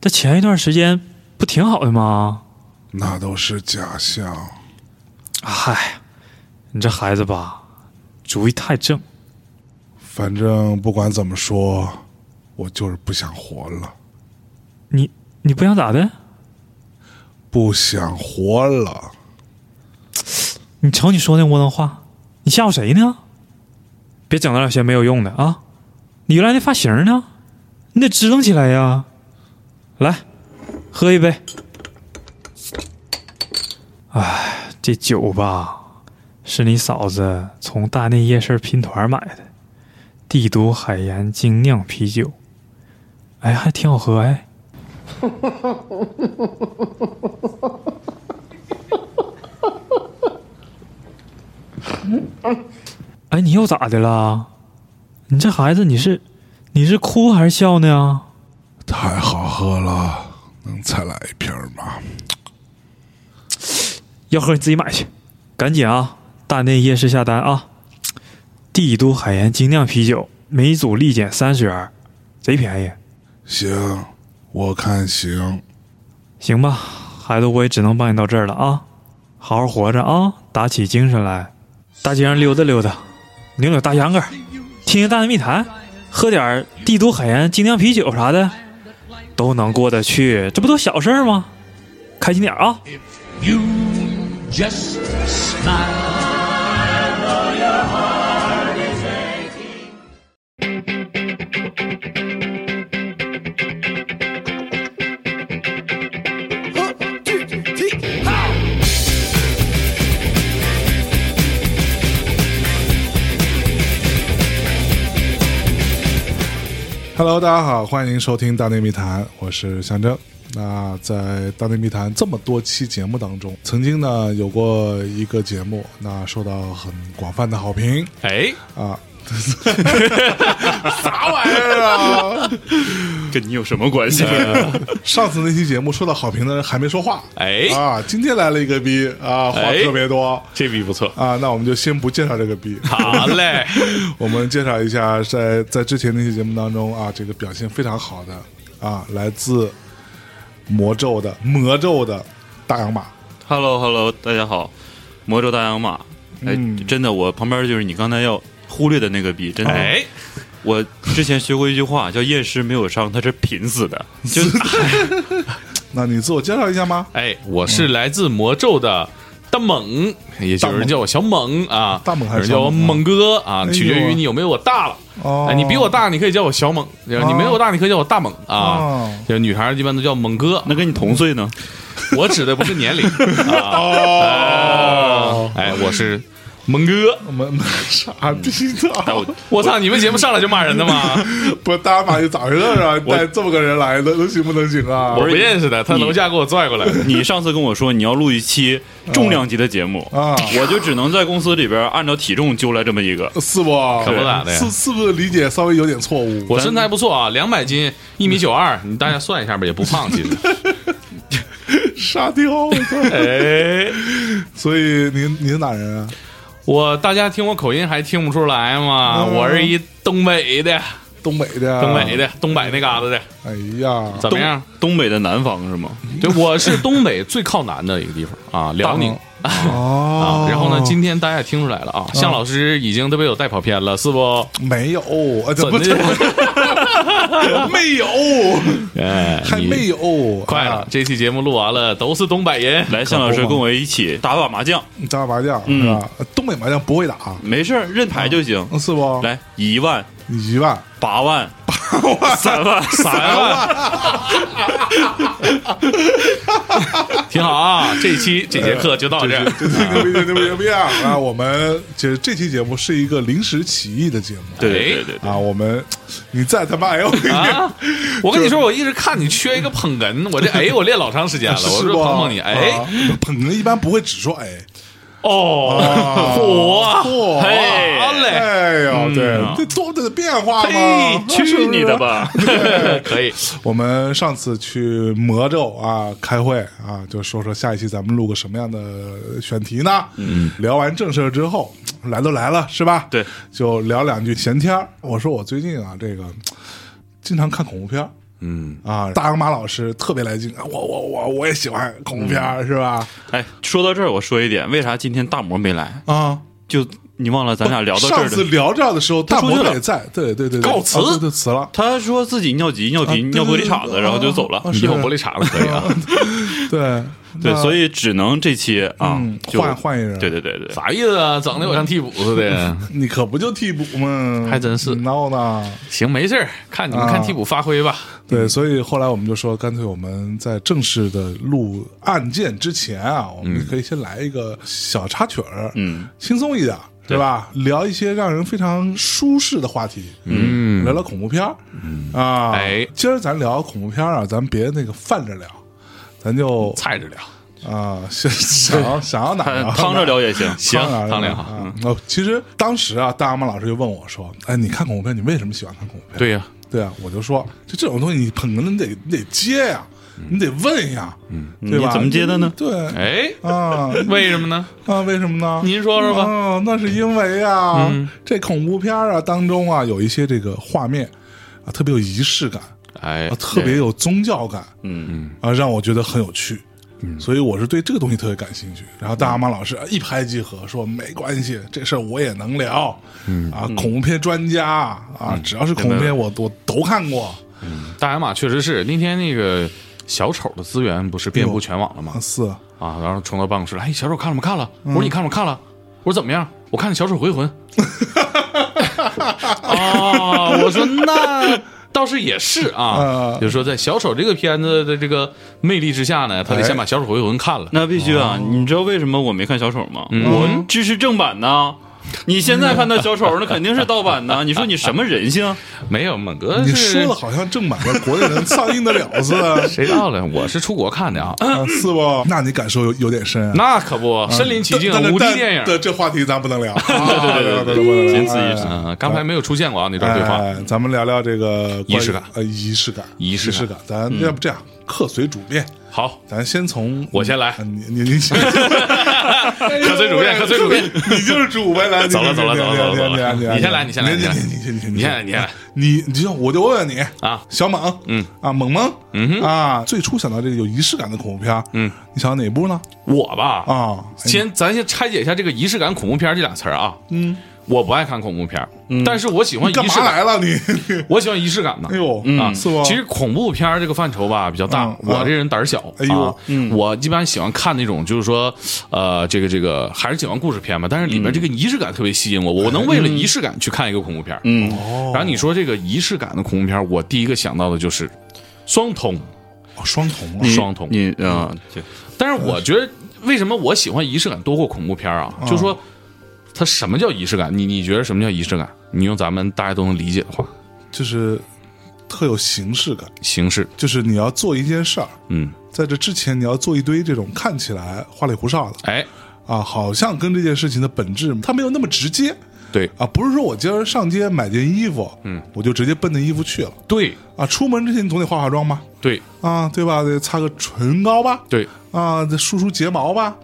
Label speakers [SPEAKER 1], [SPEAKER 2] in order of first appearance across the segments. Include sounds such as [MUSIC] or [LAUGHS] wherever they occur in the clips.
[SPEAKER 1] 这前一段时间不挺好的吗？
[SPEAKER 2] 那都是假象。
[SPEAKER 1] 嗨，哎你这孩子吧，主意太正。
[SPEAKER 2] 反正不管怎么说，我就是不想活了，
[SPEAKER 1] 你你不想咋的？
[SPEAKER 2] 不想活了。
[SPEAKER 1] 你瞅你说那窝囊话，你吓唬谁呢？别整那些没有用的啊！你原来那发型呢？你得支棱起来呀！来，喝一杯。哎，这酒吧是你嫂子从大内夜市拼团买的，帝都海盐精酿啤酒。哎，还挺好喝哎。哎，你又咋的啦？你这孩子，你是你是哭还是笑呢？
[SPEAKER 2] 太好喝了，能再来一瓶吗？
[SPEAKER 1] 要喝你自己买去，赶紧啊！大内夜市下单啊！帝都海盐精酿啤酒，每组立减三十元，贼便宜，
[SPEAKER 2] 行，我看行。
[SPEAKER 1] 行吧？孩子，我也只能帮你到这儿了啊！好好活着啊，打起精神来，大街上溜达溜达，扭扭大秧歌儿，听听大内密谈，喝点儿帝都海盐精酿啤酒啥的，都能过得去，这不都小事儿吗？开心点儿啊！
[SPEAKER 3] You just smile.
[SPEAKER 2] 哈喽，大家好，欢迎收听《大内密谈》，我是象征。那在《大内密谈》这么多期节目当中，曾经呢有过一个节目，那受到很广泛的好评
[SPEAKER 4] 哎，
[SPEAKER 2] 啊，
[SPEAKER 4] 啥玩意儿啊？跟你有什么关系？
[SPEAKER 2] 上次那期节目受到好评的人还没说话，
[SPEAKER 4] [LAUGHS] 哎
[SPEAKER 2] 啊，今天来了一个逼啊，话
[SPEAKER 4] 哎
[SPEAKER 2] 特别多、
[SPEAKER 4] 这笔不错。
[SPEAKER 2] 啊，那我们就先不介绍这个
[SPEAKER 4] [LAUGHS]
[SPEAKER 2] 逼，
[SPEAKER 4] 好嘞，
[SPEAKER 2] 我们介绍一下在在之前那期节目当中啊，这个表现非常好的啊，来自魔咒的魔咒的大洋马，
[SPEAKER 5] Hello Hello，大家好，魔咒大洋马。哎，
[SPEAKER 2] 嗯
[SPEAKER 5] 真的，我旁边就是你刚才要忽略的那个币，真的。
[SPEAKER 4] 哎，
[SPEAKER 5] 我之前学过一句话，叫“验尸没有伤，他是贫死的”，就
[SPEAKER 2] 那你自我介绍一下吗？
[SPEAKER 4] 哎，我是来自魔咒的大猛，也就有人叫我小猛啊，
[SPEAKER 2] 大猛还
[SPEAKER 4] 有
[SPEAKER 2] 是
[SPEAKER 4] 人
[SPEAKER 2] 小
[SPEAKER 4] 叫
[SPEAKER 2] 猛
[SPEAKER 4] 我猛哥啊，
[SPEAKER 2] 哎呦
[SPEAKER 4] 取决于你有没有我大了。
[SPEAKER 2] 哦，
[SPEAKER 4] 哎，你比我大，你可以叫我小猛；你没有我大，你可以叫我大猛啊
[SPEAKER 2] 哦。
[SPEAKER 4] 就是女孩儿一般都叫猛 [LAUGHS] 哥，
[SPEAKER 5] 那跟你同岁呢？
[SPEAKER 4] 我指的不是年龄 [LAUGHS] 哦啊。哎，我是猛哥。
[SPEAKER 2] 我们傻逼的，
[SPEAKER 4] 嗯我操！你们节目上来就骂人的吗？
[SPEAKER 2] 不是大洋马你咋回事啊？你带这么个人来，能能行不能行啊
[SPEAKER 4] 我？不认识的，他楼下给我拽过来。
[SPEAKER 5] 你上次跟我说你要录一期重量级的节目，
[SPEAKER 2] 啊
[SPEAKER 5] 我就只能在公司里边按照体重揪来这么一个。
[SPEAKER 2] 是不？
[SPEAKER 4] 可不咋的呀
[SPEAKER 2] 是是不是理解稍微有点错误？
[SPEAKER 4] 我身材不错啊，两百斤，一米九二，你大家算一下吧，也不胖，
[SPEAKER 2] [LAUGHS]
[SPEAKER 4] 其实。
[SPEAKER 2] 傻屌！我操！
[SPEAKER 4] 哎，
[SPEAKER 2] 所以您您是哪人啊？
[SPEAKER 4] 我大家听我口音还听不出来吗？
[SPEAKER 2] 嗯
[SPEAKER 4] 我是一东北的，
[SPEAKER 2] 东北的啊，
[SPEAKER 4] 东北的，东北那嘎达的，
[SPEAKER 2] 哎呀，
[SPEAKER 4] 怎么样？
[SPEAKER 5] 东北的南方是吗？
[SPEAKER 4] 对，我是东北最靠南的一个地方啊，辽宁。
[SPEAKER 2] 哦嗯
[SPEAKER 4] 啊，，然后呢？今天大家也听出来了啊，向老师已经都被我带跑偏了，是不？
[SPEAKER 2] 没有，啊，怎
[SPEAKER 4] 怎
[SPEAKER 2] 么
[SPEAKER 4] 的？
[SPEAKER 2] 这没
[SPEAKER 4] [LAUGHS]
[SPEAKER 2] 有？ [LAUGHS]
[SPEAKER 4] 哎，
[SPEAKER 2] 还
[SPEAKER 4] 你
[SPEAKER 2] 没有，
[SPEAKER 4] 快了
[SPEAKER 2] 啊！，
[SPEAKER 4] 这期节目录完了，都是东北
[SPEAKER 2] [LAUGHS]
[SPEAKER 4] 人。
[SPEAKER 5] 来，向老师跟我一起打把麻将，
[SPEAKER 2] 你打麻将
[SPEAKER 4] 嗯
[SPEAKER 2] 是吧？东北麻将不会打，
[SPEAKER 5] 没事儿认牌就行。
[SPEAKER 2] 是不？
[SPEAKER 5] 来，一万、
[SPEAKER 2] 一万，
[SPEAKER 5] 八万、八万、三万、三
[SPEAKER 4] 来吧， [LAUGHS] 挺好啊！这期这节课就到这儿。
[SPEAKER 2] 这这牛逼，这牛逼，牛逼啊！啊，我们其实这期节目是一个临时起意的节目
[SPEAKER 5] 对对对对，
[SPEAKER 2] 啊，我们你再他妈哎呦，
[SPEAKER 4] 啊！我跟你说，我一直看你缺一个捧哏，我这哎，我练老长时间了，我
[SPEAKER 2] [LAUGHS] [LAUGHS] 是啊
[SPEAKER 4] 说
[SPEAKER 2] 不？
[SPEAKER 4] 捧捧你，哎
[SPEAKER 2] 啊，捧哏一般不会只说哎， [LAUGHS]
[SPEAKER 4] 哦，火啊，
[SPEAKER 2] 嚯
[SPEAKER 4] 嘿，嘞，
[SPEAKER 2] 哎呦，对
[SPEAKER 4] 嗯，
[SPEAKER 2] 这多大的变化
[SPEAKER 4] 嘿
[SPEAKER 2] 嘛！，
[SPEAKER 4] 去你的吧！可以，
[SPEAKER 2] 我们上次去魔咒啊开会啊，就说说下一期咱们录个什么样的选题呢？嗯，聊完正事儿之后，来都来了是吧？
[SPEAKER 5] 对，
[SPEAKER 2] 就聊两句闲天儿。我说我最近啊，这个经常看恐怖片儿
[SPEAKER 5] 嗯，
[SPEAKER 2] 啊，大洋马老师特别来劲，啊我我我我也喜欢恐怖片
[SPEAKER 4] 嗯
[SPEAKER 2] 儿、是吧？
[SPEAKER 5] 哎，说到这儿，我说一点，为啥今天大魔没来？
[SPEAKER 4] 嗯
[SPEAKER 2] 啊，
[SPEAKER 5] 就你忘了咱俩聊到这
[SPEAKER 2] 上
[SPEAKER 5] 儿
[SPEAKER 2] 次
[SPEAKER 5] 的，
[SPEAKER 2] 聊这儿的时候，大
[SPEAKER 5] 出去
[SPEAKER 2] 魔
[SPEAKER 5] 了
[SPEAKER 2] 也在，对对对，对
[SPEAKER 4] 告辞
[SPEAKER 2] 啊对对辞了。
[SPEAKER 5] 他说自己尿急尿急
[SPEAKER 2] 啊
[SPEAKER 5] 尿玻璃碴
[SPEAKER 2] 对对对
[SPEAKER 5] 子，然后就走了。
[SPEAKER 2] 啊
[SPEAKER 4] 以后
[SPEAKER 2] 是
[SPEAKER 4] 玻璃碴子可以啊，
[SPEAKER 2] [LAUGHS] 对
[SPEAKER 5] [LAUGHS] 对，所
[SPEAKER 2] 以
[SPEAKER 5] 以只能这期啊
[SPEAKER 2] 嗯，
[SPEAKER 5] 就
[SPEAKER 2] 换换一人，
[SPEAKER 5] 对对对
[SPEAKER 2] [LAUGHS]
[SPEAKER 5] 对，
[SPEAKER 4] 啥意思啊？整的我像替补似的。
[SPEAKER 2] 你可不就替补吗？
[SPEAKER 4] 还真是
[SPEAKER 2] 闹呢。
[SPEAKER 4] 行，没事儿，看你们看替补发挥吧。
[SPEAKER 5] 嗯
[SPEAKER 2] 对，所以后来我们就说，干脆我们在正式的录案件之前啊，我们可以先来一个小插曲儿，
[SPEAKER 5] 嗯，
[SPEAKER 2] 轻松一点，对吧？聊一些让人非常舒适的话题，嗯，聊聊恐怖片儿，
[SPEAKER 5] 嗯
[SPEAKER 2] 啊，
[SPEAKER 4] 哎
[SPEAKER 2] 今儿咱聊恐怖片儿啊，咱别那个泛着聊，咱就
[SPEAKER 4] 菜着聊，
[SPEAKER 2] 啊，想
[SPEAKER 5] [LAUGHS]
[SPEAKER 2] 想要想要哪儿啊
[SPEAKER 5] 呃趟
[SPEAKER 2] [LAUGHS]
[SPEAKER 5] 着聊也行。
[SPEAKER 4] 行
[SPEAKER 2] 当然，
[SPEAKER 4] 汤良好
[SPEAKER 5] 嗯
[SPEAKER 2] 啊。哦，其实当时啊，大阿妈老师就问我说：“哎，你看恐怖片，你为什么喜欢看恐怖片？”
[SPEAKER 4] 对呀，
[SPEAKER 2] 对啊，我就说，就这种东西，你捧哏的你得你得接呀，你得问呀，对吧？
[SPEAKER 5] 嗯你怎么接的呢
[SPEAKER 2] 对，
[SPEAKER 4] 哎，
[SPEAKER 2] 啊
[SPEAKER 4] 为什么呢？
[SPEAKER 2] 啊，为什么
[SPEAKER 5] [LAUGHS]
[SPEAKER 2] 呢？
[SPEAKER 4] 您说说吧
[SPEAKER 2] 嗯，那是因为啊，
[SPEAKER 5] 嗯
[SPEAKER 2] 这恐怖片啊当中啊有一些这个画面啊特别有仪式感，
[SPEAKER 4] 哎
[SPEAKER 2] 啊，，特别有宗教感，嗯嗯，啊，让我觉得很有趣。所以我是对这个东西特别感兴趣。然后大阿妈老师啊一拍即合，说没关系，这事儿我也能聊。嗯啊，恐怖片专家啊，只要是恐怖片，我我都看过。
[SPEAKER 4] 大洋马确实是那天那个小丑的资源不是遍布全网了吗
[SPEAKER 2] 啊，？是
[SPEAKER 4] 啊，然后冲到办公室来，哎，小丑看了吗？看了。我说你看了吗？看了。我说怎么样？我看了《小丑回魂》。啊，我说那倒是也是啊
[SPEAKER 2] 啊，
[SPEAKER 4] 就是说在小丑这个片子的这个魅力之下呢，他得先把《小丑回魂》看了。
[SPEAKER 5] 那必须
[SPEAKER 2] 哦
[SPEAKER 5] 啊！你知道为什么我没看小丑吗？
[SPEAKER 2] 嗯
[SPEAKER 5] 我支持正版呢。你现在看到小丑，那肯定是盗版的。你说你什么人性？
[SPEAKER 4] 没有，猛哥
[SPEAKER 2] 你
[SPEAKER 4] 是，
[SPEAKER 2] 说的好像正版的国内人上映得了似的
[SPEAKER 4] 谁到了？我是出国看的啊，
[SPEAKER 2] 啊是不？那你感受有有点深啊。
[SPEAKER 4] 那可不，身临其境
[SPEAKER 2] 但，但
[SPEAKER 4] 无敌
[SPEAKER 2] 但
[SPEAKER 4] 电影。
[SPEAKER 2] 对，这话题咱不能聊。对对对对，
[SPEAKER 5] 仅此一
[SPEAKER 2] 哎
[SPEAKER 5] 声。
[SPEAKER 4] 嗯，刚才没有出现过啊那段对话。
[SPEAKER 2] 哎，咱们聊聊这个关于
[SPEAKER 4] 仪式感
[SPEAKER 2] 呃，仪式感，
[SPEAKER 4] 仪式
[SPEAKER 2] 式
[SPEAKER 4] 感
[SPEAKER 2] 感。咱要不这样，客随主便，
[SPEAKER 4] 好，
[SPEAKER 2] 咱先从
[SPEAKER 4] 我先来
[SPEAKER 2] 啊你你你先，
[SPEAKER 4] 客
[SPEAKER 2] 客
[SPEAKER 4] 随主
[SPEAKER 2] [LAUGHS]
[SPEAKER 4] 便， [LAUGHS] 客随主便。
[SPEAKER 2] 你就是主呗，来，你
[SPEAKER 4] [LAUGHS] 走了
[SPEAKER 2] 你
[SPEAKER 4] 走了
[SPEAKER 2] 你
[SPEAKER 4] 走了走了走了
[SPEAKER 2] 你
[SPEAKER 4] 你先来你先来
[SPEAKER 2] 你
[SPEAKER 4] 你先来
[SPEAKER 2] 你你你
[SPEAKER 4] 你先来你先来，
[SPEAKER 2] 你你就我就问问你
[SPEAKER 4] 啊
[SPEAKER 2] 小猛，嗯啊，猛猛，嗯啊，最初想到这个有仪式感的恐怖片，嗯，你想到哪部呢？
[SPEAKER 4] 我吧，
[SPEAKER 2] 啊，
[SPEAKER 4] 先咱先拆解一下这个仪式感恐怖片这俩词儿啊。嗯，我不爱看恐怖片，但是我喜欢
[SPEAKER 2] 嗯你干
[SPEAKER 4] 仪
[SPEAKER 2] 嘛
[SPEAKER 4] 式感，
[SPEAKER 2] 来了你？ [LAUGHS]
[SPEAKER 4] 我喜欢仪式感呢
[SPEAKER 2] 哎。呦，
[SPEAKER 4] 啊，
[SPEAKER 2] 是不？
[SPEAKER 4] 其实恐怖片这个范畴吧比较大
[SPEAKER 2] 嗯，嗯
[SPEAKER 4] 我这人胆儿小。
[SPEAKER 2] 哎呦
[SPEAKER 4] 啊，我一般喜欢看那种就是说，呃，这个这个还是喜欢故事片吧，但是里
[SPEAKER 2] 嗯
[SPEAKER 4] 面这个仪式感特别吸引我，我能为了仪式感去看一个恐怖片。嗯，然后你说这个仪式感的恐怖片，我第一个想到的就是双瞳。
[SPEAKER 2] 哦双瞳啊，
[SPEAKER 4] 双瞳，
[SPEAKER 5] 你啊，对
[SPEAKER 4] 但是我觉得，为什么我喜欢仪式感多过恐怖片啊？
[SPEAKER 5] 嗯
[SPEAKER 4] 就说它什么叫仪式感？你你觉得什么叫仪式感？你用咱们大家都能理解的话，
[SPEAKER 2] 就是特有形式感，
[SPEAKER 4] 形式，
[SPEAKER 2] 就是你要做一件事儿，
[SPEAKER 4] 嗯，
[SPEAKER 2] 在这之前你要做一堆这种看起来花里胡哨的
[SPEAKER 4] 哎，
[SPEAKER 2] 啊，好像跟这件事情的本质它没有那么直接
[SPEAKER 4] 对
[SPEAKER 2] 啊，不是说我今儿上街买件衣服，嗯，我就直接奔着衣服去了
[SPEAKER 4] 对
[SPEAKER 2] 啊，出门之前你总得化化妆吧，
[SPEAKER 4] 对
[SPEAKER 2] 啊，对吧？得擦个唇膏吧，
[SPEAKER 4] 对，
[SPEAKER 2] 啊，得梳梳睫毛吧，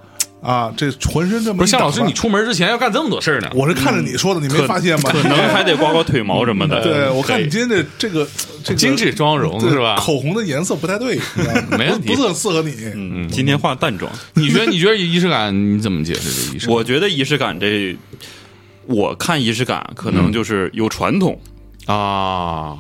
[SPEAKER 2] 啊，这浑身这么
[SPEAKER 4] 不是
[SPEAKER 2] 一
[SPEAKER 4] 夏
[SPEAKER 2] 打
[SPEAKER 4] 老师，
[SPEAKER 2] 扮
[SPEAKER 4] 你出门之前要干这么多事儿呢？
[SPEAKER 2] 我是看着你说的，你没发现吗？
[SPEAKER 5] 可能还得刮刮腿毛什么的。
[SPEAKER 2] [LAUGHS] 对，我看
[SPEAKER 4] 可以
[SPEAKER 2] 你今天的这个这个
[SPEAKER 4] 精致妆容
[SPEAKER 2] 对
[SPEAKER 4] 是吧？
[SPEAKER 2] 口红的颜色不太对，你知道吗
[SPEAKER 4] [LAUGHS] 没问题
[SPEAKER 2] 不是很适合你。
[SPEAKER 5] 嗯，今天化淡妆。
[SPEAKER 4] [LAUGHS] 你觉得你觉得仪式感你怎么解释这个仪式感？
[SPEAKER 5] 我觉得仪式感这，我看仪式感可能就是有传统，
[SPEAKER 4] 嗯啊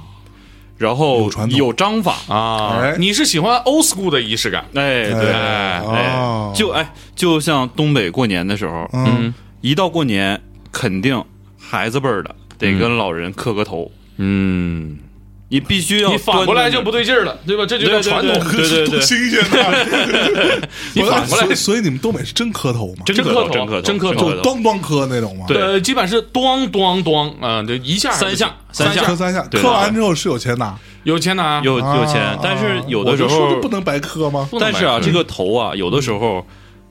[SPEAKER 5] 然后
[SPEAKER 2] 有传统
[SPEAKER 5] 有章法。
[SPEAKER 4] 啊
[SPEAKER 2] 哎，
[SPEAKER 4] 你是喜欢 old school 的仪式感？
[SPEAKER 5] 哎，对，
[SPEAKER 4] 哎
[SPEAKER 2] 哦
[SPEAKER 5] 哎，就哎，就像东北过年的时候，
[SPEAKER 2] 嗯，
[SPEAKER 5] 一到过年，肯定孩子辈儿的得跟老人磕个头，
[SPEAKER 4] 嗯，
[SPEAKER 5] 你必须要
[SPEAKER 4] 你反过来就不对劲儿了，对吧？这就叫
[SPEAKER 5] 对
[SPEAKER 4] 传
[SPEAKER 5] 对
[SPEAKER 4] 统，
[SPEAKER 5] 对对
[SPEAKER 2] 多
[SPEAKER 5] 对，
[SPEAKER 2] 新鲜呐！
[SPEAKER 4] 你反过
[SPEAKER 2] 所
[SPEAKER 4] 来
[SPEAKER 2] 以所以你们东北是真磕头吗？
[SPEAKER 4] 真
[SPEAKER 5] 磕
[SPEAKER 4] 磕头，
[SPEAKER 5] 头真磕头
[SPEAKER 4] 真磕
[SPEAKER 5] 真磕
[SPEAKER 4] 头
[SPEAKER 5] 头。
[SPEAKER 2] 咣咣磕那种吗？
[SPEAKER 5] 对
[SPEAKER 4] 呃，基本是咣咣咣，嗯，这一下
[SPEAKER 5] 三下
[SPEAKER 4] 三
[SPEAKER 5] 三
[SPEAKER 2] 磕三下，
[SPEAKER 5] 对
[SPEAKER 2] 磕完之后是有钱拿。
[SPEAKER 4] 有钱拿，
[SPEAKER 5] 有
[SPEAKER 2] 啊
[SPEAKER 5] 有钱，但是有
[SPEAKER 2] 我
[SPEAKER 5] 的时
[SPEAKER 2] 就说
[SPEAKER 5] 候
[SPEAKER 2] 这不能白磕吗？
[SPEAKER 4] 不能
[SPEAKER 5] 但是啊，
[SPEAKER 4] 白磕嗯
[SPEAKER 5] 这个头啊，有的时候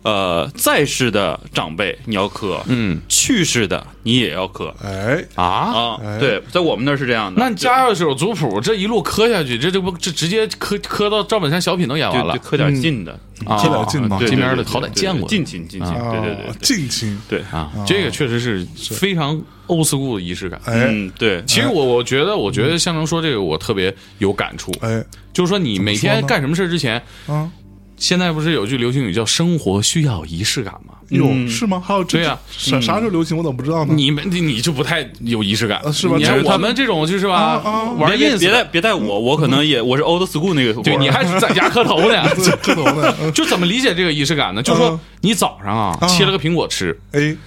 [SPEAKER 5] 呃，在世的长辈你要磕，
[SPEAKER 4] 嗯
[SPEAKER 5] 去世的你也要磕
[SPEAKER 2] 哎，
[SPEAKER 4] 啊。
[SPEAKER 5] 啊
[SPEAKER 2] 哎。
[SPEAKER 5] 对，在我们那儿是这样的。
[SPEAKER 4] 那家要是有族谱，这一路磕下去，这这不这直接磕磕到赵本山小品都演
[SPEAKER 5] 就
[SPEAKER 4] 完了
[SPEAKER 5] 就，磕点近的，
[SPEAKER 4] 啊
[SPEAKER 2] 磕点近吧
[SPEAKER 5] 对
[SPEAKER 4] 这边的
[SPEAKER 5] 对对
[SPEAKER 4] 好歹
[SPEAKER 5] 对
[SPEAKER 4] 见过
[SPEAKER 5] 近亲近亲，
[SPEAKER 4] 啊
[SPEAKER 5] 对对对对
[SPEAKER 2] 近亲，
[SPEAKER 5] 对，
[SPEAKER 4] 啊，这个确实是非常 old school 的仪式感。
[SPEAKER 2] 哎
[SPEAKER 5] 嗯对，
[SPEAKER 4] 其实我我觉得，我觉得向成说这个我特别有感触，
[SPEAKER 2] 哎，
[SPEAKER 4] 就是说你每
[SPEAKER 2] 怎么说
[SPEAKER 4] 天
[SPEAKER 2] 呢
[SPEAKER 4] 干什么事之前，
[SPEAKER 2] 啊，
[SPEAKER 4] 现在不是有句流行语叫“生活需要仪式感”吗？
[SPEAKER 2] 哟，
[SPEAKER 5] 嗯
[SPEAKER 2] 是吗？还有这
[SPEAKER 4] 对呀
[SPEAKER 2] 啥啥时候流行？我怎么不知道呢？
[SPEAKER 4] 你们你你就不太有仪式感
[SPEAKER 2] 啊嗯是吧
[SPEAKER 4] 你
[SPEAKER 2] 这
[SPEAKER 4] 看
[SPEAKER 2] 是他
[SPEAKER 4] 我们这种就是
[SPEAKER 2] 啊啊
[SPEAKER 4] 吧，玩
[SPEAKER 5] 别别
[SPEAKER 4] ins，
[SPEAKER 5] 别带别带我，我可能也我是 old school 那个活
[SPEAKER 4] 嗯
[SPEAKER 5] 儿，
[SPEAKER 4] 对你还是在家磕头呢。
[SPEAKER 2] 这这头呢？嗯
[SPEAKER 4] 就怎么理解这个仪式感呢？就是说
[SPEAKER 2] 嗯
[SPEAKER 4] 你早上啊
[SPEAKER 2] 嗯
[SPEAKER 4] 切了个苹果吃，
[SPEAKER 2] 哎，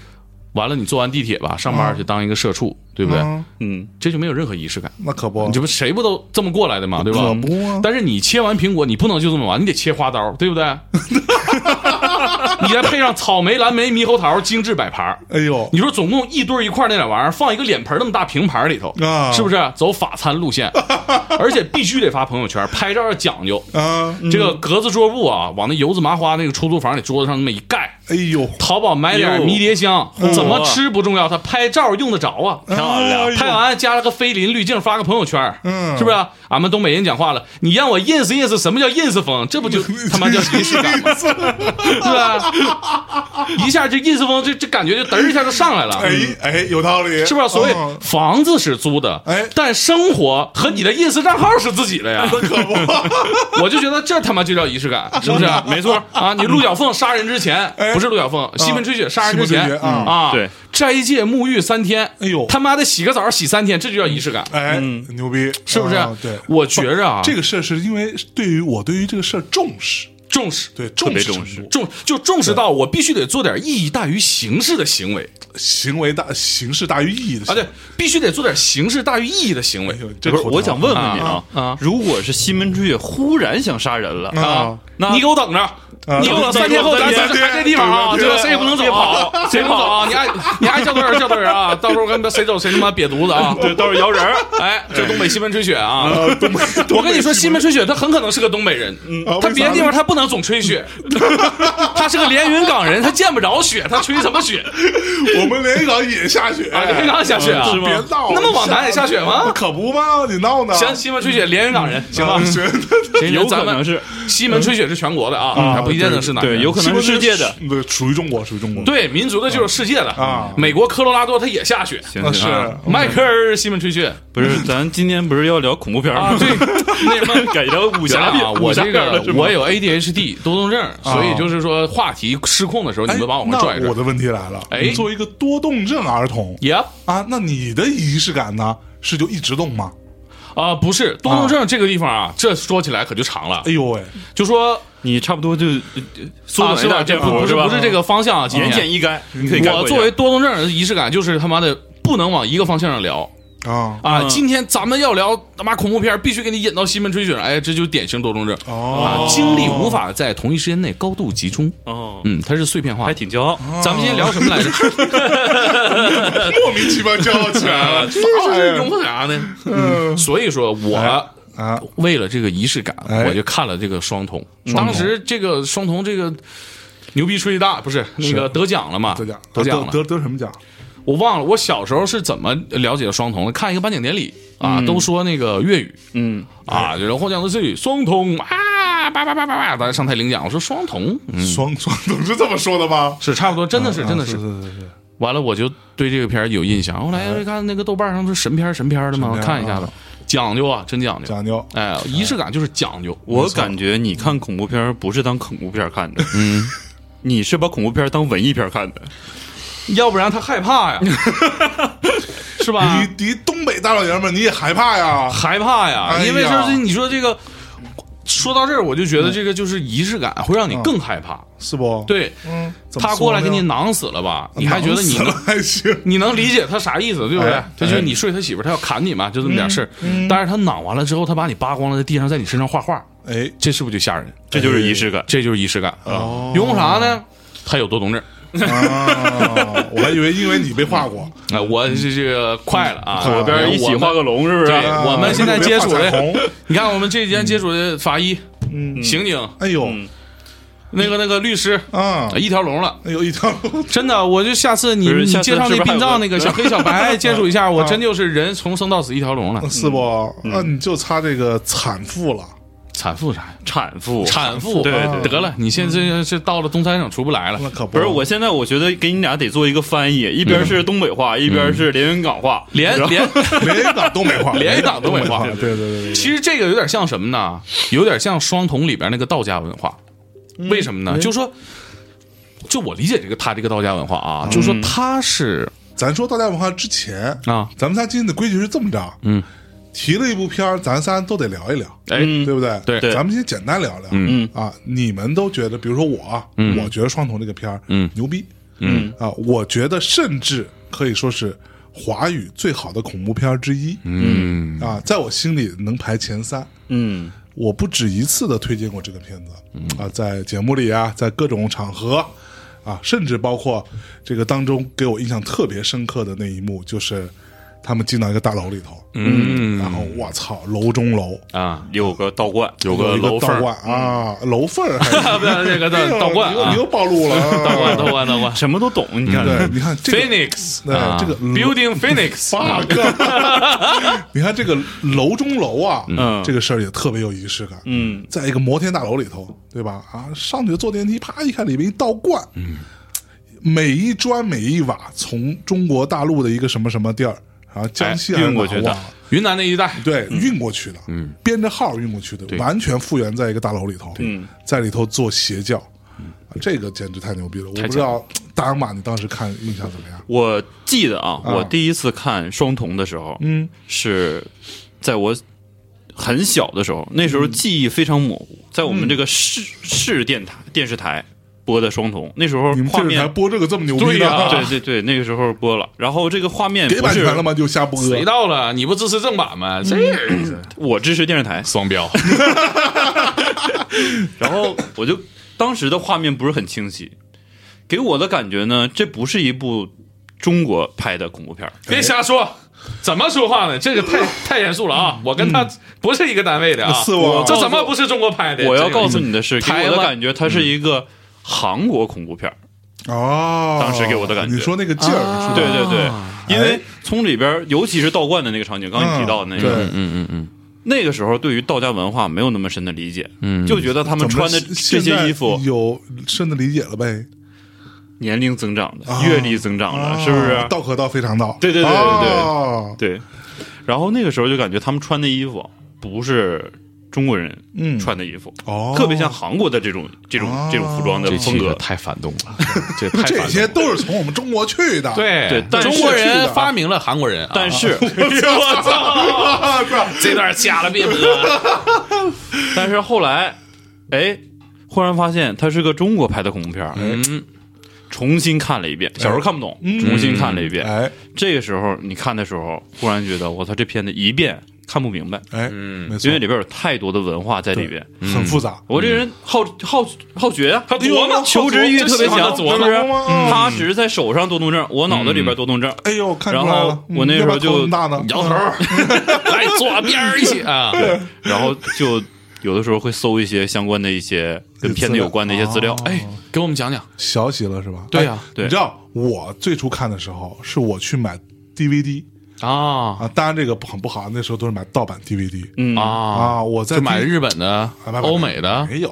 [SPEAKER 4] 完了你坐完地铁吧，上班去当一个社畜，对不对？
[SPEAKER 2] 啊
[SPEAKER 5] 嗯
[SPEAKER 4] 这就没有任何仪式感。
[SPEAKER 2] 那可不
[SPEAKER 4] 你，这不谁不都这么过来的嘛，对吧？
[SPEAKER 2] 可不啊
[SPEAKER 4] 但是你切完苹果，你不能就这么完，你得切花刀，对不对？ [LAUGHS] 你再配上草莓、蓝莓、猕猴桃，精致摆盘儿
[SPEAKER 2] 哎呦，
[SPEAKER 4] 你说总共一堆一块儿那点玩意儿，放一个脸盆儿那么大平盘儿里头，
[SPEAKER 2] 啊
[SPEAKER 4] 是不是走法餐路线？ [LAUGHS] 而且必须得发朋友圈，拍照要讲究。
[SPEAKER 2] 啊，
[SPEAKER 4] 这个格子桌布啊，往那油子麻花那个出租房里桌子上那么一盖，
[SPEAKER 2] 哎呦，
[SPEAKER 4] 淘宝买点
[SPEAKER 5] 哟
[SPEAKER 4] 迷迭香，怎么吃不重要，它拍照用得着啊。
[SPEAKER 5] 漂亮
[SPEAKER 2] 哎呦
[SPEAKER 4] 拍完加了个菲林滤镜，发个朋友圈，
[SPEAKER 2] 嗯
[SPEAKER 4] 是不是、啊？俺们东北人讲话了，你让我 ins ins，什么叫 ins 风？这不就他妈叫仪式感吗？是吧？一下这 ins 风，这这感觉就嘚儿一下就上来了。
[SPEAKER 2] 哎哎，有道理，
[SPEAKER 4] 是不啊是？所谓
[SPEAKER 2] 嗯
[SPEAKER 4] 房子是租的，
[SPEAKER 2] 哎
[SPEAKER 4] 但生活和你的 ins 账号是自己的呀，可不。 [LAUGHS] 我就觉得这他妈就叫仪式感，是不是？没错啊，你陆小凤杀人之前，
[SPEAKER 2] [LAUGHS] 哎
[SPEAKER 4] 不是陆小凤，西门吹雪杀人之
[SPEAKER 2] 西
[SPEAKER 4] 前
[SPEAKER 2] 门吹雪啊
[SPEAKER 4] 啊，
[SPEAKER 5] 对，
[SPEAKER 4] 斋戒沐浴三天，
[SPEAKER 2] 哎呦
[SPEAKER 4] 他妈的洗个澡洗三天，这就叫仪式感，
[SPEAKER 2] 哎，牛逼，
[SPEAKER 4] 是不是
[SPEAKER 2] 啊？对，
[SPEAKER 4] 我觉着啊，
[SPEAKER 2] 这个事儿是因为对于我对于这个事儿重视，
[SPEAKER 4] 重视，
[SPEAKER 2] 对，
[SPEAKER 5] 特别
[SPEAKER 2] 视
[SPEAKER 5] 重
[SPEAKER 2] 重
[SPEAKER 5] 视
[SPEAKER 4] 重就重视到我必须得做点意义大于形式的行为
[SPEAKER 2] 行为大形式大于意义的
[SPEAKER 4] 啊，对，必须得做点形式大于意义的行为
[SPEAKER 2] 哎。呦，这
[SPEAKER 5] 不是，
[SPEAKER 2] 口条
[SPEAKER 5] 我想问问你
[SPEAKER 4] 啊啊
[SPEAKER 5] 啊，如果是西门吹雪忽然想杀人了
[SPEAKER 2] 啊，
[SPEAKER 5] 那
[SPEAKER 4] 你给我等着，你给我三天后咱咱
[SPEAKER 2] 三天
[SPEAKER 4] 咱这地方啊，
[SPEAKER 2] 对
[SPEAKER 4] 这谁也不能走啊，谁不能走啊？你爱
[SPEAKER 2] [LAUGHS]
[SPEAKER 4] 你爱叫多少人叫多少人啊，到时候跟他谁走谁他妈瘪犊
[SPEAKER 2] [LAUGHS]
[SPEAKER 4] 子啊！
[SPEAKER 5] 对，到时候摇人儿，
[SPEAKER 4] 哎，这东北西门吹雪啊！
[SPEAKER 2] 东北
[SPEAKER 4] [LAUGHS] 我跟你说，西门吹雪他很可能是个东北人，
[SPEAKER 2] 啊
[SPEAKER 4] 他
[SPEAKER 2] 为啥
[SPEAKER 4] 别的地方
[SPEAKER 2] 呢
[SPEAKER 4] 他不能总吹雪， [LAUGHS] 他是个连云港人，他见不着雪，他吹什么雪？
[SPEAKER 2] 我们连云港也下雪，
[SPEAKER 4] 啊，连云港下雪
[SPEAKER 2] [LAUGHS]
[SPEAKER 4] 啊？
[SPEAKER 2] 别闹了，
[SPEAKER 4] 那么往南也下雪吗？
[SPEAKER 2] 可不嘛，你闹呢？
[SPEAKER 4] 行，西门吹雪连云港人，行吧
[SPEAKER 2] 啊？？行， [LAUGHS]
[SPEAKER 4] 行
[SPEAKER 5] 有可
[SPEAKER 4] 咱们啊
[SPEAKER 5] 能是，
[SPEAKER 4] 西门吹雪是全国的啊，
[SPEAKER 2] 啊
[SPEAKER 4] 还不一定能是哪儿人。
[SPEAKER 5] 对，有可能是世界的，
[SPEAKER 2] 对，属于中国，属于中国，
[SPEAKER 4] 对，民族的就是世界的
[SPEAKER 2] 啊
[SPEAKER 4] 美国科罗拉多它也下雪，
[SPEAKER 5] 行
[SPEAKER 2] 啊，是
[SPEAKER 5] 行啊
[SPEAKER 4] 迈克尔·西门吹雪
[SPEAKER 5] 不是，咱今天不是要聊恐怖片儿
[SPEAKER 4] 啊，
[SPEAKER 5] [LAUGHS] 吗？
[SPEAKER 4] 对，那什
[SPEAKER 5] [LAUGHS]
[SPEAKER 4] 么。
[SPEAKER 5] 改成武
[SPEAKER 4] 想
[SPEAKER 5] 侠
[SPEAKER 4] 想啊，
[SPEAKER 5] 片，
[SPEAKER 4] 我
[SPEAKER 5] 武侠
[SPEAKER 4] 这
[SPEAKER 5] 片儿
[SPEAKER 4] 个
[SPEAKER 5] 了是吗
[SPEAKER 4] 我有 ADHD 多动症，
[SPEAKER 5] 啊
[SPEAKER 4] 所以就是说话题失控的时候，嗯你
[SPEAKER 2] 哎
[SPEAKER 4] 们把我们拽
[SPEAKER 2] 那
[SPEAKER 4] 着
[SPEAKER 2] 我。的问题来了，
[SPEAKER 4] 哎
[SPEAKER 2] 你作为一个多动症儿童
[SPEAKER 4] Yep
[SPEAKER 2] 啊，那你的仪式感呢是就一直动吗？
[SPEAKER 4] 啊，不是多动症这个地方啊，这说起来可就长了
[SPEAKER 2] 哎。呦喂，
[SPEAKER 4] 就说
[SPEAKER 5] 你差不多就呃缩
[SPEAKER 4] 啊，
[SPEAKER 5] 短
[SPEAKER 4] 是
[SPEAKER 5] 一
[SPEAKER 4] 吧？
[SPEAKER 5] 点
[SPEAKER 4] 这
[SPEAKER 5] 篇
[SPEAKER 4] 不
[SPEAKER 5] 幅
[SPEAKER 4] 不
[SPEAKER 5] 是
[SPEAKER 4] 是
[SPEAKER 5] 吧？
[SPEAKER 4] 不是这个方向啊，今
[SPEAKER 5] 言
[SPEAKER 4] 天
[SPEAKER 5] 简意�赅，你可以概括
[SPEAKER 4] 我
[SPEAKER 5] 一下
[SPEAKER 4] 作为多动症的仪式感就是他妈的不能往一个方向上聊
[SPEAKER 2] 啊
[SPEAKER 4] 啊。
[SPEAKER 5] 嗯
[SPEAKER 4] 今天咱们要聊他妈恐怖片，必须给你引到西门吹雪，哎，这就是典型多动症。啊
[SPEAKER 2] 哦，，
[SPEAKER 4] 精力无法在同一时间内高度集中。
[SPEAKER 5] 哦，
[SPEAKER 4] 嗯，它是碎片化
[SPEAKER 5] 还。挺骄傲，
[SPEAKER 4] 咱们今天聊什么来着？
[SPEAKER 2] 莫名其妙骄傲起来
[SPEAKER 4] [LAUGHS]
[SPEAKER 2] 了，
[SPEAKER 4] 哦哎这拥护啥呢？嗯所以说我
[SPEAKER 2] 啊，
[SPEAKER 4] 为了这个仪式感，
[SPEAKER 2] 哎
[SPEAKER 4] 我就看了这个双瞳。当时这个双瞳这个牛逼吹大，不是那个得奖了嘛？
[SPEAKER 2] 得奖啊
[SPEAKER 4] 得奖了。
[SPEAKER 2] 得得什么奖？
[SPEAKER 4] 我忘了我小时候是怎么了解双瞳的，看一个颁奖典礼啊，都说那个粤语，嗯啊，然后获奖的是双瞳啊，叭叭叭叭叭，咱上台领奖，我说双瞳，嗯，
[SPEAKER 2] 双双总是这么说的吗？
[SPEAKER 4] 是差不多，真的是真
[SPEAKER 2] 嗯
[SPEAKER 4] 的
[SPEAKER 2] 啊是
[SPEAKER 4] 是。
[SPEAKER 2] 是是是，
[SPEAKER 4] 完了，我就对这个片儿有印象。后来一看那个豆瓣上不是神片儿神片儿的吗？
[SPEAKER 2] 神片儿
[SPEAKER 4] 看一下子
[SPEAKER 2] 啊，
[SPEAKER 4] 讲究啊，真讲究。
[SPEAKER 2] 讲究
[SPEAKER 4] 哎，仪式感就是讲究。
[SPEAKER 5] 我感觉你看恐怖片儿不是当恐怖片儿看的，嗯，你是把恐怖片儿当文艺片儿看的，
[SPEAKER 4] 要不然他害怕 [LAUGHS] 呀，是吧？
[SPEAKER 2] 你你东北大老爷们儿你也害怕呀？
[SPEAKER 4] 害怕呀，
[SPEAKER 2] 哎呀
[SPEAKER 4] 因为就是你说这个，说到这儿，我就觉得这个就是仪式感会让你更害怕。
[SPEAKER 2] 是不？，
[SPEAKER 4] 对
[SPEAKER 2] 嗯，怎么
[SPEAKER 4] 他
[SPEAKER 2] 说
[SPEAKER 4] 过来给
[SPEAKER 2] 呢 [LAUGHS] 啊
[SPEAKER 4] 你囊死了吧，你还觉得你
[SPEAKER 2] 囊死了
[SPEAKER 4] 能
[SPEAKER 2] 还行？
[SPEAKER 4] 你能理解他啥意思，对不对
[SPEAKER 2] 哎？嗯
[SPEAKER 4] 他就是你睡他媳妇儿，他要砍你嘛，就这么点事儿。但是他囊完了之后，他把你扒光了，在地上在你身上画画，
[SPEAKER 2] [LAUGHS] 哎，
[SPEAKER 4] 这是不是就吓人？
[SPEAKER 5] 这就是仪式感。
[SPEAKER 4] 这就是仪式感
[SPEAKER 2] 哦
[SPEAKER 4] 啊。因为啥呢？他有多动症。
[SPEAKER 2] 啊，我还以为因为你被画过，
[SPEAKER 4] 啊，我这这个快了啊，
[SPEAKER 2] 左
[SPEAKER 5] 左边一起画个龙，是不是？
[SPEAKER 4] 对
[SPEAKER 2] 啊
[SPEAKER 4] 我们
[SPEAKER 2] [LAUGHS]
[SPEAKER 4] 现在接触哎
[SPEAKER 2] 我被画彩虹嗯
[SPEAKER 4] 的，你看我们这几天接触的法医、刑警，
[SPEAKER 2] 哎呦，
[SPEAKER 4] 那个那个律师
[SPEAKER 2] 啊，
[SPEAKER 4] 一条龙了。
[SPEAKER 2] 有一条路
[SPEAKER 4] 真的，我就下次你
[SPEAKER 5] 不是
[SPEAKER 4] 你
[SPEAKER 5] 下次
[SPEAKER 4] 介绍
[SPEAKER 5] 是
[SPEAKER 4] 那
[SPEAKER 5] 不是
[SPEAKER 4] 殡
[SPEAKER 5] 还
[SPEAKER 4] 葬
[SPEAKER 5] 有
[SPEAKER 4] 那个小黑小
[SPEAKER 5] [LAUGHS]
[SPEAKER 4] 白接触一下，
[SPEAKER 2] 啊
[SPEAKER 4] 我真就是人从生到死一条龙了。
[SPEAKER 2] [LAUGHS] 是不？
[SPEAKER 4] 嗯
[SPEAKER 2] 那你就差这个产妇了。
[SPEAKER 4] 产妇啥呀？
[SPEAKER 5] 产妇，
[SPEAKER 4] 产妇
[SPEAKER 5] 对对对
[SPEAKER 4] 得了，你现在这这到了东三省出不来了
[SPEAKER 2] 那。可
[SPEAKER 5] 不是，我现在我觉得给你俩得做一个翻译，一边是东北话，一边是连云港话，
[SPEAKER 4] 连
[SPEAKER 5] 然后
[SPEAKER 4] 连，
[SPEAKER 2] 嗯连一档东北话，
[SPEAKER 4] [LAUGHS] 连一档东北话
[SPEAKER 2] [LAUGHS] 对对对对，
[SPEAKER 4] 其实这个有点像什么呢？有点像双瞳里边那个道家文化。为什么呢？就说，就我理解这个他这个道家文化啊，就说他是
[SPEAKER 2] 咱说道家文化之前，
[SPEAKER 4] 啊，
[SPEAKER 2] 咱们仨今天的规矩是这么着，
[SPEAKER 4] 嗯，
[SPEAKER 2] 提了一部片儿，咱仨都得聊一聊，
[SPEAKER 4] 哎，
[SPEAKER 5] 嗯
[SPEAKER 2] 对不对？
[SPEAKER 4] 对对
[SPEAKER 2] 咱们先简单聊聊，嗯啊，你们都觉得，比如说我，我觉得双瞳这个片儿，
[SPEAKER 4] 嗯
[SPEAKER 2] 牛逼，
[SPEAKER 5] 嗯
[SPEAKER 2] 啊，我觉得甚至可以说是华语最好的恐怖片儿之一，
[SPEAKER 4] 嗯
[SPEAKER 2] 啊，在我心里能排前三，
[SPEAKER 5] 嗯
[SPEAKER 2] 我不止一次的推荐过这个片子、啊，在节目里啊，在各种场合啊，甚至包括这个当中给我印象特别深刻的那一幕，就是他们进到一个大楼里头，
[SPEAKER 4] 嗯
[SPEAKER 2] 然后我操，楼中楼
[SPEAKER 4] 啊，
[SPEAKER 5] 有个道观，有
[SPEAKER 2] 有一个
[SPEAKER 5] 楼
[SPEAKER 2] 道
[SPEAKER 5] 缝儿，
[SPEAKER 2] 观啊，楼缝儿还是
[SPEAKER 4] 啊不要这个 [LAUGHS]
[SPEAKER 2] 哎
[SPEAKER 4] 道道观
[SPEAKER 2] [LAUGHS] 你又
[SPEAKER 4] 啊
[SPEAKER 2] 你，又暴露了啊，
[SPEAKER 4] 道观道观道观
[SPEAKER 5] 什么都懂，你看，
[SPEAKER 2] 嗯对，你看这个
[SPEAKER 4] ，Phoenix
[SPEAKER 2] 对
[SPEAKER 4] 啊，
[SPEAKER 2] 这个嗯
[SPEAKER 4] Building Phoenix 啊
[SPEAKER 2] bug，你 [LAUGHS] 看这个楼中楼啊，
[SPEAKER 5] 嗯
[SPEAKER 2] 这个事儿也特别有仪式感，
[SPEAKER 5] 嗯，
[SPEAKER 2] 在一个摩天大楼里头，对吧？啊，上去坐电梯，啪一看里面一道观，嗯，每一砖每一瓦从中国大陆的一个什么什么地儿啊，江西还是
[SPEAKER 5] 哎运过
[SPEAKER 2] 哪儿
[SPEAKER 5] 去的
[SPEAKER 2] 忘了
[SPEAKER 4] 云南那一带，
[SPEAKER 2] 对，运过去的，嗯，编着号运过去的，完全复原在一个大楼里头，嗯，在里头做邪教。
[SPEAKER 5] 嗯
[SPEAKER 2] 啊这个简直太牛逼了！我不知道大洋马你当时看印象怎么样？
[SPEAKER 5] 我记得啊，
[SPEAKER 2] 啊
[SPEAKER 5] 我第一次看双瞳的时候，嗯，是在我很小的时候，那时候
[SPEAKER 2] 嗯
[SPEAKER 5] 记忆非常模糊，在我们这个市市电台电视台播的双瞳，那时候
[SPEAKER 2] 你们
[SPEAKER 5] 画
[SPEAKER 2] 电视台
[SPEAKER 5] 面。
[SPEAKER 2] 播这个这么牛逼
[SPEAKER 5] 对
[SPEAKER 2] 的
[SPEAKER 5] 呀、
[SPEAKER 2] 啊，
[SPEAKER 5] 对对对，那个时候播了，然后这个画面
[SPEAKER 2] 给
[SPEAKER 5] 不
[SPEAKER 2] 版
[SPEAKER 5] 是
[SPEAKER 2] 权了吗？就瞎播。
[SPEAKER 4] 谁到了？你不支持正版吗？这
[SPEAKER 5] 我支持电视台，
[SPEAKER 4] 双标，
[SPEAKER 5] 然后我就当时的画面不是很清晰，给我的感觉呢，这不是一部中国拍的恐怖片儿
[SPEAKER 4] 别瞎说。怎么说话呢？这个 [LAUGHS] 太太严肃了啊！我跟他不是一个单位的啊，
[SPEAKER 2] 是我
[SPEAKER 4] 这怎么不是中国拍的？
[SPEAKER 5] 我要
[SPEAKER 4] 哎这个
[SPEAKER 5] 告诉你的是，给
[SPEAKER 4] 台湾
[SPEAKER 5] 我的感觉
[SPEAKER 4] 嗯
[SPEAKER 5] 它是一个韩国恐怖片儿
[SPEAKER 2] 哦，
[SPEAKER 5] 当时给我的感觉
[SPEAKER 2] 你说那个劲儿是吧，
[SPEAKER 5] 对对对，
[SPEAKER 2] 哦
[SPEAKER 5] 因
[SPEAKER 2] 哎
[SPEAKER 5] 为从里边儿，尤其是道观的那个场景，刚刚你提到的那
[SPEAKER 2] 对
[SPEAKER 5] 个，
[SPEAKER 4] 嗯嗯嗯，
[SPEAKER 5] 那个时候对于道家文化没有那么深的理解，嗯，就觉得他们
[SPEAKER 2] 怎么
[SPEAKER 5] 穿的这
[SPEAKER 2] 现
[SPEAKER 5] 些
[SPEAKER 2] 在
[SPEAKER 5] 衣服
[SPEAKER 2] 有深的理解了呗，
[SPEAKER 5] 年龄增长的，阅历增长
[SPEAKER 2] 啊
[SPEAKER 5] 的，是不是？
[SPEAKER 2] 道可道非常道，
[SPEAKER 5] 对对对对对
[SPEAKER 2] 哦
[SPEAKER 5] 对，然后那个时候就感觉他们穿的衣服不是中国人
[SPEAKER 2] 嗯
[SPEAKER 5] 穿的衣服，
[SPEAKER 2] 哦
[SPEAKER 5] 特别像韩国的这种这种
[SPEAKER 2] 哦
[SPEAKER 5] 这种服装的
[SPEAKER 4] 这
[SPEAKER 5] 风
[SPEAKER 4] 期
[SPEAKER 5] 格
[SPEAKER 4] 可。太反动了，这太
[SPEAKER 2] 这
[SPEAKER 4] 反动
[SPEAKER 2] 些
[SPEAKER 4] 了。
[SPEAKER 2] 都是从我们中国去的，
[SPEAKER 4] 对
[SPEAKER 5] 对但是
[SPEAKER 4] 中国人发明了韩国人啊，
[SPEAKER 5] [LAUGHS] 但是，
[SPEAKER 2] [LAUGHS]
[SPEAKER 4] 我操，
[SPEAKER 2] 啊，是吧
[SPEAKER 4] 这段掐了别 [LAUGHS] 播。
[SPEAKER 5] [LAUGHS] 但是后来，哎，忽然发现它是个中国拍的恐怖片
[SPEAKER 2] 哎
[SPEAKER 5] 儿，
[SPEAKER 4] 嗯，
[SPEAKER 5] 重新看了一遍，小时候看不懂，重新看了一遍。
[SPEAKER 2] 哎
[SPEAKER 5] 这个时候你看的时候，忽然觉得我操，这片子一遍看不明白，
[SPEAKER 2] 哎，没错嗯
[SPEAKER 5] 因为，里嗯边有太多的文化在里边。
[SPEAKER 2] 很复杂，
[SPEAKER 5] 嗯我这人好好好啊学呀，他
[SPEAKER 4] 琢磨
[SPEAKER 5] 求知欲特别
[SPEAKER 4] 就喜
[SPEAKER 5] 强，
[SPEAKER 4] 欢他琢磨
[SPEAKER 5] 是不是
[SPEAKER 2] 琢磨？嗯
[SPEAKER 5] 他只是在手上多动症，我脑子里边多动症。
[SPEAKER 2] 哎呦，看出
[SPEAKER 5] 然
[SPEAKER 2] 来
[SPEAKER 5] 后
[SPEAKER 2] 了，
[SPEAKER 5] 我那时候就
[SPEAKER 2] 大呢，嗯
[SPEAKER 4] 摇头，来左边儿一起啊，
[SPEAKER 5] 然后就有的时候会搜一些相关的一些跟片子有关的一些资料。
[SPEAKER 2] 哦
[SPEAKER 5] 哎，
[SPEAKER 4] 哎，给我们讲讲，
[SPEAKER 2] 小喜了是吧？
[SPEAKER 4] 对呀
[SPEAKER 2] 哎
[SPEAKER 5] 对
[SPEAKER 2] 你知道我最初看的时候，是我去买 DVD
[SPEAKER 4] 啊
[SPEAKER 2] 啊，当然这个很不好，那时候都是买盗版 DVD
[SPEAKER 5] 嗯，
[SPEAKER 4] 啊，
[SPEAKER 2] 啊，我在
[SPEAKER 4] 就买
[SPEAKER 2] D-
[SPEAKER 4] 日本的、
[SPEAKER 2] 买
[SPEAKER 4] 欧美的
[SPEAKER 2] 没有，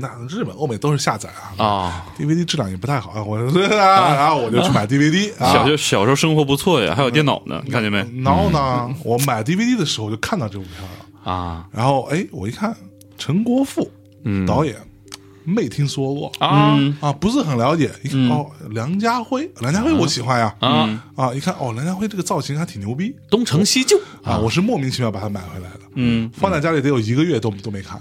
[SPEAKER 2] 那日本、欧美都是下载啊。
[SPEAKER 4] 啊，
[SPEAKER 2] DVD 质量也不太 [LAUGHS] 好啊，我然后我就去买 DVD 啊。
[SPEAKER 5] 小时候小时候生活不错呀，还有电脑呢，你看见没？嗯
[SPEAKER 2] 然后呢，
[SPEAKER 4] 嗯
[SPEAKER 2] 我买 DVD 的时候就看到这部片了，
[SPEAKER 4] 啊
[SPEAKER 2] 然后哎，我一看陈国富导演，没听说过
[SPEAKER 4] 嗯啊嗯
[SPEAKER 2] 啊，不是很了解。一看哦，梁家辉，梁家辉我喜欢呀
[SPEAKER 4] 啊，
[SPEAKER 2] 啊，一看哦，梁家辉这个造型还挺牛逼
[SPEAKER 4] 东成西就
[SPEAKER 2] 啊，我是莫名其妙把它买回来的，
[SPEAKER 5] 嗯，
[SPEAKER 2] 放在家里得有一个月都都没看。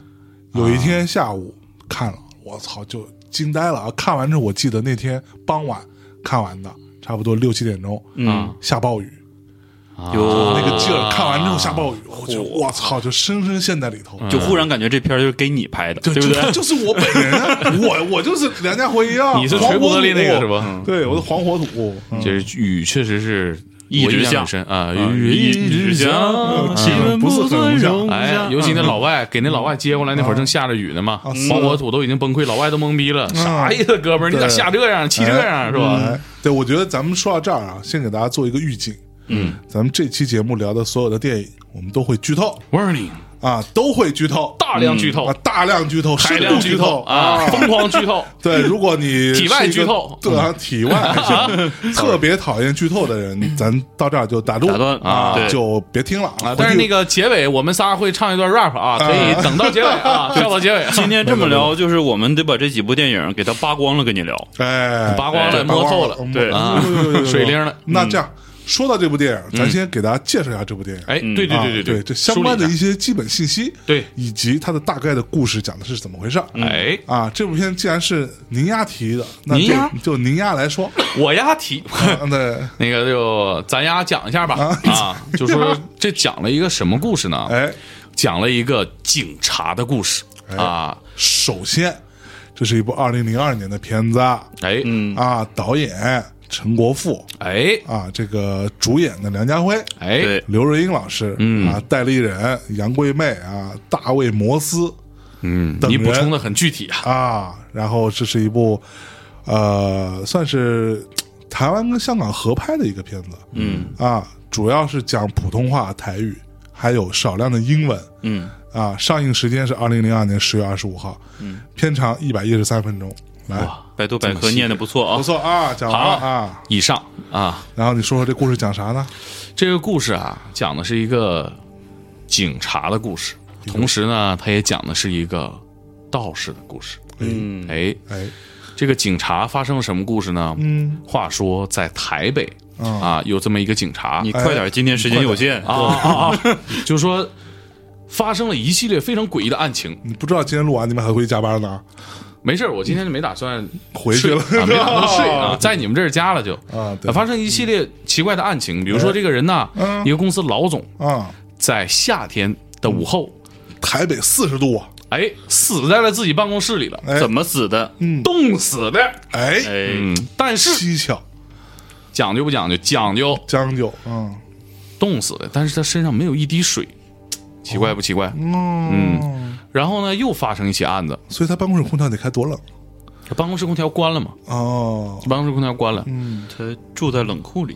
[SPEAKER 2] 有一
[SPEAKER 4] 啊
[SPEAKER 2] 天下午看了，我操，就惊呆了啊！看完之后，我记得那天傍晚看完的，差不多六七点钟，
[SPEAKER 5] 嗯，
[SPEAKER 2] 下暴雨，
[SPEAKER 5] 有
[SPEAKER 4] 啊
[SPEAKER 2] 那个劲儿，看完之后下暴雨，我就我操，就深深陷在里头。
[SPEAKER 4] 嗯
[SPEAKER 5] 就忽然感觉这片儿就是给你拍的，
[SPEAKER 2] 就
[SPEAKER 5] 对不对？
[SPEAKER 2] [LAUGHS] 就就是我本人啊，我我就是梁家辉啊，
[SPEAKER 4] 你是
[SPEAKER 2] 黄
[SPEAKER 4] 锤
[SPEAKER 2] 火
[SPEAKER 4] 玻璃那个
[SPEAKER 2] 土
[SPEAKER 4] 是吧？
[SPEAKER 2] 对，我是黄火土，嗯
[SPEAKER 4] 这雨确实是
[SPEAKER 5] 一
[SPEAKER 4] 我
[SPEAKER 5] 直
[SPEAKER 4] 印象
[SPEAKER 5] 向
[SPEAKER 4] 很深啊，
[SPEAKER 5] 啊
[SPEAKER 4] 一直向
[SPEAKER 5] 气温
[SPEAKER 2] 不是很融洽
[SPEAKER 4] 哎呀，尤其那老外给那老外接过来，那会儿正下着雨呢嘛，
[SPEAKER 2] 嗯
[SPEAKER 4] 帮我我都已经崩溃，老外都懵逼了，啥意思，哥们儿，你咋下这样，气这样是吧？
[SPEAKER 2] 哎，对，我觉得咱们说到这儿啊，先给大家做一个预警。嗯，咱们这期节目聊的所有的电影，我们都会剧透
[SPEAKER 4] Warning，
[SPEAKER 2] 啊，都会剧透，
[SPEAKER 4] 大量剧透
[SPEAKER 2] 啊，，大量剧透，
[SPEAKER 4] 海
[SPEAKER 2] 深
[SPEAKER 4] 量
[SPEAKER 2] 度
[SPEAKER 4] 剧
[SPEAKER 2] 透嗯
[SPEAKER 4] 透啊，疯狂剧透，
[SPEAKER 2] 对，如果你
[SPEAKER 4] [LAUGHS] 体
[SPEAKER 2] 是
[SPEAKER 4] 外
[SPEAKER 2] 一个
[SPEAKER 4] 剧透
[SPEAKER 2] 对啊，体外
[SPEAKER 4] [LAUGHS]
[SPEAKER 2] [LAUGHS] 还行特别讨厌剧透的人，咱到这儿就打住，
[SPEAKER 5] 打断啊对
[SPEAKER 2] 就嗯别听了
[SPEAKER 4] 啊！但是那
[SPEAKER 2] 个
[SPEAKER 4] 个结尾，我们仨会唱一段 rap 啊，可以等到结尾啊，跳到结尾啊。
[SPEAKER 2] 嗯
[SPEAKER 5] 今天这
[SPEAKER 2] [LAUGHS]
[SPEAKER 5] 么聊，就是我们得把这几部电影给它扒光了跟你聊。
[SPEAKER 2] 哎，
[SPEAKER 4] 扒光了，
[SPEAKER 5] 对
[SPEAKER 4] 摸透了，
[SPEAKER 2] 嗯
[SPEAKER 5] 对
[SPEAKER 4] 啊
[SPEAKER 2] 呦呦呦呦呦
[SPEAKER 4] 水灵嗯了
[SPEAKER 2] 那这样说到这部电影，咱先给大家介绍一下这部电影。
[SPEAKER 4] 哎，对对
[SPEAKER 2] 啊
[SPEAKER 4] 对对，
[SPEAKER 2] 这相关的
[SPEAKER 4] 梳理
[SPEAKER 2] 一
[SPEAKER 4] 一
[SPEAKER 2] 些基本信息，
[SPEAKER 4] 对
[SPEAKER 2] 以及它的大概的故事讲的是怎么回事儿。
[SPEAKER 4] 下哎，
[SPEAKER 2] 啊，这部片既然是宁丫提的，那
[SPEAKER 4] 宁丫
[SPEAKER 2] 就就宁丫来说，
[SPEAKER 4] 我呀提，
[SPEAKER 2] 嗯 [LAUGHS] 对，
[SPEAKER 4] [LAUGHS] 那个就咱丫讲一下吧啊，就说这讲了一个什么故事呢？
[SPEAKER 2] 哎，
[SPEAKER 4] 讲了一个警察的故事啊，
[SPEAKER 2] 首先这是一部二零零二年的片子，
[SPEAKER 4] 哎
[SPEAKER 5] 嗯
[SPEAKER 2] 啊，导演陈国富
[SPEAKER 4] 哎
[SPEAKER 2] 啊，这个主演的梁家辉、
[SPEAKER 4] 哎
[SPEAKER 5] 对，
[SPEAKER 2] 刘若英老师，嗯啊，戴丽人、杨贵媚啊、大卫摩斯
[SPEAKER 4] 嗯，
[SPEAKER 2] 等
[SPEAKER 4] 你
[SPEAKER 2] 人
[SPEAKER 4] 补充的很具体啊，
[SPEAKER 2] 啊，然后这是一部呃，算是嘖台湾跟香港合拍的一个片子，嗯啊，主要是讲普通话、台语，还有少量的英文，嗯啊，上映时间是二零零二年十月二十五号，嗯，片长一百一十三分钟，来。
[SPEAKER 5] 百度百科念的不错啊
[SPEAKER 2] 不，错啊，讲完了啊，
[SPEAKER 4] 以上啊，
[SPEAKER 2] 然后你说说这故事讲啥呢？
[SPEAKER 4] 这个故事啊，讲的是一个警察的故事，同时呢，它也讲的是一个道士的故事。嗯，哎，
[SPEAKER 2] 哎，
[SPEAKER 4] 这个警察发生了什么故事呢？
[SPEAKER 2] 嗯，
[SPEAKER 4] 话说在台北
[SPEAKER 2] 嗯
[SPEAKER 4] 啊，有这么一个警察，
[SPEAKER 2] 哎
[SPEAKER 5] 你快点，今天时间有限
[SPEAKER 4] 啊，啊啊， [LAUGHS] 就是说发生了一系列非常诡异的案情。
[SPEAKER 2] 你不知道今天录完你们还回去加班呢？
[SPEAKER 4] 没事儿，我今天就没打算
[SPEAKER 2] 回去了
[SPEAKER 4] 睡啊没打算睡啊，在你们这儿加了就
[SPEAKER 2] [LAUGHS] 啊对
[SPEAKER 4] 发生一系列奇怪的案情，比如说这个人呐，
[SPEAKER 2] 嗯
[SPEAKER 4] 一个公司老总
[SPEAKER 2] 啊，
[SPEAKER 4] 在夏天的午后，
[SPEAKER 2] 嗯台北四十度啊，
[SPEAKER 4] 哎，死在了自己办公室里了，
[SPEAKER 2] 哎
[SPEAKER 5] 怎么死的？
[SPEAKER 4] 冻死的。
[SPEAKER 2] 哎，
[SPEAKER 5] 哎，
[SPEAKER 4] 嗯，但是
[SPEAKER 2] 蹊跷
[SPEAKER 4] 讲究不讲究？讲究
[SPEAKER 2] 将就，嗯
[SPEAKER 4] 冻死的，但是他身上没有一滴水，奇怪不奇怪？
[SPEAKER 2] 嗯，
[SPEAKER 4] 然后呢，又发生一起案子，
[SPEAKER 2] 所以他办公室空调得开多冷
[SPEAKER 4] 办公室空调关了嘛？
[SPEAKER 2] 哦，
[SPEAKER 4] 办公室空调关了，
[SPEAKER 5] 他住在冷库里，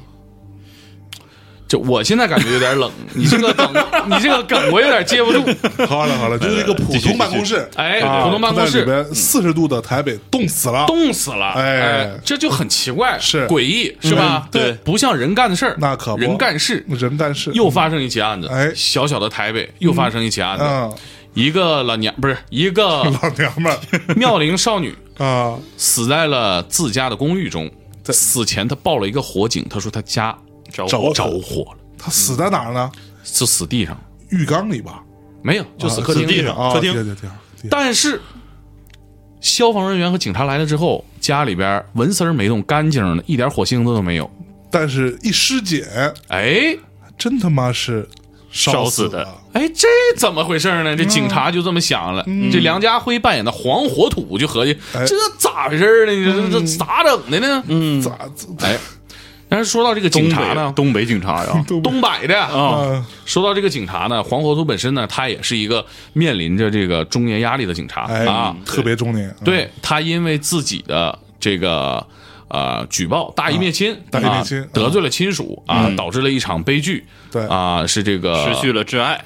[SPEAKER 4] 就我现在感觉有点冷，你这
[SPEAKER 2] [LAUGHS]
[SPEAKER 4] 个梗，你这个梗我有点接不住。
[SPEAKER 2] 好了好
[SPEAKER 5] [LAUGHS]
[SPEAKER 2] 了，就是一个普通办公室，
[SPEAKER 4] 哎，
[SPEAKER 2] 啊
[SPEAKER 4] 普通办公
[SPEAKER 2] 他在里
[SPEAKER 4] 室嗯
[SPEAKER 2] 边四十度的台北冻死了，
[SPEAKER 4] 冻死了，
[SPEAKER 2] 哎
[SPEAKER 4] 哎，这就很奇怪，
[SPEAKER 2] 是
[SPEAKER 4] 诡异，是吧？
[SPEAKER 2] 嗯对
[SPEAKER 4] 不像人干的事儿，
[SPEAKER 2] 那可不
[SPEAKER 4] 人干事。
[SPEAKER 2] 人但是
[SPEAKER 4] 又发生一起案子，
[SPEAKER 2] 哎
[SPEAKER 4] 小小的台北又发生一起案子，
[SPEAKER 2] 嗯，
[SPEAKER 4] 一个老娘不是一个
[SPEAKER 2] [LAUGHS] 老娘们
[SPEAKER 4] 妙龄少女
[SPEAKER 2] 儿啊，
[SPEAKER 4] 死在了自家的公寓中，
[SPEAKER 2] 在
[SPEAKER 4] 死前她报了一个火警，她说她家着
[SPEAKER 2] 着
[SPEAKER 4] 着火了，
[SPEAKER 2] 他死在哪儿呢？
[SPEAKER 4] 就死地上了，
[SPEAKER 2] 浴缸里吧，
[SPEAKER 4] 没有就死客厅
[SPEAKER 5] 地
[SPEAKER 4] 里
[SPEAKER 5] 上
[SPEAKER 2] 啊，
[SPEAKER 5] 客厅
[SPEAKER 2] 对对对，对
[SPEAKER 4] 但是消防人员和警察来了之后，家里边纹丝儿没动，干净的，一点火星子都没有。
[SPEAKER 2] 但是一尸检，
[SPEAKER 4] 哎
[SPEAKER 2] 真他妈是烧
[SPEAKER 5] 烧死
[SPEAKER 2] 的
[SPEAKER 5] 的
[SPEAKER 4] 哎，这怎么回事呢？这警察就这么想了。这梁家辉扮演的黄火土就合计，
[SPEAKER 2] 哎
[SPEAKER 4] 这咋回事呢？你这这咋整的呢？
[SPEAKER 5] 嗯，
[SPEAKER 2] 咋子
[SPEAKER 4] 哎，但是说到这个警
[SPEAKER 5] 东
[SPEAKER 4] 察
[SPEAKER 5] 北
[SPEAKER 4] 呢，
[SPEAKER 5] 东北警
[SPEAKER 2] [LAUGHS]
[SPEAKER 5] 察呀，
[SPEAKER 4] 东东北的啊。
[SPEAKER 2] 啊？
[SPEAKER 4] 说到这个警察呢，黄火土本身呢，他也是一个面临着这个中年压力的警察
[SPEAKER 2] 哎
[SPEAKER 4] 啊，，
[SPEAKER 2] 特别中年，
[SPEAKER 4] 对他因为自己的这个呃举报大义灭亲，
[SPEAKER 2] 大义灭亲
[SPEAKER 4] 啊
[SPEAKER 2] 啊哎
[SPEAKER 4] 得罪了亲属啊，导致了一场悲剧。
[SPEAKER 2] 对
[SPEAKER 4] 啊，是这个
[SPEAKER 5] 失去了
[SPEAKER 2] [LAUGHS]
[SPEAKER 5] 挚爱，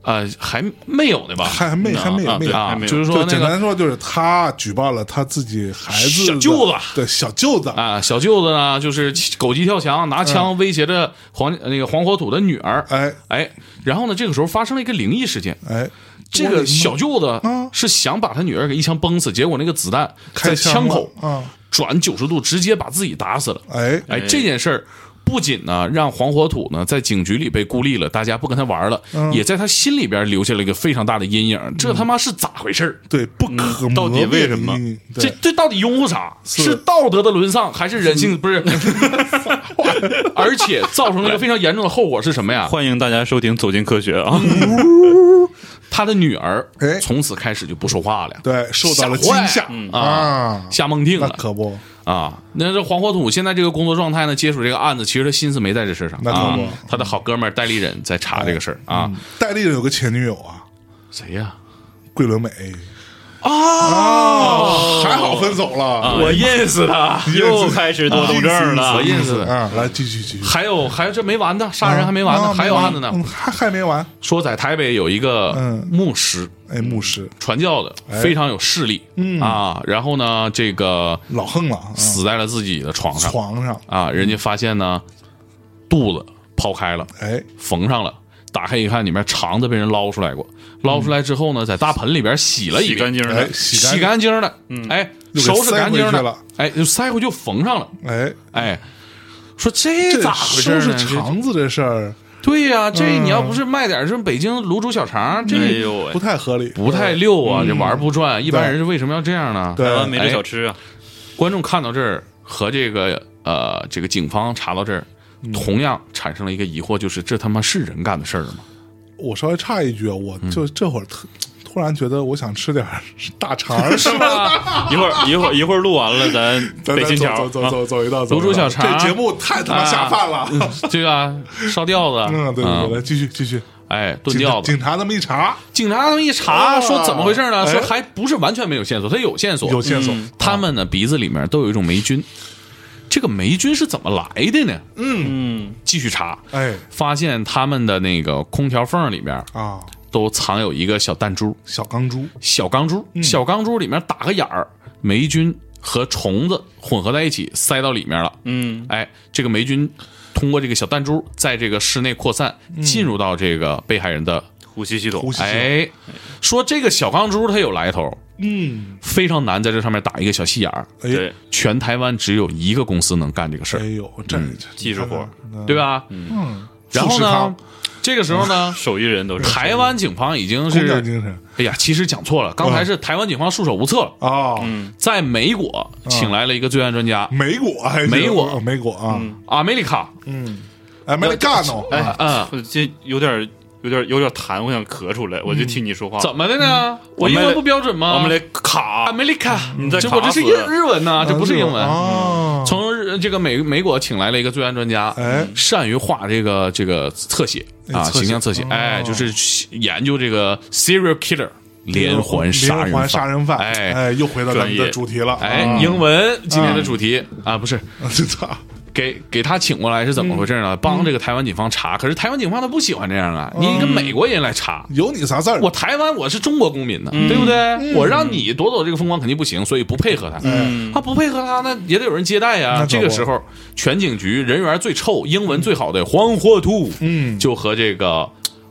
[SPEAKER 4] 呃还没有呢吧？
[SPEAKER 2] 还还没还没
[SPEAKER 5] 啊
[SPEAKER 2] 没
[SPEAKER 5] 对
[SPEAKER 2] 有。
[SPEAKER 4] 啊
[SPEAKER 5] 还，没有
[SPEAKER 4] 就是
[SPEAKER 2] 就
[SPEAKER 4] 说那
[SPEAKER 2] 简
[SPEAKER 4] 个
[SPEAKER 2] 单说，就是他举报了他自己孩子的
[SPEAKER 4] 小舅子
[SPEAKER 2] 对小舅子，
[SPEAKER 4] 啊，小舅子呢就是狗急跳墙，拿枪威胁着黄呃那个黄火土的女儿。
[SPEAKER 2] 嗯哎
[SPEAKER 4] 哎，然后呢，这个时候发生了一个灵异事件。
[SPEAKER 2] 哎，
[SPEAKER 4] 这
[SPEAKER 2] 我的
[SPEAKER 4] 个
[SPEAKER 2] 妈
[SPEAKER 4] 小舅子
[SPEAKER 2] 啊
[SPEAKER 4] 是想把他女儿给一枪崩死，结果那个子弹在
[SPEAKER 2] 开枪
[SPEAKER 4] 枪口
[SPEAKER 2] 了啊，
[SPEAKER 4] 转九十度，直接把自己打死了。
[SPEAKER 2] 哎
[SPEAKER 4] 哎，这件事儿不仅呢让黄火土呢在警局里被孤立了，大家不跟他玩了，
[SPEAKER 2] 嗯
[SPEAKER 4] 也在他心里边留下了一个非常大的阴影。这他妈是咋回事儿？
[SPEAKER 2] 对，不可
[SPEAKER 4] 嗯
[SPEAKER 5] 到
[SPEAKER 2] 磨
[SPEAKER 5] 底
[SPEAKER 2] 灭
[SPEAKER 5] 为
[SPEAKER 2] 的
[SPEAKER 5] 什么
[SPEAKER 2] 阴影
[SPEAKER 4] 这
[SPEAKER 2] 对
[SPEAKER 4] 这到底拥护啥？
[SPEAKER 2] 是
[SPEAKER 4] 是道德的沦丧，还是人性？不
[SPEAKER 2] [LAUGHS]
[SPEAKER 4] 是，而且造成了一个非常严重的后果是什
[SPEAKER 2] [LAUGHS]
[SPEAKER 4] 么
[SPEAKER 2] 啊
[SPEAKER 4] 呀？
[SPEAKER 5] 欢迎大家收听《走进科学》啊，
[SPEAKER 2] 嗯
[SPEAKER 4] 他的女儿
[SPEAKER 2] 哎
[SPEAKER 4] 从此开始就不说话了，
[SPEAKER 2] 对受到了
[SPEAKER 4] 吓坏
[SPEAKER 2] 惊吓
[SPEAKER 4] 嗯
[SPEAKER 2] 啊，
[SPEAKER 4] 吓蒙定
[SPEAKER 2] 那
[SPEAKER 4] 了
[SPEAKER 2] 可不
[SPEAKER 4] 啊，那这黄火土现在这个工作状态呢，接手这个案子，其实他心思没在这事上
[SPEAKER 2] 那嗯可
[SPEAKER 4] 啊
[SPEAKER 2] 不。
[SPEAKER 4] 他的好哥们儿戴立忍在查这个事儿啊，
[SPEAKER 2] 戴丽人有个前女友啊，
[SPEAKER 4] 谁呀？
[SPEAKER 2] 桂纶镁
[SPEAKER 4] 啊哦，
[SPEAKER 2] 还好分手
[SPEAKER 4] 啊
[SPEAKER 2] 了，
[SPEAKER 5] 我认识他， [LAUGHS] 又开始多动症了
[SPEAKER 4] 我。认识的
[SPEAKER 2] 啊，来继续继续，
[SPEAKER 4] 还有还有，这没完呢，杀人还没完呢，
[SPEAKER 2] 啊
[SPEAKER 4] 还有案子呢。
[SPEAKER 2] 嗯还还没完，
[SPEAKER 4] 说在台北有一个
[SPEAKER 2] 嗯
[SPEAKER 4] 牧师，
[SPEAKER 2] 哎，牧师
[SPEAKER 4] 传教的，非常有势力
[SPEAKER 2] 嗯
[SPEAKER 4] 啊。然后呢，这个
[SPEAKER 2] 老横了，啊
[SPEAKER 4] 死在了自己的床上
[SPEAKER 2] 床上，
[SPEAKER 4] 啊，人家发现呢，肚子剖开了，
[SPEAKER 2] 哎，
[SPEAKER 4] 缝上了。打开一看，里面肠子被人捞出来过，捞出来之后呢，在大盆里边洗了一
[SPEAKER 5] 洗
[SPEAKER 4] 遍
[SPEAKER 5] 干，净嗯
[SPEAKER 2] 哎
[SPEAKER 5] 了，，
[SPEAKER 2] 洗
[SPEAKER 4] 洗
[SPEAKER 2] 干
[SPEAKER 4] 干净了，哎，
[SPEAKER 2] 又给
[SPEAKER 4] 收拾干净
[SPEAKER 2] 塞回去了，
[SPEAKER 4] 哎，就塞回去缝上了，
[SPEAKER 2] 净，哎，
[SPEAKER 4] 哎，说这
[SPEAKER 2] 这
[SPEAKER 4] 咋回事
[SPEAKER 2] 收
[SPEAKER 4] 呢
[SPEAKER 2] 拾？
[SPEAKER 4] 这
[SPEAKER 2] 肠子这事嗯儿
[SPEAKER 4] 对呀、这你要不是卖点什么北京卤煮小肠，
[SPEAKER 5] 哎
[SPEAKER 4] 这
[SPEAKER 5] 呦喂
[SPEAKER 2] 不，太合理，
[SPEAKER 4] 不太溜
[SPEAKER 2] 嗯
[SPEAKER 4] 啊，这玩儿不转。一般人是为什么要这样呢？
[SPEAKER 2] 对
[SPEAKER 5] 台湾没这小吃啊，
[SPEAKER 4] 观众看到这儿和这个呃这个警方查到这儿，同样产生了一个疑惑，就是这他妈是人干的事儿吗？
[SPEAKER 2] 我稍微插一句啊，我就这会儿特突然觉得我想吃点儿大肠
[SPEAKER 4] [LAUGHS]
[SPEAKER 2] 儿，是吧？
[SPEAKER 5] 一会儿一会儿一会儿录完了，咱
[SPEAKER 2] [LAUGHS] 咱
[SPEAKER 5] 北
[SPEAKER 2] 咱
[SPEAKER 5] 京
[SPEAKER 2] 走走
[SPEAKER 5] 桥
[SPEAKER 2] 走
[SPEAKER 5] 啊，
[SPEAKER 2] 走走一道，
[SPEAKER 4] 卤煮小肠啊嗯
[SPEAKER 2] 这节目太他妈下饭了。
[SPEAKER 4] 对吧？烧吊子，
[SPEAKER 2] [LAUGHS] 嗯，对对对，
[SPEAKER 4] 嗯
[SPEAKER 2] 来继续继续，
[SPEAKER 4] 哎，炖
[SPEAKER 2] 警
[SPEAKER 4] 吊
[SPEAKER 2] 察
[SPEAKER 4] 子。
[SPEAKER 2] 警察那么一查，
[SPEAKER 4] 警察他们一查，
[SPEAKER 2] 啊
[SPEAKER 4] 说怎么回事呢？
[SPEAKER 2] 哎
[SPEAKER 4] 说还不是完全没有线索，他有线索，
[SPEAKER 2] 有线索
[SPEAKER 4] 嗯他们呢鼻子里面都有一种霉菌，这个霉菌是怎么来的呢？
[SPEAKER 5] 嗯，
[SPEAKER 4] 继续查，
[SPEAKER 2] 哎
[SPEAKER 4] 发现他们的那个空调缝里面
[SPEAKER 2] 啊，
[SPEAKER 4] 都藏有一个小弹珠，
[SPEAKER 2] 小钢珠，
[SPEAKER 4] 小钢珠，
[SPEAKER 2] 嗯
[SPEAKER 4] 小钢珠里面打个眼儿，霉菌和虫子混合在一起塞到里面了。
[SPEAKER 5] 嗯，
[SPEAKER 4] 哎，这个霉菌通过这个小弹珠在这个室内扩散，
[SPEAKER 2] 嗯
[SPEAKER 4] 进入到这个被害人的。
[SPEAKER 5] 呼吸系统
[SPEAKER 2] 呼，吸系统
[SPEAKER 4] 哎，说这个小钢珠它有来头，
[SPEAKER 2] 嗯，
[SPEAKER 4] 非常难在这上面打一个小细眼儿。
[SPEAKER 2] 哎
[SPEAKER 5] 对，
[SPEAKER 4] 全台湾只有一个公司能干这个事
[SPEAKER 2] 哎
[SPEAKER 4] 儿，
[SPEAKER 2] 呦，这这
[SPEAKER 5] 技术活儿，
[SPEAKER 2] 嗯
[SPEAKER 4] 对吧？
[SPEAKER 2] 嗯，
[SPEAKER 4] 然
[SPEAKER 2] 富
[SPEAKER 4] 后
[SPEAKER 2] 士
[SPEAKER 4] 呢
[SPEAKER 2] 康，，嗯
[SPEAKER 4] 这个时候呢，
[SPEAKER 5] 手艺人都是
[SPEAKER 4] 台湾警方已经
[SPEAKER 2] 工匠
[SPEAKER 4] 是，
[SPEAKER 2] 精神
[SPEAKER 4] 哎呀，其实讲错了，刚才
[SPEAKER 2] 嗯
[SPEAKER 4] 是台湾警方束手无策了。
[SPEAKER 2] 啊，
[SPEAKER 4] 在美国
[SPEAKER 2] 嗯
[SPEAKER 4] 请来了一个罪案专家，
[SPEAKER 2] 美果还是
[SPEAKER 4] 美果嗯
[SPEAKER 2] 美果啊，
[SPEAKER 4] 阿梅里卡，
[SPEAKER 5] 啊
[SPEAKER 2] 哎，没干哦，
[SPEAKER 5] 哎
[SPEAKER 4] 嗯，
[SPEAKER 5] 我这有点有点有点痰，我想咳出来，我就听你说话。
[SPEAKER 4] 怎么的呢？我
[SPEAKER 5] 我
[SPEAKER 4] 英
[SPEAKER 5] 们
[SPEAKER 4] 文
[SPEAKER 5] 来
[SPEAKER 4] 不标准吗？
[SPEAKER 5] 嗯我们来卡
[SPEAKER 4] 阿梅里卡，
[SPEAKER 5] 你在
[SPEAKER 4] 这
[SPEAKER 5] 卡
[SPEAKER 4] 我这是
[SPEAKER 5] 死
[SPEAKER 4] 日日文呐，这不是英文。嗯
[SPEAKER 2] 啊，
[SPEAKER 4] 从日这个美美国请来了一个罪案专家，
[SPEAKER 2] 哎
[SPEAKER 4] 善于画这个这个侧写
[SPEAKER 2] 哎
[SPEAKER 4] 啊，
[SPEAKER 2] 侧写
[SPEAKER 4] 形象侧写，
[SPEAKER 2] 哦
[SPEAKER 4] 哎，就是研究这个 serial killer 连环杀人
[SPEAKER 2] 嗯连环杀人犯，
[SPEAKER 4] 哎
[SPEAKER 2] 哎，又回到咱们
[SPEAKER 5] 专
[SPEAKER 2] 的
[SPEAKER 5] 业
[SPEAKER 2] 主题了，
[SPEAKER 4] 哎，
[SPEAKER 2] 啊
[SPEAKER 4] 英文今天的主题
[SPEAKER 2] 嗯
[SPEAKER 4] 啊，不是
[SPEAKER 2] [LAUGHS] 这操，
[SPEAKER 4] 给给他请过来是怎么回事
[SPEAKER 2] 嗯
[SPEAKER 4] 呢？帮这个台湾警方查，可是台湾警方他不喜欢这样啊，你一个美国人来查，
[SPEAKER 2] 有你啥事儿？
[SPEAKER 4] [LAUGHS] 我台湾我是中国公民呢，
[SPEAKER 2] 嗯
[SPEAKER 4] 对不对？我让你夺走这个风光肯定不行，所以不配合他。他不配合他，那也得有人接待呀
[SPEAKER 2] 嗯那。
[SPEAKER 4] 这
[SPEAKER 2] 可不
[SPEAKER 4] 个时候，全警局人缘最臭、英文最好的黄火兔，嗯，就和这个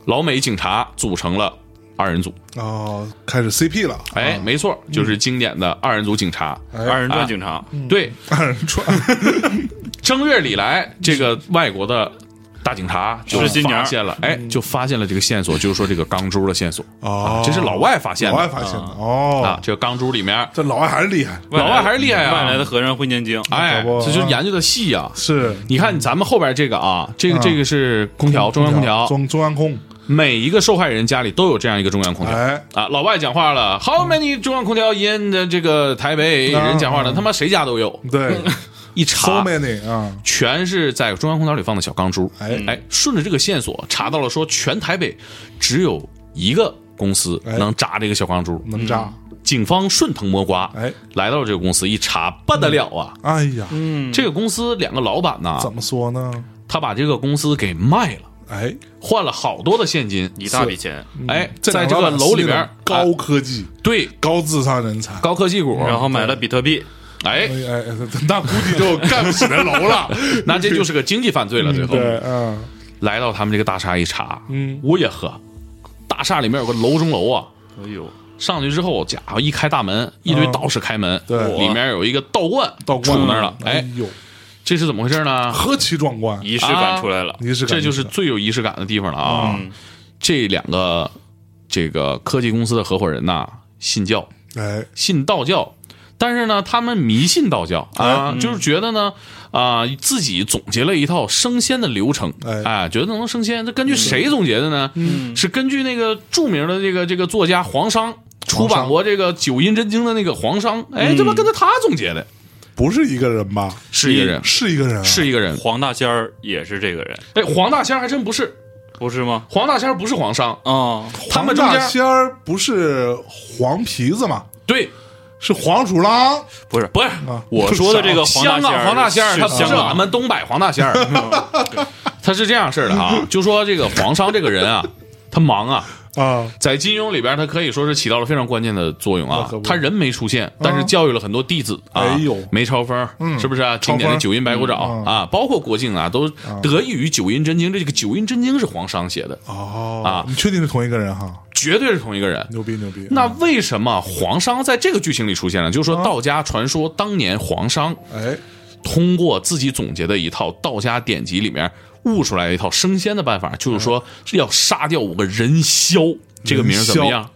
[SPEAKER 4] 老美警察组成了二人组。
[SPEAKER 2] 哦，开始 CP 了，
[SPEAKER 4] 哎，没错，
[SPEAKER 2] 嗯
[SPEAKER 4] 就是经典的二人组警察。
[SPEAKER 5] 二人转警察，
[SPEAKER 4] 对，
[SPEAKER 2] 二人转，
[SPEAKER 4] [LAUGHS] 正月里来，这个外国的。大警察就是
[SPEAKER 5] 新
[SPEAKER 4] 发
[SPEAKER 5] 娘
[SPEAKER 4] 现了，哎，
[SPEAKER 2] 嗯
[SPEAKER 4] 就发现了这个线索，就是说这个钢珠的线索
[SPEAKER 2] 哦
[SPEAKER 4] 啊这是老外发现的，
[SPEAKER 2] 老外发现的哦
[SPEAKER 4] 啊，这个钢珠里面
[SPEAKER 2] 这老外还是厉害，
[SPEAKER 4] 老外还是厉害啊
[SPEAKER 5] 外来的和尚会念经，
[SPEAKER 4] 哎，
[SPEAKER 2] 可不
[SPEAKER 4] 这就是研究的细呀、
[SPEAKER 2] 是
[SPEAKER 4] 你看咱们后边这个啊，这个这个是空调，中央空调，
[SPEAKER 2] 中中央嗯空，
[SPEAKER 4] 每一个受害人家里都有这样一个中央空调。
[SPEAKER 2] 哎，
[SPEAKER 4] 啊，老外讲话了，How many 中央空调 in 的这个台北
[SPEAKER 2] 啊
[SPEAKER 4] 人讲话了，他妈谁家都有，
[SPEAKER 2] 对
[SPEAKER 4] [LAUGHS] 一
[SPEAKER 2] ，so
[SPEAKER 4] 查
[SPEAKER 2] many 啊，
[SPEAKER 4] 全是在中央空调里放的小钢珠。
[SPEAKER 2] 哎
[SPEAKER 4] 哎，顺着这个线索查到了，说全台北只有一个公司
[SPEAKER 2] 哎
[SPEAKER 4] 能炸这个小钢珠。
[SPEAKER 2] 能炸，
[SPEAKER 4] 警方顺藤摸瓜，
[SPEAKER 2] 哎，
[SPEAKER 4] 来到了这个公司一查，不得了啊！
[SPEAKER 2] 哎呀，
[SPEAKER 5] 嗯
[SPEAKER 4] 这个公司两个老板呐，
[SPEAKER 2] 怎么说呢？
[SPEAKER 4] 他把这个公司给卖了，
[SPEAKER 2] 哎，
[SPEAKER 4] 换了好多的现金，
[SPEAKER 5] 一大笔钱，
[SPEAKER 4] 哎，在
[SPEAKER 2] 嗯两
[SPEAKER 4] 这
[SPEAKER 2] 老
[SPEAKER 4] 个
[SPEAKER 2] 板
[SPEAKER 4] 楼里边
[SPEAKER 2] 是
[SPEAKER 4] 哎
[SPEAKER 2] 那种高科技、
[SPEAKER 4] 对
[SPEAKER 2] 高智商人才，
[SPEAKER 4] 高科技股，
[SPEAKER 5] 然后买了比特币，
[SPEAKER 4] 哎
[SPEAKER 2] 哎，哎，哎那 [LAUGHS] 估计就干不起来楼 [LAUGHS] 了，
[SPEAKER 4] 那这就是个经济犯罪了。最后
[SPEAKER 2] 对，嗯，
[SPEAKER 4] 来到他们这个大厦一查，嗯，我也喝，大厦里面有个楼中楼啊。
[SPEAKER 5] 哎呦，
[SPEAKER 4] 上去之后，家伙一开大门，一堆
[SPEAKER 2] 嗯
[SPEAKER 4] 道士开门，
[SPEAKER 2] 对
[SPEAKER 4] 里面有一个道观，
[SPEAKER 2] 道观嗯
[SPEAKER 4] 杵那儿了。哎，
[SPEAKER 2] 呦，
[SPEAKER 4] 这是怎么回事呢？
[SPEAKER 2] 何其壮观，
[SPEAKER 5] 仪式感出来了，
[SPEAKER 2] 仪式感，嗯
[SPEAKER 4] 这就是最有仪式感的地方了啊！这两个这个科技公司的合伙人呐，信教，
[SPEAKER 2] 哎，
[SPEAKER 4] 信道教，但是呢，他们迷信道教
[SPEAKER 2] 哎
[SPEAKER 4] 啊，
[SPEAKER 2] 嗯
[SPEAKER 4] 就是觉得呢，啊、自己总结了一套升仙的流程，哎
[SPEAKER 2] 哎嗯
[SPEAKER 4] 觉得能升仙。这根据谁总结的呢？是根据那个著名的这个这个作
[SPEAKER 2] 嗯
[SPEAKER 4] 家黄商出版过这个《九阴真经》的那个黄商，哎，这不跟着他总结的。
[SPEAKER 2] 不是一个人吧？
[SPEAKER 4] 是一个人，
[SPEAKER 2] 是一个人、啊，
[SPEAKER 4] 是一个人。
[SPEAKER 5] 黄大仙儿也是这个人，
[SPEAKER 4] 哎，黄大仙儿还真不是，
[SPEAKER 5] 不是吗？
[SPEAKER 4] 黄大仙儿不是黄商，
[SPEAKER 5] 啊，
[SPEAKER 4] 他们中
[SPEAKER 2] 黄
[SPEAKER 4] 间
[SPEAKER 2] 大仙儿不是黄皮子嘛，
[SPEAKER 4] 对，
[SPEAKER 2] 是黄鼠狼。
[SPEAKER 5] 不是，
[SPEAKER 4] 不是
[SPEAKER 2] 啊
[SPEAKER 5] 我说的这个黄大
[SPEAKER 4] 香
[SPEAKER 5] 仙
[SPEAKER 4] 港
[SPEAKER 5] 儿，
[SPEAKER 4] 黄大仙儿，他不
[SPEAKER 5] 香
[SPEAKER 4] 是俺
[SPEAKER 5] 港
[SPEAKER 4] 们东北黄大
[SPEAKER 5] [LAUGHS]
[SPEAKER 4] 仙儿，他是这样式儿的
[SPEAKER 5] 嗯
[SPEAKER 4] 啊，就说这个黄商这个人啊，他忙啊。
[SPEAKER 2] 啊，
[SPEAKER 4] 在金庸里边，他可以说是起到了非常关键的作用
[SPEAKER 2] 那
[SPEAKER 4] 啊
[SPEAKER 2] 可。不
[SPEAKER 4] 他人没出现，但是教育了很多弟子啊。
[SPEAKER 2] 哎呦
[SPEAKER 4] 梅超风
[SPEAKER 2] 嗯
[SPEAKER 4] 是不是啊？经典的
[SPEAKER 2] 超风
[SPEAKER 4] 九阴白骨爪
[SPEAKER 2] 嗯
[SPEAKER 4] 啊，包括郭靖啊，都得益于《九阴真经》。这个《九阴真经》是黄商写的，
[SPEAKER 2] 哦，
[SPEAKER 4] 啊
[SPEAKER 2] 你确定是同一个人哈？
[SPEAKER 4] 绝对是同一个人。
[SPEAKER 2] 牛逼牛逼！
[SPEAKER 4] 那为什么黄商在这个剧情里出现了？就是说，
[SPEAKER 2] 啊
[SPEAKER 4] 道家传说当年黄商
[SPEAKER 2] 哎，
[SPEAKER 4] 通过自己总结的一套道家典籍里面悟出来一套升仙的办法，就是说
[SPEAKER 2] 嗯
[SPEAKER 4] 是要杀掉五个人枭。这个名儿怎么样？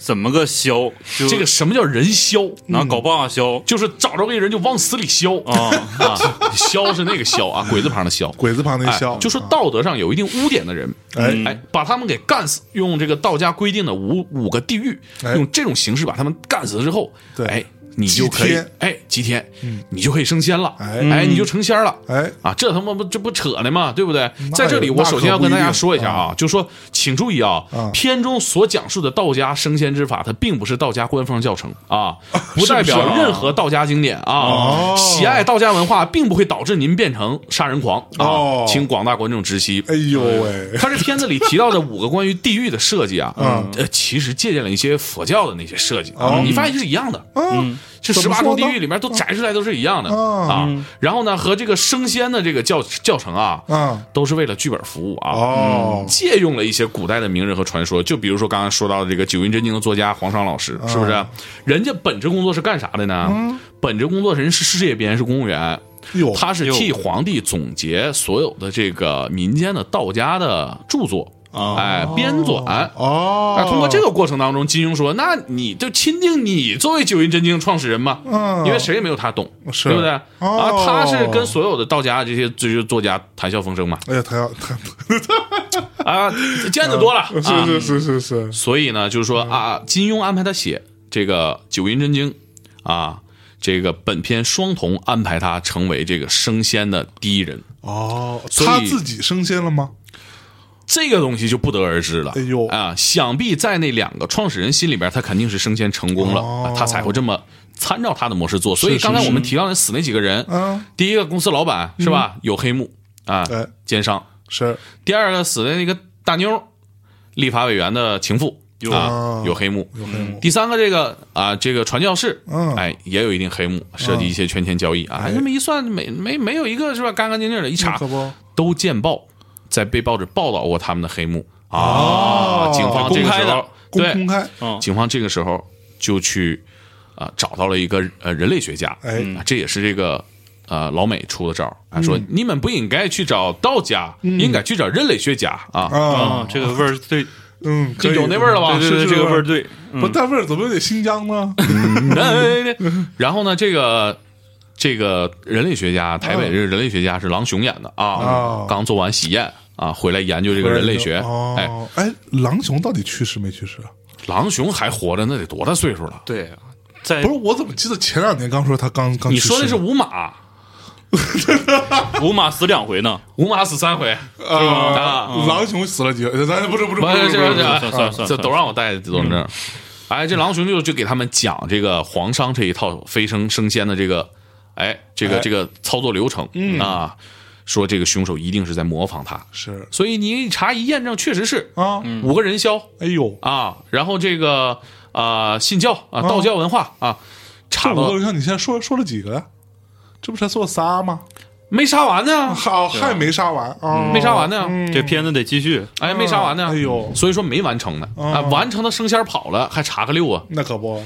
[SPEAKER 5] 怎么个削？就
[SPEAKER 2] 嗯
[SPEAKER 4] 这个什么叫人枭？
[SPEAKER 5] 拿镐棒削
[SPEAKER 4] 就是找着个人就往死里削啊啊！削是那个
[SPEAKER 2] [LAUGHS]
[SPEAKER 4] 削啊，鬼字旁的削。
[SPEAKER 2] 鬼字旁那啊
[SPEAKER 4] 哎
[SPEAKER 2] 枭、
[SPEAKER 4] 就说道德上有一定污点的人，
[SPEAKER 2] 哎
[SPEAKER 4] 哎，把他们给干死，用这个道家规定的五五个地狱，
[SPEAKER 2] 哎
[SPEAKER 4] 用这种形式把他们干死之后，
[SPEAKER 2] 对
[SPEAKER 4] 哎，你就可
[SPEAKER 2] 祭
[SPEAKER 4] 以
[SPEAKER 2] 天，嗯
[SPEAKER 4] 哎，祭天，你就可以升仙了，
[SPEAKER 2] 哎
[SPEAKER 4] 哎，你就成仙了，
[SPEAKER 2] 哎
[SPEAKER 4] 啊，这他妈不这不扯呢吗？对不对？
[SPEAKER 2] 那
[SPEAKER 4] 在这里，
[SPEAKER 2] 也
[SPEAKER 4] 我
[SPEAKER 2] 那
[SPEAKER 4] 首
[SPEAKER 2] 可
[SPEAKER 4] 先要
[SPEAKER 2] 不
[SPEAKER 4] 跟
[SPEAKER 2] 一
[SPEAKER 4] 大家
[SPEAKER 2] 定
[SPEAKER 4] 说一下啊，就说请注意啊
[SPEAKER 2] 啊，
[SPEAKER 4] 片中所讲述的道家升仙之法，它并不是道家官方教程啊，不代
[SPEAKER 5] 是
[SPEAKER 4] 表
[SPEAKER 5] 啊
[SPEAKER 4] 任何道家经典啊
[SPEAKER 2] 哦。
[SPEAKER 4] 喜爱道家文化，并不会导致您变成杀人狂啊
[SPEAKER 2] 哦，
[SPEAKER 4] 请广大观众知悉。
[SPEAKER 2] 哎呦喂，
[SPEAKER 4] 他这片子里提到的五个关于地狱的设计啊，
[SPEAKER 2] 嗯
[SPEAKER 4] 呃，其实借鉴了一些佛教的那些设计
[SPEAKER 2] 哦
[SPEAKER 4] 啊，你发现是一样的。
[SPEAKER 2] 嗯，
[SPEAKER 4] 这十
[SPEAKER 2] 怎么
[SPEAKER 4] 八
[SPEAKER 2] 说
[SPEAKER 4] 重
[SPEAKER 2] 呢
[SPEAKER 4] 地狱里面都摘出来都是一样的
[SPEAKER 2] 嗯
[SPEAKER 4] 啊。然后呢，和这个升仙的这个教教程啊，
[SPEAKER 2] 嗯
[SPEAKER 4] 都是为了剧本服务啊。
[SPEAKER 2] 哦，
[SPEAKER 4] 借用了一些古代的名人和传说，就比如说刚刚说到的这个《九阴真经》的作家黄裳老师，
[SPEAKER 2] 啊
[SPEAKER 4] 是不是？人家本职工作是干啥的呢？
[SPEAKER 2] 嗯
[SPEAKER 4] 本职工作人是事业编，是公务员，
[SPEAKER 2] 哦哟，
[SPEAKER 4] 嗯他是
[SPEAKER 5] 哟
[SPEAKER 4] 替皇帝总结所有的这个民间的道家的著作，哎，编纂。
[SPEAKER 2] 啊哦、
[SPEAKER 4] 啊，通过这个过程当中，金庸说：“那你就钦定你作为九阴真经创始人嘛，
[SPEAKER 2] 嗯
[SPEAKER 4] 因为谁也没有他懂，
[SPEAKER 2] 是
[SPEAKER 4] 对不对？啊
[SPEAKER 2] 哦，
[SPEAKER 4] 他是跟所有的道家这些这些作家谈笑风生嘛，
[SPEAKER 2] 哎呀，他要他，
[SPEAKER 4] 啊，见得多了啊，
[SPEAKER 2] [LAUGHS] 是是是是是，
[SPEAKER 4] 所以呢，就是说啊，金庸安排他写这个九阴真经啊，这个本篇双瞳安排他成为这个升仙的第一人。”
[SPEAKER 2] 哦，
[SPEAKER 4] 所以
[SPEAKER 2] 他自己升仙了吗？
[SPEAKER 4] 这个东西就不得而知了。
[SPEAKER 2] 哎呦
[SPEAKER 4] 啊，想必在那两个创始人心里边，他肯定是升仙成功了，
[SPEAKER 2] 哦
[SPEAKER 4] 啊他才会这么参照他的模式做。所以
[SPEAKER 2] 是是
[SPEAKER 4] 刚才我们提到的死那几个人，
[SPEAKER 2] 嗯
[SPEAKER 4] 第一个公司老板是吧，有黑幕啊
[SPEAKER 2] 哎，
[SPEAKER 4] 奸商；
[SPEAKER 2] 是
[SPEAKER 4] 第二个死的那个大妞，立法委员的情妇啊
[SPEAKER 2] 哦，
[SPEAKER 4] 有黑幕。
[SPEAKER 2] 有黑幕，
[SPEAKER 4] 第三个这个啊，这个传教士，
[SPEAKER 2] 嗯哎
[SPEAKER 4] 哎，也有一定黑幕，涉及一些权钱交易啊。这么一算，没没没有一个是吧干干净净的，一查
[SPEAKER 2] 可不，
[SPEAKER 4] 都见报，在被报纸报道过他们的黑幕
[SPEAKER 2] 哦
[SPEAKER 4] 啊。警方这
[SPEAKER 5] 公
[SPEAKER 4] 个
[SPEAKER 5] 开
[SPEAKER 4] 时
[SPEAKER 5] 的
[SPEAKER 4] 候，
[SPEAKER 2] 公公
[SPEAKER 4] 对，
[SPEAKER 2] 开，
[SPEAKER 4] 警方这个时候就去啊、呃找到了一个呃人类学家，
[SPEAKER 2] 哎
[SPEAKER 4] 啊这也是这个呃老美出的招儿，啊
[SPEAKER 2] 嗯
[SPEAKER 4] 说你们不应该去找道家，应该去找人类学家啊。
[SPEAKER 5] 啊
[SPEAKER 2] 啊，，
[SPEAKER 5] 这个味儿对，
[SPEAKER 2] 嗯，
[SPEAKER 4] 这
[SPEAKER 2] 可以嗯
[SPEAKER 4] 有那味儿了吧
[SPEAKER 5] 对
[SPEAKER 4] 是
[SPEAKER 5] 对对，
[SPEAKER 2] 是
[SPEAKER 5] 这个味
[SPEAKER 2] 是
[SPEAKER 5] 儿对，
[SPEAKER 2] 不，但味儿怎么有点新疆呢？
[SPEAKER 4] [LAUGHS] 然后呢，这个。这个人类学家，台北这个人类学家是郎雄演的啊
[SPEAKER 2] 哦，
[SPEAKER 4] 刚做完喜宴啊，回来研究这个人类学。哎，
[SPEAKER 2] 哦，哎，狼熊到底去世没去世啊？
[SPEAKER 4] 郎雄还活着，那得多大岁数了？
[SPEAKER 5] 对，在
[SPEAKER 2] 不是，我怎么记得前两年刚哎说他刚刚
[SPEAKER 4] 你
[SPEAKER 2] 去世
[SPEAKER 4] 说的是
[SPEAKER 2] 呢
[SPEAKER 4] 五马，
[SPEAKER 5] 五马死两回呢，
[SPEAKER 4] 五马死三回，
[SPEAKER 2] 啊？狼熊死了几个？咱不是不是不
[SPEAKER 4] 完
[SPEAKER 2] 是
[SPEAKER 4] 了
[SPEAKER 2] 不
[SPEAKER 4] 这
[SPEAKER 2] 是不是
[SPEAKER 4] 这
[SPEAKER 5] 算
[SPEAKER 4] 这
[SPEAKER 5] 算算算
[SPEAKER 4] 哎这都让我带这都证。哎，这狼熊就就给他们讲这个黄商这一套飞升升仙的这个，哎，这个
[SPEAKER 2] 哎
[SPEAKER 4] 这个操作流程啊，说这个凶手一定是在模仿他，
[SPEAKER 2] 是
[SPEAKER 4] 所以你一查一验证，确实是
[SPEAKER 2] 啊，
[SPEAKER 4] 五个人枭
[SPEAKER 2] 哎呦，
[SPEAKER 4] 啊，然后这个啊信教啊道教文化啊，
[SPEAKER 2] 哦这
[SPEAKER 4] 查
[SPEAKER 2] 五个
[SPEAKER 4] 到
[SPEAKER 2] 人像你现在说说了几个呀？这不是才做仨吗？
[SPEAKER 4] 没杀完呢，
[SPEAKER 2] 好，还没杀完啊，
[SPEAKER 4] 没杀完呢，
[SPEAKER 5] 这片子得继续，
[SPEAKER 4] 哎，没杀完呢，
[SPEAKER 2] 哎呦哦
[SPEAKER 4] 所以说没完成呢啊，完成的升仙跑了，还查个六啊，
[SPEAKER 2] 那可不，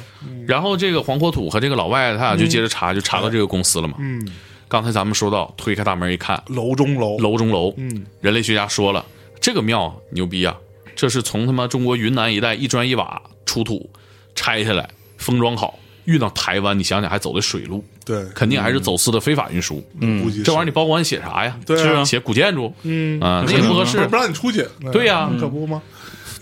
[SPEAKER 4] 然后这个黄国土和这个老外他俩就接着查，就查到这个公司了嘛。
[SPEAKER 2] 嗯，
[SPEAKER 4] 刚才咱们说到，推开大门一看，
[SPEAKER 2] 楼中楼，
[SPEAKER 4] 楼中楼，
[SPEAKER 2] 嗯，
[SPEAKER 4] 人类学家说了，这个庙牛逼啊，这是从他妈中国云南一带一砖一瓦出土拆下来，封装好，运到台湾，你想想还走的水路，
[SPEAKER 2] 对，
[SPEAKER 4] 肯定还是走私的非法运输。
[SPEAKER 2] 估计
[SPEAKER 4] 嗯这玩意儿
[SPEAKER 2] 意
[SPEAKER 4] 你报馆写啥呀？
[SPEAKER 2] 嗯对啊
[SPEAKER 4] 是吧写古建筑，嗯啊，那也不合适
[SPEAKER 2] 不，不让你出去，
[SPEAKER 4] 对呀
[SPEAKER 2] 可不吗？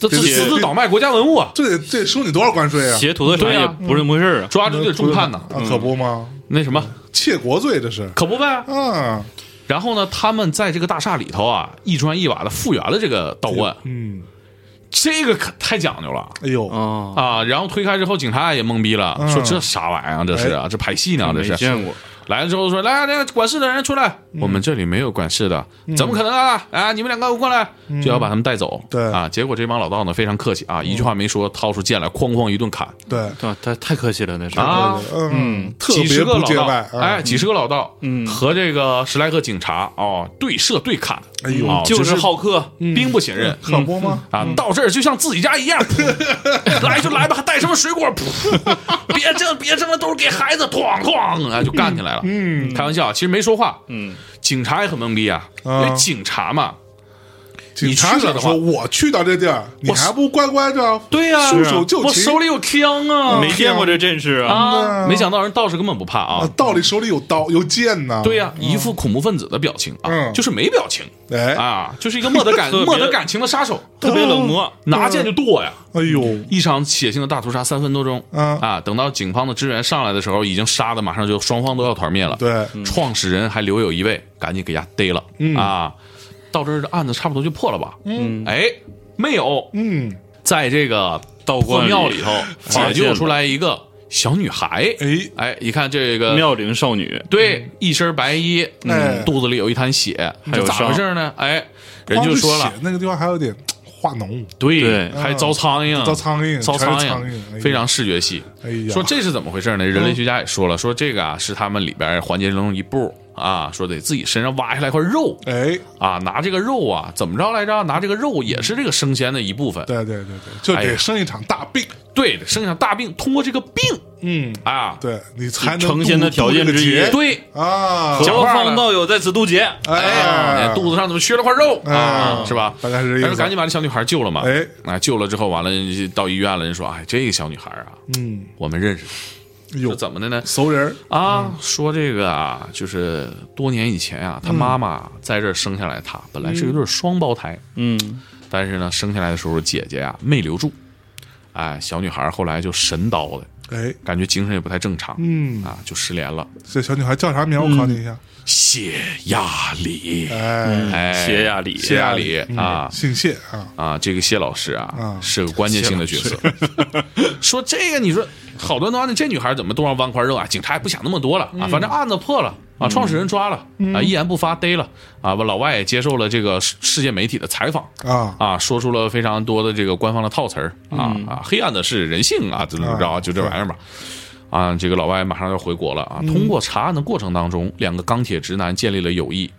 [SPEAKER 4] 这这私自倒卖国家文物啊，
[SPEAKER 2] 这得这得收你多少关税啊？
[SPEAKER 5] 邪土特产
[SPEAKER 4] 对
[SPEAKER 5] 也
[SPEAKER 4] 啊
[SPEAKER 5] 不是那么回事儿啊，
[SPEAKER 2] 嗯
[SPEAKER 4] 抓住就得重判呐。
[SPEAKER 2] 呃啊，可不吗？
[SPEAKER 4] 那什么，
[SPEAKER 2] 窃国罪，这是
[SPEAKER 4] 可不呗。
[SPEAKER 2] 啊，
[SPEAKER 4] 然后呢，他们在这个大厦里头啊，一砖一瓦的复原了这个道观，
[SPEAKER 2] 嗯，
[SPEAKER 4] 这个可太讲究了。
[SPEAKER 2] 哎呦，
[SPEAKER 5] 啊，
[SPEAKER 4] 啊，然后推开之后，警察也懵逼了，
[SPEAKER 2] 嗯
[SPEAKER 4] 说这啥玩意儿啊？这是啊，这排戏呢？这
[SPEAKER 5] 没
[SPEAKER 4] 是
[SPEAKER 5] 见过，
[SPEAKER 4] 来了之后说，来来，管事的人出来，我们这里没有管事的，怎么可能啊？啊，你们两个过来，就要把他们带走。
[SPEAKER 2] 对
[SPEAKER 4] 啊，结果这帮老道呢非常客气啊，一句话没说，掏出剑来，哐哐一顿砍
[SPEAKER 2] 对，
[SPEAKER 5] 对吧？太太客气了，那是
[SPEAKER 4] 啊。
[SPEAKER 2] 嗯，特
[SPEAKER 4] 几
[SPEAKER 2] 别
[SPEAKER 4] 十个
[SPEAKER 2] 不
[SPEAKER 4] 老
[SPEAKER 2] 界
[SPEAKER 4] 道
[SPEAKER 2] 外，，啊
[SPEAKER 4] 哎，，几十个老道，嗯，和这个十来个警察，哦，对射对砍，
[SPEAKER 2] 哎呦
[SPEAKER 4] 哦
[SPEAKER 5] 就
[SPEAKER 4] 就是
[SPEAKER 5] 好客，
[SPEAKER 4] 兵不血刃，
[SPEAKER 2] 嗯可不吗？
[SPEAKER 4] 啊，到这儿就像自己家一样，噗来就来吧，还带什么水果？噗 [LAUGHS] 别挣，别挣了，都是给孩子，哐哐啊，就干起来了。嗯，开玩笑，其实没说话。嗯，警察也很懵逼啊，因
[SPEAKER 2] 啊
[SPEAKER 4] 为警察嘛，
[SPEAKER 2] 警察
[SPEAKER 4] 嗯你去了
[SPEAKER 2] 想
[SPEAKER 4] 的话
[SPEAKER 2] 说，我去到这地儿，你
[SPEAKER 4] 我是
[SPEAKER 2] 还不乖乖的？
[SPEAKER 4] 对呀，
[SPEAKER 2] 束手就
[SPEAKER 4] 我
[SPEAKER 2] 擒
[SPEAKER 4] 手里有枪啊，
[SPEAKER 5] 没见过这阵势啊，
[SPEAKER 4] 啊，没想到人道士根本不怕
[SPEAKER 2] 啊
[SPEAKER 4] 啊，。
[SPEAKER 2] 道理手里有刀有剑呢。
[SPEAKER 4] 对呀，一副恐怖分子的表情啊，
[SPEAKER 2] 嗯
[SPEAKER 4] 就是没表情
[SPEAKER 2] 哎，
[SPEAKER 4] 啊，就是一个没得感
[SPEAKER 5] 特别
[SPEAKER 4] 没得感情的杀手，
[SPEAKER 5] 特别冷漠，
[SPEAKER 4] 拿剑就剁呀。
[SPEAKER 2] 哎呦，
[SPEAKER 4] 一场血腥的大屠杀三分多钟，
[SPEAKER 2] 嗯
[SPEAKER 4] 啊，等到警方的支援上来的时候，已经杀的马上就双方都要团灭了。，
[SPEAKER 2] 对，
[SPEAKER 4] 创始人还留有一位，赶紧给家逮了、
[SPEAKER 2] 嗯
[SPEAKER 4] 啊！到这儿的案子差不多就破了吧？嗯，哎，没有，
[SPEAKER 2] 嗯，
[SPEAKER 4] 在这个
[SPEAKER 5] 道
[SPEAKER 4] 破
[SPEAKER 5] 观
[SPEAKER 4] 庙里头解
[SPEAKER 5] 发
[SPEAKER 4] 救
[SPEAKER 5] 现
[SPEAKER 4] 出来一个小女孩，
[SPEAKER 2] 哎，
[SPEAKER 4] 哎，一看这个
[SPEAKER 5] 嗯妙龄少女，
[SPEAKER 4] 对，一身白衣，
[SPEAKER 2] 哎
[SPEAKER 4] 嗯，肚子里有一滩血，
[SPEAKER 5] 还有
[SPEAKER 4] 这咋
[SPEAKER 5] 伤
[SPEAKER 4] 回事呢？哎，人
[SPEAKER 2] 光
[SPEAKER 4] 就是说了
[SPEAKER 2] 血，那个地方还有点化脓，
[SPEAKER 4] 对
[SPEAKER 5] 对，
[SPEAKER 4] 还招苍蝇，
[SPEAKER 2] 招苍蝇
[SPEAKER 4] 招
[SPEAKER 2] 全是
[SPEAKER 4] 嗯苍
[SPEAKER 2] 苍蝇哎呀
[SPEAKER 4] 非常视觉系。
[SPEAKER 2] 哎呀，
[SPEAKER 4] 说这是怎么回事呢？人类学家也
[SPEAKER 2] 嗯
[SPEAKER 4] 说了，说这个啊是他们里边环节中一步啊，说得自己身上挖下来一块肉
[SPEAKER 2] 哎，
[SPEAKER 4] 啊，拿这个肉啊怎么着来着？拿这个肉也是这个生鲜的一部分，
[SPEAKER 2] 对对对对，就
[SPEAKER 4] 哎
[SPEAKER 2] 得
[SPEAKER 4] 呀
[SPEAKER 2] 生一场大病，
[SPEAKER 4] 对，生下大病，通过这个病
[SPEAKER 2] 嗯，
[SPEAKER 4] 啊，
[SPEAKER 2] 对你才能
[SPEAKER 5] 成仙的
[SPEAKER 2] 度度
[SPEAKER 5] 条件
[SPEAKER 2] 这个
[SPEAKER 5] 之一
[SPEAKER 2] 劫
[SPEAKER 4] 对，
[SPEAKER 2] 啊，
[SPEAKER 4] 讲
[SPEAKER 5] 何
[SPEAKER 4] 话了
[SPEAKER 5] 方道友在此渡劫，
[SPEAKER 4] 哎，肚子上怎么缺了块肉啊？是吧？
[SPEAKER 2] 嗯哎大概是这意思
[SPEAKER 4] 然后赶紧把这小女孩救了嘛，
[SPEAKER 2] 哎，
[SPEAKER 4] 啊，救了之后完了到医院了，人说，哎，这个小女孩啊，
[SPEAKER 2] 嗯，
[SPEAKER 4] 我们认识，
[SPEAKER 2] 有
[SPEAKER 4] 说怎么的呢？
[SPEAKER 2] 熟人儿，
[SPEAKER 4] 啊，说这个啊，就是多年以前啊，他妈妈在这儿生下来他，本来是一对双胞胎，
[SPEAKER 5] 嗯，
[SPEAKER 4] 但是呢，生下来的时候姐姐啊没留住，哎，小女孩后来就神叨的，
[SPEAKER 2] 哎，
[SPEAKER 4] 感觉精神也不太正常，
[SPEAKER 2] 嗯
[SPEAKER 4] 啊，就失联了。
[SPEAKER 2] 这小女孩叫啥名？
[SPEAKER 4] 嗯
[SPEAKER 2] 我考你一下，
[SPEAKER 4] 谢亚里，
[SPEAKER 2] 哎，
[SPEAKER 4] 哎，
[SPEAKER 5] 谢亚里
[SPEAKER 4] 谢亚里啊。
[SPEAKER 2] 姓谢啊，
[SPEAKER 4] 啊，这个谢老师啊，
[SPEAKER 2] 啊
[SPEAKER 4] 是个关键性的角色。说这个，你说好端端的，这女孩怎么肚上剜块肉啊？警察也不想那么多了啊，反正案子破了啊，创始人抓了啊，一言不发逮了啊。老外也接受了这个世世界媒体的采访
[SPEAKER 2] 啊
[SPEAKER 4] 啊，说出了非常多的这个官方的套词儿啊啊，黑暗的是人性啊，怎么怎么着啊，就这玩意儿吧。啊，这个老外马上要回国了啊！通过查案的过程当中，两个钢铁直男建立了友谊。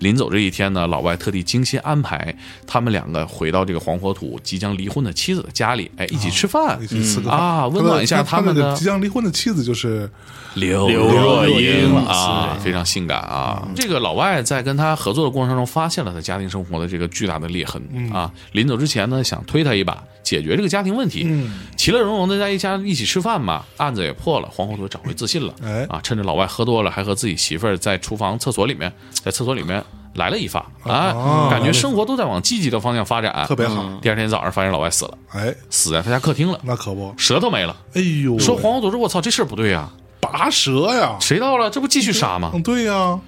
[SPEAKER 4] 临走这一天呢，老外特地精心安排他们两个回到这个黄火土即将离婚的妻子的家里，哎，一起吃饭
[SPEAKER 2] 一起吃个饭
[SPEAKER 4] 啊，温暖一下
[SPEAKER 2] 他
[SPEAKER 4] 们
[SPEAKER 2] 那个
[SPEAKER 4] 的
[SPEAKER 2] 即将离婚的妻子就是
[SPEAKER 4] 刘
[SPEAKER 5] 刘若英
[SPEAKER 4] 啊，非常性感啊。这个老外在跟他合作的过程中，发现了他家庭生活的这个巨大的裂痕啊。临走之前呢，想推他一把，解决这个家庭问题。其乐融融的在一家一起吃饭嘛，案子也破了，黄后腿找回自信了。
[SPEAKER 2] 哎
[SPEAKER 4] 啊，趁着老外喝多了，还和自己媳妇儿在厨房、厕所里面，在厕所里面来了一发啊，感觉生活都在往积极的方向发展，
[SPEAKER 2] 特别好
[SPEAKER 4] 嗯。第二天早上发现老外死了，
[SPEAKER 2] 哎，
[SPEAKER 4] 死在他家客厅了，
[SPEAKER 2] 那可不，
[SPEAKER 4] 舌头没了。
[SPEAKER 2] 哎呦，
[SPEAKER 4] 说黄后腿说：“我操，这事儿不对啊。”
[SPEAKER 2] 拔舌呀，
[SPEAKER 4] 谁到了？这不继续杀吗？
[SPEAKER 2] 嗯，对呀，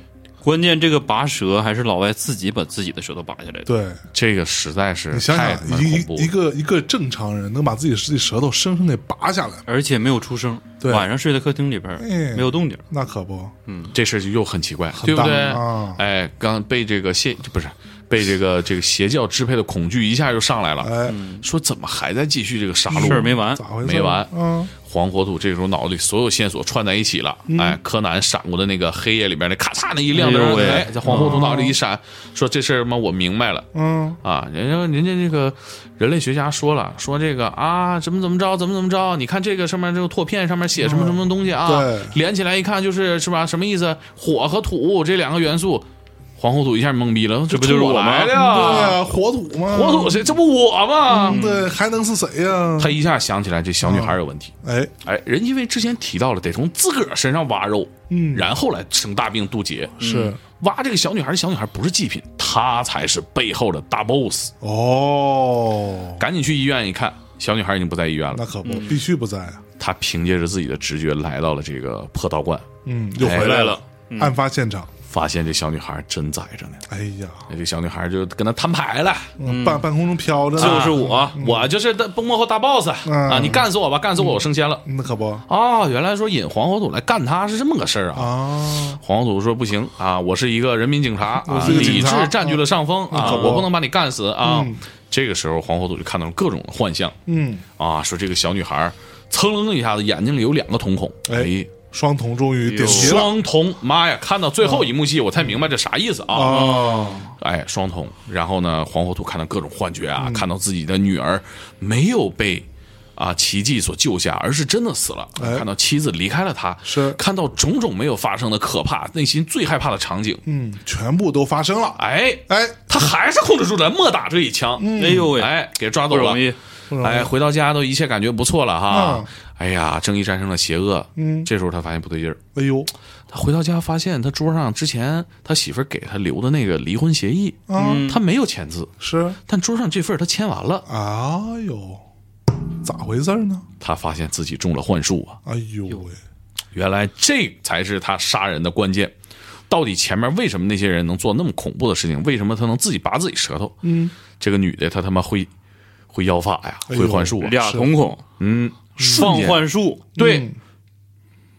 [SPEAKER 5] 关键这个拔舌还是老外自己把自己的舌头拔下来的，
[SPEAKER 2] 对
[SPEAKER 4] 这个实在是
[SPEAKER 2] 你想
[SPEAKER 4] 太他妈
[SPEAKER 2] 想，一
[SPEAKER 4] 恐
[SPEAKER 2] 一
[SPEAKER 4] 怖
[SPEAKER 2] 一
[SPEAKER 4] 了。
[SPEAKER 2] 个一个正常人能把自己自己舌头生生给拔下来，
[SPEAKER 5] 而且没有出声，
[SPEAKER 2] 对
[SPEAKER 5] 晚上睡在客厅里边儿
[SPEAKER 2] 哎
[SPEAKER 5] 没有动静，
[SPEAKER 2] 那可不，
[SPEAKER 4] 嗯这事儿就又很奇怪，
[SPEAKER 2] 很
[SPEAKER 4] 对不
[SPEAKER 2] 大
[SPEAKER 4] 对
[SPEAKER 2] 啊？
[SPEAKER 4] 哎，刚被这个邪不是被这个这个邪教支配的恐惧一下就上来了，
[SPEAKER 2] 哎，
[SPEAKER 4] 说怎么还在继续这个杀戮？
[SPEAKER 5] 事儿没完，
[SPEAKER 2] 咋回事？
[SPEAKER 4] 嗯没完
[SPEAKER 2] 嗯，
[SPEAKER 4] 黄火土这时候脑子里所有线索串在一起了，哎，柯南闪过的那个黑夜里边那咔嚓那一亮灯
[SPEAKER 5] 哎呦，喂
[SPEAKER 4] 哎，在黄火土脑里一闪，说这事儿嘛我明白了，
[SPEAKER 2] 嗯
[SPEAKER 4] 啊，人家人家这个人类学家说了，说这个啊，怎么怎么着，怎么怎么着？你看这个上面这个拓片上面写什么什么东西啊？
[SPEAKER 2] 嗯对
[SPEAKER 4] 连起来一看就是是吧？什么意思？火和土这两个元素，黄后土一下懵逼了，这
[SPEAKER 5] 不就是
[SPEAKER 4] 冲
[SPEAKER 5] 我吗
[SPEAKER 4] 来
[SPEAKER 2] 嗯
[SPEAKER 4] 的
[SPEAKER 2] 对
[SPEAKER 4] 呀？
[SPEAKER 2] 呀，嗯火土嘛，
[SPEAKER 4] 啊火土谁？这不我吗？
[SPEAKER 2] 对，还能是谁呀？
[SPEAKER 4] 嗯他一下想起来这小女孩有问题。
[SPEAKER 2] 哎，
[SPEAKER 4] 哎，人因为之前提到了得从自个儿身上挖肉，
[SPEAKER 2] 嗯
[SPEAKER 4] 然后来生大病渡劫。
[SPEAKER 2] 是
[SPEAKER 4] 挖这个小女孩，小女孩不是祭品，她才是背后的大 boss。
[SPEAKER 2] 哦，
[SPEAKER 4] 赶紧去医院一看，小女孩已经不在医院了嗯
[SPEAKER 2] 那。可不，必须不在啊！
[SPEAKER 4] 他凭借着自己的直觉来到了这个破道观，
[SPEAKER 2] 嗯，又回
[SPEAKER 4] 哎
[SPEAKER 5] 回
[SPEAKER 2] 来
[SPEAKER 5] 来
[SPEAKER 2] 了，
[SPEAKER 5] 了，
[SPEAKER 2] 案发现场。
[SPEAKER 4] 发现这小女孩真在着呢。
[SPEAKER 2] 哎呀，
[SPEAKER 4] 那这小女孩就跟他摊牌了，
[SPEAKER 2] 半半空中飘着呢，
[SPEAKER 5] 就是我，
[SPEAKER 4] 我嗯就是大幕后大 boss
[SPEAKER 2] 嗯
[SPEAKER 4] 啊！你干死我吧，干死我，我升仙了。
[SPEAKER 2] 那可不
[SPEAKER 4] 哦，原来说引黄火土来干他是这么个事儿啊！
[SPEAKER 2] 啊，
[SPEAKER 4] 黄土说不行啊，我是一个人民警察
[SPEAKER 2] 我
[SPEAKER 4] 啊，
[SPEAKER 2] 是个警
[SPEAKER 4] 理
[SPEAKER 2] 察
[SPEAKER 4] 智占据了上风啊，
[SPEAKER 2] 可不
[SPEAKER 4] 我不能把你干死啊。这个时候，黄火土就看到了各种幻象
[SPEAKER 2] 嗯，
[SPEAKER 4] 啊，说这个小女孩噌楞一下子眼睛里有两个瞳孔，
[SPEAKER 2] 哎
[SPEAKER 4] 哎，
[SPEAKER 2] 双瞳终于顶级了
[SPEAKER 4] 双瞳，妈呀！看到最后一幕戏，我才明白这啥意思啊！
[SPEAKER 2] 啊，
[SPEAKER 4] 哎，双瞳。然后呢，黄火土看到各种幻觉啊，看到自己的女儿没有被啊奇迹所救下，而是真的死了。
[SPEAKER 2] 哎
[SPEAKER 4] 看到妻子离开了他，
[SPEAKER 2] 是
[SPEAKER 4] 看到种种没有发生的可怕，内心最害怕的场景。
[SPEAKER 2] 嗯，全部都发生了，
[SPEAKER 4] 哎，
[SPEAKER 2] 哎，
[SPEAKER 4] 他还是控制住了，莫打这一枪。
[SPEAKER 5] 哎呦喂，
[SPEAKER 4] 哎，给抓走
[SPEAKER 5] 不
[SPEAKER 4] 了。
[SPEAKER 5] 容易，
[SPEAKER 4] 哎，回到家都一切感觉不错了哈。
[SPEAKER 2] 嗯
[SPEAKER 4] 哎呀，正义战胜了邪恶。嗯，这时候他发现不对劲儿。
[SPEAKER 2] 哎呦，
[SPEAKER 4] 他回到家发现，他桌上之前他媳妇儿给他留的那个离婚协议，
[SPEAKER 2] 嗯
[SPEAKER 4] 他没有签字，
[SPEAKER 2] 是，
[SPEAKER 4] 但桌上这份儿他签完了。
[SPEAKER 2] 哎呦，咋回事儿呢？
[SPEAKER 4] 他发现自己中了幻术啊！
[SPEAKER 2] 哎呦喂，
[SPEAKER 4] 原来这才是他杀人的关键。到底前面为什么那些人能做那么恐怖的事情？为什么他能自己拔自己舌头？嗯，这个女的她他妈会会妖法呀，
[SPEAKER 2] 哎呦
[SPEAKER 4] 会幻术啊，
[SPEAKER 5] 俩瞳孔，
[SPEAKER 4] 嗯，
[SPEAKER 5] 放
[SPEAKER 4] 瞬间
[SPEAKER 5] 幻术，
[SPEAKER 4] 对，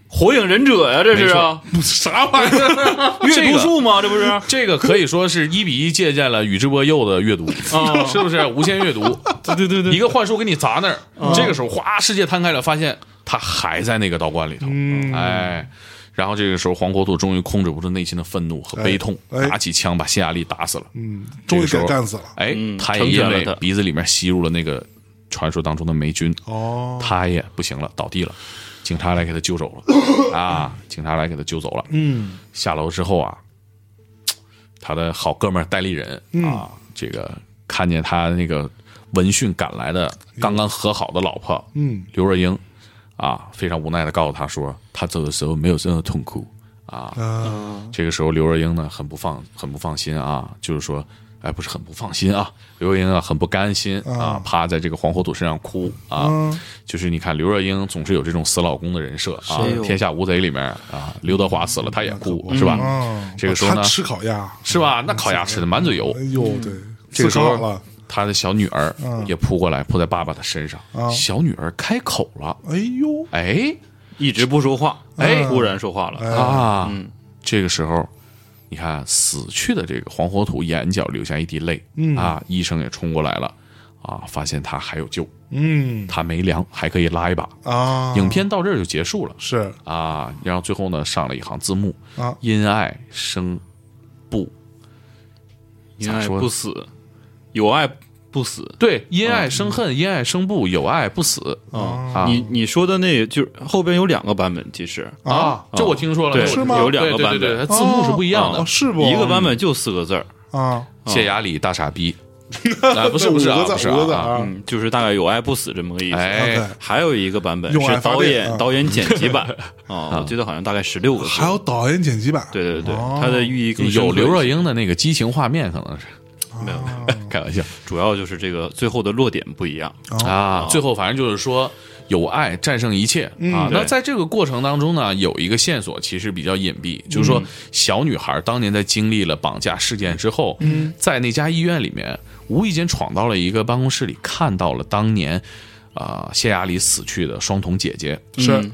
[SPEAKER 5] 火影忍者呀，这是啊，
[SPEAKER 4] [LAUGHS] 啥玩意儿？
[SPEAKER 5] 阅
[SPEAKER 4] 阅读
[SPEAKER 5] 读
[SPEAKER 4] 术。
[SPEAKER 5] 术吗？这不是？
[SPEAKER 4] 这个可以说是一比一借鉴了宇智波鼬的阅读，
[SPEAKER 5] 啊
[SPEAKER 4] 是不是无限阅读？
[SPEAKER 5] 对对对哦
[SPEAKER 4] 一，个幻术给你砸那儿，这个时候哗，世界摊开了，发现他还在那个道观里头，
[SPEAKER 5] 嗯
[SPEAKER 4] 哎。然后这个时候，黄国土终于控制不住内心的愤怒和悲痛，
[SPEAKER 2] 哎哎
[SPEAKER 4] 拿起枪把匈牙利打死了。
[SPEAKER 2] 嗯，终于
[SPEAKER 4] 这个时
[SPEAKER 2] 给
[SPEAKER 4] 候
[SPEAKER 2] 干死了，
[SPEAKER 4] 哎，
[SPEAKER 5] 嗯
[SPEAKER 4] 他也
[SPEAKER 5] 成全
[SPEAKER 4] 因
[SPEAKER 5] 了
[SPEAKER 4] 为
[SPEAKER 5] 他
[SPEAKER 4] 鼻子里面吸入了那个传说当中的霉菌，
[SPEAKER 2] 哦，
[SPEAKER 4] 他也不行了，倒地了。警察来给他救走了啊！警察来给他救走了。
[SPEAKER 2] 嗯，
[SPEAKER 4] 下楼之后啊，他的好哥们儿戴立人、啊，这个看见他那个闻讯赶来的刚刚和好的老婆，
[SPEAKER 2] 嗯，
[SPEAKER 4] 刘若英啊，非常无奈的告诉他说，他走的时候没有任何痛苦啊。这个时候，刘若英呢很不放很不放心啊，就是说，哎，不是很不放心啊，刘若英啊很不甘心啊，趴在这个黄火土身上哭啊。就是你看，刘若英总是有这种死老公的人设啊，
[SPEAKER 5] 是
[SPEAKER 4] 《天下无贼》里面啊，刘德华死了他也哭是吧？
[SPEAKER 2] 啊，
[SPEAKER 4] 这个时候
[SPEAKER 2] 他
[SPEAKER 4] 呢，
[SPEAKER 2] 吃烤鸭，
[SPEAKER 4] 是吧？那烤鸭吃的满嘴油
[SPEAKER 2] 哎，呦，对，
[SPEAKER 4] 嗯这个
[SPEAKER 2] 思
[SPEAKER 4] 时
[SPEAKER 2] 考
[SPEAKER 4] 候
[SPEAKER 2] 好了，
[SPEAKER 4] 他的小女儿也扑过来扑在爸爸的身上，小女儿开口了，
[SPEAKER 2] 哎呦，
[SPEAKER 4] 哎。
[SPEAKER 5] 一直不说话，哎，忽然说话了，
[SPEAKER 2] 嗯
[SPEAKER 4] 啊，这个时候，你看死去的这个黄火土眼角流下一滴泪，
[SPEAKER 2] 嗯
[SPEAKER 4] 啊，医生也冲过来了，啊，发现他还有救，
[SPEAKER 2] 嗯
[SPEAKER 4] 他没凉，还可以拉一把。
[SPEAKER 2] 啊，
[SPEAKER 4] 影片到这儿就结束了
[SPEAKER 2] 是
[SPEAKER 4] 啊，然后最后呢上了一行字幕
[SPEAKER 2] 啊
[SPEAKER 4] 因爱生不，
[SPEAKER 5] 因
[SPEAKER 4] 咋
[SPEAKER 5] 爱
[SPEAKER 4] 说呢
[SPEAKER 5] 不死，有爱不死。
[SPEAKER 4] 对，因
[SPEAKER 2] 啊
[SPEAKER 4] 爱生恨，因爱生不，有爱不死啊
[SPEAKER 5] 你你说的那，就是后边有两个版本，其实
[SPEAKER 4] 啊，这我听说了，
[SPEAKER 5] 对
[SPEAKER 4] 这我听
[SPEAKER 2] 吗
[SPEAKER 4] 说
[SPEAKER 5] 有两个
[SPEAKER 4] 对
[SPEAKER 5] 版
[SPEAKER 4] 对对对，
[SPEAKER 5] 本，
[SPEAKER 4] 它字幕是不一样的嗯
[SPEAKER 2] 哦，是不？
[SPEAKER 5] 一个版本就四个字儿，哎
[SPEAKER 2] 啊，
[SPEAKER 4] 谢雅里大傻逼，啊，
[SPEAKER 2] [LAUGHS]
[SPEAKER 4] 不是不是啊，
[SPEAKER 2] 嗯五个字
[SPEAKER 4] 不是
[SPEAKER 2] 五个字
[SPEAKER 4] 啊，
[SPEAKER 2] 啊
[SPEAKER 5] 嗯，就是大概有爱不死这么个意思。
[SPEAKER 4] 哎
[SPEAKER 2] OK
[SPEAKER 5] 还有一个版本
[SPEAKER 2] 用爱
[SPEAKER 5] 是
[SPEAKER 2] 发
[SPEAKER 5] 导
[SPEAKER 2] 电
[SPEAKER 5] 演
[SPEAKER 2] 啊
[SPEAKER 5] 导演剪
[SPEAKER 4] [LAUGHS]
[SPEAKER 5] 辑版啊，我记得好像大概十六个字。
[SPEAKER 2] 还有导演剪辑版，
[SPEAKER 5] 对对对，
[SPEAKER 2] 哦
[SPEAKER 5] 它的寓意更深刻
[SPEAKER 4] 有刘若
[SPEAKER 5] 一些，
[SPEAKER 4] 英的那个激情画面，可能是
[SPEAKER 5] 没有，
[SPEAKER 4] 开玩笑
[SPEAKER 5] 主要就是这个最后的落点不一样。
[SPEAKER 2] 哦
[SPEAKER 4] 啊。最后反正就是说，有爱战胜一切
[SPEAKER 2] 嗯
[SPEAKER 4] 啊。那
[SPEAKER 5] 对
[SPEAKER 4] 在这个过程当中呢，有一个线索其实比较隐蔽，就是
[SPEAKER 2] 嗯
[SPEAKER 4] 说小女孩当年在经历了绑架事件之后，
[SPEAKER 2] 嗯
[SPEAKER 4] 在那家医院里面，无意间闯到了一个办公室里，看到了当年啊谢雅里死去的双瞳姐姐。
[SPEAKER 5] 嗯
[SPEAKER 2] 是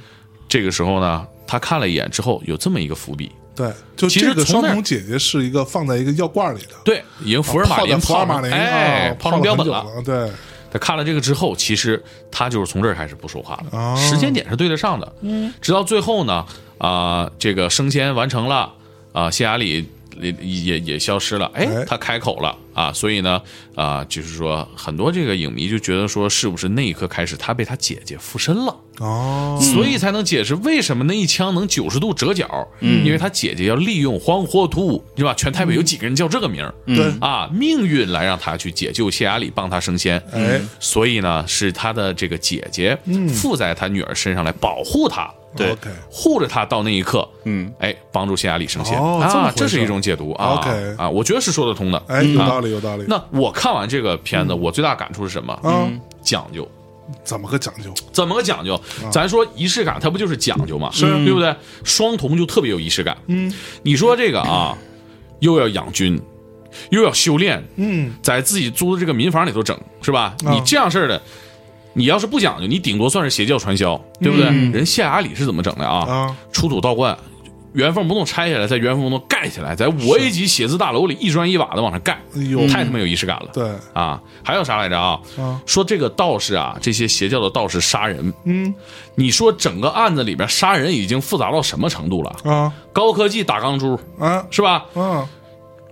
[SPEAKER 4] 这个时候呢，她看了一眼之后，有这么一个伏笔。
[SPEAKER 2] 对，就
[SPEAKER 4] 其实
[SPEAKER 2] 这个
[SPEAKER 4] 从
[SPEAKER 2] 双
[SPEAKER 4] 那儿
[SPEAKER 2] 瞳姐姐是一个放在一个药罐里的，
[SPEAKER 4] 对，已经福尔马
[SPEAKER 2] 泡在
[SPEAKER 4] 林
[SPEAKER 2] 福尔马
[SPEAKER 4] 泡
[SPEAKER 2] 林，
[SPEAKER 4] 上哎
[SPEAKER 2] 啊，泡
[SPEAKER 4] 泡上
[SPEAKER 2] 了
[SPEAKER 4] 标
[SPEAKER 2] 很
[SPEAKER 4] 本
[SPEAKER 2] 久
[SPEAKER 4] 了。
[SPEAKER 2] 了，对，
[SPEAKER 4] 他看了这个之后，其实他就是从这儿开始不说话了，
[SPEAKER 2] 哦
[SPEAKER 4] 时间点是对得上的。嗯，直到最后呢，啊、这个升仙完成了，啊、谢雅里也也也消失了，哎
[SPEAKER 2] 哎，
[SPEAKER 4] 他开口了啊，所以呢，啊、就是说很多这个影迷就觉得说，是不是那一刻开始他被他姐姐附身了，
[SPEAKER 2] 哦，
[SPEAKER 4] 所以才能解释为什么那一枪能九十度折角，嗯，因为他姐姐要利用荒火土，对吧？全台北有几个人叫这个名儿，
[SPEAKER 5] 嗯
[SPEAKER 2] 对，
[SPEAKER 4] 啊，命运来让他去解救谢雅里，帮他升仙。
[SPEAKER 5] 嗯
[SPEAKER 2] 哎，
[SPEAKER 4] 所以呢，是他的这个姐姐
[SPEAKER 2] 嗯
[SPEAKER 4] 附在他女儿身上来保护他，
[SPEAKER 5] 对
[SPEAKER 2] OK
[SPEAKER 4] 护着他到那一刻，
[SPEAKER 5] 嗯，
[SPEAKER 4] 哎，帮助谢雅里升仙
[SPEAKER 2] 哦这么
[SPEAKER 4] 啊
[SPEAKER 2] 回，事
[SPEAKER 4] 这是一种解读啊
[SPEAKER 2] OK 哎
[SPEAKER 4] 啊，我觉得是说得通的。
[SPEAKER 5] 嗯
[SPEAKER 2] 哎，有道理，有道理。
[SPEAKER 4] 那我看完这个片子，我最大感触是什么？
[SPEAKER 2] 嗯，
[SPEAKER 4] 讲究，
[SPEAKER 2] 怎么个讲究？
[SPEAKER 4] 怎么个讲究？
[SPEAKER 2] 嗯
[SPEAKER 4] 咱说仪式感，它不就是讲究嘛？是对不对？双瞳就特别有仪式感。嗯，你说这个啊，又要养军，又要修炼，
[SPEAKER 2] 嗯，
[SPEAKER 4] 在自己租的这个民房里头整，是吧？你这样式儿的，你要是不讲究，你顶多算是邪教传销，对不对？人县衙里是怎么整的嗯啊？
[SPEAKER 2] 啊，
[SPEAKER 4] 出土道观，原封不动拆下来，在原封不动盖起来，在五 A 级写字大楼里一砖一瓦的往上盖，
[SPEAKER 2] 哎
[SPEAKER 5] 嗯
[SPEAKER 2] 呦
[SPEAKER 4] 太他妈有仪式感了。
[SPEAKER 2] 对，
[SPEAKER 4] 啊，还有啥来着嗯啊？
[SPEAKER 2] 啊
[SPEAKER 4] 说这个道士啊，这些邪教的道士杀人，嗯，你说整个案子里边杀人已经复杂到什么程度了？
[SPEAKER 2] 啊
[SPEAKER 4] 高科技打钢珠
[SPEAKER 2] 啊
[SPEAKER 4] 是吧？
[SPEAKER 2] 啊，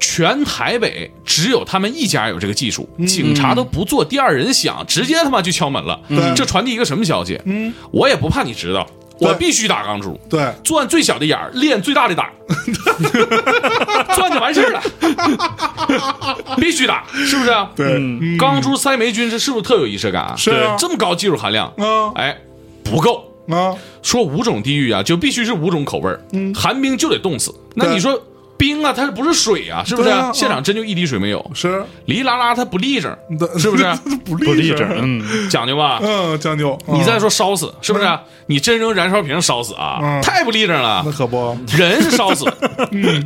[SPEAKER 4] 全台北只有他们一家有这个技术，
[SPEAKER 2] 嗯
[SPEAKER 4] 警察都不做第二人想，直接他妈就敲门了。
[SPEAKER 2] 嗯对
[SPEAKER 4] 这传递一个什么消息？嗯，我也不怕你知道，我
[SPEAKER 2] 对
[SPEAKER 4] 必须打钢珠。
[SPEAKER 2] 对，
[SPEAKER 4] 钻最小的眼儿，练最大的胆
[SPEAKER 2] [LAUGHS]
[SPEAKER 4] 儿，钻就完事儿了，必须打，是不是啊？
[SPEAKER 2] 对，嗯
[SPEAKER 4] 钢珠塞霉菌，这是不是特有仪式感啊？
[SPEAKER 2] 是啊
[SPEAKER 4] 对这么高技术含量，
[SPEAKER 2] 啊
[SPEAKER 4] 哎，不够。
[SPEAKER 2] 啊，
[SPEAKER 4] 说五种地狱啊，就必须是五种口味儿，寒冰就得冻死。那
[SPEAKER 2] 嗯对
[SPEAKER 4] 你说冰啊，它不是水啊，是不是
[SPEAKER 2] 对啊
[SPEAKER 4] 啊？现场真就一滴水没有，
[SPEAKER 2] 是，
[SPEAKER 4] 哩啦啦它不立正，
[SPEAKER 2] [LAUGHS] 对
[SPEAKER 4] 是不啊是
[SPEAKER 2] 不立
[SPEAKER 5] 正，
[SPEAKER 2] 正？
[SPEAKER 5] 嗯，
[SPEAKER 4] 讲究吧？
[SPEAKER 2] 嗯，将就。
[SPEAKER 4] 你再
[SPEAKER 2] 啊，
[SPEAKER 4] 说烧死，是不是啊？你真扔燃烧瓶烧死啊
[SPEAKER 2] 嗯？
[SPEAKER 4] 太不立正了
[SPEAKER 2] 那。可不，
[SPEAKER 4] 人是
[SPEAKER 2] [LAUGHS]
[SPEAKER 4] 烧死了，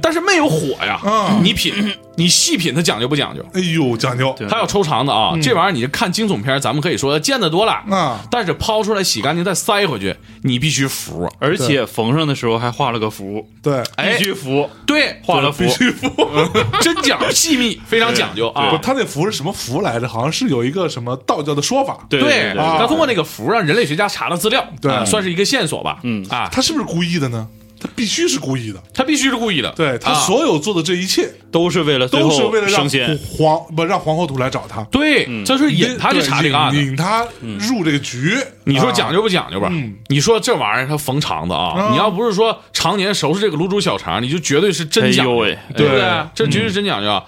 [SPEAKER 4] 但是没有火呀。
[SPEAKER 2] 嗯
[SPEAKER 4] 你品，你细品，它讲究不讲究？
[SPEAKER 2] 哎呦，讲究，
[SPEAKER 5] 对
[SPEAKER 4] 还有抽肠子啊，
[SPEAKER 2] 嗯
[SPEAKER 4] 这玩意儿你看惊悚片，咱们可以说见得多了
[SPEAKER 2] 啊
[SPEAKER 4] 但是抛出来洗干净再塞回去，你必须服。
[SPEAKER 5] 而且缝上的时候还画了个符，
[SPEAKER 2] 对，
[SPEAKER 4] 哎
[SPEAKER 5] 必须符，
[SPEAKER 4] 对，
[SPEAKER 5] 画了符
[SPEAKER 2] 必，须服。
[SPEAKER 4] [LAUGHS] 真讲究细密，非常讲究
[SPEAKER 2] 不，
[SPEAKER 4] 啊。
[SPEAKER 2] 他那符是什么符来着？好像是有一个什么道教的说法。
[SPEAKER 5] 对对
[SPEAKER 2] 啊
[SPEAKER 4] 他通过那个符让人类学家查了资料，
[SPEAKER 2] 对
[SPEAKER 4] 啊算是一个线索吧。嗯啊，
[SPEAKER 2] 他是不是故意的呢？他必须是故意的。
[SPEAKER 4] 他必须是故意的。
[SPEAKER 2] 对他
[SPEAKER 4] 啊
[SPEAKER 2] 所有做的这一切，
[SPEAKER 5] 都是为了最
[SPEAKER 2] 都是
[SPEAKER 5] 后
[SPEAKER 2] 为了让
[SPEAKER 5] 升仙，
[SPEAKER 2] 皇不让皇后图来找他，
[SPEAKER 5] 嗯
[SPEAKER 4] 对，这是引他去查这个案
[SPEAKER 2] 引
[SPEAKER 4] 子。嗯
[SPEAKER 2] 引他入这个局。
[SPEAKER 4] 你说
[SPEAKER 2] 啊
[SPEAKER 4] 讲究不讲究吧？你说这玩意儿他缝肠子啊，你要不是说常年收拾这个卤煮小肠，你就绝对是真讲
[SPEAKER 5] 哎呦
[SPEAKER 4] 究，
[SPEAKER 5] 喂嗯
[SPEAKER 4] 对不
[SPEAKER 2] 对
[SPEAKER 4] 对？这绝对是真讲究啊。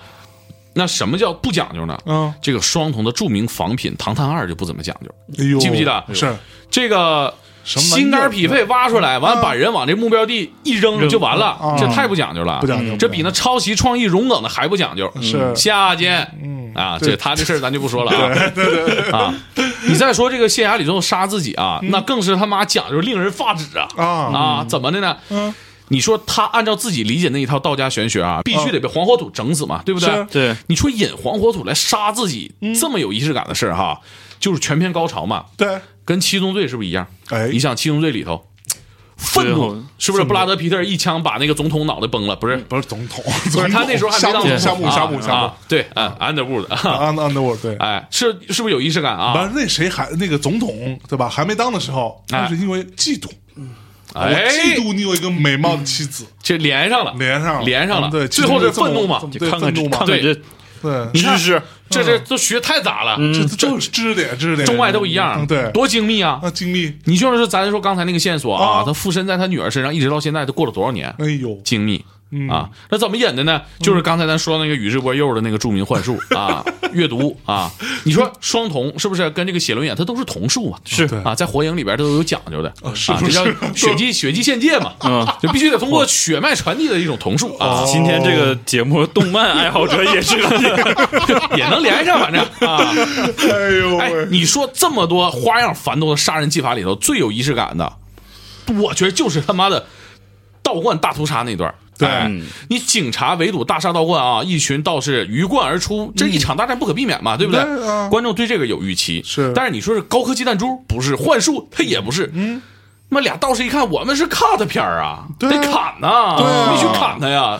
[SPEAKER 4] 那什么叫不讲究呢？
[SPEAKER 2] 嗯，
[SPEAKER 4] 这个双瞳的著名仿品唐探二就不怎么讲究，
[SPEAKER 2] 哎呦，
[SPEAKER 4] 记不记得
[SPEAKER 2] 是
[SPEAKER 4] 这个
[SPEAKER 2] 什么玩意儿嗯
[SPEAKER 4] 心肝脾肺挖出来，完了把人往这目标地一扔
[SPEAKER 5] 扔
[SPEAKER 4] 就完了
[SPEAKER 2] 啊，
[SPEAKER 4] 这太不讲究了，
[SPEAKER 2] 不讲究
[SPEAKER 4] 嗯这比那抄袭、创意、融梗的还不讲究。
[SPEAKER 2] 是嗯
[SPEAKER 4] 下贱，啊，这他这事儿咱就不说了啊。啊，你再说这个县衙里头杀自己啊，那更是他妈讲究令人发指啊
[SPEAKER 2] 嗯啊嗯
[SPEAKER 4] 啊！怎么的呢？你说他按照自己理解那一套道家玄学啊，必须得被黄火土整死嘛，对不
[SPEAKER 2] 嗯
[SPEAKER 4] 对
[SPEAKER 2] 是？嗯
[SPEAKER 5] 对
[SPEAKER 4] 你说引黄火土来杀自己，这么有仪式感的事儿哈，就是全篇高潮嘛。
[SPEAKER 2] 对，
[SPEAKER 4] 跟七宗罪是不是一样？
[SPEAKER 2] 哎
[SPEAKER 4] 你想七宗罪里头，愤
[SPEAKER 5] 最
[SPEAKER 4] 怒
[SPEAKER 5] 后
[SPEAKER 4] 是不是布拉德皮特一枪把那个总统脑袋崩了？不是，
[SPEAKER 2] 不是总统，
[SPEAKER 4] 不是，他那时候还没当总统。
[SPEAKER 2] 夏目
[SPEAKER 4] 啊
[SPEAKER 2] 夏目夏目夏目
[SPEAKER 4] 啊，对，啊安德伍的，啊
[SPEAKER 2] ，Un Underworld 对。
[SPEAKER 4] 哎，是是不是有仪式感啊？
[SPEAKER 2] 完，那谁还那个总统对吧？还没当的时候，那
[SPEAKER 4] 哎
[SPEAKER 2] 是因为嫉妒，我
[SPEAKER 4] 哎，
[SPEAKER 2] 嫉妒你有一个美貌的妻子，
[SPEAKER 4] 这连上了，
[SPEAKER 2] 连上了
[SPEAKER 4] 连上了，
[SPEAKER 2] 嗯对，
[SPEAKER 4] 最
[SPEAKER 2] 嫉妒
[SPEAKER 4] 后是
[SPEAKER 2] 这么
[SPEAKER 4] 愤怒嘛
[SPEAKER 2] 这么？
[SPEAKER 5] 就
[SPEAKER 2] 对，
[SPEAKER 5] 看
[SPEAKER 2] 愤
[SPEAKER 5] 看
[SPEAKER 2] 怒
[SPEAKER 5] 这
[SPEAKER 2] 嘛
[SPEAKER 5] 看，看
[SPEAKER 4] 对
[SPEAKER 5] 这
[SPEAKER 2] 对，嗯
[SPEAKER 4] 知
[SPEAKER 5] 识，
[SPEAKER 4] 这这都学太杂了，
[SPEAKER 2] 这这就是知识点，知识点，
[SPEAKER 4] 中外都一样，
[SPEAKER 2] 嗯对，
[SPEAKER 4] 多精密啊
[SPEAKER 2] 啊，！精密，
[SPEAKER 4] 你就是咱说刚才那个线索啊
[SPEAKER 2] 啊，
[SPEAKER 4] 他附身在他女儿身上，一直到现在，都过了多少年？
[SPEAKER 2] 哎呦，
[SPEAKER 4] 精密。
[SPEAKER 2] 嗯
[SPEAKER 4] 啊，那怎么演的呢？就是刚才咱说那个宇智波鼬的那个著名
[SPEAKER 2] [LAUGHS]
[SPEAKER 4] 幻术啊，阅读啊，你说双瞳是不是跟这个写轮眼它都是瞳术嘛？
[SPEAKER 5] 是
[SPEAKER 4] 啊，在火影里边它都有讲究的，
[SPEAKER 2] 哦是
[SPEAKER 4] 啊，
[SPEAKER 2] 不
[SPEAKER 4] 这
[SPEAKER 2] 是哦
[SPEAKER 4] 叫血祭血祭献界嘛，
[SPEAKER 5] 嗯
[SPEAKER 4] 就必须得通过血脉传递的一种瞳术啊，
[SPEAKER 2] 哦
[SPEAKER 5] 今天这个节目，动漫爱好者也是
[SPEAKER 4] 也能连上，反正啊，
[SPEAKER 2] 哎呦
[SPEAKER 4] [LAUGHS] 哎，
[SPEAKER 2] 喂，
[SPEAKER 4] 你说这么多花样繁多的杀人技法里头，最有仪式感的，我觉得就是他妈的道观大屠杀那段儿。
[SPEAKER 2] 对
[SPEAKER 4] 哎你警察围堵大厦道观啊，一群道士鱼贯而出，这一场大战不可避免嘛，对不对？
[SPEAKER 2] 对啊
[SPEAKER 4] 观众对这个有预期，
[SPEAKER 2] 是
[SPEAKER 4] 但是你说是高科技弹珠，不是幻术，它也不是。嗯，那么俩道士一看，我们是 cut 片儿啊，
[SPEAKER 2] 对啊
[SPEAKER 4] 得砍呐、
[SPEAKER 2] 对啊
[SPEAKER 4] 必须砍他呀。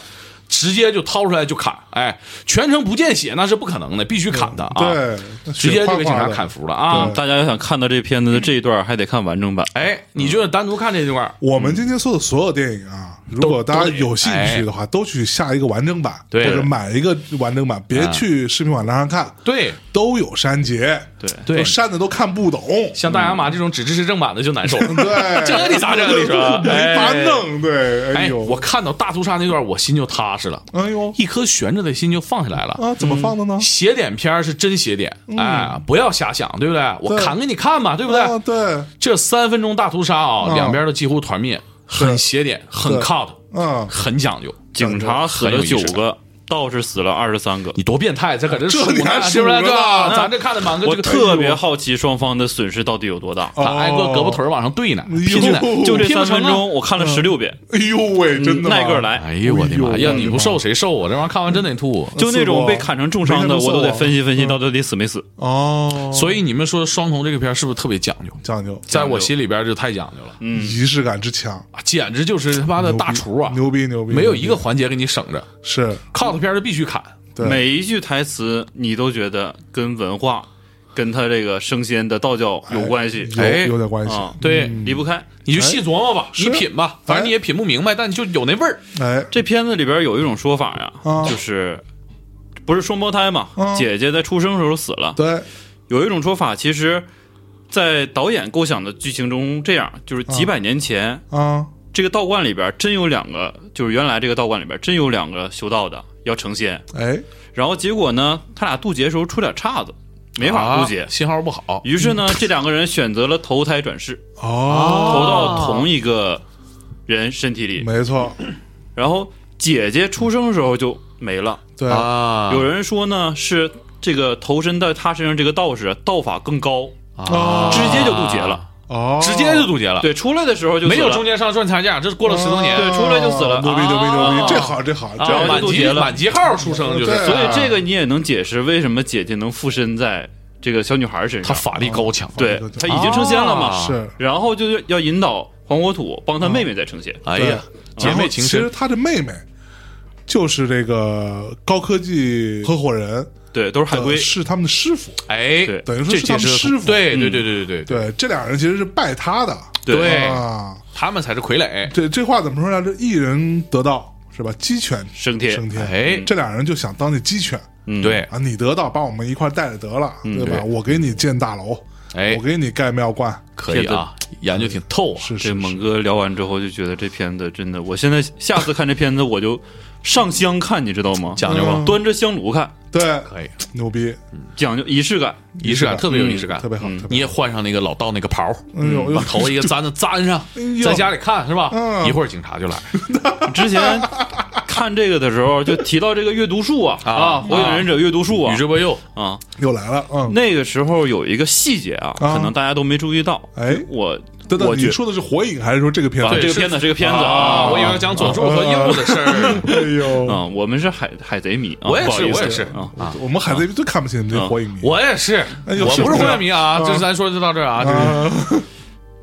[SPEAKER 4] 直接就掏出来就砍，哎，全程不见血那是不可能的，必须砍他啊！
[SPEAKER 2] 对，那
[SPEAKER 4] 直接就给警
[SPEAKER 2] 哗哗
[SPEAKER 4] 察
[SPEAKER 2] 的
[SPEAKER 4] 砍服了啊！
[SPEAKER 5] [LAUGHS] 大家要想看到这片子的这一段，还得看完整版。
[SPEAKER 4] 哎，你就单独看这块儿，
[SPEAKER 2] 我们今天说的所有电影啊，如果大家有兴趣的话，都去下一个完整版，或
[SPEAKER 4] 哎对嗯
[SPEAKER 2] 者买一个完整版，别去视频网站上看，
[SPEAKER 4] 对
[SPEAKER 2] 都有删节，
[SPEAKER 5] 对
[SPEAKER 4] 对
[SPEAKER 2] 都删的都看不
[SPEAKER 4] [LAUGHS]
[SPEAKER 2] 懂，
[SPEAKER 4] 像大洋马这种只支持正版的就难受，
[SPEAKER 2] 嗯 [LAUGHS] 对，
[SPEAKER 4] 这你咋整？啊
[SPEAKER 2] [LAUGHS]
[SPEAKER 4] 你说
[SPEAKER 2] 没法。弄，对，
[SPEAKER 4] 哎
[SPEAKER 2] 哎
[SPEAKER 4] 哎，
[SPEAKER 2] 呦，
[SPEAKER 4] 我嗯看到大屠杀那段，我心就踏实了，
[SPEAKER 2] 哎呦
[SPEAKER 4] 一颗悬着的心就放下来了。
[SPEAKER 2] 啊，怎么放的呢？
[SPEAKER 4] 邪点片儿是真邪点，
[SPEAKER 2] 嗯
[SPEAKER 4] 哎，不要瞎想，对不对？我砍给你看嘛，对不对？
[SPEAKER 2] 啊，对，
[SPEAKER 4] 这三分钟大屠杀啊，
[SPEAKER 2] 嗯
[SPEAKER 4] 两边都几乎团灭，很邪点，很
[SPEAKER 2] 对
[SPEAKER 4] cut，
[SPEAKER 2] 嗯
[SPEAKER 4] 很讲究。
[SPEAKER 5] [LAUGHS] 警察死了九个，道士死了二十三个。
[SPEAKER 4] 你多变态，咱搁这数
[SPEAKER 2] 这你还
[SPEAKER 4] 呢，
[SPEAKER 2] 数
[SPEAKER 4] 是不是？
[SPEAKER 2] 着
[SPEAKER 4] 对吧？
[SPEAKER 2] 呢嗯
[SPEAKER 4] 咱这看的满哥，
[SPEAKER 5] 我
[SPEAKER 4] 这个
[SPEAKER 5] 特别好奇双方的损失到底有多大。
[SPEAKER 4] 咱挨个胳膊腿儿往上对呢，拼呢，
[SPEAKER 5] 就这
[SPEAKER 4] 拼
[SPEAKER 5] 三
[SPEAKER 4] 不成
[SPEAKER 5] 分
[SPEAKER 4] 啊。
[SPEAKER 5] 钟，我看了十嗯六遍，
[SPEAKER 2] 哎呦喂，真的吗
[SPEAKER 5] 耐个儿来。
[SPEAKER 4] 哎呦我的妈！
[SPEAKER 2] 哎呦
[SPEAKER 4] 要你不瘦谁受啊？这玩意儿看完真得吐。
[SPEAKER 5] 就那种被砍成重伤的，
[SPEAKER 2] 没看
[SPEAKER 5] 我
[SPEAKER 2] 出
[SPEAKER 5] 都
[SPEAKER 2] 来
[SPEAKER 5] 得分析分析到底死没死。
[SPEAKER 2] 哦，
[SPEAKER 4] 所以你们说双瞳这个片儿是不是特别讲究？
[SPEAKER 2] 讲究
[SPEAKER 4] 在我心里边就太讲究了，
[SPEAKER 2] 嗯仪式感之强，
[SPEAKER 4] 啊简直就是他妈的
[SPEAKER 2] 牛逼
[SPEAKER 4] 大厨啊！
[SPEAKER 2] 牛逼牛逼，
[SPEAKER 4] 没有
[SPEAKER 2] 牛逼
[SPEAKER 4] 一个环节给你省着
[SPEAKER 2] 是
[SPEAKER 4] ，cut 片儿就必须砍。
[SPEAKER 2] 对
[SPEAKER 5] 每一句台词你都觉得跟文化、跟他这个升仙的道教有关系
[SPEAKER 2] 有
[SPEAKER 4] 哎
[SPEAKER 2] 有点关系，
[SPEAKER 5] 啊，
[SPEAKER 4] 对，
[SPEAKER 5] 离不开。
[SPEAKER 4] 你就细琢磨吧，你品吧，反正
[SPEAKER 2] 哎
[SPEAKER 4] 你也品不明白，但就有那味儿。
[SPEAKER 2] 哎，
[SPEAKER 5] 这片子里边有一种说法呀
[SPEAKER 2] 啊，
[SPEAKER 5] 就是不是双胞胎嘛
[SPEAKER 2] 啊？
[SPEAKER 5] 姐姐在出生时候死了。
[SPEAKER 2] 对，
[SPEAKER 5] 有一种说法，其实，在导演构想的剧情中，这样就是
[SPEAKER 2] 嗯
[SPEAKER 5] 几百年前
[SPEAKER 2] 啊，
[SPEAKER 5] 这个道观里边真有两个，就是原来这个道观里边真有两个修道的要成仙，
[SPEAKER 2] 哎，
[SPEAKER 5] 然后结果呢，他俩渡劫的时候出点岔子，没法渡劫。
[SPEAKER 4] 啊信号不好。
[SPEAKER 5] 于是呢，这两个人选择了投胎转世，
[SPEAKER 2] 嗯哦，
[SPEAKER 5] 投到同一个人身体里。
[SPEAKER 2] 没错，
[SPEAKER 5] 然后姐姐出生的时候就没了。
[SPEAKER 2] 对，
[SPEAKER 4] 啊
[SPEAKER 5] 有人说呢，是这个投身到他身上这个道士道法更高，
[SPEAKER 2] 啊
[SPEAKER 5] 直接就渡劫了。
[SPEAKER 2] 哦，
[SPEAKER 4] 直接就渡劫了，
[SPEAKER 5] 对，出来的时候就死
[SPEAKER 4] 啊没有
[SPEAKER 5] 了
[SPEAKER 4] 中间上赚差价，这是过了十多
[SPEAKER 2] 哦
[SPEAKER 4] 年，啊
[SPEAKER 5] 对出来就死了
[SPEAKER 2] 牛逼牛逼牛逼，
[SPEAKER 5] 啊
[SPEAKER 2] 这好这好，
[SPEAKER 5] 啊
[SPEAKER 2] 这
[SPEAKER 5] 然后
[SPEAKER 2] 好
[SPEAKER 5] 就
[SPEAKER 4] 满
[SPEAKER 5] 渡
[SPEAKER 4] 级
[SPEAKER 5] 劫了
[SPEAKER 4] 满级号出生就是，
[SPEAKER 2] 对
[SPEAKER 5] 所以这个你也能解释为什么姐姐能附身在这个小女孩身
[SPEAKER 4] 他
[SPEAKER 5] 上。
[SPEAKER 4] 法力高强。
[SPEAKER 5] 对，她已经成仙了嘛，
[SPEAKER 4] 啊
[SPEAKER 2] 是。
[SPEAKER 5] 然后就要引导黄国土帮她妹妹再成仙。
[SPEAKER 4] 哎呀，姐
[SPEAKER 2] 然后
[SPEAKER 4] 妹情
[SPEAKER 2] 其实
[SPEAKER 4] 深，
[SPEAKER 2] 他的妹妹就是这个高科技合伙人，
[SPEAKER 5] 对，都是海归
[SPEAKER 2] 呃。是他们的师傅。
[SPEAKER 4] 哎，
[SPEAKER 5] 对
[SPEAKER 2] 等于说
[SPEAKER 4] 这
[SPEAKER 2] 是他
[SPEAKER 4] 解
[SPEAKER 2] 们
[SPEAKER 4] 释得
[SPEAKER 2] 师
[SPEAKER 4] 通
[SPEAKER 2] 傅嗯
[SPEAKER 4] 对对对对对对
[SPEAKER 2] 对，这俩人其实是拜他的。
[SPEAKER 4] 对，
[SPEAKER 2] 啊，
[SPEAKER 4] 他们才是傀儡。
[SPEAKER 2] 这这话怎么说来着？一人得道是吧？鸡犬
[SPEAKER 5] 升天
[SPEAKER 2] 升天。嗯
[SPEAKER 4] 哎
[SPEAKER 2] 这俩人就想当那鸡犬
[SPEAKER 5] 嗯，
[SPEAKER 4] 对，
[SPEAKER 2] 啊！你得道，把我们一块儿带着得了，对吧？
[SPEAKER 4] 对
[SPEAKER 2] 我给你建大楼，
[SPEAKER 4] 哎
[SPEAKER 2] 我，给你盖庙观，
[SPEAKER 4] 可以啊，研究挺透啊。
[SPEAKER 2] 是
[SPEAKER 5] 这
[SPEAKER 2] 是
[SPEAKER 5] 猛哥聊完之后就觉得这片子真的，我现在下次看这片子我就上香看，你知道吗？嗯
[SPEAKER 4] 讲究
[SPEAKER 2] 吗
[SPEAKER 5] 端着香炉看，
[SPEAKER 2] 对，
[SPEAKER 4] 可以，
[SPEAKER 2] 牛逼，
[SPEAKER 5] 讲究仪式感。
[SPEAKER 4] 仪式感特别有仪式感
[SPEAKER 2] 嗯特。别好，
[SPEAKER 5] 嗯
[SPEAKER 2] 特
[SPEAKER 4] 你
[SPEAKER 2] 别
[SPEAKER 4] 也
[SPEAKER 2] 好。
[SPEAKER 4] 换上那个老道那个袍儿，
[SPEAKER 2] 哎呦，
[SPEAKER 4] 把
[SPEAKER 2] 又
[SPEAKER 4] 头一个簪子簪上
[SPEAKER 2] 呦，
[SPEAKER 4] 在家里看是吧？
[SPEAKER 2] 嗯
[SPEAKER 4] 一会儿警察就来，
[SPEAKER 5] 之前看这个的时候就提到这个阅读术啊
[SPEAKER 4] [LAUGHS] 啊
[SPEAKER 5] 啊，火影忍者阅读术啊
[SPEAKER 4] 宇智波鼬
[SPEAKER 5] 啊，
[SPEAKER 2] 又来了，嗯，
[SPEAKER 5] 那个时候有一个细节啊，
[SPEAKER 2] 啊
[SPEAKER 5] 可能大家都没注意到。
[SPEAKER 2] 哎
[SPEAKER 5] 我
[SPEAKER 2] 等等，
[SPEAKER 5] 我
[SPEAKER 2] 你
[SPEAKER 5] 觉
[SPEAKER 2] 说的是火影还是说这个片
[SPEAKER 5] 啊
[SPEAKER 2] 子？
[SPEAKER 5] 这个
[SPEAKER 4] 是
[SPEAKER 5] 片子这个片子
[SPEAKER 4] 啊，我以为要讲佐助和鼬的事
[SPEAKER 2] [LAUGHS]
[SPEAKER 4] 儿。
[SPEAKER 5] [LAUGHS]
[SPEAKER 2] 哎呦，
[SPEAKER 5] 啊，我们是海海贼迷啊，
[SPEAKER 4] 我也
[SPEAKER 5] 不好
[SPEAKER 4] 是，
[SPEAKER 5] 意思
[SPEAKER 4] 我也是，
[SPEAKER 5] 啊，嗯
[SPEAKER 2] 我们海贼最看不起你们这火影迷。
[SPEAKER 4] 我也是，
[SPEAKER 2] 哎呦
[SPEAKER 4] 我
[SPEAKER 2] 是
[SPEAKER 4] 不
[SPEAKER 2] 不
[SPEAKER 4] 是
[SPEAKER 2] 是
[SPEAKER 4] 火影迷啊，就是咱说就到这儿啊，就是
[SPEAKER 2] 啊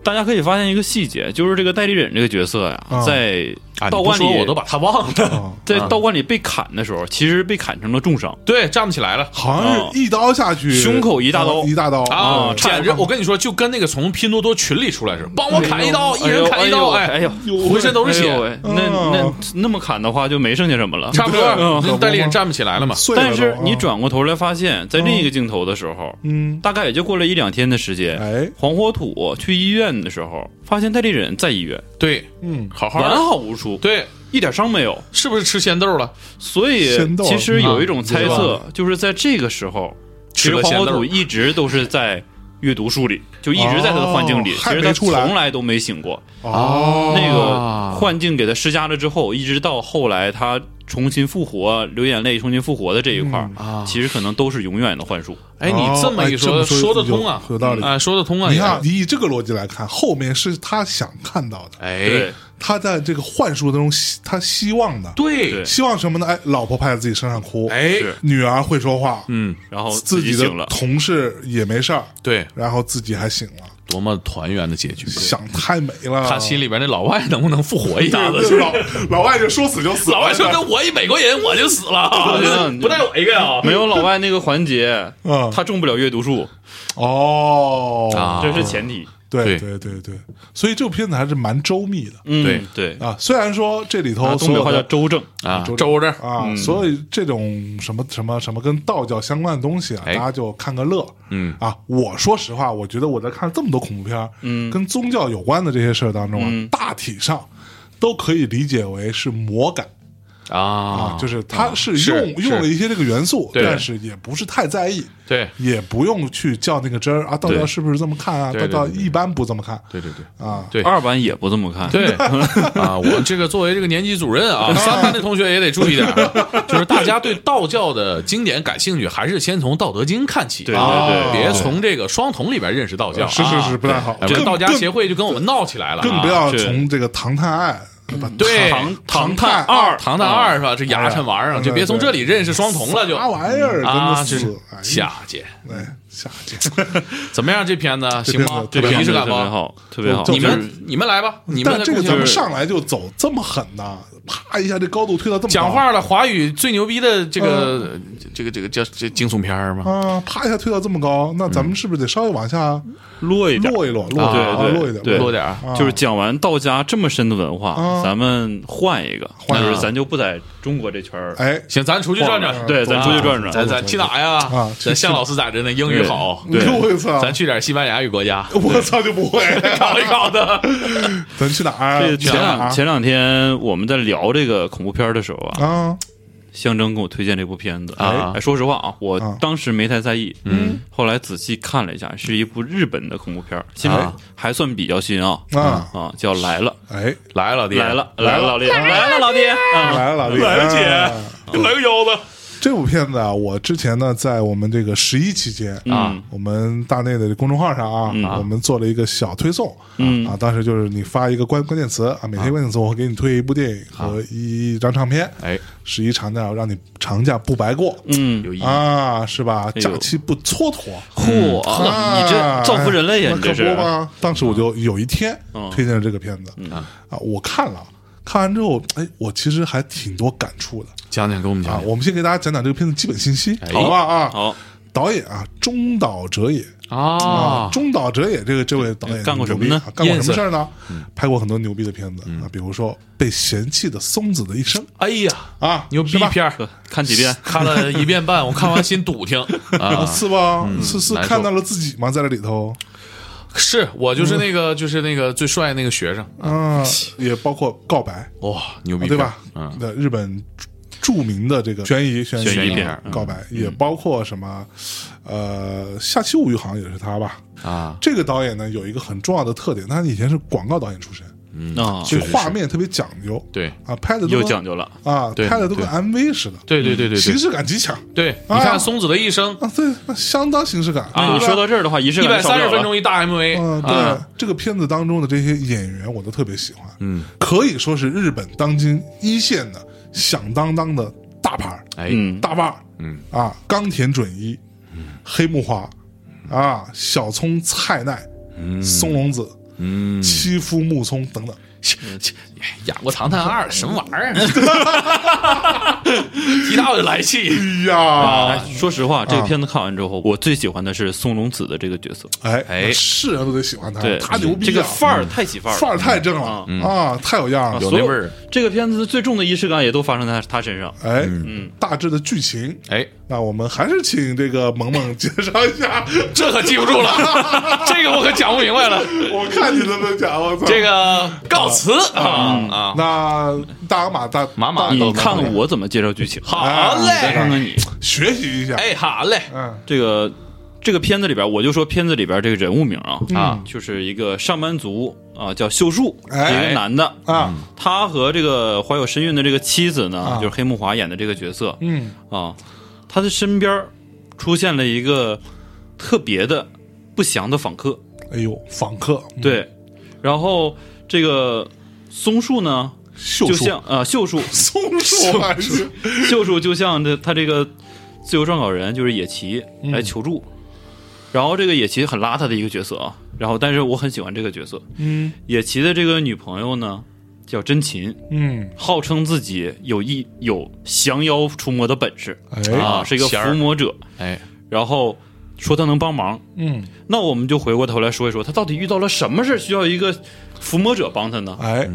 [SPEAKER 5] 大家可以发现一个细节，就是这个代理忍这个角色呀
[SPEAKER 2] 啊，
[SPEAKER 5] 在
[SPEAKER 4] 啊
[SPEAKER 5] 道
[SPEAKER 4] 你不
[SPEAKER 5] 观里
[SPEAKER 4] 说我都把他忘
[SPEAKER 2] [LAUGHS]
[SPEAKER 4] 了，
[SPEAKER 2] 啊
[SPEAKER 5] 在道观里被砍的时候，其实被砍成了重伤。
[SPEAKER 4] 对，站不起来了。
[SPEAKER 2] 好像是一刀下去，
[SPEAKER 5] 嗯胸口一大刀
[SPEAKER 2] 啊一大刀
[SPEAKER 4] 啊，
[SPEAKER 5] 差
[SPEAKER 4] 简
[SPEAKER 5] 点
[SPEAKER 4] 直！我跟你说，就跟那个从拼多多群里出来似的，帮我哦砍一刀，一
[SPEAKER 5] 哎
[SPEAKER 4] 人
[SPEAKER 5] 呦
[SPEAKER 4] 砍一刀，
[SPEAKER 5] 哎
[SPEAKER 4] 哎
[SPEAKER 5] 呦，
[SPEAKER 4] 浑身都是
[SPEAKER 5] 哎呦
[SPEAKER 4] 血，
[SPEAKER 5] 喂那那
[SPEAKER 2] 嗯
[SPEAKER 5] 那么砍的话，就没剩下什么了。
[SPEAKER 4] 差不多。
[SPEAKER 2] 对
[SPEAKER 4] 那
[SPEAKER 2] 嗯
[SPEAKER 4] 代理人站不起来了嘛？
[SPEAKER 2] 碎了
[SPEAKER 5] 但
[SPEAKER 2] 都
[SPEAKER 5] 是你，
[SPEAKER 2] 啊
[SPEAKER 5] 转过头来发现，在另一个镜头的时候，
[SPEAKER 2] 嗯，
[SPEAKER 5] 大概也就过了一两天的时间。
[SPEAKER 2] 哎，
[SPEAKER 5] 黄火土去医院的时候，发现戴立忍在医院
[SPEAKER 4] 对，
[SPEAKER 2] 嗯，
[SPEAKER 4] 好好
[SPEAKER 5] 完
[SPEAKER 4] 的。
[SPEAKER 5] 好无出，
[SPEAKER 4] 对，
[SPEAKER 5] 一点伤没有。
[SPEAKER 4] 是不是吃仙豆了？
[SPEAKER 5] 所以
[SPEAKER 2] 仙豆
[SPEAKER 5] 其实有一种
[SPEAKER 2] 嗯
[SPEAKER 5] 猜
[SPEAKER 2] 对
[SPEAKER 5] 测，就是在这个时候，其
[SPEAKER 4] 吃
[SPEAKER 5] 实
[SPEAKER 4] 了
[SPEAKER 5] 黄
[SPEAKER 4] 仙
[SPEAKER 5] 火
[SPEAKER 4] 豆
[SPEAKER 5] 土。一直都是在阅读书里，就一直在他的幻境里，
[SPEAKER 2] 哦
[SPEAKER 5] 其实
[SPEAKER 2] 还
[SPEAKER 5] 他
[SPEAKER 2] 没出来
[SPEAKER 5] 从来都没醒过。
[SPEAKER 2] 哦，
[SPEAKER 5] 那个
[SPEAKER 4] 啊
[SPEAKER 5] 幻境给他施加了之后，一直到后来他重新复活、流眼泪重新复活的这一块儿，
[SPEAKER 4] 啊
[SPEAKER 5] 其实可能都是永远的幻术。
[SPEAKER 4] 哎，你
[SPEAKER 2] 哦
[SPEAKER 4] 这么一
[SPEAKER 2] 哎这
[SPEAKER 4] 说，
[SPEAKER 2] 么说
[SPEAKER 4] 说得通啊，
[SPEAKER 2] 有有道理
[SPEAKER 4] 啊，说得通啊。
[SPEAKER 2] 你
[SPEAKER 4] 也
[SPEAKER 2] 看，，你以这个逻辑来看，后面是他想看到的，
[SPEAKER 4] 哎
[SPEAKER 5] 对，
[SPEAKER 2] 他在这个幻术中希，他希望的，
[SPEAKER 4] 对
[SPEAKER 5] 对，
[SPEAKER 2] 希望什么呢？哎，老婆拍在自己身上哭，
[SPEAKER 4] 哎，
[SPEAKER 5] 是
[SPEAKER 2] 女儿会说话，
[SPEAKER 4] 嗯，
[SPEAKER 5] 然后
[SPEAKER 2] 自
[SPEAKER 5] 哦己
[SPEAKER 2] 己
[SPEAKER 5] 醒
[SPEAKER 2] 的
[SPEAKER 5] 了，
[SPEAKER 2] 同事也没事儿，
[SPEAKER 4] 对，
[SPEAKER 2] 然后自己还醒了，
[SPEAKER 4] 多么团圆的结局。
[SPEAKER 2] 想太美了，
[SPEAKER 4] 他心里边那老外能不能复活一下
[SPEAKER 2] 对
[SPEAKER 4] 子？
[SPEAKER 2] 对 [LAUGHS] 老老外就说死就死了，
[SPEAKER 4] 老外说：“那我一美国人，我就死了啊，
[SPEAKER 5] [LAUGHS]
[SPEAKER 4] 不带我一个啊。”
[SPEAKER 5] 没有老外那个环节，
[SPEAKER 2] 嗯
[SPEAKER 5] 他中不了阅读术，
[SPEAKER 2] 哦
[SPEAKER 4] 啊
[SPEAKER 5] 这是前提。
[SPEAKER 2] 对对
[SPEAKER 4] 对
[SPEAKER 2] 对对，所以这部片子还是蛮周密的
[SPEAKER 5] 嗯，
[SPEAKER 4] 对
[SPEAKER 5] 对，
[SPEAKER 2] 啊。虽然说这里
[SPEAKER 5] 啊
[SPEAKER 2] 头
[SPEAKER 5] 东
[SPEAKER 2] 哦所
[SPEAKER 5] 北
[SPEAKER 2] 有
[SPEAKER 5] 话叫
[SPEAKER 2] 的
[SPEAKER 5] 周正，
[SPEAKER 4] 啊，
[SPEAKER 2] 周
[SPEAKER 4] 周正
[SPEAKER 2] 啊，所以这种什么什么什么跟道教相关的东西啊，大
[SPEAKER 4] 哎
[SPEAKER 2] 家就看个乐。
[SPEAKER 4] 嗯
[SPEAKER 2] 啊，我说实话，我觉得我在看这么多恐怖片儿，
[SPEAKER 4] 嗯
[SPEAKER 2] 跟宗教有关的这些事儿当中啊，大体上都可以理解为是魔改。
[SPEAKER 4] 啊
[SPEAKER 2] 啊，就是他是
[SPEAKER 4] 是
[SPEAKER 2] 用
[SPEAKER 4] 是
[SPEAKER 2] 用了一些这个元素，
[SPEAKER 4] 对
[SPEAKER 2] 但是也不是太在意，
[SPEAKER 4] 对
[SPEAKER 2] 也不用去较那个真儿啊，道
[SPEAKER 5] 对
[SPEAKER 2] 道是不是这么看啊？
[SPEAKER 4] 对
[SPEAKER 2] 道
[SPEAKER 4] 对
[SPEAKER 2] 道
[SPEAKER 4] 对
[SPEAKER 2] 一般不这么看
[SPEAKER 4] 对对对。
[SPEAKER 2] 啊。
[SPEAKER 4] 对
[SPEAKER 5] 二班也不这么看，
[SPEAKER 4] 对 [LAUGHS] 啊，我这个作为这个年级主
[SPEAKER 2] [LAUGHS]
[SPEAKER 4] 任啊，三班的同学也得注意点儿，啊就是大家对道教的经典感兴趣，还是先从《道德经》看起，
[SPEAKER 5] 对对
[SPEAKER 4] 啊
[SPEAKER 5] 对
[SPEAKER 4] 别从这个双瞳里边认识道教，
[SPEAKER 2] 是是是，不太好。
[SPEAKER 4] 啊，这
[SPEAKER 2] 更
[SPEAKER 4] 道家
[SPEAKER 2] 更
[SPEAKER 4] 协会就跟我们闹起来了啊，
[SPEAKER 2] 更不要
[SPEAKER 5] 是
[SPEAKER 2] 从这个《唐探案》把
[SPEAKER 4] 对
[SPEAKER 5] 唐
[SPEAKER 4] 唐
[SPEAKER 2] 探
[SPEAKER 4] 探
[SPEAKER 2] 二
[SPEAKER 4] 唐探二是吧？这牙碜玩意
[SPEAKER 2] 哎
[SPEAKER 4] 儿，
[SPEAKER 2] 呀
[SPEAKER 4] 就别从这里认识双瞳了，就
[SPEAKER 2] 啥玩意儿，真
[SPEAKER 4] 啊，
[SPEAKER 2] 的
[SPEAKER 4] 这
[SPEAKER 2] 是
[SPEAKER 4] 是
[SPEAKER 2] 哎
[SPEAKER 4] 下去
[SPEAKER 2] 哎下去，
[SPEAKER 4] 怎么样？这片子
[SPEAKER 2] 这片
[SPEAKER 4] 行
[SPEAKER 2] 子
[SPEAKER 4] 吗？
[SPEAKER 2] 特
[SPEAKER 4] 有
[SPEAKER 2] 别
[SPEAKER 4] 仪式
[SPEAKER 5] 特
[SPEAKER 4] 感
[SPEAKER 5] 别
[SPEAKER 4] 吗？
[SPEAKER 5] 好，特别好。
[SPEAKER 4] 你
[SPEAKER 5] 就是
[SPEAKER 4] 们你们来吧，你们
[SPEAKER 2] 但
[SPEAKER 4] 的
[SPEAKER 2] 这个
[SPEAKER 4] 贡
[SPEAKER 2] 咱
[SPEAKER 4] 献
[SPEAKER 2] 们
[SPEAKER 4] 是
[SPEAKER 2] 上来就走这么狠呐，啪一下这高度推到这么高
[SPEAKER 4] 讲话了，华语最牛逼的这个
[SPEAKER 2] 嗯
[SPEAKER 4] 这个这个叫这惊悚片儿吗？
[SPEAKER 2] 啊，啪一下推到这么高，那
[SPEAKER 4] 嗯
[SPEAKER 2] 咱们是不是得稍微往下
[SPEAKER 5] 落一点，
[SPEAKER 2] 落一落，落一
[SPEAKER 5] 啊
[SPEAKER 2] 落，
[SPEAKER 5] 对
[SPEAKER 2] 落一点，
[SPEAKER 5] 对
[SPEAKER 4] 多点儿，
[SPEAKER 2] 啊
[SPEAKER 5] 就是讲完道家这么深的文
[SPEAKER 2] 啊
[SPEAKER 5] 化，咱们换一个，
[SPEAKER 2] 换一个
[SPEAKER 5] 就是咱就不在中国这圈儿，
[SPEAKER 2] 哎
[SPEAKER 4] 行，咱出去转转，
[SPEAKER 5] 对，咱出去转
[SPEAKER 4] 咱
[SPEAKER 5] 转。
[SPEAKER 4] 咱去哪呀
[SPEAKER 2] 啊？去
[SPEAKER 4] 咱向老师咋着呢？英语好，
[SPEAKER 5] 对
[SPEAKER 2] 又一次啊，
[SPEAKER 4] 咱去点西班牙语国家
[SPEAKER 2] 我操就不会，
[SPEAKER 4] 搞一搞
[SPEAKER 2] 哎
[SPEAKER 4] 的。
[SPEAKER 2] 咱去哪儿啊？
[SPEAKER 5] 这
[SPEAKER 2] 去
[SPEAKER 5] 前
[SPEAKER 2] 哪儿
[SPEAKER 5] 两
[SPEAKER 2] 啊
[SPEAKER 5] 前两天我们在聊这个恐怖片儿的时候啊，
[SPEAKER 2] 啊，
[SPEAKER 5] 象征给我推荐这部片子
[SPEAKER 4] 啊
[SPEAKER 5] 哎，说实话啊，我
[SPEAKER 2] 啊
[SPEAKER 5] 当时没太在意，嗯，后来仔细看了一下，是一部日本的恐怖片儿，其实
[SPEAKER 4] 啊
[SPEAKER 5] 还算比较新啊
[SPEAKER 2] 啊
[SPEAKER 5] 啊，叫来了
[SPEAKER 2] 哎，
[SPEAKER 4] 来了，爹
[SPEAKER 5] 来了来了，老爹来了老爹啊，
[SPEAKER 2] 来了，老弟，
[SPEAKER 4] 来了姐
[SPEAKER 2] 啊
[SPEAKER 4] 来个腰子
[SPEAKER 2] 这部片子啊，我之前呢，在我们这个十一期间
[SPEAKER 5] 啊，嗯
[SPEAKER 2] 我们大内的公众号上啊，我们做了一个小推送，嗯啊，当时就是你发一个关关键词啊，每天关键词我会给你推一部电影
[SPEAKER 5] 啊
[SPEAKER 2] 和一张唱片，
[SPEAKER 4] 哎，
[SPEAKER 2] 十一长假我让你长假不白过，
[SPEAKER 5] 嗯，
[SPEAKER 4] 有意义。
[SPEAKER 2] 啊，是吧？
[SPEAKER 5] 哎呦
[SPEAKER 2] 假期不蹉跎，
[SPEAKER 5] 嚯，
[SPEAKER 2] 啊哎
[SPEAKER 5] 你这造福人类呀，
[SPEAKER 2] 那
[SPEAKER 5] 你
[SPEAKER 2] 可
[SPEAKER 5] 这
[SPEAKER 2] 不
[SPEAKER 5] 是
[SPEAKER 2] 吗？当时我就有一天
[SPEAKER 5] 嗯
[SPEAKER 2] 推荐了这个片子，啊，我看了，看完之后，哎，我其实还挺多感触的。
[SPEAKER 4] 讲讲，给我们
[SPEAKER 2] 啊
[SPEAKER 4] 讲，讲。
[SPEAKER 2] 我们先给大家讲讲这个片子基本信息，
[SPEAKER 4] 哎
[SPEAKER 2] 好吧啊？
[SPEAKER 5] 好，
[SPEAKER 2] 导演啊，中岛哲也
[SPEAKER 4] 啊，
[SPEAKER 2] 中岛哲也这个这位导演
[SPEAKER 5] 干过
[SPEAKER 2] 牛
[SPEAKER 5] 什么
[SPEAKER 2] 逼
[SPEAKER 5] 呢
[SPEAKER 2] 啊干过什么
[SPEAKER 4] Yes
[SPEAKER 2] 事儿呢？拍过很多牛逼的片子啊，比如说《被嫌弃的松子的一生
[SPEAKER 4] 哎呀，》
[SPEAKER 2] 啊，
[SPEAKER 4] 牛逼
[SPEAKER 2] 是吧
[SPEAKER 4] 片儿，
[SPEAKER 5] 呵看几遍，
[SPEAKER 4] [LAUGHS] 看了一遍半，我看完心堵
[SPEAKER 2] [LAUGHS]
[SPEAKER 4] 挺啊！
[SPEAKER 2] 是吧？是是
[SPEAKER 4] 难受
[SPEAKER 2] 看到了自己吗？在这里头
[SPEAKER 4] 是我就是那个就是那个最帅那个学生，
[SPEAKER 2] 啊，也包括《告白
[SPEAKER 4] 哇，牛》逼
[SPEAKER 2] 啊，对吧？
[SPEAKER 4] 嗯，
[SPEAKER 2] 那日本著名的这个悬疑悬疑
[SPEAKER 5] 悬疑
[SPEAKER 2] 啊
[SPEAKER 5] 片儿
[SPEAKER 2] 告白》，也包括什么呃，《下期物语》好像也是他吧？
[SPEAKER 4] 啊，
[SPEAKER 2] 这个导演呢有一个很重要的特点，他以前是广告导演出身，
[SPEAKER 5] 啊，
[SPEAKER 2] 所以画面特别讲究，
[SPEAKER 4] 对
[SPEAKER 2] 啊，拍的都
[SPEAKER 5] 又
[SPEAKER 2] 跟
[SPEAKER 5] 讲究了，
[SPEAKER 2] 啊，
[SPEAKER 4] 对
[SPEAKER 2] 拍的都跟
[SPEAKER 4] 对
[SPEAKER 2] MV 似的，
[SPEAKER 4] 对对对对
[SPEAKER 2] 形
[SPEAKER 4] 对
[SPEAKER 2] 式感极强
[SPEAKER 4] 对，你
[SPEAKER 2] 啊
[SPEAKER 4] 看松子的一生，
[SPEAKER 2] 啊，对，那相当形式感
[SPEAKER 5] 那
[SPEAKER 4] 啊
[SPEAKER 5] 你说到这儿的话，仪式
[SPEAKER 4] 一百
[SPEAKER 5] 感就少不
[SPEAKER 4] 三
[SPEAKER 5] 了
[SPEAKER 4] 十分，
[SPEAKER 5] 了
[SPEAKER 4] 钟一大
[SPEAKER 2] 啊
[SPEAKER 4] MV
[SPEAKER 2] 嗯，
[SPEAKER 4] 啊
[SPEAKER 2] 对，这个片子当中的这些演员我都特别喜欢，嗯，可以说是日本当今一线的响当当的大牌儿
[SPEAKER 4] 哎，
[SPEAKER 5] 嗯，
[SPEAKER 2] 大腕儿，
[SPEAKER 4] 嗯
[SPEAKER 2] 啊，冈田准一，黑木华，啊，小松菜奈，松隆子，
[SPEAKER 4] 嗯，
[SPEAKER 2] 七夫木聪等等，
[SPEAKER 4] 演过《唐探二》什么玩意
[SPEAKER 2] [LAUGHS]
[SPEAKER 4] 儿？一大我就来气，
[SPEAKER 2] 哎呀，
[SPEAKER 5] 哎，说实话，这个片子看完之后，我最喜欢的是松隆子的这个角色，
[SPEAKER 2] 哎
[SPEAKER 4] 哎
[SPEAKER 2] 是人都得喜欢他，
[SPEAKER 5] 对，
[SPEAKER 2] 他牛逼啊，
[SPEAKER 5] 这个范儿太起范儿了，
[SPEAKER 2] 范儿太正了啊，太有样了，
[SPEAKER 4] 有
[SPEAKER 5] 所
[SPEAKER 4] 那
[SPEAKER 5] 有
[SPEAKER 4] 味儿。
[SPEAKER 5] 这个片子最重的仪式感也都发生在他身上。
[SPEAKER 2] 哎，大致的剧情。
[SPEAKER 4] 哎，
[SPEAKER 2] 那我们还是请这个萌萌介绍一下，
[SPEAKER 4] 这可记不
[SPEAKER 2] [LAUGHS]
[SPEAKER 4] 住了，这个我可讲不明白了。
[SPEAKER 2] 我看你怎么讲，我操！
[SPEAKER 4] 这个告辞啊
[SPEAKER 2] 嗯
[SPEAKER 4] 啊，
[SPEAKER 2] 那大马大
[SPEAKER 4] 马马
[SPEAKER 2] 大
[SPEAKER 5] 你看看我怎么介绍剧情，
[SPEAKER 4] 好
[SPEAKER 2] 哎
[SPEAKER 5] 再看
[SPEAKER 4] 嘞，
[SPEAKER 5] 看你
[SPEAKER 2] 学习一下，
[SPEAKER 4] 哎，好嘞，
[SPEAKER 2] 嗯
[SPEAKER 5] 这个这个片子里边，我就说片子里边这个人物名啊
[SPEAKER 2] 嗯
[SPEAKER 4] 啊
[SPEAKER 5] 就是一个上班族啊，叫秀树，
[SPEAKER 2] 哎
[SPEAKER 5] 一个男的。
[SPEAKER 2] 啊，
[SPEAKER 5] 他和这个怀有身孕的这个妻子呢，
[SPEAKER 2] 啊
[SPEAKER 5] 就是黑木华演的这个角色
[SPEAKER 2] 嗯
[SPEAKER 5] 啊，他的身边出现了一个特别的不祥的访客，
[SPEAKER 2] 哎呦，访客嗯
[SPEAKER 5] 对，然后这个松树呢，
[SPEAKER 2] 秀
[SPEAKER 5] 就
[SPEAKER 2] 树
[SPEAKER 5] 像呃秀树，
[SPEAKER 2] 松树还是
[SPEAKER 5] [LAUGHS] 秀树就像这他这个自由撰稿人就是野崎来求助，然后这个野崎很邋遢的一个角色啊，然后但是我很喜欢这个角色，
[SPEAKER 2] 嗯
[SPEAKER 5] 野崎的这个女朋友呢叫真琴，
[SPEAKER 2] 嗯，
[SPEAKER 5] 号称自己有一有降妖除魔的本事
[SPEAKER 2] 哎
[SPEAKER 5] 啊，是一个
[SPEAKER 4] 仙儿
[SPEAKER 5] 伏魔者，
[SPEAKER 4] 哎，
[SPEAKER 5] 然后说她能帮忙，
[SPEAKER 2] 嗯
[SPEAKER 5] 那我们就回过头来说一说，她到底遇到了什么事需要一个伏魔者帮她呢？
[SPEAKER 2] 哎，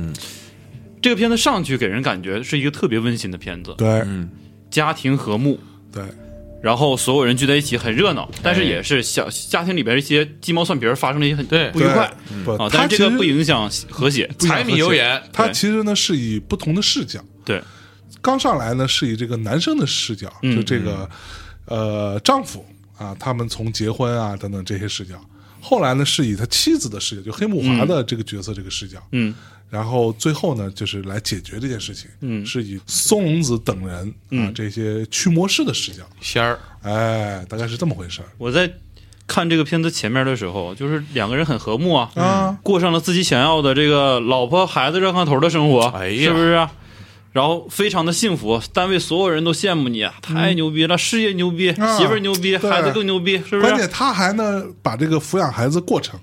[SPEAKER 5] 这个片子上去给人感觉是一个特别温馨的片子，
[SPEAKER 2] 对
[SPEAKER 4] 嗯
[SPEAKER 5] 家庭和睦，
[SPEAKER 2] 对，
[SPEAKER 5] 然后所有人聚在一起很热闹，
[SPEAKER 2] 哎
[SPEAKER 5] 但是也是小家庭里边一些鸡毛蒜皮儿发生了一些很
[SPEAKER 4] 对
[SPEAKER 5] 不愉快
[SPEAKER 2] 对不
[SPEAKER 5] 啊，
[SPEAKER 2] 他
[SPEAKER 5] 但是这
[SPEAKER 2] 其
[SPEAKER 5] 个
[SPEAKER 2] 实
[SPEAKER 5] 不影响和谐。
[SPEAKER 2] 不想
[SPEAKER 4] 柴米油盐
[SPEAKER 2] 他
[SPEAKER 5] 对
[SPEAKER 2] 其实呢是以不同的视角
[SPEAKER 5] 对
[SPEAKER 2] 刚上来呢是以这个男生的视角，
[SPEAKER 5] 嗯
[SPEAKER 2] 就这个呃丈夫啊，他们从结婚啊等等这些视角。后来呢，是以他妻子的视角，就黑木华的这个角色、这个视角，
[SPEAKER 5] 嗯，
[SPEAKER 2] 然后最后呢，就是来解决这件事情，嗯，是以松隆子等人啊、
[SPEAKER 5] 嗯
[SPEAKER 2] 这些驱魔师的视角，
[SPEAKER 4] 仙儿，
[SPEAKER 2] 哎，大概是这么回事儿
[SPEAKER 5] 我在看这个片子前面的时候，就是两个人很和睦啊，
[SPEAKER 2] 啊。
[SPEAKER 5] 过上了自己想要的这个老婆孩子热炕头的生活，
[SPEAKER 4] 哎呀
[SPEAKER 5] 是不是、啊？然后非常的幸福，单位所有人都羡慕你，啊，太牛逼了，事业牛逼，
[SPEAKER 2] 嗯啊
[SPEAKER 5] 媳妇儿牛逼，
[SPEAKER 2] 对
[SPEAKER 5] 孩子更牛逼，是不
[SPEAKER 2] 关键
[SPEAKER 5] 是？
[SPEAKER 2] 他还呢把这个抚养孩子过程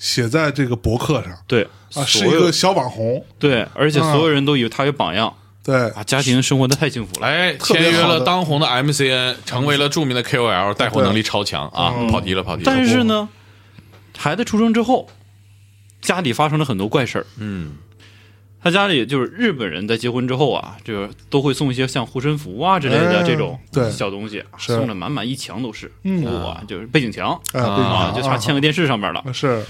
[SPEAKER 2] 写在这个博客上
[SPEAKER 5] 对
[SPEAKER 2] 啊，
[SPEAKER 5] 所
[SPEAKER 2] 是一
[SPEAKER 5] 有
[SPEAKER 2] 个啊小网红，
[SPEAKER 5] 对，而且所有人都以他为榜样
[SPEAKER 2] 对，
[SPEAKER 5] 啊，家庭生活的太幸福了。
[SPEAKER 4] 哎，
[SPEAKER 2] 特别
[SPEAKER 4] 签约
[SPEAKER 2] 好
[SPEAKER 4] 了
[SPEAKER 2] 的
[SPEAKER 4] 当红的 MCN，成为了著名的 KOL，带货能力超强啊！
[SPEAKER 2] 嗯
[SPEAKER 4] 跑题了，跑题了。
[SPEAKER 5] 但是呢，孩子出生之后，家里发生了很多怪事儿。
[SPEAKER 4] 嗯，
[SPEAKER 5] 他家里就是日本人在结婚之后啊，就是都会送一些像护身符啊之类的
[SPEAKER 2] 哎
[SPEAKER 5] 这种
[SPEAKER 2] 对
[SPEAKER 5] 小东西，啊
[SPEAKER 2] 是
[SPEAKER 5] 送的满满一墙都是，
[SPEAKER 2] 嗯
[SPEAKER 5] 哇，就是背景墙
[SPEAKER 2] 哎，
[SPEAKER 4] 啊
[SPEAKER 2] 对
[SPEAKER 5] 啊，就差
[SPEAKER 2] 啊
[SPEAKER 5] 嵌个电视上面了。
[SPEAKER 2] 是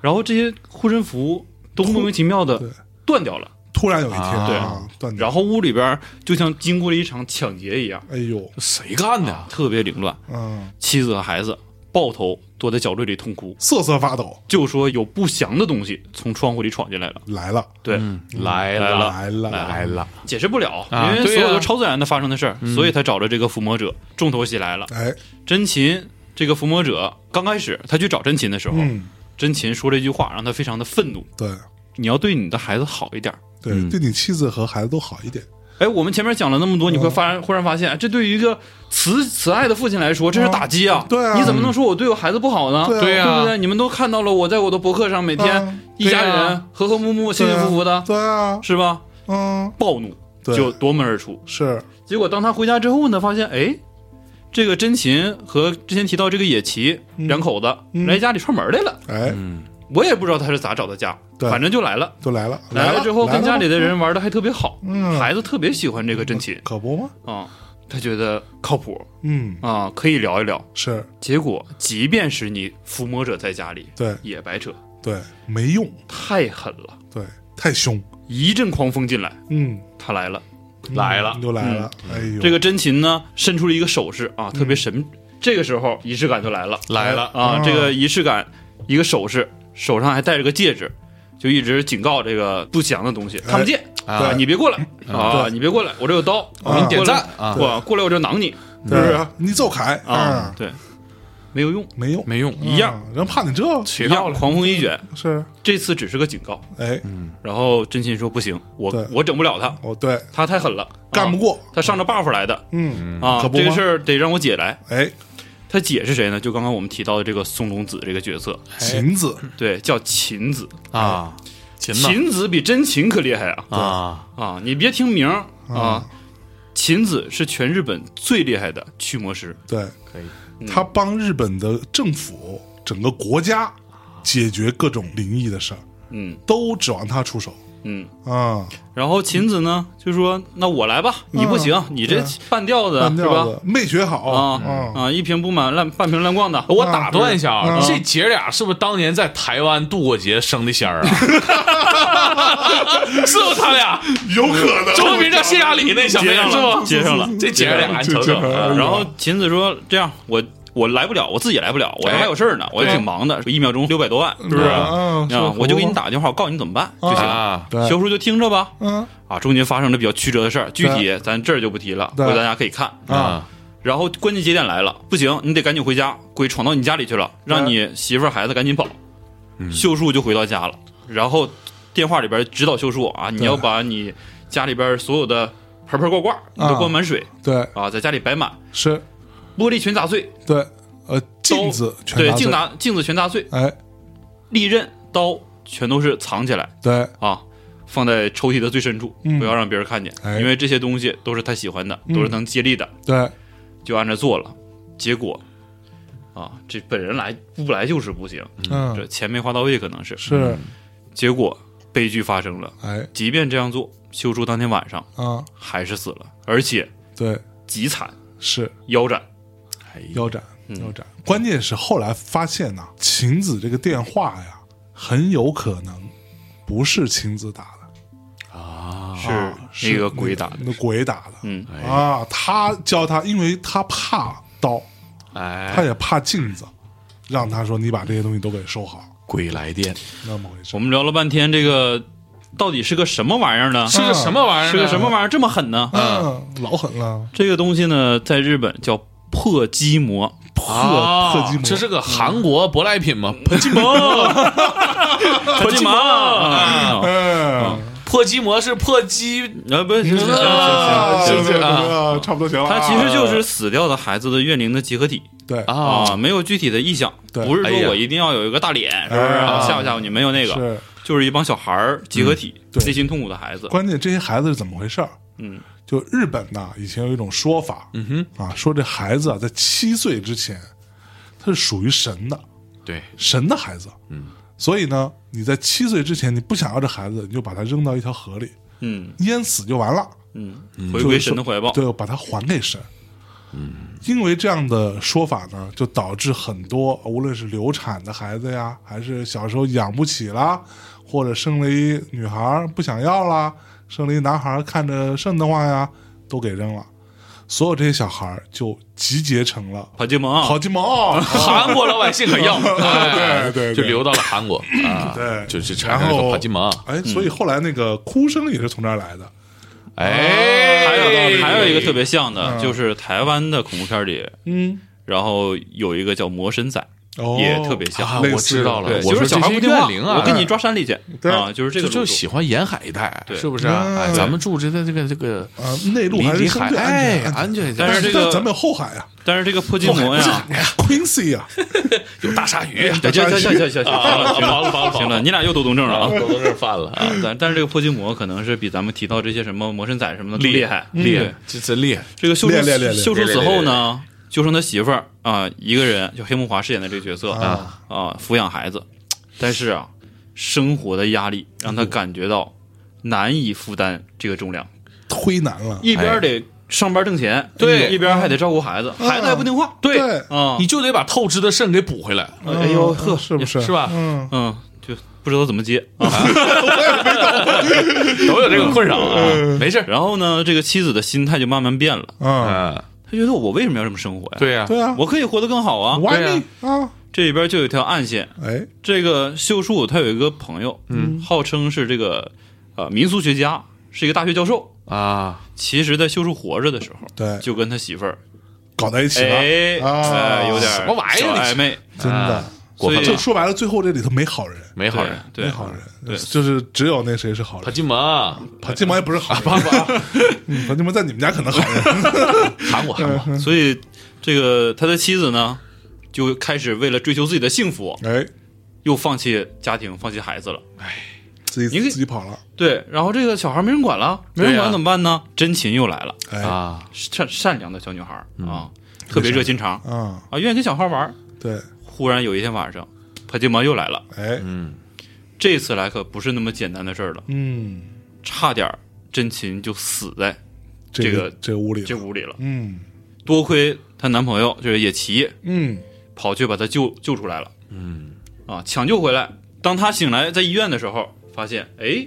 [SPEAKER 5] 然后这些护身符都莫名其妙的
[SPEAKER 2] 对
[SPEAKER 5] 断掉了，
[SPEAKER 2] 突然有一天
[SPEAKER 4] 啊
[SPEAKER 5] 对
[SPEAKER 2] 啊断掉，
[SPEAKER 5] 然后屋里边就像经过了一场抢劫一样，
[SPEAKER 2] 哎呦，
[SPEAKER 4] 谁干的？啊
[SPEAKER 5] 特别凌乱。
[SPEAKER 2] 嗯，
[SPEAKER 5] 妻子和孩子抱头躲在角落里痛哭，
[SPEAKER 2] 瑟瑟发抖
[SPEAKER 5] 就说有不祥的东西从窗户里闯进来了。
[SPEAKER 2] 来了，
[SPEAKER 5] 对，
[SPEAKER 4] 来
[SPEAKER 5] 来了
[SPEAKER 2] 来了，
[SPEAKER 4] 来了！
[SPEAKER 5] 解释不了，
[SPEAKER 4] 啊
[SPEAKER 5] 因为所
[SPEAKER 4] 对
[SPEAKER 5] 有
[SPEAKER 4] 呀
[SPEAKER 5] 都超自然的发生的事儿，
[SPEAKER 2] 嗯
[SPEAKER 5] 所以他找了这个伏魔者，重头戏来了。
[SPEAKER 2] 哎，
[SPEAKER 5] 真琴这个伏魔者刚开始他去找真琴的时候，
[SPEAKER 2] 嗯，
[SPEAKER 5] 真琴说了一句话，让他非常的愤怒：
[SPEAKER 2] 对
[SPEAKER 5] 你要对你的孩子好一点儿。
[SPEAKER 2] 对，对你妻子和孩子都好一点，
[SPEAKER 5] 哎，我们前面讲了那么多，
[SPEAKER 2] 嗯
[SPEAKER 5] 你会发忽然发现，哎这对于一个慈慈爱的父亲来说，这是打击啊！
[SPEAKER 2] 嗯对啊
[SPEAKER 5] 你怎么能说我对我孩子不好呢？
[SPEAKER 2] 对啊
[SPEAKER 4] 对
[SPEAKER 5] 不
[SPEAKER 4] 啊
[SPEAKER 5] 对？你们都看到了，我在我的博客上每
[SPEAKER 2] 啊
[SPEAKER 5] 天一家
[SPEAKER 4] 对
[SPEAKER 5] 人
[SPEAKER 4] 啊
[SPEAKER 5] 和和睦睦、幸幸福福的，
[SPEAKER 2] 对啊，
[SPEAKER 5] 是吧？
[SPEAKER 2] 对啊嗯，
[SPEAKER 5] 暴怒
[SPEAKER 2] 对
[SPEAKER 5] 就夺门而出。
[SPEAKER 2] 是，
[SPEAKER 5] 结果当他回家之后呢，发现哎，这个真琴和之前提到这个野崎、
[SPEAKER 2] 嗯
[SPEAKER 5] 两口子来家里串门来了。
[SPEAKER 2] 哎，
[SPEAKER 4] 嗯
[SPEAKER 5] 我也不知道他是咋找的家，
[SPEAKER 2] 对
[SPEAKER 5] 反正就来了。
[SPEAKER 2] 都来了，
[SPEAKER 5] 来
[SPEAKER 2] 了
[SPEAKER 5] 之后
[SPEAKER 2] 来
[SPEAKER 5] 跟
[SPEAKER 2] 了
[SPEAKER 5] 家里的人玩的还特别好，
[SPEAKER 2] 嗯
[SPEAKER 5] 孩子特别喜欢这个真琴
[SPEAKER 2] 可不吗？
[SPEAKER 5] 啊、他觉得靠谱
[SPEAKER 2] 嗯，
[SPEAKER 5] 啊、可以聊一聊。
[SPEAKER 2] 是
[SPEAKER 5] 结果即便是你伏魔者在家里，
[SPEAKER 2] 对
[SPEAKER 5] 也白扯，
[SPEAKER 2] 对，没用，
[SPEAKER 5] 太狠了，
[SPEAKER 2] 对，太凶，
[SPEAKER 5] 一阵狂风进来，
[SPEAKER 2] 嗯，
[SPEAKER 5] 他来了。嗯
[SPEAKER 4] 来了
[SPEAKER 2] 又来了，哎呦，
[SPEAKER 5] 这个真琴呢，伸出了一个手势啊，特别神。
[SPEAKER 2] 嗯
[SPEAKER 5] 这个时候仪式感就来了，
[SPEAKER 4] 来了
[SPEAKER 5] 啊，
[SPEAKER 2] 啊
[SPEAKER 5] 这个仪式感，一个手势，手上还戴着个戒指，就一直警告这个不祥的东西，看不见
[SPEAKER 2] 哎
[SPEAKER 5] 啊，
[SPEAKER 2] 对
[SPEAKER 5] 你别过来啊，你别过来，我这有刀，
[SPEAKER 2] 我给你
[SPEAKER 5] 过
[SPEAKER 4] 嗯点
[SPEAKER 5] 来
[SPEAKER 4] 赞啊
[SPEAKER 5] 过过来我就囊你
[SPEAKER 2] 对啊，你走开嗯，
[SPEAKER 5] 啊对，没有用，
[SPEAKER 2] 没用，
[SPEAKER 4] 没用，
[SPEAKER 5] 一样
[SPEAKER 2] 嗯，人怕你这
[SPEAKER 5] 一样，狂风一卷，
[SPEAKER 2] 是，
[SPEAKER 5] 这次只是个警告。
[SPEAKER 2] 哎，
[SPEAKER 5] 然后真琴说不行，我
[SPEAKER 2] 对
[SPEAKER 5] 我整不了他，
[SPEAKER 2] 哦对，
[SPEAKER 5] 他太狠了，
[SPEAKER 2] 干不
[SPEAKER 5] 啊，
[SPEAKER 2] 过，
[SPEAKER 5] 他上着 buff 来的
[SPEAKER 2] 嗯，
[SPEAKER 5] 啊
[SPEAKER 2] 可，不
[SPEAKER 5] 这个
[SPEAKER 2] 吗
[SPEAKER 5] 事儿得让我姐来。
[SPEAKER 2] 哎，
[SPEAKER 5] 他姐是谁呢？就刚刚我们提到的这个松隆子这个角色，
[SPEAKER 2] 琴子，
[SPEAKER 5] 对，叫琴子。
[SPEAKER 4] 啊，琴呢？
[SPEAKER 5] 琴子比真琴可厉害啊！
[SPEAKER 4] 啊，
[SPEAKER 5] 啊，你别听名儿啊，琴子是全日本最厉害的驱魔师，
[SPEAKER 2] 对，
[SPEAKER 4] 可以，
[SPEAKER 5] 嗯
[SPEAKER 2] 他帮日本的政府、整个国家解决各种灵异的事儿，
[SPEAKER 5] 嗯
[SPEAKER 2] 都指望他出手
[SPEAKER 5] 嗯。
[SPEAKER 2] 啊，
[SPEAKER 5] 然后琴子呢，就说：“那我来吧，你不行，你这
[SPEAKER 2] 对
[SPEAKER 5] 嗯半吊子
[SPEAKER 2] 半
[SPEAKER 5] 啊是
[SPEAKER 2] 吊
[SPEAKER 5] 吧
[SPEAKER 2] 子？没学好
[SPEAKER 5] 啊
[SPEAKER 2] 啊，
[SPEAKER 5] 啊，一瓶不满烂，半瓶烂逛的。
[SPEAKER 4] 我打断一下啊，
[SPEAKER 2] 嗯
[SPEAKER 4] 这姐俩是不是当年在台湾度过节生的仙儿啊？ [LAUGHS] 是不是他俩？
[SPEAKER 2] 有可能，
[SPEAKER 4] 周明叫谢亚里那小妹
[SPEAKER 5] 接上
[SPEAKER 4] 是
[SPEAKER 5] 了
[SPEAKER 4] 不？
[SPEAKER 5] 接 [LAUGHS] 上了嗯
[SPEAKER 4] 这姐俩你瞅瞅
[SPEAKER 2] 这这
[SPEAKER 4] 啊，
[SPEAKER 5] 然后琴子说：“这样，我我来不了，我自己来不了，我这
[SPEAKER 4] 哎
[SPEAKER 5] 还有事儿呢，我
[SPEAKER 4] 对
[SPEAKER 5] 挺忙的，一秒钟六百多万，是不是？啊，
[SPEAKER 2] 啊，是
[SPEAKER 5] 我就给你
[SPEAKER 2] 可
[SPEAKER 5] 打电话，我告诉你怎么办就行了。
[SPEAKER 4] 啊，
[SPEAKER 2] 对
[SPEAKER 5] 小叔就听着吧。
[SPEAKER 2] 不吗，
[SPEAKER 5] 啊，中间发生了比较曲折的事儿，具体
[SPEAKER 2] 对
[SPEAKER 5] 咱这儿就不提了，回
[SPEAKER 2] 对
[SPEAKER 5] 头大家可以看。
[SPEAKER 2] 嗯啊
[SPEAKER 4] 啊
[SPEAKER 5] 然后关键节点来了，不行，你得赶紧回家，鬼闯到你家里去了，让你媳妇儿孩子赶紧跑。秀树就回到家了，然后电话里边指导秀树啊，你要把你家里边所有的盆盆罐罐你都灌满水
[SPEAKER 2] 对，
[SPEAKER 5] 啊，在家里摆满，
[SPEAKER 2] 是，
[SPEAKER 5] 玻璃全砸碎，
[SPEAKER 2] 对，呃，
[SPEAKER 5] 刀
[SPEAKER 2] 镜子全
[SPEAKER 5] 对
[SPEAKER 2] 拿
[SPEAKER 5] 镜
[SPEAKER 2] 走，
[SPEAKER 5] 砸镜子全砸碎，
[SPEAKER 2] 哎，
[SPEAKER 5] 利刃刀全都是藏起来
[SPEAKER 2] 对，
[SPEAKER 5] 啊，放在抽屉的最深处，
[SPEAKER 2] 嗯
[SPEAKER 5] 不要让别人看见，
[SPEAKER 2] 哎
[SPEAKER 5] 因为这些东西都是他喜欢的，
[SPEAKER 2] 嗯
[SPEAKER 5] 都是能接力的，
[SPEAKER 2] 对，
[SPEAKER 5] 就按着做了，结果。啊，这本人来不来就是不行，这
[SPEAKER 2] 嗯，
[SPEAKER 5] 钱没花到位，可能是
[SPEAKER 2] 是，
[SPEAKER 5] 结果悲剧发生了。
[SPEAKER 2] 哎，
[SPEAKER 5] 即便这样做，秀珠当天晚上
[SPEAKER 2] 啊，
[SPEAKER 5] 还是死了，而且
[SPEAKER 2] 对，
[SPEAKER 5] 极惨，
[SPEAKER 2] 是
[SPEAKER 5] 腰斩。
[SPEAKER 2] 腰斩，腰
[SPEAKER 5] 嗯
[SPEAKER 2] 斩。关键是后来发现呐，晴子这个电话呀，很有可能不是晴子打的。啊
[SPEAKER 5] 是那个鬼打的，
[SPEAKER 2] 那鬼打的，
[SPEAKER 5] 嗯，
[SPEAKER 2] 啊，他教他，因为他怕刀，他
[SPEAKER 5] 哎，
[SPEAKER 2] 也怕镜子，让他说你把这些东西都给收好，
[SPEAKER 4] 鬼来电
[SPEAKER 2] 那么回事
[SPEAKER 5] 我。们聊了半天，这个到底是个什么玩意儿呢？
[SPEAKER 4] 是个什么玩意儿？
[SPEAKER 5] 是个什么？玩意儿这么狠呢？
[SPEAKER 2] 嗯，老狠了，
[SPEAKER 5] 这个东西呢，在日本叫破鸡魔，
[SPEAKER 4] 啊，
[SPEAKER 2] 破破鸡魔
[SPEAKER 4] 这是个韩国舶来品吗？
[SPEAKER 5] 破鸡魔，破鸡魔啊！
[SPEAKER 2] 嗯，
[SPEAKER 4] 破鸡魔是破鸡
[SPEAKER 5] 啊，不是，行行行
[SPEAKER 2] 啊行嗯行
[SPEAKER 5] 行行行啊
[SPEAKER 2] 行，差不多行了啊。
[SPEAKER 5] 它其实就是死掉的孩子的怨灵的集合体
[SPEAKER 2] 对
[SPEAKER 5] 啊，没有具体的意向，
[SPEAKER 2] 对
[SPEAKER 5] 不是
[SPEAKER 4] 哎呀
[SPEAKER 5] 说我一定要有一个大脸，是不是
[SPEAKER 2] 哎
[SPEAKER 5] 啊？
[SPEAKER 2] 呀
[SPEAKER 5] 吓唬吓唬你，没有那个，
[SPEAKER 2] 是
[SPEAKER 5] 就是一帮小孩儿集合体，
[SPEAKER 2] 对
[SPEAKER 5] 内心痛苦的孩子，
[SPEAKER 2] 关键，这些孩子是怎么回事儿？
[SPEAKER 5] 嗯，
[SPEAKER 2] 就日本呐，以前有一种说法，嗯哼，啊，说这孩子啊，在七岁之前，他是属于神的，
[SPEAKER 4] 对，
[SPEAKER 2] 神的孩子，嗯，所以呢，你在七岁之前，你不想要这孩子，你就把他扔到一条河里，
[SPEAKER 5] 嗯
[SPEAKER 2] 淹死就完了，
[SPEAKER 5] 嗯，回归神的怀抱，
[SPEAKER 2] 对，把它还给神。嗯，因为这样的说法呢，就导致很多无论是流产的孩子呀，还是小时候养不起啦，或者生了一女孩儿不想要啦，生了一男孩儿看着瘆得慌呀，都给扔了。所有这些小孩儿就集结成了
[SPEAKER 5] 破鸡魔，
[SPEAKER 2] 好鸡毛，哦
[SPEAKER 4] 哦
[SPEAKER 5] 哦
[SPEAKER 4] 韩国老百姓可要，哎
[SPEAKER 2] 对对对
[SPEAKER 4] 就流到了韩国啊，
[SPEAKER 2] 对
[SPEAKER 4] 就是产
[SPEAKER 2] 然
[SPEAKER 4] 生了个
[SPEAKER 2] 后
[SPEAKER 4] 破鸡魔，
[SPEAKER 2] 哎，所以
[SPEAKER 5] 嗯
[SPEAKER 2] 后来那个哭声也是从这儿来的。
[SPEAKER 4] 哎，
[SPEAKER 5] 还有还有一个特
[SPEAKER 4] 别
[SPEAKER 5] 别像的，就是台湾的恐怖片里，
[SPEAKER 2] 嗯，
[SPEAKER 5] 然后有一个叫魔神仔，
[SPEAKER 2] 哦，
[SPEAKER 5] 也特别像
[SPEAKER 4] 啊，
[SPEAKER 2] 类
[SPEAKER 4] 我
[SPEAKER 2] 似
[SPEAKER 4] 知道了
[SPEAKER 5] 对，，
[SPEAKER 4] 我
[SPEAKER 5] 就
[SPEAKER 4] 说
[SPEAKER 5] 是小
[SPEAKER 4] 这
[SPEAKER 5] 孩
[SPEAKER 4] 些
[SPEAKER 5] 不听话，
[SPEAKER 4] 怨灵啊，
[SPEAKER 5] 我给你抓山里去
[SPEAKER 2] 对
[SPEAKER 5] 啊，就是这
[SPEAKER 4] 就
[SPEAKER 5] 个
[SPEAKER 4] 就
[SPEAKER 5] 路数
[SPEAKER 4] 喜欢沿海一带，
[SPEAKER 5] 对
[SPEAKER 4] 是不是啊？
[SPEAKER 2] 嗯
[SPEAKER 4] 哎，咱们住这个这个这个
[SPEAKER 2] 啊，内陆
[SPEAKER 4] 离
[SPEAKER 2] 还是
[SPEAKER 4] 离
[SPEAKER 2] 相
[SPEAKER 4] 海
[SPEAKER 2] 对安
[SPEAKER 4] 哎
[SPEAKER 2] 全，
[SPEAKER 4] 安全一些，
[SPEAKER 5] 但是这个
[SPEAKER 2] 咱们有后海啊，
[SPEAKER 5] 但是这个破筋膜呀，
[SPEAKER 2] 哎 Quincy 啊，
[SPEAKER 4] 有大鲨鱼，
[SPEAKER 5] [LAUGHS] 对，行行行行行，行
[SPEAKER 4] 啊
[SPEAKER 5] 了行了行了，行了， [LAUGHS] 你俩又多动症了啊。
[SPEAKER 4] 都这犯了啊，
[SPEAKER 5] 但但是这个破筋膜可能是比咱们提到这些什么魔神仔什么的更厉害嗯
[SPEAKER 4] 厉害
[SPEAKER 5] 对，
[SPEAKER 4] 这真厉害，
[SPEAKER 5] 这个秀
[SPEAKER 2] 厉害厉害
[SPEAKER 5] 出
[SPEAKER 2] 厉害
[SPEAKER 5] 秀出死后呢，就剩他媳妇儿啊，一个人就黑木华饰演的这个角色
[SPEAKER 2] 啊
[SPEAKER 5] 啊，抚养孩子，但是啊，生活的压力让他感觉到难以负担这个重量，哎
[SPEAKER 2] 忒难了。
[SPEAKER 5] 一边得上班挣钱，
[SPEAKER 4] 对
[SPEAKER 5] 一边还得照顾孩子，孩子还不听话，
[SPEAKER 4] 对
[SPEAKER 2] 对
[SPEAKER 5] 啊
[SPEAKER 4] 你，就得把透支的肾给补回来，
[SPEAKER 5] 哎呦呵，
[SPEAKER 2] 啊是不是？
[SPEAKER 4] 是吧？
[SPEAKER 2] 嗯，
[SPEAKER 5] 嗯，就不知道怎么接啊。
[SPEAKER 4] 都有这个困扰
[SPEAKER 5] 嗯
[SPEAKER 4] 啊，没事儿，
[SPEAKER 5] 然后呢，这个妻子的心态就慢慢变了，
[SPEAKER 2] 嗯，
[SPEAKER 4] 嗯，
[SPEAKER 5] 她觉得我为什么要这么生活呀？，
[SPEAKER 4] 对呀，
[SPEAKER 2] 对啊，
[SPEAKER 5] 我可以活得更好哎啊。
[SPEAKER 2] 玩
[SPEAKER 4] 对
[SPEAKER 2] 你啊，
[SPEAKER 5] 这里边就有一条暗线，
[SPEAKER 2] 哎，
[SPEAKER 5] 这个秀树他有一个朋友，嗯，号称是这个呃民俗学家，是一个大学教授。
[SPEAKER 4] 啊，
[SPEAKER 5] 其实，在秀树活着的时候，
[SPEAKER 4] 哎
[SPEAKER 2] 对，
[SPEAKER 5] 就跟他媳妇儿
[SPEAKER 2] 搞在一起了，
[SPEAKER 5] 哎
[SPEAKER 2] 啊
[SPEAKER 5] 哎有点
[SPEAKER 4] 什么玩意儿
[SPEAKER 5] 小
[SPEAKER 4] 你
[SPEAKER 5] 暧昧，
[SPEAKER 4] 啊
[SPEAKER 2] 真的。
[SPEAKER 4] 过分
[SPEAKER 5] 所以
[SPEAKER 2] 就
[SPEAKER 4] 了，
[SPEAKER 2] 说白了，最后这里头没好人，
[SPEAKER 4] 没好人，
[SPEAKER 5] 哎对
[SPEAKER 2] 没
[SPEAKER 5] 对
[SPEAKER 2] 好人，
[SPEAKER 5] 对
[SPEAKER 2] 就是只有那谁是好
[SPEAKER 4] 他
[SPEAKER 2] 人。
[SPEAKER 4] 金门啊
[SPEAKER 2] 潘金毛也不是好
[SPEAKER 5] 啊
[SPEAKER 4] [LAUGHS]
[SPEAKER 2] 人，嗯潘金毛在你们家可能好
[SPEAKER 5] [LAUGHS]
[SPEAKER 2] 人，
[SPEAKER 4] 韩国韩国，
[SPEAKER 5] 所以这个他的妻子呢，就开始为了追求自己的幸福，
[SPEAKER 2] 哎，
[SPEAKER 5] 又放弃家庭，放弃孩子了。
[SPEAKER 2] 自己
[SPEAKER 5] 你可以
[SPEAKER 2] 自己跑了，
[SPEAKER 5] 对，然后这个小孩没人管了，没
[SPEAKER 4] 对呀
[SPEAKER 5] 人管怎么办呢？真琴又来了，
[SPEAKER 2] 哎，
[SPEAKER 4] 啊，
[SPEAKER 5] 善善良的小女孩儿
[SPEAKER 4] 嗯
[SPEAKER 5] 啊，特别热心肠
[SPEAKER 2] 啊，
[SPEAKER 5] 啊，愿意跟小孩玩儿。
[SPEAKER 2] 对，
[SPEAKER 5] 忽然有一天晚上，帕金毛又来了，
[SPEAKER 2] 哎，
[SPEAKER 5] 这次来可不是那么简单的事儿了，
[SPEAKER 2] 嗯，
[SPEAKER 5] 差点儿真琴就死
[SPEAKER 2] 哎这
[SPEAKER 5] 在这
[SPEAKER 2] 个
[SPEAKER 5] 个
[SPEAKER 2] 这个屋里，
[SPEAKER 5] 这屋里了。
[SPEAKER 2] 嗯
[SPEAKER 5] 多亏她男朋友就是野崎
[SPEAKER 2] 嗯，
[SPEAKER 5] 跑去把她救救出来了，嗯，啊，抢救回来。当她醒来在医院的时候，发现哎，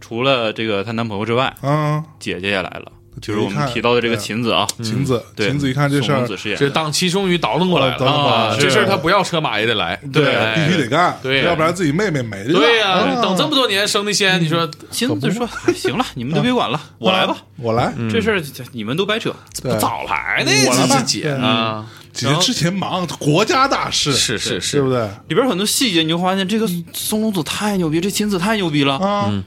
[SPEAKER 5] 除了这个她男朋友之外，
[SPEAKER 2] 啊，
[SPEAKER 5] 姐姐也来了，
[SPEAKER 2] 姐姐
[SPEAKER 5] 就是我
[SPEAKER 2] 一看
[SPEAKER 5] 们提到的这个
[SPEAKER 2] 对
[SPEAKER 5] 芹子啊，
[SPEAKER 2] 晴子，
[SPEAKER 5] 对，
[SPEAKER 2] 晴子一看这事
[SPEAKER 5] 宋
[SPEAKER 2] 儿
[SPEAKER 5] 公，子饰演
[SPEAKER 4] 这
[SPEAKER 5] 的，
[SPEAKER 4] 档期终于倒腾过来
[SPEAKER 2] 倒
[SPEAKER 4] 了
[SPEAKER 2] 腾过来了
[SPEAKER 4] 啊，这事儿
[SPEAKER 2] 是
[SPEAKER 4] 他不要车马也得来，哎
[SPEAKER 2] 必须得干，
[SPEAKER 4] 对
[SPEAKER 2] 要不然自己妹妹没了，
[SPEAKER 4] 对呀，
[SPEAKER 2] 啊
[SPEAKER 4] 等这么多年升的仙，你说
[SPEAKER 5] 芹子说：“哎
[SPEAKER 2] [LAUGHS]
[SPEAKER 5] 行了，你们都别管
[SPEAKER 2] 啊
[SPEAKER 5] 了，我来吧，，嗯
[SPEAKER 2] 我来，
[SPEAKER 5] 这事儿你们都白扯。
[SPEAKER 2] 对
[SPEAKER 4] 早来呢，
[SPEAKER 2] 嗯我来
[SPEAKER 4] 这
[SPEAKER 2] 吧
[SPEAKER 4] 是姐
[SPEAKER 5] 嗯
[SPEAKER 4] 啊，
[SPEAKER 2] 姐姐之前忙，国家大事
[SPEAKER 4] 是是
[SPEAKER 2] 是不
[SPEAKER 4] 是，
[SPEAKER 2] 对？
[SPEAKER 5] 里边很多细节，你就发现这个松隆子太牛逼，这芹子太牛逼了。
[SPEAKER 2] 啊，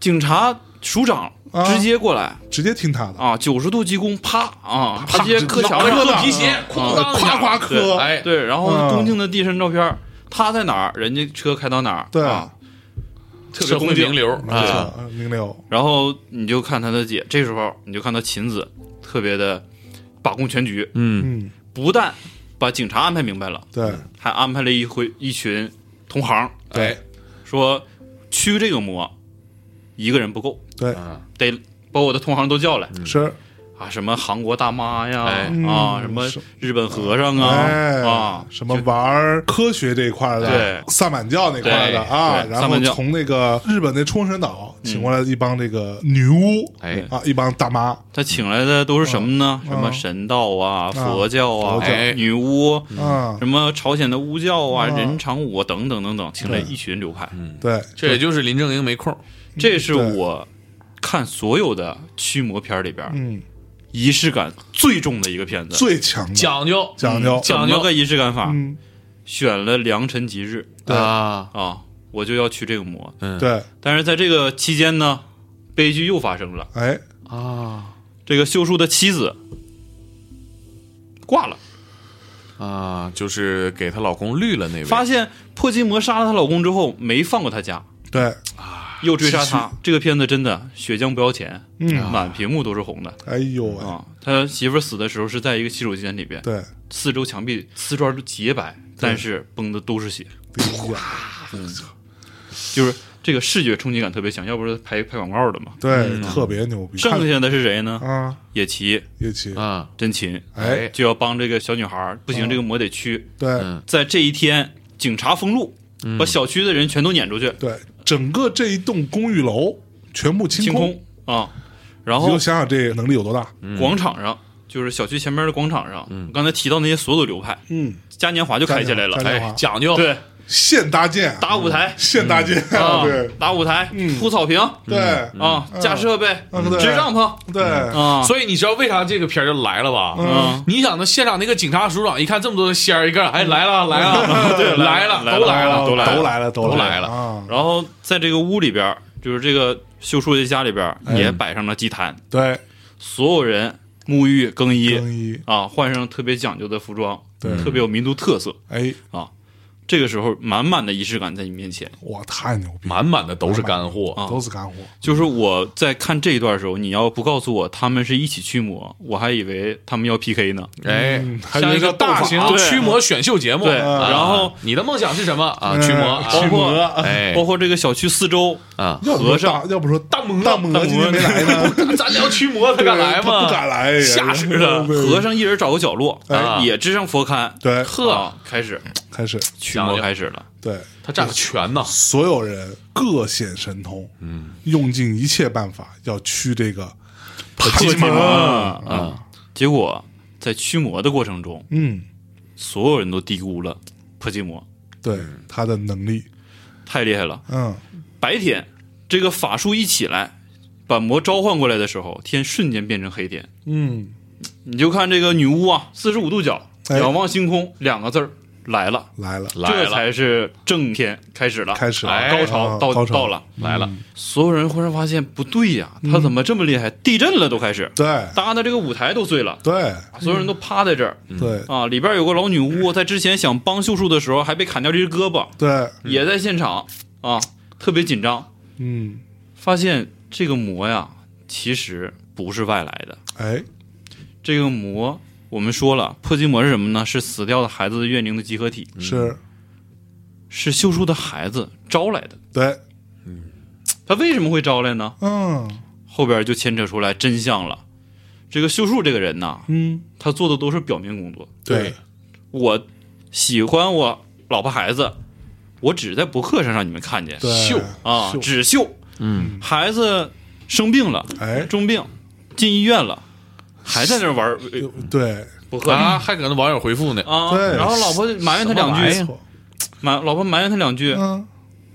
[SPEAKER 5] 警察署长
[SPEAKER 2] 啊
[SPEAKER 5] 直接过来
[SPEAKER 2] 直接听他的，
[SPEAKER 5] 啊，九十度鞠躬，啪啊，他直接磕墙
[SPEAKER 4] 拿着
[SPEAKER 5] 上
[SPEAKER 4] 个皮鞋，哐
[SPEAKER 2] 嗯
[SPEAKER 4] 当一下
[SPEAKER 2] 夸夸磕，
[SPEAKER 4] 哎，
[SPEAKER 5] 对，然
[SPEAKER 2] 啊
[SPEAKER 5] 后恭敬的递身照片，他在哪儿，人家车开到哪儿，
[SPEAKER 2] 对
[SPEAKER 5] 啊，特别
[SPEAKER 4] 社
[SPEAKER 5] 恭
[SPEAKER 4] 会名
[SPEAKER 5] 敬。
[SPEAKER 4] 流
[SPEAKER 2] 没
[SPEAKER 4] 啊，
[SPEAKER 2] 错，零六，
[SPEAKER 5] 然后你就看他的姐，这时候你就看到芹子特别的把控全局，
[SPEAKER 2] 嗯，
[SPEAKER 5] 不但把警察安排明白了。”
[SPEAKER 2] 对，
[SPEAKER 5] 还安排了一回一群同行，
[SPEAKER 4] 哎，
[SPEAKER 5] 说驱这个魔一个人不够，
[SPEAKER 2] 对，
[SPEAKER 5] 得把我的同行都叫来
[SPEAKER 2] 是，
[SPEAKER 5] 啊，什么韩国大妈呀，
[SPEAKER 4] 哎
[SPEAKER 5] 啊，什么日本和尚啊，
[SPEAKER 2] 嗯哎
[SPEAKER 5] 啊，
[SPEAKER 2] 什么玩科学这一块儿的
[SPEAKER 5] 对，
[SPEAKER 2] 萨满教那块儿的
[SPEAKER 5] 对
[SPEAKER 2] 啊，
[SPEAKER 5] 对
[SPEAKER 2] 然
[SPEAKER 5] 萨
[SPEAKER 2] 后
[SPEAKER 5] 满教
[SPEAKER 2] 从那个日本那冲绳岛请过来一帮这个女巫，
[SPEAKER 4] 哎
[SPEAKER 2] 啊，一帮大妈，
[SPEAKER 5] 他请来的都是什么呢？
[SPEAKER 2] 嗯
[SPEAKER 5] 什么神道啊、佛教啊、
[SPEAKER 2] 佛
[SPEAKER 4] 教
[SPEAKER 5] 哎女巫、
[SPEAKER 2] 啊，
[SPEAKER 5] 什么朝鲜的巫教啊、
[SPEAKER 2] 嗯
[SPEAKER 5] 人场舞啊等等等等，请来一群流派。
[SPEAKER 2] 对，
[SPEAKER 4] 这也就是林正英没
[SPEAKER 2] 嗯
[SPEAKER 4] 空儿，
[SPEAKER 5] 这是
[SPEAKER 2] 对
[SPEAKER 5] 我看所有的驱魔片里边
[SPEAKER 2] 嗯，
[SPEAKER 5] 仪式感最重的一个片子。
[SPEAKER 2] 最强的
[SPEAKER 4] 讲究嗯
[SPEAKER 2] 讲究，
[SPEAKER 5] 怎
[SPEAKER 4] 讲
[SPEAKER 5] 么
[SPEAKER 4] 究
[SPEAKER 5] 个仪式感法？
[SPEAKER 2] 嗯，
[SPEAKER 5] 选了良辰吉日
[SPEAKER 4] 啊，
[SPEAKER 5] 啊，我就要驱这个魔。
[SPEAKER 2] 对，
[SPEAKER 5] 但是在这个期间呢，悲剧又发生了，
[SPEAKER 2] 哎，
[SPEAKER 5] 这个秀树的妻子挂了。
[SPEAKER 4] 啊，就是给她老公绿了那位，
[SPEAKER 5] 发现破筋膜杀了她老公之后，没放过她家，
[SPEAKER 2] 对，
[SPEAKER 5] 又追杀她。这个片子真的血浆不要钱，
[SPEAKER 2] 嗯
[SPEAKER 5] 满屏幕都是红的
[SPEAKER 2] 哎呦喂，
[SPEAKER 5] 啊！他媳妇儿死的时候是在一个洗手间里边，
[SPEAKER 2] 对，
[SPEAKER 5] 四周墙壁瓷砖都洁白，但是崩的都是血，
[SPEAKER 2] 哎呀
[SPEAKER 5] 就是这个视觉冲击感特别强，要不是拍拍广告的嘛。
[SPEAKER 2] 对，特别牛逼，看
[SPEAKER 5] 剩下的是谁呢？
[SPEAKER 2] 啊，
[SPEAKER 5] 野崎
[SPEAKER 2] 叶奇，
[SPEAKER 4] 啊，
[SPEAKER 5] 真琴，
[SPEAKER 2] 哎，
[SPEAKER 5] 就要帮这个小女孩儿，
[SPEAKER 2] 哦
[SPEAKER 5] 不行，这个魔得驱。
[SPEAKER 2] 对
[SPEAKER 4] 嗯
[SPEAKER 5] 在这一天，警察封路，把小区的人全都撵出去，
[SPEAKER 2] 对，整个这一栋公寓楼全部清
[SPEAKER 5] 清
[SPEAKER 2] 空，
[SPEAKER 5] 空啊！然
[SPEAKER 2] 你
[SPEAKER 5] 后
[SPEAKER 2] 就嗯想想这能力有多大，
[SPEAKER 5] 广场上，就是小区前面的广场上，我刚才提到那些所有流派，
[SPEAKER 2] 嗯，
[SPEAKER 5] 嘉年华就开起来了
[SPEAKER 2] 嘉，年华
[SPEAKER 4] 哎，讲究，
[SPEAKER 5] 对，
[SPEAKER 2] 现搭建，啊
[SPEAKER 5] 打舞台
[SPEAKER 2] 现搭建，
[SPEAKER 5] 啊
[SPEAKER 2] [LAUGHS] 对，嗯
[SPEAKER 5] 打舞台，铺草坪
[SPEAKER 2] 对，
[SPEAKER 5] 啊，架设备
[SPEAKER 2] 嗯对，嗯
[SPEAKER 5] 支帐篷
[SPEAKER 2] 对，
[SPEAKER 5] 啊，
[SPEAKER 4] 所以你知道为啥这个片儿就来了吧？
[SPEAKER 5] 嗯
[SPEAKER 4] 你想，那现场那个警察署长一看这么多的仙儿，一看，哎，来了，来了，对，来了，
[SPEAKER 5] 来了
[SPEAKER 4] 都来
[SPEAKER 5] 啊
[SPEAKER 4] 了，
[SPEAKER 5] 都来了
[SPEAKER 2] 都来了，都
[SPEAKER 4] 都来了
[SPEAKER 2] 啊！
[SPEAKER 5] 然后在这个屋里边，就是这个秀树的家里边
[SPEAKER 2] 嗯
[SPEAKER 5] 也摆上了祭坛，
[SPEAKER 2] 对，
[SPEAKER 5] 所有人沐浴更
[SPEAKER 2] 更
[SPEAKER 5] 衣
[SPEAKER 2] 衣，
[SPEAKER 5] 啊，换上特别讲究的服装，
[SPEAKER 2] 对
[SPEAKER 5] 特别有民族特色。
[SPEAKER 2] 哎，
[SPEAKER 5] 这个时候，满满的仪式感在你面前。
[SPEAKER 2] 哇，太牛逼了，
[SPEAKER 4] 满满的都是干货，
[SPEAKER 2] 都是干货，
[SPEAKER 5] 就是我在看这一段的时候，你要不告诉我他们是一起驱魔，我还以为他们要 PK 呢。
[SPEAKER 4] 哎，
[SPEAKER 2] 还有
[SPEAKER 4] 像
[SPEAKER 2] 一
[SPEAKER 4] 一
[SPEAKER 2] 个
[SPEAKER 4] 个
[SPEAKER 2] 斗
[SPEAKER 4] 大
[SPEAKER 2] 法
[SPEAKER 4] 型
[SPEAKER 5] 对
[SPEAKER 4] 驱魔选秀节目。
[SPEAKER 5] 对
[SPEAKER 4] 啊
[SPEAKER 5] 然后
[SPEAKER 4] 你的梦想是什么啊？驱魔，啊
[SPEAKER 5] 包括
[SPEAKER 4] 哎
[SPEAKER 5] 包括这个小区四周，
[SPEAKER 4] 啊，
[SPEAKER 2] 要不说
[SPEAKER 5] 和尚
[SPEAKER 2] 大，要不说大魔大魔今天没来
[SPEAKER 4] [LAUGHS]
[SPEAKER 2] 呢，
[SPEAKER 4] 咱聊驱魔，他敢来
[SPEAKER 2] 对他
[SPEAKER 4] 吗？
[SPEAKER 2] 不敢来，
[SPEAKER 4] [LAUGHS] 吓啊死了
[SPEAKER 2] 对
[SPEAKER 5] 啊和尚一人找个角落，
[SPEAKER 4] 哎
[SPEAKER 5] 也支上佛龛，
[SPEAKER 2] 对
[SPEAKER 5] 呵，啊开始
[SPEAKER 2] 开始，
[SPEAKER 5] 驱
[SPEAKER 4] 讲
[SPEAKER 5] 魔
[SPEAKER 4] 究
[SPEAKER 5] 开始了。
[SPEAKER 2] 对，
[SPEAKER 4] 他占个全呐，
[SPEAKER 2] 所有人各显神通，嗯，用尽一切办法要驱这个
[SPEAKER 5] 破
[SPEAKER 2] 破
[SPEAKER 5] 金
[SPEAKER 2] 门，
[SPEAKER 5] 啊啊！结果在驱魔的过程中，
[SPEAKER 2] 嗯，
[SPEAKER 5] 所有人都低估了破筋魔，
[SPEAKER 2] 对他的能力，
[SPEAKER 5] 太厉害了。
[SPEAKER 2] 嗯，
[SPEAKER 5] 白天这个法术一起来，把魔召唤过来的时候，天瞬间变成黑天。
[SPEAKER 2] 嗯，
[SPEAKER 5] 你就看这个女巫啊，四十五度角
[SPEAKER 2] 哎
[SPEAKER 5] 仰望星空，两个字儿来了，
[SPEAKER 2] 来了，
[SPEAKER 4] 来
[SPEAKER 5] 这
[SPEAKER 4] 了，
[SPEAKER 5] 才是正片开始了，
[SPEAKER 2] 开始了
[SPEAKER 5] 啊高潮
[SPEAKER 2] 哎
[SPEAKER 5] 到
[SPEAKER 2] 高潮
[SPEAKER 5] 到了，
[SPEAKER 4] 来了，
[SPEAKER 5] 所有人忽然发现不对呀，他
[SPEAKER 2] 嗯
[SPEAKER 5] 怎么这么厉害？地震了都开始，
[SPEAKER 2] 对，
[SPEAKER 5] 搭的这个舞台都碎了，
[SPEAKER 2] 对，
[SPEAKER 5] 所有人都趴在这儿
[SPEAKER 2] 对，
[SPEAKER 5] 啊，里边有个老女巫，在之前想帮秀树的时候还被砍掉这只胳膊，
[SPEAKER 2] 对，
[SPEAKER 5] 也在现场啊，特别紧张，
[SPEAKER 2] 嗯，
[SPEAKER 5] 发现这个魔呀，其实不是外来的，
[SPEAKER 2] 哎，
[SPEAKER 5] 这个魔，我们说了，破筋魔是什么呢？是死掉的孩子的怨灵的集合体，
[SPEAKER 2] 是
[SPEAKER 5] 是秀树的孩子招来的。
[SPEAKER 2] 对，
[SPEAKER 5] 他为什么会招来呢？
[SPEAKER 2] 嗯
[SPEAKER 5] 后边就牵扯出来真相了。这个秀树这个人呐，
[SPEAKER 2] 嗯，
[SPEAKER 5] 他做的都是表面工作。
[SPEAKER 2] 对，
[SPEAKER 5] 我喜欢我老婆孩子，我只在博客上让你们看见
[SPEAKER 2] 对，
[SPEAKER 4] 秀
[SPEAKER 5] 啊
[SPEAKER 2] 秀，
[SPEAKER 5] 只秀。嗯，孩子生病了，
[SPEAKER 2] 哎，
[SPEAKER 5] 重病进医院了，还在那玩儿
[SPEAKER 2] 有对，
[SPEAKER 5] 博客
[SPEAKER 4] 啊，还给那网友回复呢，
[SPEAKER 5] 啊
[SPEAKER 2] 对
[SPEAKER 5] 然后老婆埋哎怨他两
[SPEAKER 4] 什么玩意
[SPEAKER 5] 句
[SPEAKER 4] 儿，
[SPEAKER 2] 错，
[SPEAKER 5] 埋老婆埋怨他两句，
[SPEAKER 2] 嗯，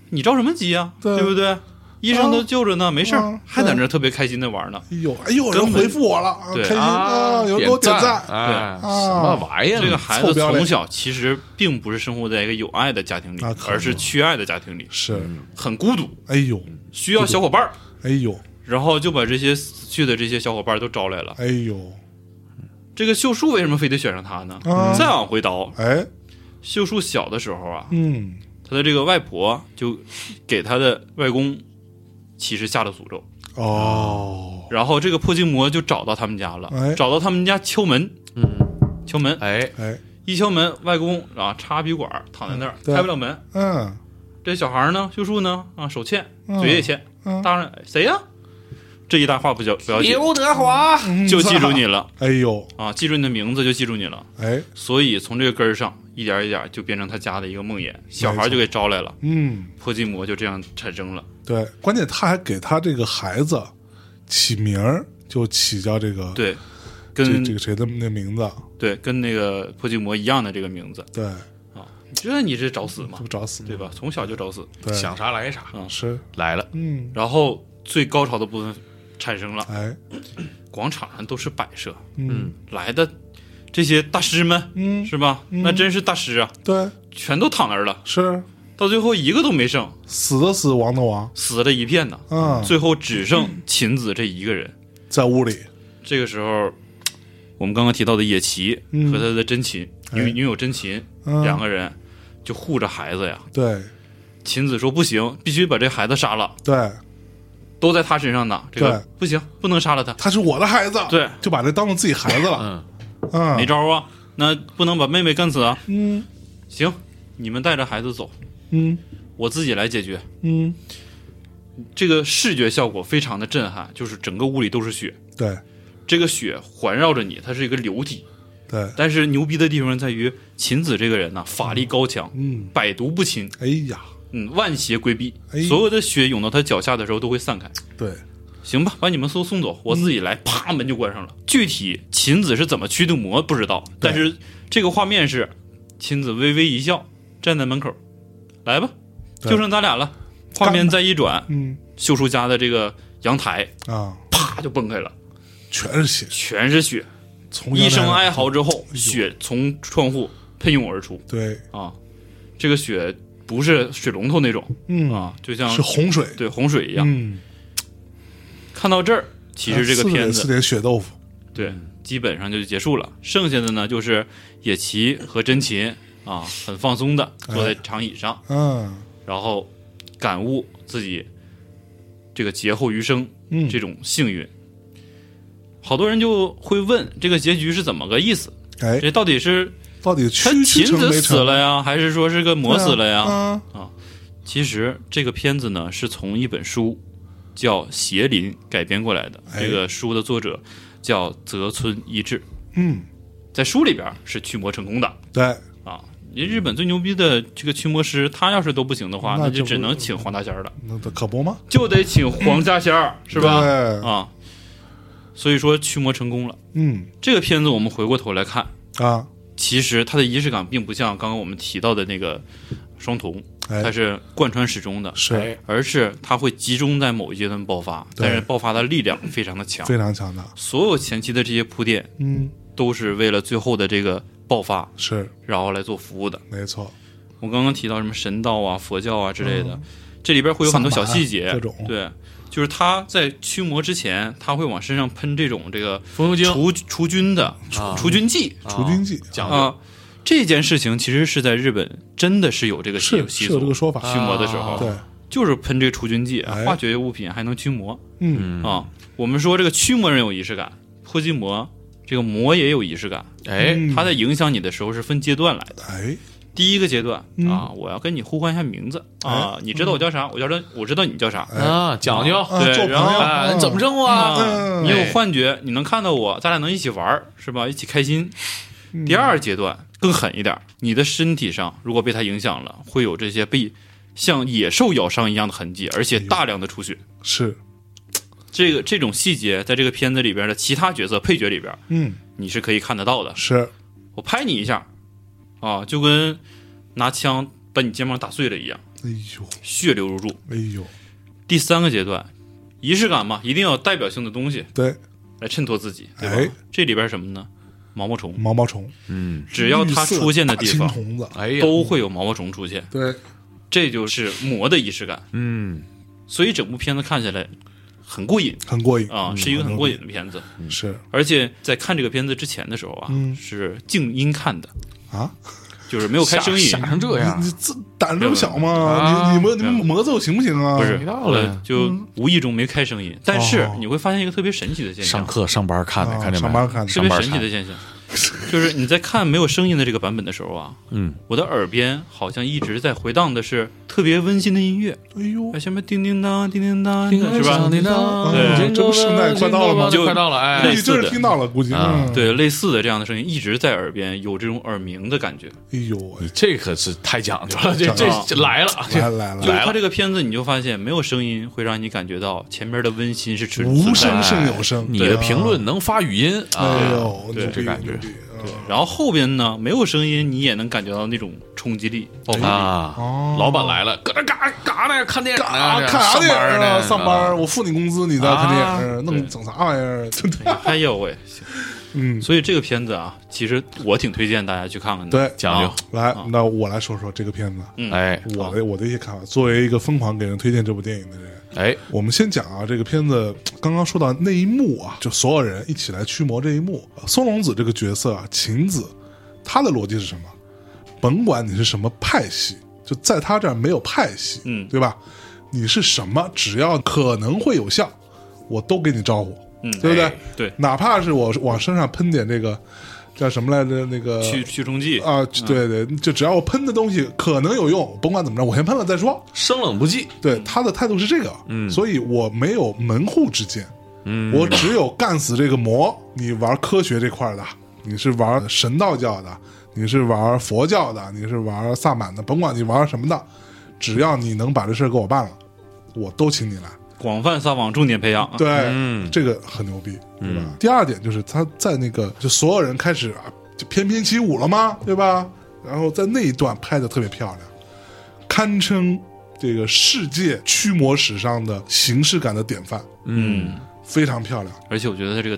[SPEAKER 5] 你着什么急呀、
[SPEAKER 2] 对
[SPEAKER 5] 对不对？医生都救着呢，没事
[SPEAKER 2] 嗯
[SPEAKER 5] 儿，还在那儿特别开心的玩呢。
[SPEAKER 2] 哎呦，哎呦，有人
[SPEAKER 5] 根本
[SPEAKER 2] 回复我了，啊
[SPEAKER 5] 对
[SPEAKER 2] 开心啊，有人给我点
[SPEAKER 4] 赞，
[SPEAKER 2] 赞，
[SPEAKER 4] 哎，什
[SPEAKER 2] 对啊
[SPEAKER 4] 么玩意儿？
[SPEAKER 5] 这个孩
[SPEAKER 2] 凑
[SPEAKER 5] 子
[SPEAKER 2] 标嘞
[SPEAKER 5] 从小其实并不是生活在一个有爱的家庭里
[SPEAKER 2] 啊那可，不
[SPEAKER 5] 而是缺爱的家庭里，
[SPEAKER 2] 是，
[SPEAKER 5] 很孤独，
[SPEAKER 2] 哎呦，
[SPEAKER 5] 需要小伙伴儿。
[SPEAKER 2] 哎呦，
[SPEAKER 5] 然后就把这些死去的这些小伙伴儿都招来了。
[SPEAKER 2] 哎呦，
[SPEAKER 5] 这个秀树为什么非得选上他呢？
[SPEAKER 2] 嗯
[SPEAKER 5] 再往回倒，
[SPEAKER 2] 哎，
[SPEAKER 5] 秀树小的时候啊，
[SPEAKER 2] 嗯，
[SPEAKER 5] 他的这个外婆就给他的外公其实下了诅咒，
[SPEAKER 2] 哦，
[SPEAKER 5] 然后这个破镜魔就找到他们家了，
[SPEAKER 2] 哎
[SPEAKER 5] 找到他们家敲门，嗯，敲门，
[SPEAKER 4] 哎，
[SPEAKER 2] 哎，
[SPEAKER 5] 一敲门，外公啊插鼻管儿躺在那儿，
[SPEAKER 2] 对
[SPEAKER 5] 开不了门。
[SPEAKER 2] 嗯，
[SPEAKER 5] 这小孩儿呢，秀树呢啊手欠，
[SPEAKER 2] 嗯
[SPEAKER 5] 嘴也欠，
[SPEAKER 2] 嗯
[SPEAKER 5] 当然谁呀？这一大话不了不要紧，
[SPEAKER 4] 刘德华，
[SPEAKER 5] 就记住你了
[SPEAKER 2] 嗯哎呦，
[SPEAKER 5] 啊，记住你的名字就记住你了。
[SPEAKER 2] 哎，
[SPEAKER 5] 所以从这个根儿上，一点一点就变成他家的一个梦魇，小孩
[SPEAKER 2] 没错
[SPEAKER 5] 就给招来了，
[SPEAKER 2] 嗯，
[SPEAKER 5] 泼金魔就这样产生了。
[SPEAKER 2] 对，关键他还给他这个孩子起名儿，就起叫这个
[SPEAKER 5] 对，
[SPEAKER 2] 嗯这
[SPEAKER 5] 跟
[SPEAKER 2] 这个谁的那名字，
[SPEAKER 5] 对跟那个泼金魔一样的这个名字，
[SPEAKER 2] 对，
[SPEAKER 5] 你这你是找死
[SPEAKER 2] 这
[SPEAKER 5] 嘛
[SPEAKER 2] 不，找死吗
[SPEAKER 5] 对？吧？从小就找死。
[SPEAKER 2] 对，
[SPEAKER 4] 想啥来啥，
[SPEAKER 2] 是，
[SPEAKER 4] 来了，
[SPEAKER 2] 嗯，
[SPEAKER 5] 然后最高潮的部分产生了，
[SPEAKER 2] 哎，
[SPEAKER 5] 广场上都是摆设，
[SPEAKER 2] 嗯，
[SPEAKER 5] 来的这些大师们，
[SPEAKER 2] 嗯
[SPEAKER 5] 是吧？那真是大师啊，
[SPEAKER 2] 对，
[SPEAKER 5] 全都躺那儿了，
[SPEAKER 2] 是
[SPEAKER 5] 到最后一个都没剩，
[SPEAKER 2] 死的死，亡的亡，
[SPEAKER 5] 死了一片呐。
[SPEAKER 2] 嗯，
[SPEAKER 5] 最后只剩秦子这一个人。
[SPEAKER 2] 在屋里，
[SPEAKER 5] 这个时候，我们刚刚提到的野崎
[SPEAKER 2] 嗯
[SPEAKER 5] 和他的真琴、
[SPEAKER 2] 哎
[SPEAKER 5] 女女友真琴、
[SPEAKER 2] 嗯
[SPEAKER 5] 两个人就护着孩子呀。
[SPEAKER 2] 对
[SPEAKER 5] 秦子说不行，必须把这孩子杀了，
[SPEAKER 2] 对，
[SPEAKER 5] 都在他身上呢。这个
[SPEAKER 2] 对
[SPEAKER 5] 不行，不能杀了他，
[SPEAKER 2] 他是我的孩子，
[SPEAKER 5] 对
[SPEAKER 2] 就把这当做自己孩子了，
[SPEAKER 4] 嗯，
[SPEAKER 2] 嗯，
[SPEAKER 5] 没招啊。那不能把妹妹干死啊。
[SPEAKER 2] 嗯
[SPEAKER 5] 行，你们带着孩子走，
[SPEAKER 2] 嗯
[SPEAKER 5] 我自己来解决。
[SPEAKER 2] 嗯，
[SPEAKER 5] 这个视觉效果非常的震撼，就是整个屋里都是血，
[SPEAKER 2] 对
[SPEAKER 5] 这个血环绕着你，它是一个流体。
[SPEAKER 2] 对，
[SPEAKER 5] 但是牛逼的地方在于秦子这个人呢、法力高强，
[SPEAKER 2] 嗯，
[SPEAKER 5] 百毒不侵，
[SPEAKER 2] 哎呀，
[SPEAKER 5] 嗯，万邪归避，
[SPEAKER 2] 哎
[SPEAKER 5] 所有的血涌到他脚下的时候都会散开。
[SPEAKER 2] 对，
[SPEAKER 5] 行吧，把你们都送走，我自己
[SPEAKER 2] 嗯
[SPEAKER 5] 来。啪，门就关上了。具体秦子是怎么驱的魔不知道，但是这个画面是秦子微微一笑，站在门口，来吧，
[SPEAKER 2] 对
[SPEAKER 5] 就剩咱俩了。画面再一转，
[SPEAKER 2] 嗯
[SPEAKER 5] 秀树家的这个阳台
[SPEAKER 2] 啊，
[SPEAKER 5] 啪就崩开了，
[SPEAKER 2] 全是血，
[SPEAKER 5] 全是血。
[SPEAKER 2] 从
[SPEAKER 5] 一
[SPEAKER 2] 阳
[SPEAKER 5] 声
[SPEAKER 2] 台
[SPEAKER 5] 哀嚎之
[SPEAKER 2] 哎
[SPEAKER 5] 后，血从窗户喷涌而出
[SPEAKER 2] 对，
[SPEAKER 5] 啊！这个血不是水龙头那种
[SPEAKER 2] 嗯，
[SPEAKER 5] 啊，就像
[SPEAKER 2] 是洪水，
[SPEAKER 5] 对洪水一样。
[SPEAKER 2] 嗯，啊
[SPEAKER 5] 看到这儿，其实这个片
[SPEAKER 2] 四
[SPEAKER 5] 子
[SPEAKER 2] 点血豆腐，
[SPEAKER 5] 对基本上就结束了，剩下的呢就是野崎和真琴啊，很放松的坐在长椅上，
[SPEAKER 2] 嗯
[SPEAKER 5] 然后感悟自己这个劫后余生
[SPEAKER 2] 嗯，
[SPEAKER 5] 这种幸运。好多人就会问这个结局是怎么个意思？
[SPEAKER 2] 哎，
[SPEAKER 5] 这到底是
[SPEAKER 2] 到底
[SPEAKER 5] 他
[SPEAKER 2] 屈
[SPEAKER 5] 秦
[SPEAKER 2] 屈成
[SPEAKER 5] 子
[SPEAKER 2] 没
[SPEAKER 5] 死
[SPEAKER 2] 成？
[SPEAKER 5] 了呀，还是说是个魔死了呀？
[SPEAKER 2] 嗯，
[SPEAKER 5] 其实这个片子呢是从一本书叫《邪灵》改编过来的，
[SPEAKER 2] 哎
[SPEAKER 5] 这个书的作者叫泽村一志，
[SPEAKER 2] 嗯，
[SPEAKER 5] 在书里边是驱魔成功的
[SPEAKER 2] 对，
[SPEAKER 5] 啊。人日本最牛逼的这个驱魔师，他要是都不行的话，
[SPEAKER 2] 那
[SPEAKER 5] 那
[SPEAKER 2] 就
[SPEAKER 5] 就
[SPEAKER 2] 不
[SPEAKER 5] 只能请黄大仙儿了，
[SPEAKER 2] 那可不吗？
[SPEAKER 5] 就得请黄家仙儿，是吧？
[SPEAKER 2] 对，
[SPEAKER 5] 啊，所以说驱魔成功了。
[SPEAKER 2] 嗯
[SPEAKER 5] 这个片子我们回过头来看，
[SPEAKER 2] 啊，
[SPEAKER 5] 其实它的仪式感并不像刚刚我们提到的那个双瞳，它
[SPEAKER 2] 哎，
[SPEAKER 5] 是贯穿始哎终的，
[SPEAKER 2] 是
[SPEAKER 5] 而是它会集中在某一阶段爆发，
[SPEAKER 2] 对
[SPEAKER 5] 但是爆发的力量非常的强。
[SPEAKER 2] 非常强大，
[SPEAKER 5] 所有前期的这些铺垫
[SPEAKER 2] 嗯，
[SPEAKER 5] 都是为了最后的这个爆发，
[SPEAKER 2] 是
[SPEAKER 5] 然后来做服务的。
[SPEAKER 2] 没错，
[SPEAKER 5] 我刚刚提到什么神道啊、佛教啊之类的，这里边会有很多小细节，
[SPEAKER 2] 嗯萨满啊各种
[SPEAKER 5] 对，就是他在驱魔之前，他会往身上喷这种这个
[SPEAKER 4] 风油精
[SPEAKER 5] 除除菌的
[SPEAKER 4] 啊
[SPEAKER 5] 除菌剂
[SPEAKER 2] 除菌剂
[SPEAKER 4] 讲究
[SPEAKER 5] 啊。这件事情其实是在日本真的是有这个哎习
[SPEAKER 2] 是
[SPEAKER 5] 习
[SPEAKER 2] 是有这
[SPEAKER 5] 俗
[SPEAKER 2] 个，说法，
[SPEAKER 4] 啊
[SPEAKER 5] 驱魔的时候，
[SPEAKER 2] 对，
[SPEAKER 5] 就是喷这个除菌剂，
[SPEAKER 2] 哎
[SPEAKER 5] 化学物品还能驱魔。
[SPEAKER 2] 嗯，
[SPEAKER 5] 啊，我们说这个驱魔人有仪式感，破筋魔这个魔也有仪式感。
[SPEAKER 4] 哎，
[SPEAKER 2] 嗯
[SPEAKER 5] 它在影响你的时候是分阶段来的。
[SPEAKER 2] 哎，
[SPEAKER 5] 第一个阶段啊，我要跟你互换一下名字啊，你知道我叫啥，我叫这，我知道你叫啥。
[SPEAKER 4] 啊，讲究，
[SPEAKER 2] 哎啊
[SPEAKER 5] 对
[SPEAKER 2] 做朋
[SPEAKER 5] 然后哎
[SPEAKER 4] 啊，
[SPEAKER 2] 友，
[SPEAKER 4] 你怎么称呼啊？
[SPEAKER 5] 啊，你有幻觉，你能看到我，咱俩能一起玩儿，是吧？一起开心。第二阶段更狠一点儿，你的身体上如果被它影响了，会有这些被像野兽咬伤一样的痕迹，而且大量的出血。
[SPEAKER 2] 是，
[SPEAKER 5] 这个这种细节，在这个片子里边的其他角色配角里边，
[SPEAKER 2] 嗯，
[SPEAKER 5] 你是可以看得到的。
[SPEAKER 2] 是，
[SPEAKER 5] 我拍你一下，啊，就跟拿枪把你肩膀打碎了一样，
[SPEAKER 2] 哎呦，
[SPEAKER 5] 血流如注。
[SPEAKER 2] 哎呦，
[SPEAKER 5] 第三个阶段，仪式感嘛，一定要有代表性的东西
[SPEAKER 2] 对，
[SPEAKER 5] 来衬托自己，对吧？
[SPEAKER 2] 哎
[SPEAKER 5] 这里边是什么呢？毛毛虫，
[SPEAKER 2] 毛毛虫，
[SPEAKER 4] 嗯，
[SPEAKER 5] 只要它出现的地
[SPEAKER 2] 绿色大
[SPEAKER 5] 方，
[SPEAKER 2] 青虫子，
[SPEAKER 4] 哎呀，
[SPEAKER 5] 都会有毛毛虫出现，
[SPEAKER 2] 对，
[SPEAKER 5] 这就是魔的仪式感。
[SPEAKER 4] 嗯，
[SPEAKER 5] 所以整部片子看起来很过瘾
[SPEAKER 2] 很过瘾
[SPEAKER 5] 啊，
[SPEAKER 2] 嗯
[SPEAKER 5] 是一个很过瘾的片子。
[SPEAKER 2] 是
[SPEAKER 5] 而且在看这个片子之前的时候啊，
[SPEAKER 2] 嗯
[SPEAKER 5] 是静音看的，
[SPEAKER 2] 啊，
[SPEAKER 5] 就是没有开声音，
[SPEAKER 4] 吓吓成
[SPEAKER 5] 啊
[SPEAKER 4] 这样
[SPEAKER 2] 你，这胆子不小嘛，
[SPEAKER 4] 啊
[SPEAKER 2] 你你们你们魔咒行不行啊？
[SPEAKER 5] 不是
[SPEAKER 4] 没道理
[SPEAKER 5] 呃，就无意中没开声音。但是你会发现一个特别神奇的现
[SPEAKER 4] 上
[SPEAKER 5] 象，
[SPEAKER 4] 课上班看的，
[SPEAKER 2] 啊
[SPEAKER 4] 看这
[SPEAKER 2] 上班看的
[SPEAKER 5] 特
[SPEAKER 4] 上
[SPEAKER 5] 别
[SPEAKER 4] 班
[SPEAKER 5] 神奇
[SPEAKER 4] 看
[SPEAKER 5] 的，现象， [LAUGHS] 就是你在看没有声音的这个版本的时候啊，
[SPEAKER 4] 嗯，
[SPEAKER 5] 我的耳边好像一直在回荡的是特别温馨的音乐，
[SPEAKER 2] 哎呦，
[SPEAKER 5] 哎，什么叮叮当、叮叮当，是吧？
[SPEAKER 4] 叮当，
[SPEAKER 5] 对
[SPEAKER 2] 嗯这不圣诞快到了吗嗯
[SPEAKER 4] 就快到了，哎
[SPEAKER 2] 你
[SPEAKER 5] 类，
[SPEAKER 2] 这
[SPEAKER 5] 似的
[SPEAKER 2] 是听到了，估计
[SPEAKER 4] 啊
[SPEAKER 2] 嗯，
[SPEAKER 5] 对，类似的这样的声音一直在耳边，有这种耳鸣的感觉。
[SPEAKER 2] 哎呦喂，
[SPEAKER 4] 这可是太讲究了，这这
[SPEAKER 5] 讲
[SPEAKER 4] 这来
[SPEAKER 5] 啊
[SPEAKER 2] 来
[SPEAKER 4] 了，
[SPEAKER 2] 来
[SPEAKER 5] 就是
[SPEAKER 2] 来，
[SPEAKER 5] 它这个片子，你就发现没有声音会让你感觉到前面的温馨是持
[SPEAKER 2] 无
[SPEAKER 5] 存在
[SPEAKER 2] 声
[SPEAKER 5] 的，
[SPEAKER 2] 胜有声，
[SPEAKER 4] [LAUGHS]
[SPEAKER 2] 啊
[SPEAKER 4] 你的评论能发语音啊？
[SPEAKER 2] 哎呦，
[SPEAKER 4] 对
[SPEAKER 2] 牛
[SPEAKER 4] 这
[SPEAKER 2] 逼
[SPEAKER 4] 感觉
[SPEAKER 2] 牛逼嗯
[SPEAKER 5] 然后后边呢没有声音，你也能感觉到那种冲击力。
[SPEAKER 2] 哎
[SPEAKER 4] 啊，
[SPEAKER 2] 哦
[SPEAKER 4] 老板来了，搁那嘎嘎呢，看电影
[SPEAKER 2] 啊，
[SPEAKER 5] 哎
[SPEAKER 4] 呢，
[SPEAKER 2] 看啥
[SPEAKER 4] 上
[SPEAKER 2] 电
[SPEAKER 4] 班
[SPEAKER 2] 影
[SPEAKER 4] 呢，
[SPEAKER 2] 啊？上班儿，我付你工资，你
[SPEAKER 5] 啊
[SPEAKER 2] 在看电影，弄整啥玩意儿？ [LAUGHS] 真的，
[SPEAKER 5] 哎呦喂，
[SPEAKER 2] 嗯，
[SPEAKER 5] 所以这个片子啊，其实我挺推荐大家去看看的。
[SPEAKER 2] 对，
[SPEAKER 4] 讲究
[SPEAKER 5] 啊，
[SPEAKER 2] 来，那我来说说这个片子，
[SPEAKER 5] 嗯
[SPEAKER 4] 哎
[SPEAKER 2] 我的我的一些看法。作为一个疯狂给人推荐这部电影的人，
[SPEAKER 4] 哎，
[SPEAKER 2] 我们先讲啊，这个片子刚刚说到那一幕啊，就所有人一起来驱魔这一幕，松隆子这个角色啊，晴子，她的逻辑是什么？甭管你是什么派系，就在她这儿没有派系，
[SPEAKER 5] 嗯
[SPEAKER 2] 对吧？你是什么，只要可能会有效，我都给你招呼，
[SPEAKER 5] 嗯
[SPEAKER 2] 对不对？
[SPEAKER 5] 哎对
[SPEAKER 2] 哪怕是我往身上喷点这个叫什么来着，那个
[SPEAKER 5] 去去冲剂，
[SPEAKER 2] 呃啊，对对，就只要我喷的东西可能有用，甭管怎么着，我先喷了再说。
[SPEAKER 4] 生冷不忌，
[SPEAKER 2] 对他的态度是这个，嗯，所以我没有门户之见，嗯，我只有干死这个魔。你玩科学这块的，你是玩神道教的，你是玩佛教的，你是玩萨满的，甭管你玩什么的，只要你能把这事儿给我办了，我都请你来。
[SPEAKER 5] 广泛撒网，重点培养啊。
[SPEAKER 2] 对，这个很牛逼，对吧？第二点就是他在那个就所有人开始啊就翩翩起舞了吗？对吧？然后在那一段拍的特别漂亮，堪称这个世界驱魔史上的形式感的典范，
[SPEAKER 5] 嗯，
[SPEAKER 2] 非常漂亮，
[SPEAKER 5] 而且我觉得它这个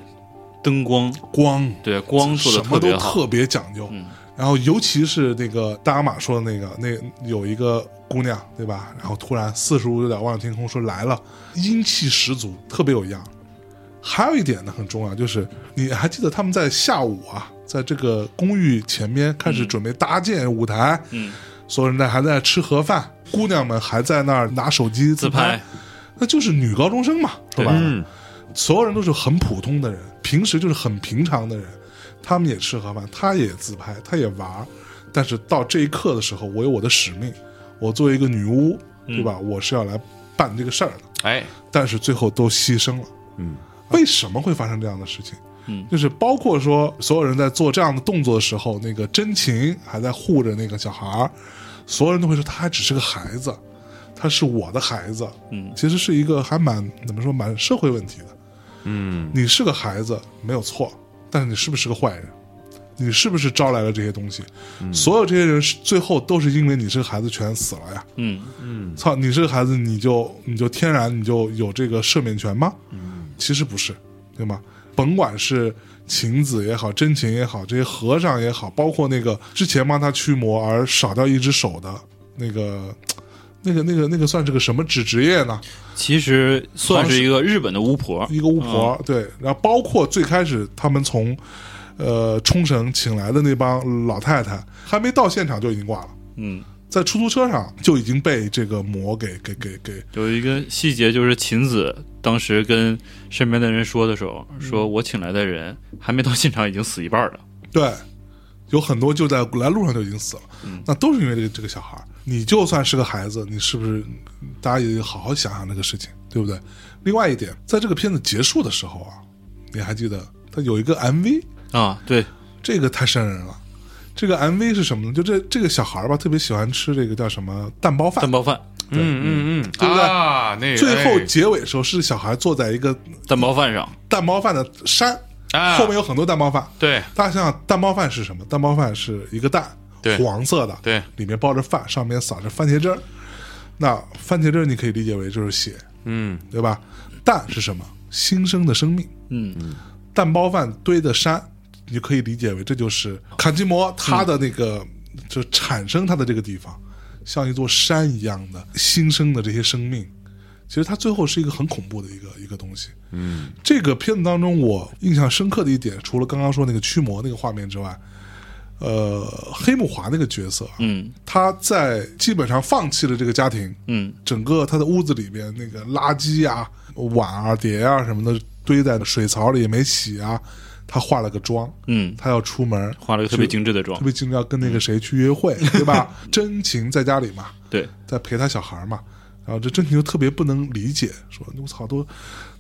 [SPEAKER 5] 灯光，
[SPEAKER 2] 光
[SPEAKER 5] 对光做的
[SPEAKER 2] 什么
[SPEAKER 5] 特
[SPEAKER 2] 都
[SPEAKER 5] 别好，嗯
[SPEAKER 2] 特别讲究。然后尤其是那个大阿玛说的那个，那有一个姑娘对吧？然后突然四十五度角望着天空说来了，阴气十足，特别有样。还有一点呢很重要，就是你还记得他们在下午啊，在这个公寓前面开始准备搭建舞台，
[SPEAKER 5] 嗯，
[SPEAKER 2] 所有人在还在吃盒饭，姑娘们还在那儿拿手机
[SPEAKER 5] 自拍，
[SPEAKER 2] 那就是女高中生嘛，说白了，
[SPEAKER 4] 嗯
[SPEAKER 2] 所有人都是很普通的人，平时就是很平常的人，他们也吃盒饭，他也自拍，他也玩儿，但是到这一刻的时候，我有我的使命，我作为一个女巫，
[SPEAKER 4] 嗯
[SPEAKER 2] 对吧？我是要来办这个事儿的，
[SPEAKER 4] 哎，
[SPEAKER 2] 但是最后都牺牲了。
[SPEAKER 4] 嗯，
[SPEAKER 2] 为什么会发生这样的事情？
[SPEAKER 5] 嗯
[SPEAKER 2] 就是包括说所有人在做这样的动作的时候，那个真情还在护着那个小孩儿，所有人都会说他还只是个孩子，他是我的孩子。
[SPEAKER 5] 嗯
[SPEAKER 2] 其实是一个还蛮怎么说蛮社会问题的。
[SPEAKER 4] 嗯，
[SPEAKER 2] 你是个孩子没有错，但是你是不是个坏人？你是不是招来了这些东西？所有这些人是最后都是因为你这个孩子全死了呀！
[SPEAKER 5] 嗯，
[SPEAKER 2] 操，你这个孩子你就你就天然你就有这个赦免权吗？其实不是，对吗？甭管是晴子也好，真琴也好，这些和尚也好，包括那个之前帮他驱魔而少掉一只手的那个。那个、那个、那个算是个什么职职业呢？
[SPEAKER 5] 其实算是一个日本的巫婆，
[SPEAKER 2] 一个巫婆，对，然后包括最开始他们从呃冲绳请来的那帮老太太，还没到现场就已经挂了，
[SPEAKER 5] 嗯，
[SPEAKER 2] 在出租车上就已经被这个魔给给给给，
[SPEAKER 5] 有一个细节就是秦子当时跟身边的人说的时候，
[SPEAKER 2] 嗯
[SPEAKER 5] 说我请来的人还没到现场已经死一半了，
[SPEAKER 2] 对，有很多就在来路上就已经死了，那都是因为这个这个小孩儿。你就算是个孩子，你是不是大家也得好好想想这个事情，对不对？另外一点，在这个片子结束的时候啊，你还记得它有一个 MV，
[SPEAKER 5] 啊，对，
[SPEAKER 2] 这个太瘆人了。这个 MV 是什么呢？就这这个小孩儿吧，特别喜欢吃这个叫什么蛋包饭
[SPEAKER 5] 蛋。包饭，
[SPEAKER 4] 嗯嗯
[SPEAKER 2] 对不
[SPEAKER 4] 嗯，
[SPEAKER 2] 对
[SPEAKER 4] 啊，那个
[SPEAKER 2] 最后结尾的时候是小孩坐在一个
[SPEAKER 5] 蛋包饭上，
[SPEAKER 2] 蛋包饭的山，
[SPEAKER 4] 啊
[SPEAKER 2] 后面有很多蛋包饭。
[SPEAKER 4] 对
[SPEAKER 2] 大家想想，蛋包饭是什么？蛋包饭是一个蛋，
[SPEAKER 4] 对
[SPEAKER 2] 黄色的，
[SPEAKER 4] 对
[SPEAKER 2] 里面包着饭，上面撒着番茄汁儿。那番茄汁儿你可以理解为就是血，
[SPEAKER 4] 嗯，
[SPEAKER 2] 对吧？蛋是什么？新生的生命。
[SPEAKER 5] 嗯，
[SPEAKER 2] 蛋包饭堆的山，你就可以理解为这就是卡基摩它的那个、就产生它的这个地方，像一座山一样的新生的这些生命。其实它最后是一个很恐怖的一个一个东西。嗯，这个片子当中我印象深刻的一点，除了刚刚说那个驱魔那个画面之外，呃，黑木华那个角色，啊
[SPEAKER 5] 嗯，
[SPEAKER 2] 他在基本上放弃了这个家庭，
[SPEAKER 5] 嗯，
[SPEAKER 2] 整个他的屋子里边那个垃圾啊、碗啊、碟啊什么的堆在水槽里也没洗啊，他化了个妆，
[SPEAKER 5] 嗯，
[SPEAKER 2] 他要出门，
[SPEAKER 5] 化了个特别精致的妆
[SPEAKER 2] 特，别经常跟那个谁去约会，对吧？真情在家里嘛，
[SPEAKER 5] 对，
[SPEAKER 2] 在陪他小孩儿嘛。然后这真情就特别不能理解，说我操，都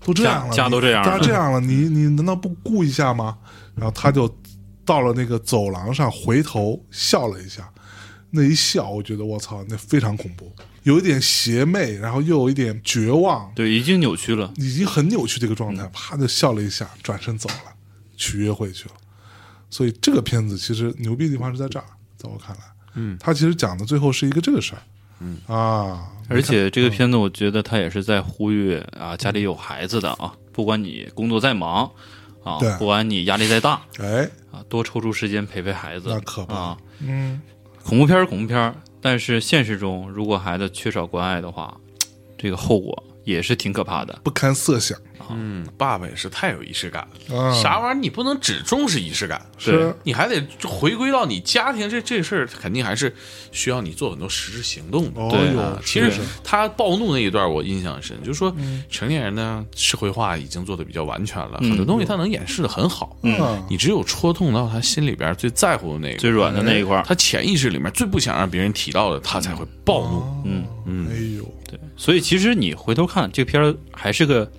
[SPEAKER 2] 都这样了，
[SPEAKER 5] 家家
[SPEAKER 2] 你
[SPEAKER 5] 都这样
[SPEAKER 2] 家
[SPEAKER 5] 了
[SPEAKER 2] 这样了，你你难道不顾一下吗？然后他就到了那个走廊上，回头笑了一下，那一笑，我觉得我操，那非常恐怖，有一点邪魅，然后又有一点绝望，
[SPEAKER 5] 对，已经扭曲了，
[SPEAKER 2] 已经很扭曲的一个状
[SPEAKER 5] 嗯
[SPEAKER 2] 态，啪就笑了一下，转身走了，去约会去了。所以这个片子其实牛逼的地方是在这儿，在我看来，嗯，他其实讲的最后是一个这个事儿，嗯啊，
[SPEAKER 5] 而且这个片子，
[SPEAKER 2] 嗯
[SPEAKER 5] 我觉得他也是在呼吁啊，家里有孩子的啊，不管你工作再忙啊
[SPEAKER 2] 对，
[SPEAKER 5] 不管你压力再大
[SPEAKER 2] 哎，
[SPEAKER 5] 啊，多抽出时间陪陪孩子。
[SPEAKER 2] 那可不
[SPEAKER 5] 啊，
[SPEAKER 2] 嗯，
[SPEAKER 5] 恐怖片儿恐怖片儿，但是现实中如果孩子缺少关爱的话，这个后果也是挺可怕的。
[SPEAKER 2] 不堪设想
[SPEAKER 4] 嗯，爸爸也是太有仪式感了，
[SPEAKER 2] 啊，
[SPEAKER 4] 啥玩意儿你不能只重视仪式感，
[SPEAKER 2] 是
[SPEAKER 4] 你还得回归到你家庭这这事儿，肯定还是需要你做很多实质行动的。
[SPEAKER 2] 哦
[SPEAKER 5] 对
[SPEAKER 2] 哟是
[SPEAKER 4] 啊，
[SPEAKER 2] 嗯
[SPEAKER 4] 其实他暴怒那一段我印象很深，就是说成年人呢社会化已经做的比较完全了，很
[SPEAKER 2] 嗯
[SPEAKER 4] 多东西他能掩饰的很好。
[SPEAKER 2] 啊
[SPEAKER 4] 你只有戳痛到他心里边最在乎的那
[SPEAKER 5] 最
[SPEAKER 4] 个，
[SPEAKER 5] 软的那一块儿，
[SPEAKER 4] 他潜意识里面最不想让别人提到的，他才会暴怒。
[SPEAKER 5] 嗯
[SPEAKER 2] 嗯，哎呦，
[SPEAKER 5] 所以其实你回头看这个片儿，还是个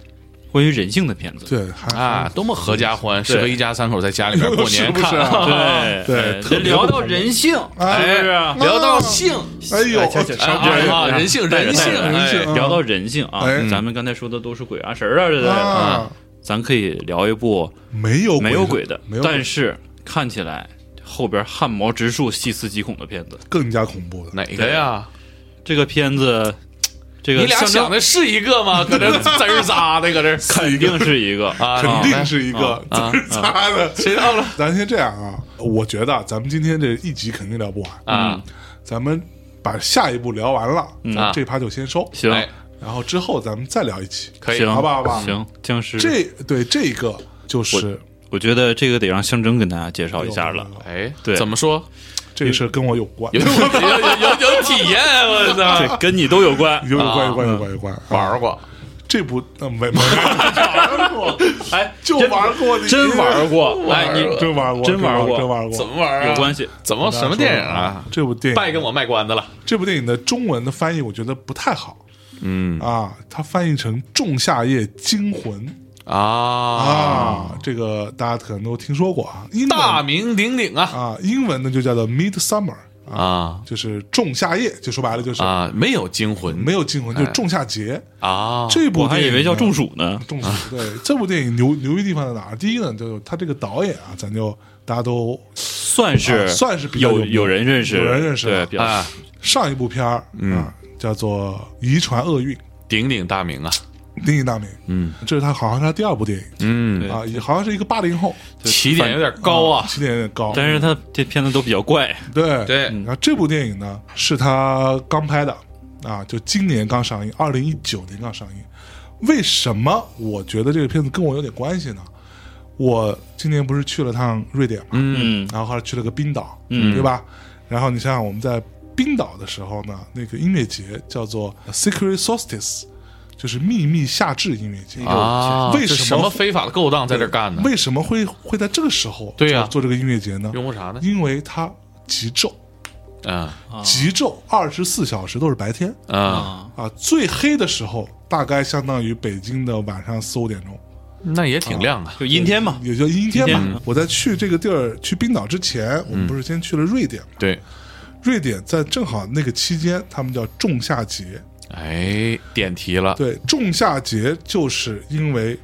[SPEAKER 5] 关于人性的片子。
[SPEAKER 2] 对，还
[SPEAKER 4] 啊，多么合家欢，适合一家三口在家里边过 [LAUGHS] 年看。
[SPEAKER 2] 是不是啊
[SPEAKER 5] 对
[SPEAKER 2] 对特别
[SPEAKER 5] [LAUGHS] 聊到人性，
[SPEAKER 2] 哎
[SPEAKER 5] 哎，是不是
[SPEAKER 4] 啊聊到性，
[SPEAKER 2] 哎呦，
[SPEAKER 4] 哎啊，人性，人性，
[SPEAKER 5] 对
[SPEAKER 4] 哎
[SPEAKER 2] 性啊
[SPEAKER 5] 聊到人性啊
[SPEAKER 2] 哎，
[SPEAKER 5] 咱们刚才说的都是鬼啊神儿啊之类的，
[SPEAKER 2] 啊，
[SPEAKER 5] 咱可以聊一部
[SPEAKER 2] 没有
[SPEAKER 5] 没有鬼的
[SPEAKER 2] 没有，鬼
[SPEAKER 5] 但是看起来后边汗毛直竖、细思极恐的片子。
[SPEAKER 2] 更加恐怖的，
[SPEAKER 4] 哪个呀？
[SPEAKER 5] 这个片子，这
[SPEAKER 4] 你
[SPEAKER 5] 个
[SPEAKER 4] 俩
[SPEAKER 5] 象
[SPEAKER 4] 想
[SPEAKER 5] 征
[SPEAKER 4] 的是一个吗？搁这滋儿咋的，搁这
[SPEAKER 5] 肯定是一个
[SPEAKER 4] [LAUGHS] 啊，
[SPEAKER 2] 肯定是一个
[SPEAKER 4] 啊
[SPEAKER 2] 自杀的。
[SPEAKER 4] 谁到了
[SPEAKER 2] 咱先这样啊，我觉得咱们今天这一集肯定聊不完，
[SPEAKER 4] 啊？
[SPEAKER 2] 咱们把下一步聊完了，
[SPEAKER 5] 嗯
[SPEAKER 2] 咱们
[SPEAKER 4] 啊
[SPEAKER 2] 这趴就先收，
[SPEAKER 5] 行
[SPEAKER 4] 哎
[SPEAKER 2] 然后之后咱们再聊一期。
[SPEAKER 4] 可以
[SPEAKER 5] 行，
[SPEAKER 2] 好吧好吧
[SPEAKER 5] 行，僵尸
[SPEAKER 2] 这对这个就是
[SPEAKER 5] 我觉得这个得让象征跟大家介绍一下了。
[SPEAKER 4] 哎，
[SPEAKER 5] 对
[SPEAKER 4] 怎么说？
[SPEAKER 2] 这个事儿跟我有关，
[SPEAKER 4] 有有有有体验，啊我操！
[SPEAKER 2] 啊
[SPEAKER 5] 这跟你都有关。
[SPEAKER 2] 有有关有关
[SPEAKER 5] 啊
[SPEAKER 2] 有关有关。
[SPEAKER 5] 嗯
[SPEAKER 2] 啊
[SPEAKER 4] 玩过，
[SPEAKER 2] 这部呃
[SPEAKER 5] [LAUGHS]
[SPEAKER 2] 没没玩过，
[SPEAKER 5] 哎，
[SPEAKER 2] 就玩过的，
[SPEAKER 5] 真玩过，哎，你
[SPEAKER 2] 真玩过，
[SPEAKER 5] 真玩
[SPEAKER 2] 过，
[SPEAKER 5] 过
[SPEAKER 2] 真玩
[SPEAKER 4] 怎么玩啊？
[SPEAKER 5] 有关系？
[SPEAKER 4] 怎么什么电影啊？
[SPEAKER 2] 这部电
[SPEAKER 4] 拜
[SPEAKER 2] 影，
[SPEAKER 4] 跟我卖关子了，
[SPEAKER 2] 这部电影的中文的翻译我觉得不太好
[SPEAKER 4] 嗯
[SPEAKER 2] 啊，它翻译成《仲夏夜惊魂》
[SPEAKER 4] 啊，
[SPEAKER 2] 啊，这个大家可能都听说过啊，英文
[SPEAKER 4] 大名鼎鼎啊
[SPEAKER 2] 啊，英文呢就叫做 Midsummer 啊，
[SPEAKER 4] 啊
[SPEAKER 2] 就是仲夏夜，就说白了就是
[SPEAKER 4] 啊，没有惊魂，
[SPEAKER 2] 没有惊魂，就是仲夏节。
[SPEAKER 4] 啊，
[SPEAKER 2] 这 [LAUGHS] 部
[SPEAKER 5] 哎我还
[SPEAKER 2] 电
[SPEAKER 5] 以
[SPEAKER 2] 影
[SPEAKER 5] 为叫
[SPEAKER 2] 呢
[SPEAKER 5] 中暑呢。
[SPEAKER 2] 中暑。对，这部电影牛牛逼地方在哪儿？第一呢，就是他这个导演啊，咱就大家都
[SPEAKER 5] 算
[SPEAKER 2] 啊
[SPEAKER 5] 是
[SPEAKER 2] 算是比较有
[SPEAKER 5] 有
[SPEAKER 2] 名
[SPEAKER 5] 有人认识，
[SPEAKER 2] 有人认识
[SPEAKER 5] 对
[SPEAKER 2] 啊，
[SPEAKER 5] 比较
[SPEAKER 4] 啊，
[SPEAKER 2] 上一部片儿、
[SPEAKER 5] 嗯
[SPEAKER 2] 啊，叫做《遗传厄运》，
[SPEAKER 4] 鼎鼎大名啊，
[SPEAKER 2] 丁一大美，
[SPEAKER 4] 嗯
[SPEAKER 2] 这是他好像是他第二部电影
[SPEAKER 4] 嗯，
[SPEAKER 5] 对
[SPEAKER 2] 啊，也好像是一个八零后，
[SPEAKER 4] 起点有点高啊，
[SPEAKER 2] 起点有点高，
[SPEAKER 5] 但是他这片子都比较怪，
[SPEAKER 2] 对
[SPEAKER 4] 对
[SPEAKER 2] 然后这部电影呢，是他刚拍的啊，就今年刚上映，二零一九年刚上映。为什么我觉得这个片子跟我有点关系呢？我今年不是去了趟瑞典嘛，
[SPEAKER 5] 嗯
[SPEAKER 2] 然后后来去了个冰岛，
[SPEAKER 5] 嗯
[SPEAKER 2] 对吧？然后你想想我们在冰岛的时候呢，那个音乐节叫做 Secret Solstice，就是秘密夏至音乐节。
[SPEAKER 4] 啊，
[SPEAKER 2] 为
[SPEAKER 4] 这
[SPEAKER 2] 什
[SPEAKER 4] 什
[SPEAKER 2] 么
[SPEAKER 4] 么非法的勾当在这儿干呢？
[SPEAKER 2] 为什么会会在这个时候
[SPEAKER 4] 对啊呀
[SPEAKER 2] 做做这个音乐节呢？
[SPEAKER 4] 因为啥呢？
[SPEAKER 2] 因为它极昼，
[SPEAKER 4] 啊
[SPEAKER 2] 极昼二十四小时都是白天
[SPEAKER 4] 啊，
[SPEAKER 5] 啊，
[SPEAKER 2] 啊，最黑的时候大概相当于北京的晚上四五点钟，
[SPEAKER 4] 那也挺亮啊，
[SPEAKER 5] 就阴天嘛，
[SPEAKER 2] 也就阴天
[SPEAKER 5] 阴
[SPEAKER 2] 吧。
[SPEAKER 5] 天
[SPEAKER 2] 我在去这个地儿去冰岛之前，我们不是先去了瑞典嘛？
[SPEAKER 4] 对，
[SPEAKER 2] 瑞典在正好那个期间，他们叫仲夏节。
[SPEAKER 4] 哎，点题了
[SPEAKER 2] 对，仲夏节就是因为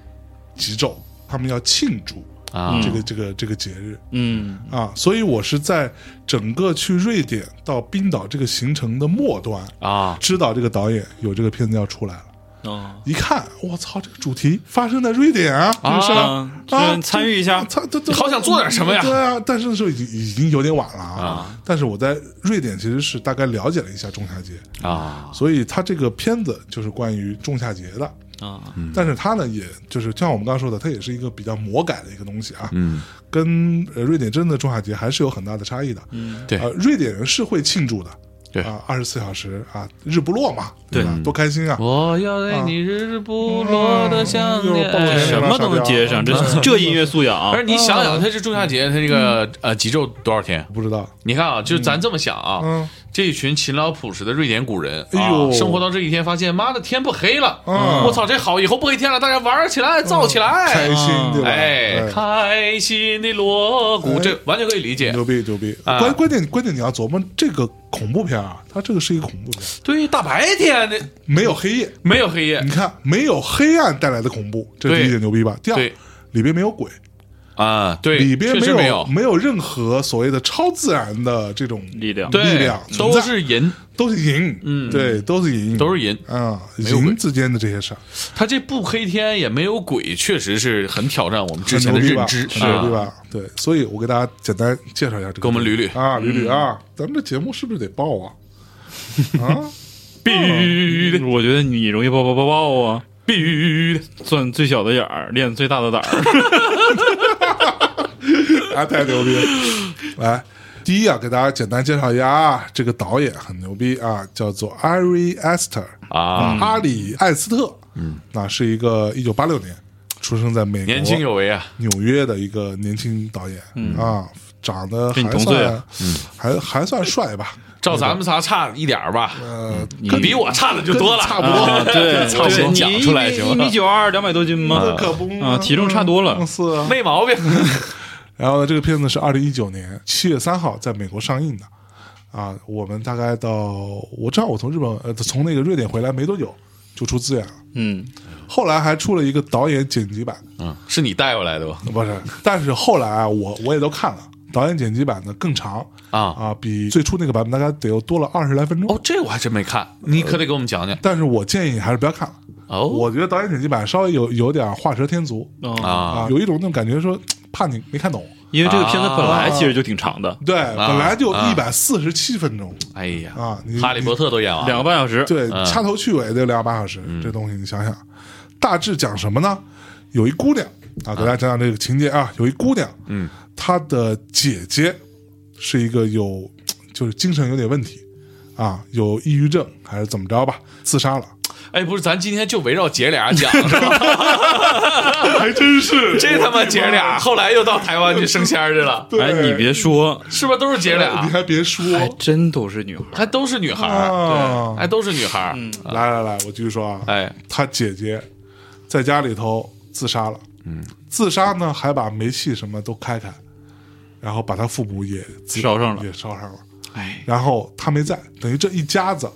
[SPEAKER 2] 极昼，他们要庆祝
[SPEAKER 4] 啊
[SPEAKER 2] 这个、这个这个节日
[SPEAKER 5] 嗯
[SPEAKER 2] 啊，所以我是在整个去瑞典到冰岛这个行程的末端，
[SPEAKER 4] 啊，
[SPEAKER 2] 知道这个导演有这个片子要出来了。
[SPEAKER 5] 啊
[SPEAKER 2] 一看，我操，这个主题发生在瑞典啊，
[SPEAKER 4] 啊
[SPEAKER 2] 是吧？
[SPEAKER 5] 啊，就是参与一下，
[SPEAKER 2] 他他
[SPEAKER 4] 好想做点什么呀
[SPEAKER 2] 对啊，但是那时候已经已经有点晚了啊。但是我在瑞典其实是大概了解了一下仲夏节，
[SPEAKER 4] 啊，
[SPEAKER 2] 所以他这个片子就是关于仲夏节的。
[SPEAKER 5] 啊，
[SPEAKER 2] 但是它呢，也就是就像我们刚刚说的，它也是一个比较魔改的一个东西啊，
[SPEAKER 4] 嗯，
[SPEAKER 2] 跟呃瑞典真的仲夏节还是有很大的差异的。嗯，
[SPEAKER 4] 对
[SPEAKER 2] 呃，瑞典人是会庆祝的，
[SPEAKER 4] 对嗯
[SPEAKER 2] 啊，二十四小时啊，日不落嘛，
[SPEAKER 5] 对
[SPEAKER 2] 吧？多开心啊！
[SPEAKER 4] 我要为你日不落的想
[SPEAKER 2] 嗯又
[SPEAKER 4] 念
[SPEAKER 2] 是。暴露年龄
[SPEAKER 5] 什么都能接
[SPEAKER 4] 啊
[SPEAKER 5] 上，这这音乐素养
[SPEAKER 4] 不是
[SPEAKER 5] 啊！
[SPEAKER 4] 你想想，他这仲夏节，他这个呃极昼多少天？
[SPEAKER 2] 不知道，
[SPEAKER 4] 你看啊，就咱这么想啊，
[SPEAKER 2] 嗯
[SPEAKER 4] 这一群勤劳朴实的瑞典古人啊，
[SPEAKER 2] 哎呦
[SPEAKER 4] 生活到这一天，发现妈的天不黑了，
[SPEAKER 2] 嗯
[SPEAKER 4] 我操，这好，以后不黑天了，大家玩儿起来，造起
[SPEAKER 2] 开
[SPEAKER 4] 来，
[SPEAKER 2] 心对吧？
[SPEAKER 4] 哎，开心的锣鼓，
[SPEAKER 2] 哎
[SPEAKER 4] 这完全可以理解。
[SPEAKER 2] 牛逼牛逼！
[SPEAKER 4] 啊
[SPEAKER 2] 关关键关键你要琢磨这个恐怖片啊，它这个是一个恐怖片，
[SPEAKER 4] 对，大白天的
[SPEAKER 2] 没有黑夜。
[SPEAKER 4] 没有黑夜
[SPEAKER 2] 你看，没有黑暗带来的恐怖，这是第一
[SPEAKER 4] 对
[SPEAKER 2] 点牛逼吧？第二
[SPEAKER 4] 对，
[SPEAKER 2] 里边没有鬼，
[SPEAKER 4] 啊，对，
[SPEAKER 2] 里边
[SPEAKER 4] 确
[SPEAKER 2] 没
[SPEAKER 4] 实
[SPEAKER 2] 有
[SPEAKER 4] 没有，
[SPEAKER 2] 任何所谓的超自然的这种
[SPEAKER 5] 力量
[SPEAKER 2] 力
[SPEAKER 4] 对
[SPEAKER 2] 量，存
[SPEAKER 4] 都
[SPEAKER 2] 在
[SPEAKER 4] 是银，
[SPEAKER 2] 都是银，嗯，对，都是银，
[SPEAKER 4] 都是银。
[SPEAKER 2] 啊，
[SPEAKER 4] 有鬼
[SPEAKER 2] 银之间的这些事儿，
[SPEAKER 4] 他这不黑天也没有鬼，确实是很挑战我们之
[SPEAKER 2] 很
[SPEAKER 4] 前
[SPEAKER 2] 牛
[SPEAKER 4] 的
[SPEAKER 2] 逼
[SPEAKER 4] 认
[SPEAKER 2] 吧？
[SPEAKER 4] 知，
[SPEAKER 2] 很牛
[SPEAKER 4] 啊
[SPEAKER 2] 逼吧？对，所以我给大家简单介绍一下这个，
[SPEAKER 4] 给我们捋嗯捋
[SPEAKER 2] 啊，捋捋啊，咱们这节目是不是得爆啊？ [LAUGHS] 啊，
[SPEAKER 5] 必须的，我觉得你容易爆爆爆爆啊！必须的，钻最小的眼儿，练最大的胆儿。
[SPEAKER 2] 啊，太牛
[SPEAKER 4] [LAUGHS]
[SPEAKER 2] 逼了！来，第一啊，给大家简单介绍一下啊，这个导演很牛逼啊，叫做 Ari Aster
[SPEAKER 4] 啊，
[SPEAKER 2] 阿里艾斯特，嗯，那是一个一九八六年出生在美国
[SPEAKER 4] 年轻嗯有为啊，
[SPEAKER 2] 纽约的一个年轻导演、啊，长得
[SPEAKER 5] 跟你
[SPEAKER 2] 还
[SPEAKER 5] 同
[SPEAKER 2] 算、
[SPEAKER 5] 岁啊
[SPEAKER 2] 还还算帅吧，
[SPEAKER 4] 照咱们仨差一点儿吧，
[SPEAKER 2] 呃，
[SPEAKER 4] 你啊比我差的就多了，
[SPEAKER 2] 差不多，
[SPEAKER 5] 啊对，
[SPEAKER 4] 差不多
[SPEAKER 5] 对
[SPEAKER 4] 讲
[SPEAKER 5] 你
[SPEAKER 4] 出来
[SPEAKER 5] 一
[SPEAKER 4] 行
[SPEAKER 5] 米
[SPEAKER 4] 吗
[SPEAKER 5] 一米九二，两百多斤吗？
[SPEAKER 2] 呃可不
[SPEAKER 5] 啊，体重差多了
[SPEAKER 2] 嗯。是啊。
[SPEAKER 4] 没毛病。
[SPEAKER 2] 然后呢，这个片子是二零一九年七月三号在美国上映的。啊，我们大概到我正好我从日本呃从那个瑞典回来没多久就出资源了，
[SPEAKER 5] 嗯，
[SPEAKER 2] 后来还出了一个导演剪辑版，
[SPEAKER 4] [LAUGHS] 嗯，是你带回来的吧？
[SPEAKER 2] 不是，但是后来啊，我我也都看了导演剪辑版的更长
[SPEAKER 4] 啊
[SPEAKER 2] 啊，比最初那个版本大概得有多了二十来分钟。
[SPEAKER 4] 哦，这我还真没看，你可得给我们讲讲。
[SPEAKER 2] 但是我建议你还是不要看了，
[SPEAKER 4] 哦，
[SPEAKER 2] 我觉得导演剪辑版稍微有有点画蛇添足
[SPEAKER 5] 啊，
[SPEAKER 4] 啊，
[SPEAKER 2] 啊，有一种那种感觉说，怕你没看懂。
[SPEAKER 5] 因为这个片子本来其实就挺长的，
[SPEAKER 2] 对，本来就
[SPEAKER 4] 啊
[SPEAKER 2] 一百四十七分钟，
[SPEAKER 4] 哎呀
[SPEAKER 2] 啊你
[SPEAKER 4] 哈利波特都嗯演完了，
[SPEAKER 5] 两个半小时。
[SPEAKER 2] 对，掐头去尾得两把小时，这东西你想想，大致讲什么呢？有一姑娘啊，给大家讲讲这个情节啊，有一姑娘，嗯，她的姐姐是一个有就是精神有点问题啊，有抑郁症还是怎么着吧，自杀了，
[SPEAKER 4] 哎，不是，咱今天就围绕姐俩讲，
[SPEAKER 2] [LAUGHS]
[SPEAKER 4] 是吧？
[SPEAKER 2] 还真是
[SPEAKER 4] 这他妈姐俩，后来又到台湾去升仙儿去了，
[SPEAKER 2] 对
[SPEAKER 5] [LAUGHS] 哎，你别说，
[SPEAKER 4] 是不是都是姐
[SPEAKER 2] 你
[SPEAKER 4] 俩？哎
[SPEAKER 2] 还别说，
[SPEAKER 5] 还真都是女孩。
[SPEAKER 4] 还都是女孩
[SPEAKER 2] 啊
[SPEAKER 4] 儿，对还都是女孩儿。
[SPEAKER 2] 来来来，我继续说啊，
[SPEAKER 4] 哎，
[SPEAKER 2] 他姐姐在家里头自杀了，嗯，自杀呢还把煤气什么都开开，然后把他父母也自
[SPEAKER 5] 烧上了
[SPEAKER 2] 也烧上了，
[SPEAKER 5] 哎，
[SPEAKER 2] 然后他没在，等于这一家子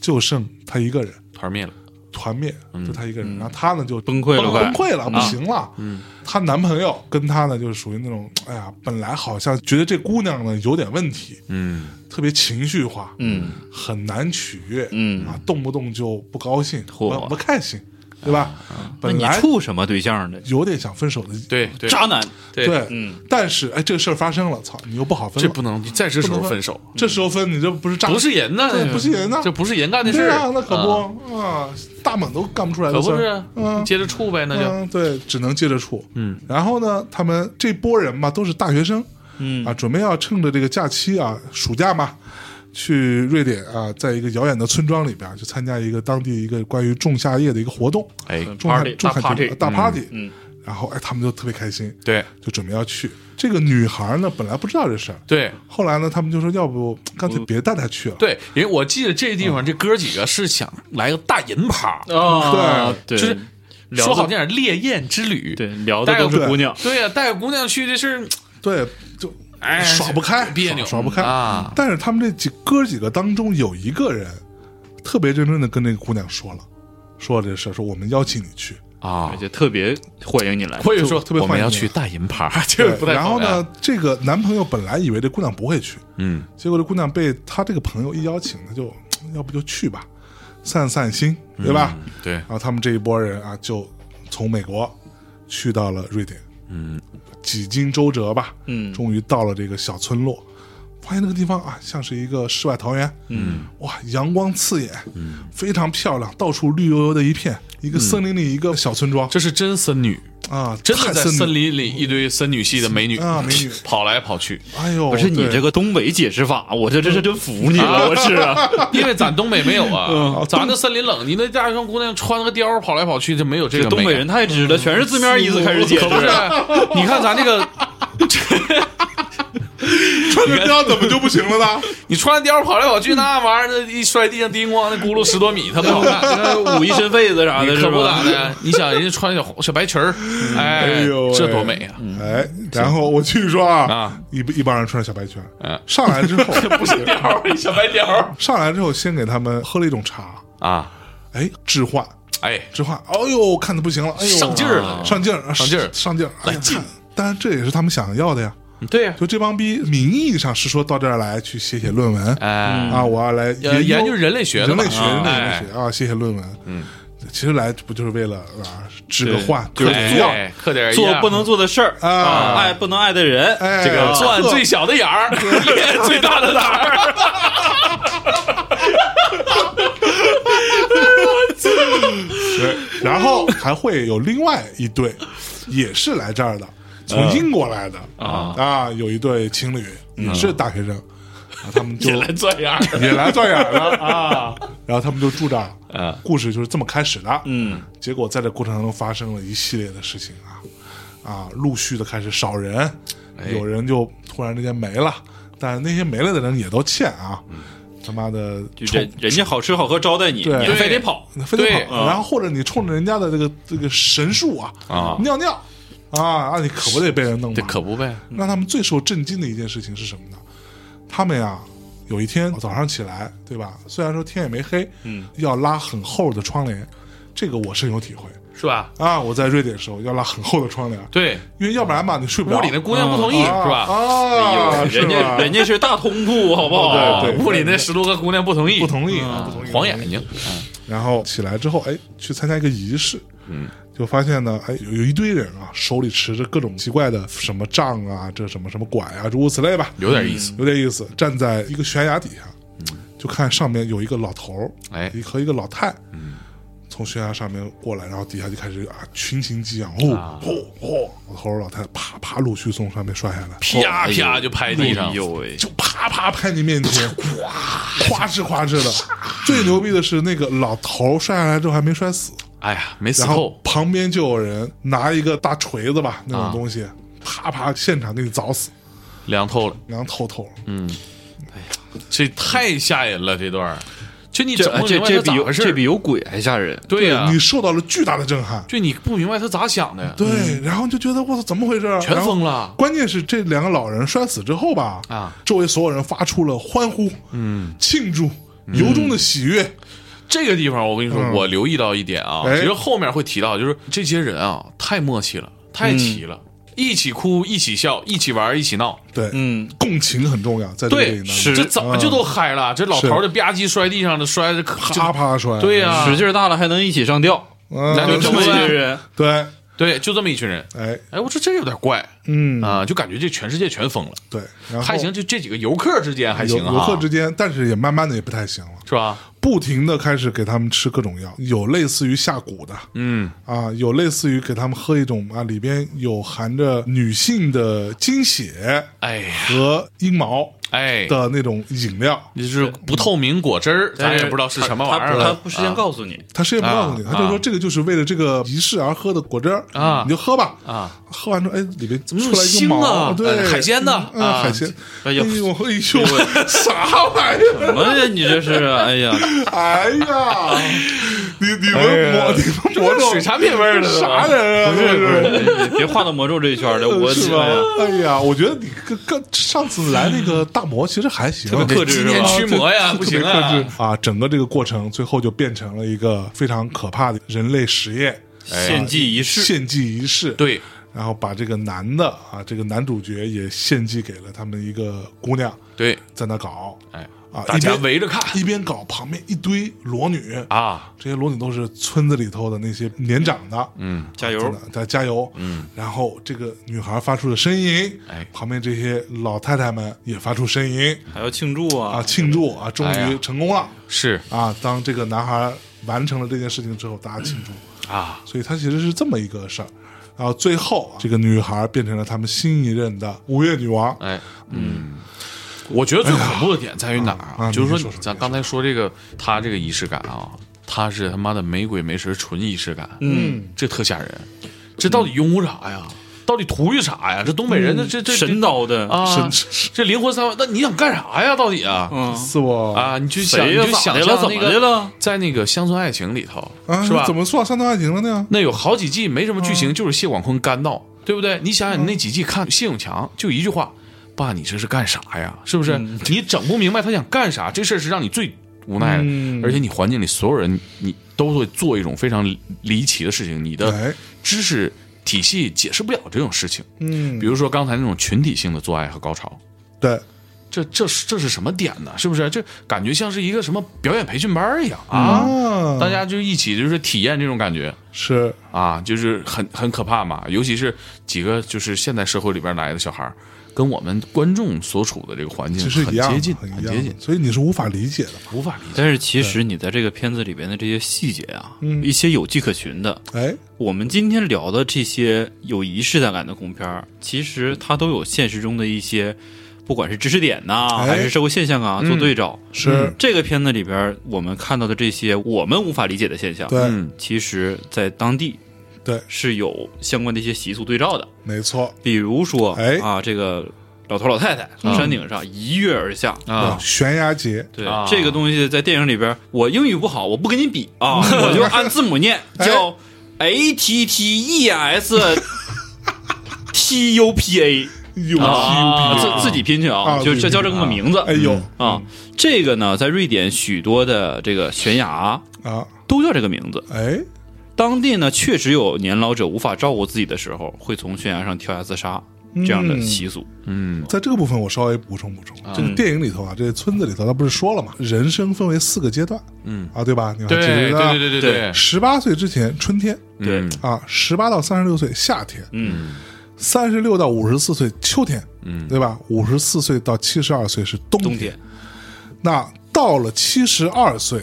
[SPEAKER 2] 就剩他一个人
[SPEAKER 4] 团灭了，
[SPEAKER 2] 团灭，就他一个人，然后他呢就
[SPEAKER 5] 嗯崩溃了
[SPEAKER 2] 崩
[SPEAKER 5] 快啊
[SPEAKER 2] 崩溃了，不行了，嗯，她男朋友跟她呢就是属于那种，哎呀，本来好像觉得这姑娘呢有点问题，
[SPEAKER 4] 嗯，
[SPEAKER 2] 特别情绪化，
[SPEAKER 5] 嗯，
[SPEAKER 2] 很难取悦，
[SPEAKER 5] 嗯
[SPEAKER 2] 啊，动不动就不高兴，
[SPEAKER 5] 嚯
[SPEAKER 2] 不不开心，对吧？
[SPEAKER 5] 那
[SPEAKER 4] 啊
[SPEAKER 2] 本
[SPEAKER 5] 你
[SPEAKER 2] 来
[SPEAKER 5] 处什么对象呢？
[SPEAKER 2] 有点想分手的，
[SPEAKER 4] 对对，
[SPEAKER 5] 渣男。
[SPEAKER 4] 对，
[SPEAKER 2] 嗯，但是哎，这个事儿发生了，操，你又不好分
[SPEAKER 4] 这
[SPEAKER 2] 了，
[SPEAKER 4] 不能，你在这时候分手，
[SPEAKER 2] 这时候分你这不是诈，
[SPEAKER 4] 不是人呐，
[SPEAKER 2] 对不是人呐
[SPEAKER 4] 这不是人干的事
[SPEAKER 2] 对
[SPEAKER 4] 儿
[SPEAKER 2] 啊，那可
[SPEAKER 4] 啊
[SPEAKER 2] 不啊，大猛都干不出来
[SPEAKER 4] 可
[SPEAKER 2] 的事
[SPEAKER 4] 不
[SPEAKER 2] 儿，
[SPEAKER 4] 是，啊
[SPEAKER 2] 嗯
[SPEAKER 4] 你。接着处呗，那就
[SPEAKER 2] 嗯，对，只能接着处。嗯，然后呢，他们这波人嘛，都是大学生，嗯啊，准备要趁着这个假期啊，暑假嘛，去瑞典啊，在一个遥远的村庄里边去参加一个当地一个关于仲夏夜的一个活动，
[SPEAKER 4] 哎，
[SPEAKER 2] 仲夏
[SPEAKER 5] party，
[SPEAKER 2] 仲夏
[SPEAKER 5] 大 party
[SPEAKER 2] 节大 party，嗯，然后哎，他们就特别开心，
[SPEAKER 4] 对
[SPEAKER 2] 就准备要去。这个女孩呢，本来不知道这事儿，
[SPEAKER 4] 对，
[SPEAKER 2] 后来呢，他们就说要不干脆别带她去了，
[SPEAKER 4] 对，因为我记得这地方这哥几个是想来个大银趴，
[SPEAKER 5] 啊，对，
[SPEAKER 4] 就是
[SPEAKER 5] 聊
[SPEAKER 4] 说好
[SPEAKER 5] 的
[SPEAKER 4] 听点烈焰之旅。
[SPEAKER 5] 对，聊的都是姑娘，
[SPEAKER 4] 对呀，带个姑娘去这事儿，
[SPEAKER 2] 对，就
[SPEAKER 4] 哎，
[SPEAKER 2] 耍不开，
[SPEAKER 4] 别扭，
[SPEAKER 2] 耍耍不开
[SPEAKER 4] 嗯啊。
[SPEAKER 2] 但是他们这几哥几个当中有一个人特别认真的跟那个姑娘说了，说了这事儿，说我们邀请你去。
[SPEAKER 4] 啊
[SPEAKER 5] 而！且特别欢迎你来。
[SPEAKER 4] 会说
[SPEAKER 2] 特别
[SPEAKER 4] 我们
[SPEAKER 2] 欢迎
[SPEAKER 4] 要
[SPEAKER 2] 啊
[SPEAKER 4] 去大银趴， [LAUGHS] 这个不太
[SPEAKER 2] 然
[SPEAKER 4] 好
[SPEAKER 2] 后
[SPEAKER 4] 呀
[SPEAKER 2] 呢，，这个男朋友本来以为这姑娘不会去，
[SPEAKER 4] 嗯，
[SPEAKER 2] 结果这姑娘被他这个朋友一邀请，他就嗯要不就去吧，散散心，对吧？
[SPEAKER 4] 嗯对
[SPEAKER 2] 然，后他们这一波人啊，就从美国去到了瑞典，嗯，几经周折吧，
[SPEAKER 5] 嗯
[SPEAKER 2] 终于到了这个小村落，发现那个地方啊，像是一个世外桃源，嗯，哇，阳光刺眼，嗯，非常漂亮，到处绿油油的一片，一个森林里一个小村庄，
[SPEAKER 4] 这是真森女，
[SPEAKER 2] 啊，
[SPEAKER 4] 真的
[SPEAKER 2] 太
[SPEAKER 4] 在
[SPEAKER 2] 森
[SPEAKER 4] 森
[SPEAKER 2] 林，
[SPEAKER 4] 林里一堆森女系的美女
[SPEAKER 2] 啊美女
[SPEAKER 4] [LAUGHS] 跑来跑去，
[SPEAKER 2] 哎呦，
[SPEAKER 5] 不是你这
[SPEAKER 2] 个
[SPEAKER 5] 个东北解释法，我这这是真服你了，我是啊，
[SPEAKER 4] 因为咱东北没有 [LAUGHS] 啊
[SPEAKER 2] 嗯，
[SPEAKER 4] 咱那森林冷，你那大学生姑娘穿个貂儿跑来跑去就没有这
[SPEAKER 5] [LAUGHS] 这
[SPEAKER 4] 个
[SPEAKER 5] 东北
[SPEAKER 4] 美
[SPEAKER 5] 人太直了，全是字面意思开始解释
[SPEAKER 4] 可不是，
[SPEAKER 5] [LAUGHS]
[SPEAKER 4] 你看咱这个，
[SPEAKER 2] 穿个貂怎么就不行了呢？
[SPEAKER 4] 你穿貂儿跑来跑去那玩意儿，那一摔地上叮咣，那轱辘十多米，他不好看。
[SPEAKER 5] 武夷身痱子啥的，
[SPEAKER 4] 你
[SPEAKER 5] 是
[SPEAKER 4] 可不咋
[SPEAKER 5] 吧？
[SPEAKER 4] 的， [LAUGHS] 你想人家穿小红小白裙儿， [LAUGHS] 哎
[SPEAKER 2] 哎呦喂，
[SPEAKER 4] 这多美啊！
[SPEAKER 2] 哎，然后我继续说啊，
[SPEAKER 4] 啊
[SPEAKER 2] 一一帮人穿着小白裙
[SPEAKER 4] 嗯，
[SPEAKER 2] 上来
[SPEAKER 4] [LAUGHS]
[SPEAKER 2] 之后不是
[SPEAKER 4] 貂小白貂儿
[SPEAKER 2] 上来之后先给他们喝了一种茶，
[SPEAKER 4] 啊，
[SPEAKER 2] 哎，置换
[SPEAKER 4] 哎，
[SPEAKER 2] 置换，哎呦，看的不行了，哎呦，
[SPEAKER 4] 上劲儿了
[SPEAKER 2] 上劲儿，啊
[SPEAKER 4] 上劲儿
[SPEAKER 2] 上劲儿，哎呀
[SPEAKER 4] 来劲！
[SPEAKER 2] 当然这也是他们想要的呀，
[SPEAKER 4] 对呀，
[SPEAKER 2] 就这帮逼，名义上是说到这儿来去写写论文
[SPEAKER 4] 哎，
[SPEAKER 2] 啊，我要来
[SPEAKER 4] 呃研究
[SPEAKER 2] 究
[SPEAKER 4] 人类学的
[SPEAKER 2] 人
[SPEAKER 4] 嘛
[SPEAKER 2] 类学、人类
[SPEAKER 4] 哎
[SPEAKER 2] 学啊，写写论文，嗯。其实来不就是为了啊置个
[SPEAKER 5] 对
[SPEAKER 2] 换，
[SPEAKER 5] 就是
[SPEAKER 2] 哎
[SPEAKER 4] 哎
[SPEAKER 5] 做
[SPEAKER 4] 刻点儿
[SPEAKER 5] 做
[SPEAKER 4] 样
[SPEAKER 5] 不能做的事儿
[SPEAKER 2] 啊
[SPEAKER 5] 爱不能爱的人，
[SPEAKER 2] 哎
[SPEAKER 5] 这个
[SPEAKER 2] 啊
[SPEAKER 4] 钻最小的眼儿，裂最大的胆儿。
[SPEAKER 2] 然后还会有另外一对，也是来这儿的，
[SPEAKER 4] 嗯
[SPEAKER 2] 从英国来的啊啊，有一对情侣也是大学生，啊，他们就
[SPEAKER 4] 来钻眼儿，
[SPEAKER 2] 也来钻眼了啊，然后他们就住这儿
[SPEAKER 4] 嗯，
[SPEAKER 2] 故事就是这么开始的，
[SPEAKER 5] 嗯，
[SPEAKER 2] 结果在这过程当中发生了一系列的事情啊啊，陆续的开始少人，
[SPEAKER 4] 哎
[SPEAKER 2] 有人就突然之间没了，但那些没了的人也都欠啊，
[SPEAKER 4] 嗯
[SPEAKER 2] 他妈的
[SPEAKER 5] 就人人家好吃好喝招待你，
[SPEAKER 2] 对
[SPEAKER 5] 你还非得跑，
[SPEAKER 2] 非得
[SPEAKER 4] 对
[SPEAKER 2] 跑，然后或者你冲着人家的这个这个神树啊
[SPEAKER 4] 啊
[SPEAKER 2] 尿尿啊，那你可不得被人弄
[SPEAKER 4] 这
[SPEAKER 2] 吗？
[SPEAKER 4] 可不呗。
[SPEAKER 2] 让他们最受震惊的一件事情是什么呢？他们呀，有一天早上起来，对吧？虽然说天也没黑，嗯，要拉很厚的窗帘，这个我深有体会
[SPEAKER 4] 是吧？
[SPEAKER 2] 啊！我在瑞典的时候要拉很厚的窗帘，
[SPEAKER 4] 对，
[SPEAKER 2] 因为要不然吧，你睡不着。
[SPEAKER 4] 屋里那姑娘不同意，
[SPEAKER 2] 啊
[SPEAKER 4] 是吧？哎
[SPEAKER 2] 啊，是
[SPEAKER 5] 人家
[SPEAKER 2] 吧
[SPEAKER 5] 人家是大通铺，好不好？
[SPEAKER 2] 对对
[SPEAKER 4] 啊屋里那十多个姑娘不同意，
[SPEAKER 2] 不同意，不同意，
[SPEAKER 4] 嗯黄眼睛，
[SPEAKER 2] 然后起来之后，哎，去参加一个仪式，嗯，就发现呢，哎，有有一堆人啊，手里持着各种奇怪的什么杖啊，这什么什么拐啊，诸如此类吧，嗯
[SPEAKER 4] 有点意思。
[SPEAKER 2] 有点意思。站在一个悬崖底下，就看上面有一个老头儿， [LAUGHS]
[SPEAKER 4] 哎
[SPEAKER 2] 一和一个老太，嗯，从悬崖上面过来，然后底下就开始啊群情激昂，
[SPEAKER 4] 啊
[SPEAKER 2] 哦哦哦，老头儿老太太啪啪陆续从上面摔下来，
[SPEAKER 4] 啪啪就拍地上
[SPEAKER 5] 哦哎，呦喂，
[SPEAKER 2] 就啪啪拍你面
[SPEAKER 4] [LAUGHS]
[SPEAKER 2] 前，哗，夸哧夸哧的。最牛逼的是，那个老头儿摔下来之后还没摔死，
[SPEAKER 4] 哎呀，没死
[SPEAKER 2] 然后
[SPEAKER 4] 透，
[SPEAKER 2] 旁边就有人拿一个大锤子吧，那种东
[SPEAKER 4] 啊
[SPEAKER 2] 西，啪啪现场给你凿死，
[SPEAKER 4] 凉透了，
[SPEAKER 2] 然后透透了。
[SPEAKER 4] 这太吓人了，这段儿，呃就你
[SPEAKER 5] 这
[SPEAKER 4] 整不
[SPEAKER 5] 这
[SPEAKER 4] 明白
[SPEAKER 5] 这
[SPEAKER 4] 他
[SPEAKER 5] 比
[SPEAKER 4] 咋
[SPEAKER 5] 有
[SPEAKER 4] 回事
[SPEAKER 5] 啊这
[SPEAKER 4] 儿
[SPEAKER 5] 比，有鬼还吓人，
[SPEAKER 4] 对啊呀，
[SPEAKER 2] 你受到了巨大的震撼。
[SPEAKER 4] 就你不明白他咋想的呀，
[SPEAKER 2] 对，然后就觉得我操，怎么回事啊？
[SPEAKER 4] 嗯全
[SPEAKER 2] 然后
[SPEAKER 4] 疯了
[SPEAKER 2] 关键是这两个老人摔死之后吧，
[SPEAKER 4] 啊，
[SPEAKER 2] 周围所有人发出了欢呼、嗯，庆祝、由衷的喜悦。
[SPEAKER 4] 这个地方，我跟你说，
[SPEAKER 2] 嗯
[SPEAKER 4] 我留意到一点啊，
[SPEAKER 2] 哎
[SPEAKER 4] 其实后面会提到，就是这些人啊，太默契了，太齐了，
[SPEAKER 2] 嗯
[SPEAKER 4] 一起哭，一起笑，一起玩，一起闹，
[SPEAKER 2] 对，
[SPEAKER 5] 嗯，
[SPEAKER 2] 共情很重要，在这个电影
[SPEAKER 4] 对，
[SPEAKER 2] 当中
[SPEAKER 4] 这怎
[SPEAKER 2] 嗯
[SPEAKER 4] 么就都嗨了？这老头儿这吧唧摔地上的摔的，
[SPEAKER 2] 啪啪摔，
[SPEAKER 4] 对呀，
[SPEAKER 5] 使劲儿大了还能一起上吊，
[SPEAKER 2] 嗯
[SPEAKER 4] 那
[SPEAKER 5] 就这么一
[SPEAKER 4] 对
[SPEAKER 5] 群人，
[SPEAKER 2] 对，
[SPEAKER 4] 对，就这么一群人。
[SPEAKER 2] 哎，
[SPEAKER 4] 哎，我说这有点怪
[SPEAKER 2] 嗯，
[SPEAKER 4] 啊，就感觉这全世界全疯了，
[SPEAKER 2] 对，然后
[SPEAKER 4] 还行，就这几个游客之间还
[SPEAKER 2] 游
[SPEAKER 4] 行啊，
[SPEAKER 2] 游客之间，但是也慢慢的也不太行了，
[SPEAKER 4] 是吧？
[SPEAKER 2] 不停的开始给他们吃各种药，有类似于下蛊的
[SPEAKER 4] 嗯，
[SPEAKER 2] 啊，有类似于给他们喝一种啊，里边有含着女性的精血
[SPEAKER 4] 哎呀，
[SPEAKER 2] 和阴毛
[SPEAKER 4] 哎，
[SPEAKER 2] 的那种饮料，
[SPEAKER 4] 就是不透明果汁儿，咱也不知道是什么玩意儿
[SPEAKER 5] 他他
[SPEAKER 4] 了
[SPEAKER 5] 不事先告诉你，
[SPEAKER 2] 他谁也不告诉你，
[SPEAKER 4] 啊
[SPEAKER 2] 他就说
[SPEAKER 4] 啊
[SPEAKER 2] 这个就是为了这个仪式而喝的果汁儿
[SPEAKER 4] 啊
[SPEAKER 2] 你就喝吧
[SPEAKER 4] 啊，
[SPEAKER 2] 喝完之后，哎，里边
[SPEAKER 4] 怎么
[SPEAKER 2] 出
[SPEAKER 4] 那么
[SPEAKER 2] 来一个
[SPEAKER 4] 腥
[SPEAKER 2] 毛，
[SPEAKER 4] 啊？
[SPEAKER 2] 对，
[SPEAKER 4] 呃海鲜呢？
[SPEAKER 2] 啊，
[SPEAKER 4] 啊
[SPEAKER 2] 海鲜，哎
[SPEAKER 5] 哎
[SPEAKER 2] 呦
[SPEAKER 5] 呦
[SPEAKER 2] 哎呦，啥玩意儿？
[SPEAKER 5] 什么呀？你这是？哎呀，
[SPEAKER 2] 哎呀，你你们魔你们魔
[SPEAKER 4] 哎这
[SPEAKER 2] 咒
[SPEAKER 4] 水产品味儿了，
[SPEAKER 2] 啥？人啊？这是
[SPEAKER 5] 别画到魔咒这一圈了，我
[SPEAKER 2] 是
[SPEAKER 5] 哎呀
[SPEAKER 2] 吧？哎呀，我觉得你跟跟上次来那个大魔其实还行，
[SPEAKER 5] 别克制
[SPEAKER 4] 纪
[SPEAKER 5] 是吧
[SPEAKER 4] 念驱魔呀，不行啊！
[SPEAKER 2] 啊，整个这个过程最后就变成了一个非常可怕的人类实验
[SPEAKER 5] 哎献祭仪式，
[SPEAKER 2] 献祭仪式，
[SPEAKER 4] 对，
[SPEAKER 2] 然后把这个男的啊，这个男主角也献祭给了他们一个姑娘，
[SPEAKER 4] 对，
[SPEAKER 2] 在那搞
[SPEAKER 4] 哎，
[SPEAKER 2] 啊，
[SPEAKER 4] 大
[SPEAKER 2] 一
[SPEAKER 4] 家
[SPEAKER 2] 边
[SPEAKER 4] 围着看
[SPEAKER 2] 一边搞，旁边一堆裸女，
[SPEAKER 4] 啊，
[SPEAKER 2] 这些裸女都是村子里头的那些年长的，嗯，
[SPEAKER 5] 加
[SPEAKER 2] 真
[SPEAKER 5] 油
[SPEAKER 2] 的！在加油，嗯，然后这个女孩发出了呻吟，
[SPEAKER 4] 哎
[SPEAKER 2] 旁边这些老太太们也发出呻吟
[SPEAKER 5] 还要庆祝
[SPEAKER 2] 啊，
[SPEAKER 5] 啊！
[SPEAKER 2] 庆祝啊，终
[SPEAKER 4] 哎
[SPEAKER 2] 于
[SPEAKER 4] 呀
[SPEAKER 2] 成功了、
[SPEAKER 4] 是
[SPEAKER 2] 啊！当这个男孩完成了这件事情之后，大家庆祝，
[SPEAKER 4] 啊，
[SPEAKER 2] 所以他其实是这么一个事儿。然后最后这个女孩变成了他们新一任的五月女王。
[SPEAKER 4] 哎，嗯，我觉得最恐怖的点在于哪儿
[SPEAKER 2] 哎呀
[SPEAKER 4] 啊？就是
[SPEAKER 2] 啊你说
[SPEAKER 4] 说
[SPEAKER 2] 说，
[SPEAKER 4] 咱刚才说这个，他这个仪式感啊，他是他妈的没鬼没神纯仪式感，嗯，这特吓人。这到底拥护啥呀？到底图于啥呀？这东北人的这这这
[SPEAKER 5] 嗯神叨的
[SPEAKER 4] 啊
[SPEAKER 2] 神，
[SPEAKER 4] 这灵魂三万，那你想干啥呀？到底啊？
[SPEAKER 5] 嗯，
[SPEAKER 2] 是我
[SPEAKER 4] 啊，你就想
[SPEAKER 5] 谁
[SPEAKER 4] 你
[SPEAKER 5] 呀
[SPEAKER 4] 就想
[SPEAKER 5] 咋的
[SPEAKER 4] 象
[SPEAKER 5] 了怎么
[SPEAKER 4] 那个
[SPEAKER 5] 的了
[SPEAKER 4] 在那个乡村爱情里头
[SPEAKER 2] 啊，
[SPEAKER 4] 是吧？
[SPEAKER 2] 怎么嗯做到上头爱情了呢？
[SPEAKER 4] 那有好几季没什么剧情，就是谢广坤干闹，对不对？你想
[SPEAKER 2] 嗯
[SPEAKER 4] 想，你那几季看谢永强，就一句话：“爸，你这是干啥呀？是不是？
[SPEAKER 5] 嗯
[SPEAKER 4] 你整不明白他想干啥？这事儿是让你最无奈的，
[SPEAKER 5] 嗯
[SPEAKER 4] 而且你环境里所有人，你都会做一种非常离奇的事情，你
[SPEAKER 2] 哎
[SPEAKER 4] 的知识体系解释不了这种事情。
[SPEAKER 2] 嗯
[SPEAKER 4] 比如说刚才那种群体性的做爱和高潮，
[SPEAKER 2] 对，
[SPEAKER 4] 这这是这是什么点呢？是不是？这感觉像是一个什么表演培训班儿一样啊！
[SPEAKER 2] 啊，
[SPEAKER 4] 大家就一起就是体验这种感觉。
[SPEAKER 2] 是
[SPEAKER 4] 啊，就是很很可怕嘛，尤其是几个就是现代社会里边来的小孩儿，跟我们观众所处的这个环境
[SPEAKER 2] 其实
[SPEAKER 4] 嗯很
[SPEAKER 2] 一样，
[SPEAKER 4] 接近，
[SPEAKER 2] 很
[SPEAKER 4] 很
[SPEAKER 2] 一
[SPEAKER 4] 接
[SPEAKER 2] 样
[SPEAKER 4] 近
[SPEAKER 2] 的，，所以你是无法理解的嘛？
[SPEAKER 4] 无法理解。
[SPEAKER 5] 但是其实你在这个片子里边的这些细节啊，一些有迹可循的。
[SPEAKER 2] 哎，
[SPEAKER 5] 我们今天聊的这些有仪式感的恐怖片儿，其实它都有现实中的一些，不管是知识点呐、
[SPEAKER 2] 哎
[SPEAKER 5] 还是社会现象啊，做对照。
[SPEAKER 4] 嗯
[SPEAKER 2] 是
[SPEAKER 5] 这个片子里边儿我们看到的这些我们无法理解的现象，
[SPEAKER 2] 对
[SPEAKER 4] 嗯，
[SPEAKER 5] 其实在当地
[SPEAKER 2] 对，
[SPEAKER 5] 是有相关的一些习俗对照的。
[SPEAKER 2] 没错，
[SPEAKER 5] 比如说，
[SPEAKER 2] 哎
[SPEAKER 5] 啊，这个老头老太太从山顶上一跃而下。
[SPEAKER 2] 啊
[SPEAKER 4] 啊，
[SPEAKER 2] 悬崖节，
[SPEAKER 5] 对、
[SPEAKER 4] 啊
[SPEAKER 5] 这个东西，在电影里边，我英语不好，我不跟你比啊，我就按字母念，
[SPEAKER 2] 哎
[SPEAKER 5] 叫 A T T E S T U P A，
[SPEAKER 2] 有
[SPEAKER 5] [LAUGHS] 啊
[SPEAKER 4] 啊
[SPEAKER 5] 自自己拼去啊，
[SPEAKER 2] 啊
[SPEAKER 5] 就就
[SPEAKER 2] 对
[SPEAKER 5] 叫这么个名字。
[SPEAKER 2] 哎呦
[SPEAKER 5] 啊，这个呢，在瑞典许多的这个悬崖
[SPEAKER 4] 嗯
[SPEAKER 2] 啊，
[SPEAKER 5] 都叫这个名字。
[SPEAKER 2] 哎，
[SPEAKER 5] 当地呢，确实有年老者无法照顾自己的时候，会从悬崖上跳崖自杀这样的习俗。
[SPEAKER 4] 嗯，
[SPEAKER 2] 在这个部分我稍微补充补充，这个电影里头啊，这个村子里头，他不是说了嘛，人生分为四个阶段，
[SPEAKER 4] 嗯
[SPEAKER 2] 啊，对吧？你还
[SPEAKER 4] 对
[SPEAKER 2] 记
[SPEAKER 4] 对
[SPEAKER 2] 得啊
[SPEAKER 4] 对对对对，
[SPEAKER 2] 十八岁之前春天
[SPEAKER 5] 对
[SPEAKER 4] 嗯
[SPEAKER 2] 啊，十八到三十六岁夏天，
[SPEAKER 5] 嗯，
[SPEAKER 2] 三十六到五十四岁秋天，
[SPEAKER 4] 嗯
[SPEAKER 2] 对吧？五十四岁到七十二岁是冬
[SPEAKER 5] 冬天
[SPEAKER 2] 那到了七十二岁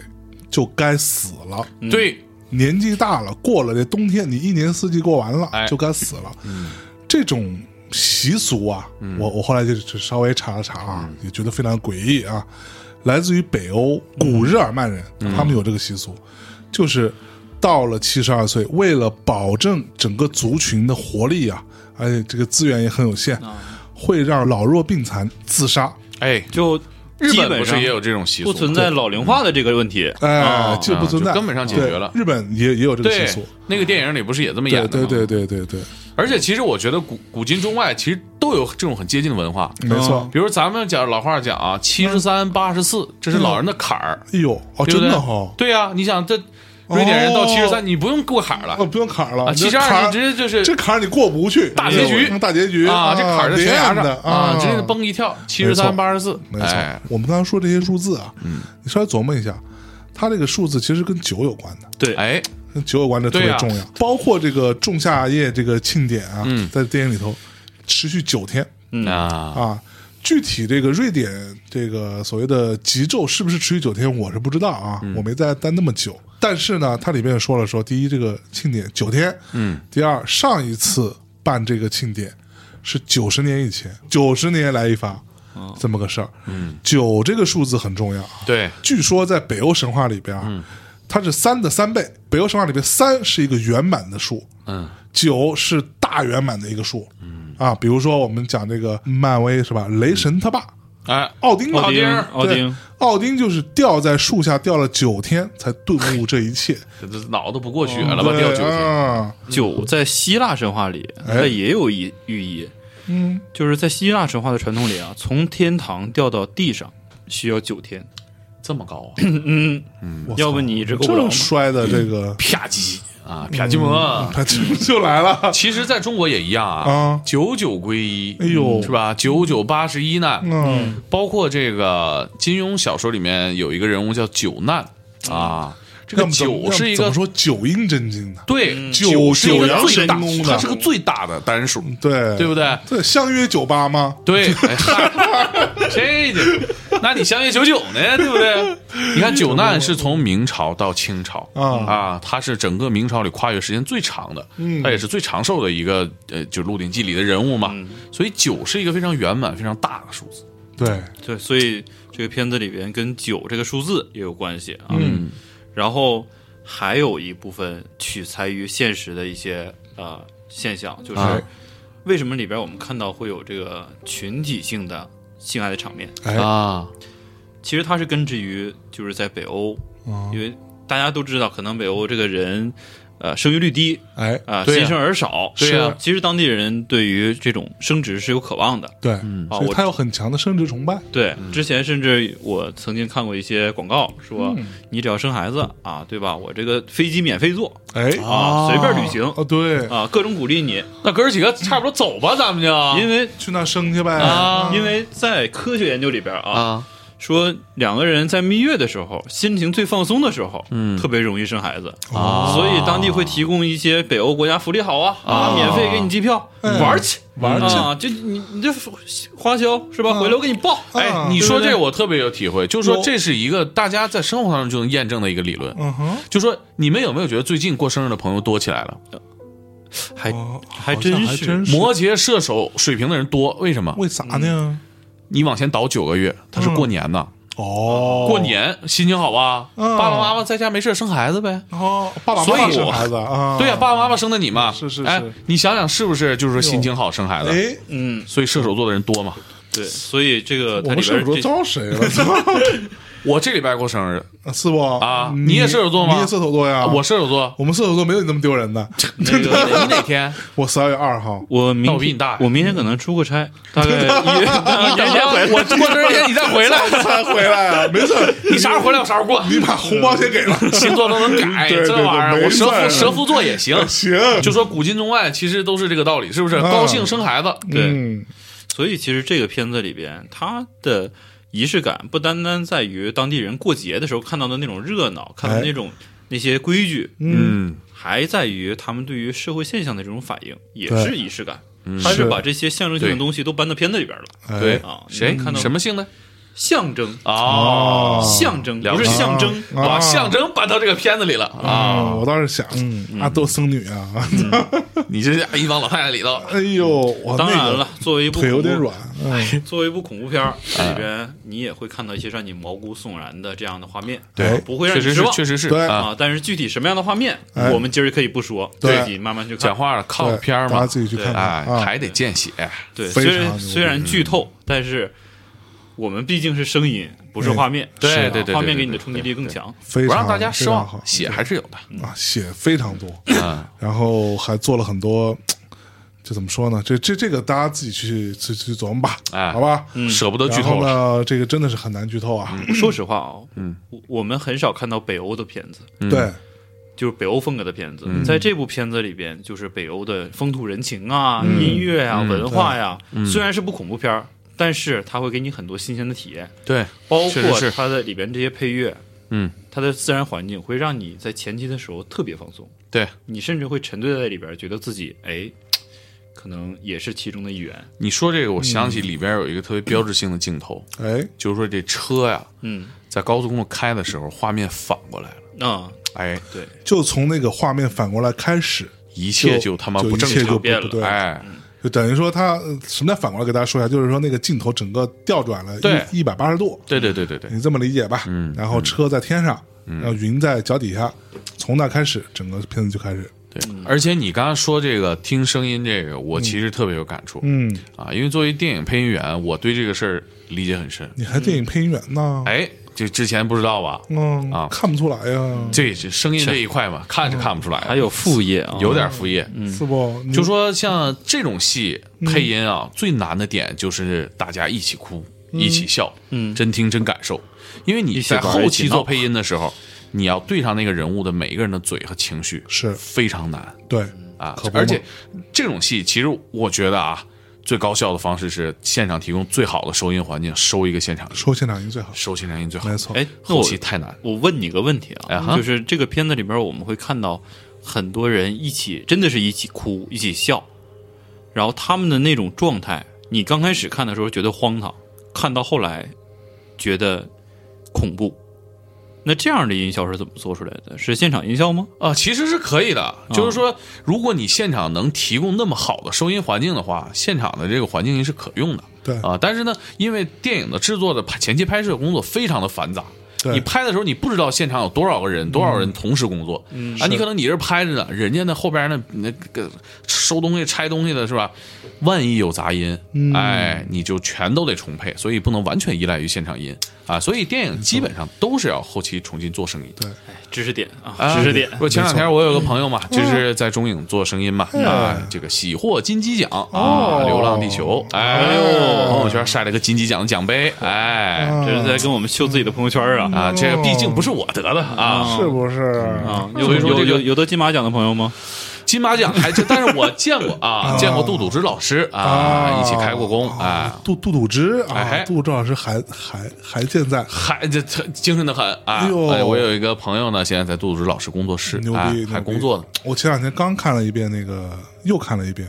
[SPEAKER 2] 就该死了，
[SPEAKER 4] 对，
[SPEAKER 2] 年纪大了，过了这冬天，你一年四季过完了，
[SPEAKER 4] 哎嗯
[SPEAKER 2] 就该死了。这种习俗啊，我我后来就就稍微查了查啊，
[SPEAKER 4] 嗯
[SPEAKER 2] 也觉得非常诡异啊，来自于北欧古日耳曼人，
[SPEAKER 4] 嗯
[SPEAKER 2] 他们有这个习俗，就是到了七十二岁，为了保证整个族群的活力啊，而且这个资源也很有限，
[SPEAKER 4] 啊
[SPEAKER 2] 会让老弱病残自杀。
[SPEAKER 4] 哎，
[SPEAKER 5] 就
[SPEAKER 4] 日
[SPEAKER 5] 基
[SPEAKER 4] 本
[SPEAKER 5] 本
[SPEAKER 4] 不是
[SPEAKER 5] 上
[SPEAKER 4] 也有这种习俗？
[SPEAKER 5] 不存在老龄化的这个问题。
[SPEAKER 2] 哎，
[SPEAKER 5] 啊
[SPEAKER 2] 这不存在，
[SPEAKER 4] 啊就根本上解决了
[SPEAKER 2] 对日本也也有这个习
[SPEAKER 4] 对
[SPEAKER 2] 俗，，
[SPEAKER 4] 那个电影里不是也这么演
[SPEAKER 2] 对
[SPEAKER 4] 的
[SPEAKER 2] 对
[SPEAKER 4] 吗？
[SPEAKER 2] 对对对对，
[SPEAKER 4] 而且其实我觉得古古今中外其实都有这种很接近的文化。
[SPEAKER 2] 没错。
[SPEAKER 4] 比如咱们讲老话讲
[SPEAKER 2] 嗯
[SPEAKER 4] 啊，七十三八十四，这是老人的坎儿，
[SPEAKER 2] 哎呦，哦，
[SPEAKER 4] 对不
[SPEAKER 2] 真
[SPEAKER 4] 对
[SPEAKER 2] 的哈，
[SPEAKER 4] 对呀、你想这瑞典人到七十
[SPEAKER 2] 哦
[SPEAKER 4] 三，你不用过坎儿了
[SPEAKER 2] 哦，不用坎儿了，
[SPEAKER 4] 啊，
[SPEAKER 2] 你这
[SPEAKER 4] 七十
[SPEAKER 2] 坎
[SPEAKER 4] 二
[SPEAKER 2] 儿
[SPEAKER 4] 你直接就是
[SPEAKER 2] 这坎儿你过不去，
[SPEAKER 4] 大结局
[SPEAKER 2] 哎呦大结局
[SPEAKER 4] 啊，这坎儿在悬崖
[SPEAKER 2] 别按
[SPEAKER 4] 上
[SPEAKER 2] 的
[SPEAKER 4] 啊，直接蹦一跳，七十三八十四，
[SPEAKER 2] 没错
[SPEAKER 4] 哎，。嗯
[SPEAKER 2] 我们刚刚说这些数字啊，你稍微琢磨一下，它这个数字其实跟酒有关的，
[SPEAKER 5] 对，
[SPEAKER 4] 哎，
[SPEAKER 2] 跟酒有关的特别
[SPEAKER 4] 对啊
[SPEAKER 2] 重要，包括这个仲夏夜这个庆典啊，
[SPEAKER 4] 嗯
[SPEAKER 2] 在电影里头持续九天
[SPEAKER 4] 那
[SPEAKER 2] 啊。具体这个瑞典这个所谓的极昼是不是持续九天，我是不知道啊，我没在待那么久。但是呢，它里面也说了说，第一，这个庆典九天，嗯，第二，上一次办这个庆典是九十年以前，九十年来一发，这么个事儿。哦嗯，九这个数字很重要啊。
[SPEAKER 4] 对，
[SPEAKER 2] 据说在北欧神话里边，啊它是三的三倍。北欧神话里边，三是一个圆满的数，嗯，九是大圆满的一个数，嗯啊，比如说我们讲这个漫威是吧？雷神他爸
[SPEAKER 4] 哎，
[SPEAKER 2] 奥丁嘛，
[SPEAKER 5] 奥丁奥
[SPEAKER 2] 对
[SPEAKER 5] 丁，
[SPEAKER 2] 奥丁就是吊在树下吊了九天才顿悟这一切，
[SPEAKER 4] 这这脑子不过血了吧？掉
[SPEAKER 2] 嗯对
[SPEAKER 4] 九天，
[SPEAKER 2] 啊，
[SPEAKER 5] 酒在希腊神话里，
[SPEAKER 2] 哎
[SPEAKER 5] 它也有一寓意。嗯，就是在希腊神话的传统里啊，从天堂掉到地上需要九天，
[SPEAKER 4] 这么高啊，
[SPEAKER 2] 我操
[SPEAKER 5] 要不你一直够不着
[SPEAKER 2] 这
[SPEAKER 5] 嘛。
[SPEAKER 2] 摔的这个， [LAUGHS]
[SPEAKER 4] 啪叽啊，啪叽么。
[SPEAKER 2] 他就 [LAUGHS] 就来了，
[SPEAKER 4] 其实，在中国也一样
[SPEAKER 2] 嗯啊
[SPEAKER 4] 啊，九九归一，
[SPEAKER 2] 哎呦
[SPEAKER 4] 是吧？九九八十一难，
[SPEAKER 2] 嗯，
[SPEAKER 4] 包括这个金庸小说里面有一个人物叫九难啊，这
[SPEAKER 2] 要
[SPEAKER 4] 个
[SPEAKER 2] 么怎么
[SPEAKER 4] 九是一
[SPEAKER 2] 要么怎
[SPEAKER 4] 个
[SPEAKER 2] 么说嗯九阴真经呢？
[SPEAKER 4] 对
[SPEAKER 2] 九
[SPEAKER 4] 九是一
[SPEAKER 2] 九
[SPEAKER 4] 个
[SPEAKER 2] 阳
[SPEAKER 4] 最
[SPEAKER 2] 神
[SPEAKER 4] 大
[SPEAKER 2] 功，的
[SPEAKER 4] 它是个最大的单数，
[SPEAKER 2] 对
[SPEAKER 4] 对不对？
[SPEAKER 2] [LAUGHS] 对，相约九八吗？
[SPEAKER 4] 对，哎嗨这那你相约九九呢，对不对？你看九难是从明朝到清朝
[SPEAKER 2] 啊
[SPEAKER 4] 啊，它是整个明朝里跨越时间最长的，
[SPEAKER 2] 嗯
[SPEAKER 4] 它也是最长寿的一个呃，就《鹿鼎记》里的人物嘛。
[SPEAKER 2] 嗯
[SPEAKER 4] 所以九是一个非常圆满、非常大的数字。
[SPEAKER 2] 对，
[SPEAKER 5] 对，所以这个片子里边跟九这个数字也有关系啊。嗯，然后还有一部分取材于现实的一些呃现
[SPEAKER 4] 啊
[SPEAKER 5] 象，就是
[SPEAKER 2] 哎
[SPEAKER 5] 为什么里边我们看到会有这个群体性的性爱的场面？
[SPEAKER 2] 哎，
[SPEAKER 4] 啊，
[SPEAKER 5] 其实它是根植于就是在北欧，
[SPEAKER 2] 嗯
[SPEAKER 5] 因为大家都知道，可能北欧这个人呃生育率低
[SPEAKER 2] 哎，
[SPEAKER 5] 啊，
[SPEAKER 4] 对呀
[SPEAKER 5] 新生儿少，
[SPEAKER 4] 对呀
[SPEAKER 5] 其实当地人对于这种生殖是有渴望的。
[SPEAKER 2] 对，
[SPEAKER 5] 啊
[SPEAKER 2] 所以
[SPEAKER 5] 我
[SPEAKER 2] 他有很强的生殖崇拜，
[SPEAKER 5] 对，
[SPEAKER 4] 嗯
[SPEAKER 5] 之前甚至我曾经看过一些广告，说
[SPEAKER 4] 嗯
[SPEAKER 2] 嗯
[SPEAKER 5] 你只要生孩子啊，对吧？我这个飞机免费坐
[SPEAKER 2] 哎，
[SPEAKER 5] 啊，随便旅行
[SPEAKER 2] 哦，对，
[SPEAKER 5] 啊，各种鼓励你，
[SPEAKER 4] 那哥儿几个差不多走吧，咱们就
[SPEAKER 5] 因为
[SPEAKER 2] 去那生去呗，
[SPEAKER 5] 啊，因为在科学研究里边啊，
[SPEAKER 4] 啊，
[SPEAKER 5] 说两个人在蜜月的时候，心情最放松的时候，嗯，特别容易生孩子啊，所以当地会提供一些北欧国家福利好啊啊，免费给你机票，
[SPEAKER 2] 哎
[SPEAKER 5] 玩
[SPEAKER 4] 嗯
[SPEAKER 5] 儿去。
[SPEAKER 2] 玩去，
[SPEAKER 5] 啊，就你你这花销是吧？
[SPEAKER 2] 啊
[SPEAKER 5] 回来我给你报。
[SPEAKER 4] 哎
[SPEAKER 2] 啊，
[SPEAKER 4] 你说
[SPEAKER 5] 对
[SPEAKER 4] 这
[SPEAKER 5] 对
[SPEAKER 4] 我特别有体会，就是说
[SPEAKER 2] 有
[SPEAKER 4] 这是一个大家在生活当中就能验证的一个理论。
[SPEAKER 2] 嗯哼，
[SPEAKER 4] 就说你们有没有觉得最近过生日的朋友多起来了？
[SPEAKER 5] 还
[SPEAKER 2] 哦
[SPEAKER 5] 还
[SPEAKER 2] 好像
[SPEAKER 5] 真
[SPEAKER 2] 还
[SPEAKER 5] 是
[SPEAKER 2] 真是，
[SPEAKER 4] 摩羯、射手、水瓶的人多，为什么？
[SPEAKER 2] 为啥
[SPEAKER 4] 嗯
[SPEAKER 2] 呢？
[SPEAKER 4] 你往前倒九个月，他是过
[SPEAKER 5] 嗯
[SPEAKER 4] 年呢。
[SPEAKER 2] 哦，
[SPEAKER 4] 过，年心情好吧？
[SPEAKER 2] 嗯
[SPEAKER 4] 爸爸妈妈在家没事儿生孩子呗。
[SPEAKER 5] 嗯
[SPEAKER 2] 哦，爸爸妈妈
[SPEAKER 4] 所以
[SPEAKER 2] 生
[SPEAKER 4] 我
[SPEAKER 2] 孩子啊，
[SPEAKER 4] 对呀、爸爸妈妈生的你嘛。
[SPEAKER 2] 是是
[SPEAKER 4] 哎
[SPEAKER 2] 是，
[SPEAKER 4] 你想想是不是就是说心情好生孩子？
[SPEAKER 2] 哎，
[SPEAKER 5] 嗯，
[SPEAKER 4] 所以射手座的人多嘛。
[SPEAKER 5] 对，所以这个
[SPEAKER 2] 我
[SPEAKER 5] 它
[SPEAKER 2] 们
[SPEAKER 5] 里
[SPEAKER 2] 射手
[SPEAKER 5] 边
[SPEAKER 2] 座
[SPEAKER 5] 这
[SPEAKER 2] 招谁了？ [LAUGHS]
[SPEAKER 4] 我这礼拜过生日，
[SPEAKER 2] 是不嗯
[SPEAKER 4] 啊你也射手座吗啊
[SPEAKER 2] 你也射手座
[SPEAKER 5] 啊
[SPEAKER 2] 呀？
[SPEAKER 4] 我射手座。
[SPEAKER 2] 我们射手座没有你那么丢人的。[LAUGHS]
[SPEAKER 5] 那
[SPEAKER 4] 你
[SPEAKER 5] 个
[SPEAKER 4] 哪你哪天？
[SPEAKER 2] 我十二月二号， [LAUGHS]
[SPEAKER 5] 我明
[SPEAKER 4] 那我比你大
[SPEAKER 5] 我明天可能出个差，大概一月
[SPEAKER 4] [LAUGHS] 等
[SPEAKER 5] 大概年
[SPEAKER 4] 着
[SPEAKER 5] 前回来。
[SPEAKER 4] 我过生日天你再回 [LAUGHS] 来，
[SPEAKER 2] 才回来啊，没事儿，
[SPEAKER 4] 你啥时候回来我啥时候过。
[SPEAKER 2] 你把红包钱给了，
[SPEAKER 4] [LAUGHS] 星座都能改，
[SPEAKER 2] 对对
[SPEAKER 4] 这
[SPEAKER 2] 对
[SPEAKER 4] 玩意儿
[SPEAKER 2] 没
[SPEAKER 4] 我蛇
[SPEAKER 2] 事儿
[SPEAKER 4] 夫蛇夫座也行。 [LAUGHS]
[SPEAKER 2] 行，
[SPEAKER 4] 就说古今中外，其实都是这个道理，是不是？
[SPEAKER 2] 嗯
[SPEAKER 4] 高兴生孩子，
[SPEAKER 5] 对，
[SPEAKER 2] 嗯
[SPEAKER 5] 所以其实这个片子里边，它的仪式感不单单在于当地人过节的时候看到的那种热闹，看到那种
[SPEAKER 2] 哎
[SPEAKER 5] 那些规矩，
[SPEAKER 4] 嗯，
[SPEAKER 5] 还在于他们对于社会现象的这种反应，也
[SPEAKER 2] 对嗯
[SPEAKER 5] 是仪式感。它是
[SPEAKER 2] 是
[SPEAKER 5] 把这些象征性的东西都搬到片子里边了
[SPEAKER 2] 哎
[SPEAKER 4] 对
[SPEAKER 5] 啊！你
[SPEAKER 4] 谁
[SPEAKER 5] 能看到
[SPEAKER 4] 什么性的？
[SPEAKER 5] 象征？
[SPEAKER 4] 哦，
[SPEAKER 5] 象征
[SPEAKER 4] 了
[SPEAKER 5] 不是
[SPEAKER 4] 解
[SPEAKER 5] 象征，
[SPEAKER 2] 啊
[SPEAKER 4] 把象征搬到这个片子里了啊！嗯
[SPEAKER 2] 啊，我倒是想，嗯，啊，都生女啊，
[SPEAKER 4] 你这是一帮老太太里头，
[SPEAKER 2] [LAUGHS] 哎呦，我
[SPEAKER 5] 当
[SPEAKER 2] 那
[SPEAKER 5] 然
[SPEAKER 2] 个
[SPEAKER 5] 了，作为一部
[SPEAKER 2] 腿有点
[SPEAKER 5] 恐怖
[SPEAKER 2] 软，哎嗯，
[SPEAKER 5] 作为一部恐怖片儿，这里边你也会看到一些让你毛骨悚然的这样的画面，
[SPEAKER 2] 对
[SPEAKER 5] 不会让
[SPEAKER 4] 确实
[SPEAKER 5] 你失
[SPEAKER 4] 是，
[SPEAKER 5] 望，
[SPEAKER 4] 确实是
[SPEAKER 2] 对
[SPEAKER 4] 啊！
[SPEAKER 5] 啊。但是具体什么样的画面，
[SPEAKER 2] 哎
[SPEAKER 5] 我们今儿可以不说，
[SPEAKER 2] 对
[SPEAKER 5] 自己慢慢去看
[SPEAKER 4] 讲。话了，靠片儿
[SPEAKER 2] 大
[SPEAKER 4] 嘛
[SPEAKER 2] 家，自己去看看
[SPEAKER 4] 哎，
[SPEAKER 2] 啊，
[SPEAKER 4] 还得见血，
[SPEAKER 5] 对，
[SPEAKER 2] 非
[SPEAKER 5] 虽然
[SPEAKER 2] 常嗯
[SPEAKER 5] 虽然剧透，但是我们毕竟是声音，不是画面，
[SPEAKER 4] 对
[SPEAKER 5] 是吧
[SPEAKER 4] 对对对
[SPEAKER 5] 画面给你
[SPEAKER 4] 对
[SPEAKER 5] 的
[SPEAKER 4] 对
[SPEAKER 5] 冲击力更强。
[SPEAKER 2] 非
[SPEAKER 4] 不
[SPEAKER 2] 常
[SPEAKER 4] 让大家
[SPEAKER 2] 非
[SPEAKER 4] 失
[SPEAKER 2] 常
[SPEAKER 4] 望
[SPEAKER 2] 好，
[SPEAKER 4] 血还是有的。
[SPEAKER 2] 啊，血非常多，
[SPEAKER 4] 啊，
[SPEAKER 2] 然后还做了很多，这怎么说呢？这这这个大家自己去去去琢磨吧，
[SPEAKER 4] 哎
[SPEAKER 2] 好吧。
[SPEAKER 4] 舍不得剧
[SPEAKER 2] 然
[SPEAKER 4] 透
[SPEAKER 2] 后
[SPEAKER 4] 了，
[SPEAKER 2] 呢，这个真的是很难剧透啊，
[SPEAKER 5] 说实话啊，嗯，我们很少看到北欧的片子，
[SPEAKER 4] 嗯
[SPEAKER 2] 对，
[SPEAKER 5] 就是北欧风格的片子，在这部片子里边，就是北欧的风土人情啊、
[SPEAKER 4] 嗯
[SPEAKER 5] 音乐啊、文化呀、虽然是部恐怖片儿，但是它会给你很多新鲜的体验，
[SPEAKER 4] 对，
[SPEAKER 5] 包
[SPEAKER 4] 确实
[SPEAKER 5] 括
[SPEAKER 4] 是
[SPEAKER 5] 它的里边这些配乐，
[SPEAKER 4] 嗯，
[SPEAKER 5] 它的自然环境会让你在前期的时候特别放松，
[SPEAKER 4] 对。
[SPEAKER 5] 你甚至会沉醉在里边，觉得自己哎，可能也是其中的一员。
[SPEAKER 4] 你说这个，我想
[SPEAKER 2] 嗯
[SPEAKER 4] 起里边有一个特别标志性的镜头，
[SPEAKER 2] 哎，
[SPEAKER 4] 就是说这车呀，
[SPEAKER 5] 嗯，
[SPEAKER 4] 在高速公路开的时候，画面反过来了，
[SPEAKER 5] 啊，
[SPEAKER 4] 哎，
[SPEAKER 5] 对，
[SPEAKER 2] 就从那个画面反过来开始，就
[SPEAKER 4] 一切就他妈
[SPEAKER 2] 就
[SPEAKER 4] 不
[SPEAKER 2] 一
[SPEAKER 4] 正
[SPEAKER 2] 切就
[SPEAKER 4] 常
[SPEAKER 2] 不
[SPEAKER 5] 变
[SPEAKER 2] 不
[SPEAKER 5] 了嗯
[SPEAKER 2] 对，
[SPEAKER 4] 哎，
[SPEAKER 2] 就等于说他呃什么叫反过来给大家说一下，就是说那个镜头整个调转了
[SPEAKER 4] 对
[SPEAKER 2] 一一百八十度，
[SPEAKER 4] 对对对对嗯对，
[SPEAKER 2] 你这么理解吧？嗯，然后车在天上，然后云在脚底下，从那开始整个片子就开始，
[SPEAKER 4] 对，
[SPEAKER 5] 嗯
[SPEAKER 4] 而且你刚刚说这个听声音这个，我其实特别有感触，
[SPEAKER 2] 嗯，
[SPEAKER 4] 啊，因为作为电影配音员，我对这个事儿理解很深。
[SPEAKER 2] 你还电影配音员呢？
[SPEAKER 4] 哎，这之前不知道吧？
[SPEAKER 2] 嗯
[SPEAKER 4] 啊
[SPEAKER 2] 看不出来呀，
[SPEAKER 4] 这是声音这一块嘛，看是看不出来，
[SPEAKER 5] 嗯还有副业啊，
[SPEAKER 4] 有点副业。
[SPEAKER 2] 是不？
[SPEAKER 5] 嗯
[SPEAKER 2] 你
[SPEAKER 4] 嗯就说像这种戏配音啊，最难的点就是大家一起哭，一起笑，
[SPEAKER 5] 嗯
[SPEAKER 4] 真听真感受。因为你
[SPEAKER 5] 一起
[SPEAKER 4] 在
[SPEAKER 5] 玩
[SPEAKER 4] 后
[SPEAKER 5] 一起
[SPEAKER 4] 期做
[SPEAKER 5] 闹
[SPEAKER 4] 配音的时候，你要对上那个人物的每一个人的嘴和情绪，
[SPEAKER 2] 是
[SPEAKER 4] 非常难。
[SPEAKER 2] 对
[SPEAKER 4] 啊
[SPEAKER 2] 可，不
[SPEAKER 4] 而
[SPEAKER 2] 嘛
[SPEAKER 4] 且这种戏其实我觉得啊，最高效的方式是现场提供最好的收音环境，收一个现场音，
[SPEAKER 2] 收现场音最好，
[SPEAKER 4] 收现场音最好
[SPEAKER 2] 没。错。
[SPEAKER 5] 哎，那
[SPEAKER 4] 后
[SPEAKER 5] 我
[SPEAKER 4] 期太难，
[SPEAKER 5] 我问你个问题
[SPEAKER 4] 哎
[SPEAKER 5] 啊，
[SPEAKER 4] 哈
[SPEAKER 5] 就是这个片子里边我们会看到很多人一起，真的是一起哭，一起笑，然后他们的那种状态，你刚开始看的时候觉得荒唐，看到后来觉得恐怖。那这样的音效是怎么做出来的？是现场音效吗？
[SPEAKER 4] 啊，其实是可以的。就是说，如果你现场能提供那么好的收音环境的话，现场的这个环境音是可用的。
[SPEAKER 2] 对
[SPEAKER 4] 啊，但是呢，因为电影的制作的拍前期拍摄工作非常的繁杂。
[SPEAKER 2] 对嗯
[SPEAKER 4] 你拍的时候，你不知道现场有多少个人，多少人同时工作、啊！你可能你这拍着呢，人家那后边那那个收东西、拆东西的是吧？万一有杂音，
[SPEAKER 2] 嗯
[SPEAKER 4] 哎，你就全都得重配，所以不能完全依赖于现场音啊！所以电影基本上都是要后期重新做声音。
[SPEAKER 2] 对
[SPEAKER 5] 知识点啊，
[SPEAKER 4] 啊
[SPEAKER 5] 知识点。
[SPEAKER 4] 我前两天我有个朋友
[SPEAKER 2] 嗯
[SPEAKER 4] 嘛，就是在中影做声音嘛，啊，这个喜获金鸡奖
[SPEAKER 2] 哦
[SPEAKER 4] 啊，《流浪地球》，哎呦，朋友圈晒了个金鸡奖的奖杯，
[SPEAKER 2] 哦
[SPEAKER 4] 哎，
[SPEAKER 5] 这是在跟我们秀自己的朋友圈啊
[SPEAKER 4] 啊，这个毕竟不是我得的啊，
[SPEAKER 2] 是不是？
[SPEAKER 5] 啊！有
[SPEAKER 4] 所以说
[SPEAKER 5] 有
[SPEAKER 4] 这个
[SPEAKER 5] 有有得金马奖的朋友吗？
[SPEAKER 4] 金马奖还这，但是我见过啊，
[SPEAKER 2] 哦
[SPEAKER 4] 见过杜笃之老师啊，
[SPEAKER 2] 啊
[SPEAKER 4] 一起开过工啊。
[SPEAKER 2] 杜杜笃之
[SPEAKER 4] 哎
[SPEAKER 2] 啊，杜杜老师还还还健在，
[SPEAKER 4] 还这他精神的很啊！
[SPEAKER 2] 哎呦
[SPEAKER 4] 哎我有一个朋友呢，现在在杜笃之老师工作室
[SPEAKER 2] 牛逼
[SPEAKER 4] 啊
[SPEAKER 2] 牛逼，
[SPEAKER 4] 还工作呢
[SPEAKER 2] 我前两天刚看了一遍那个，又看了一遍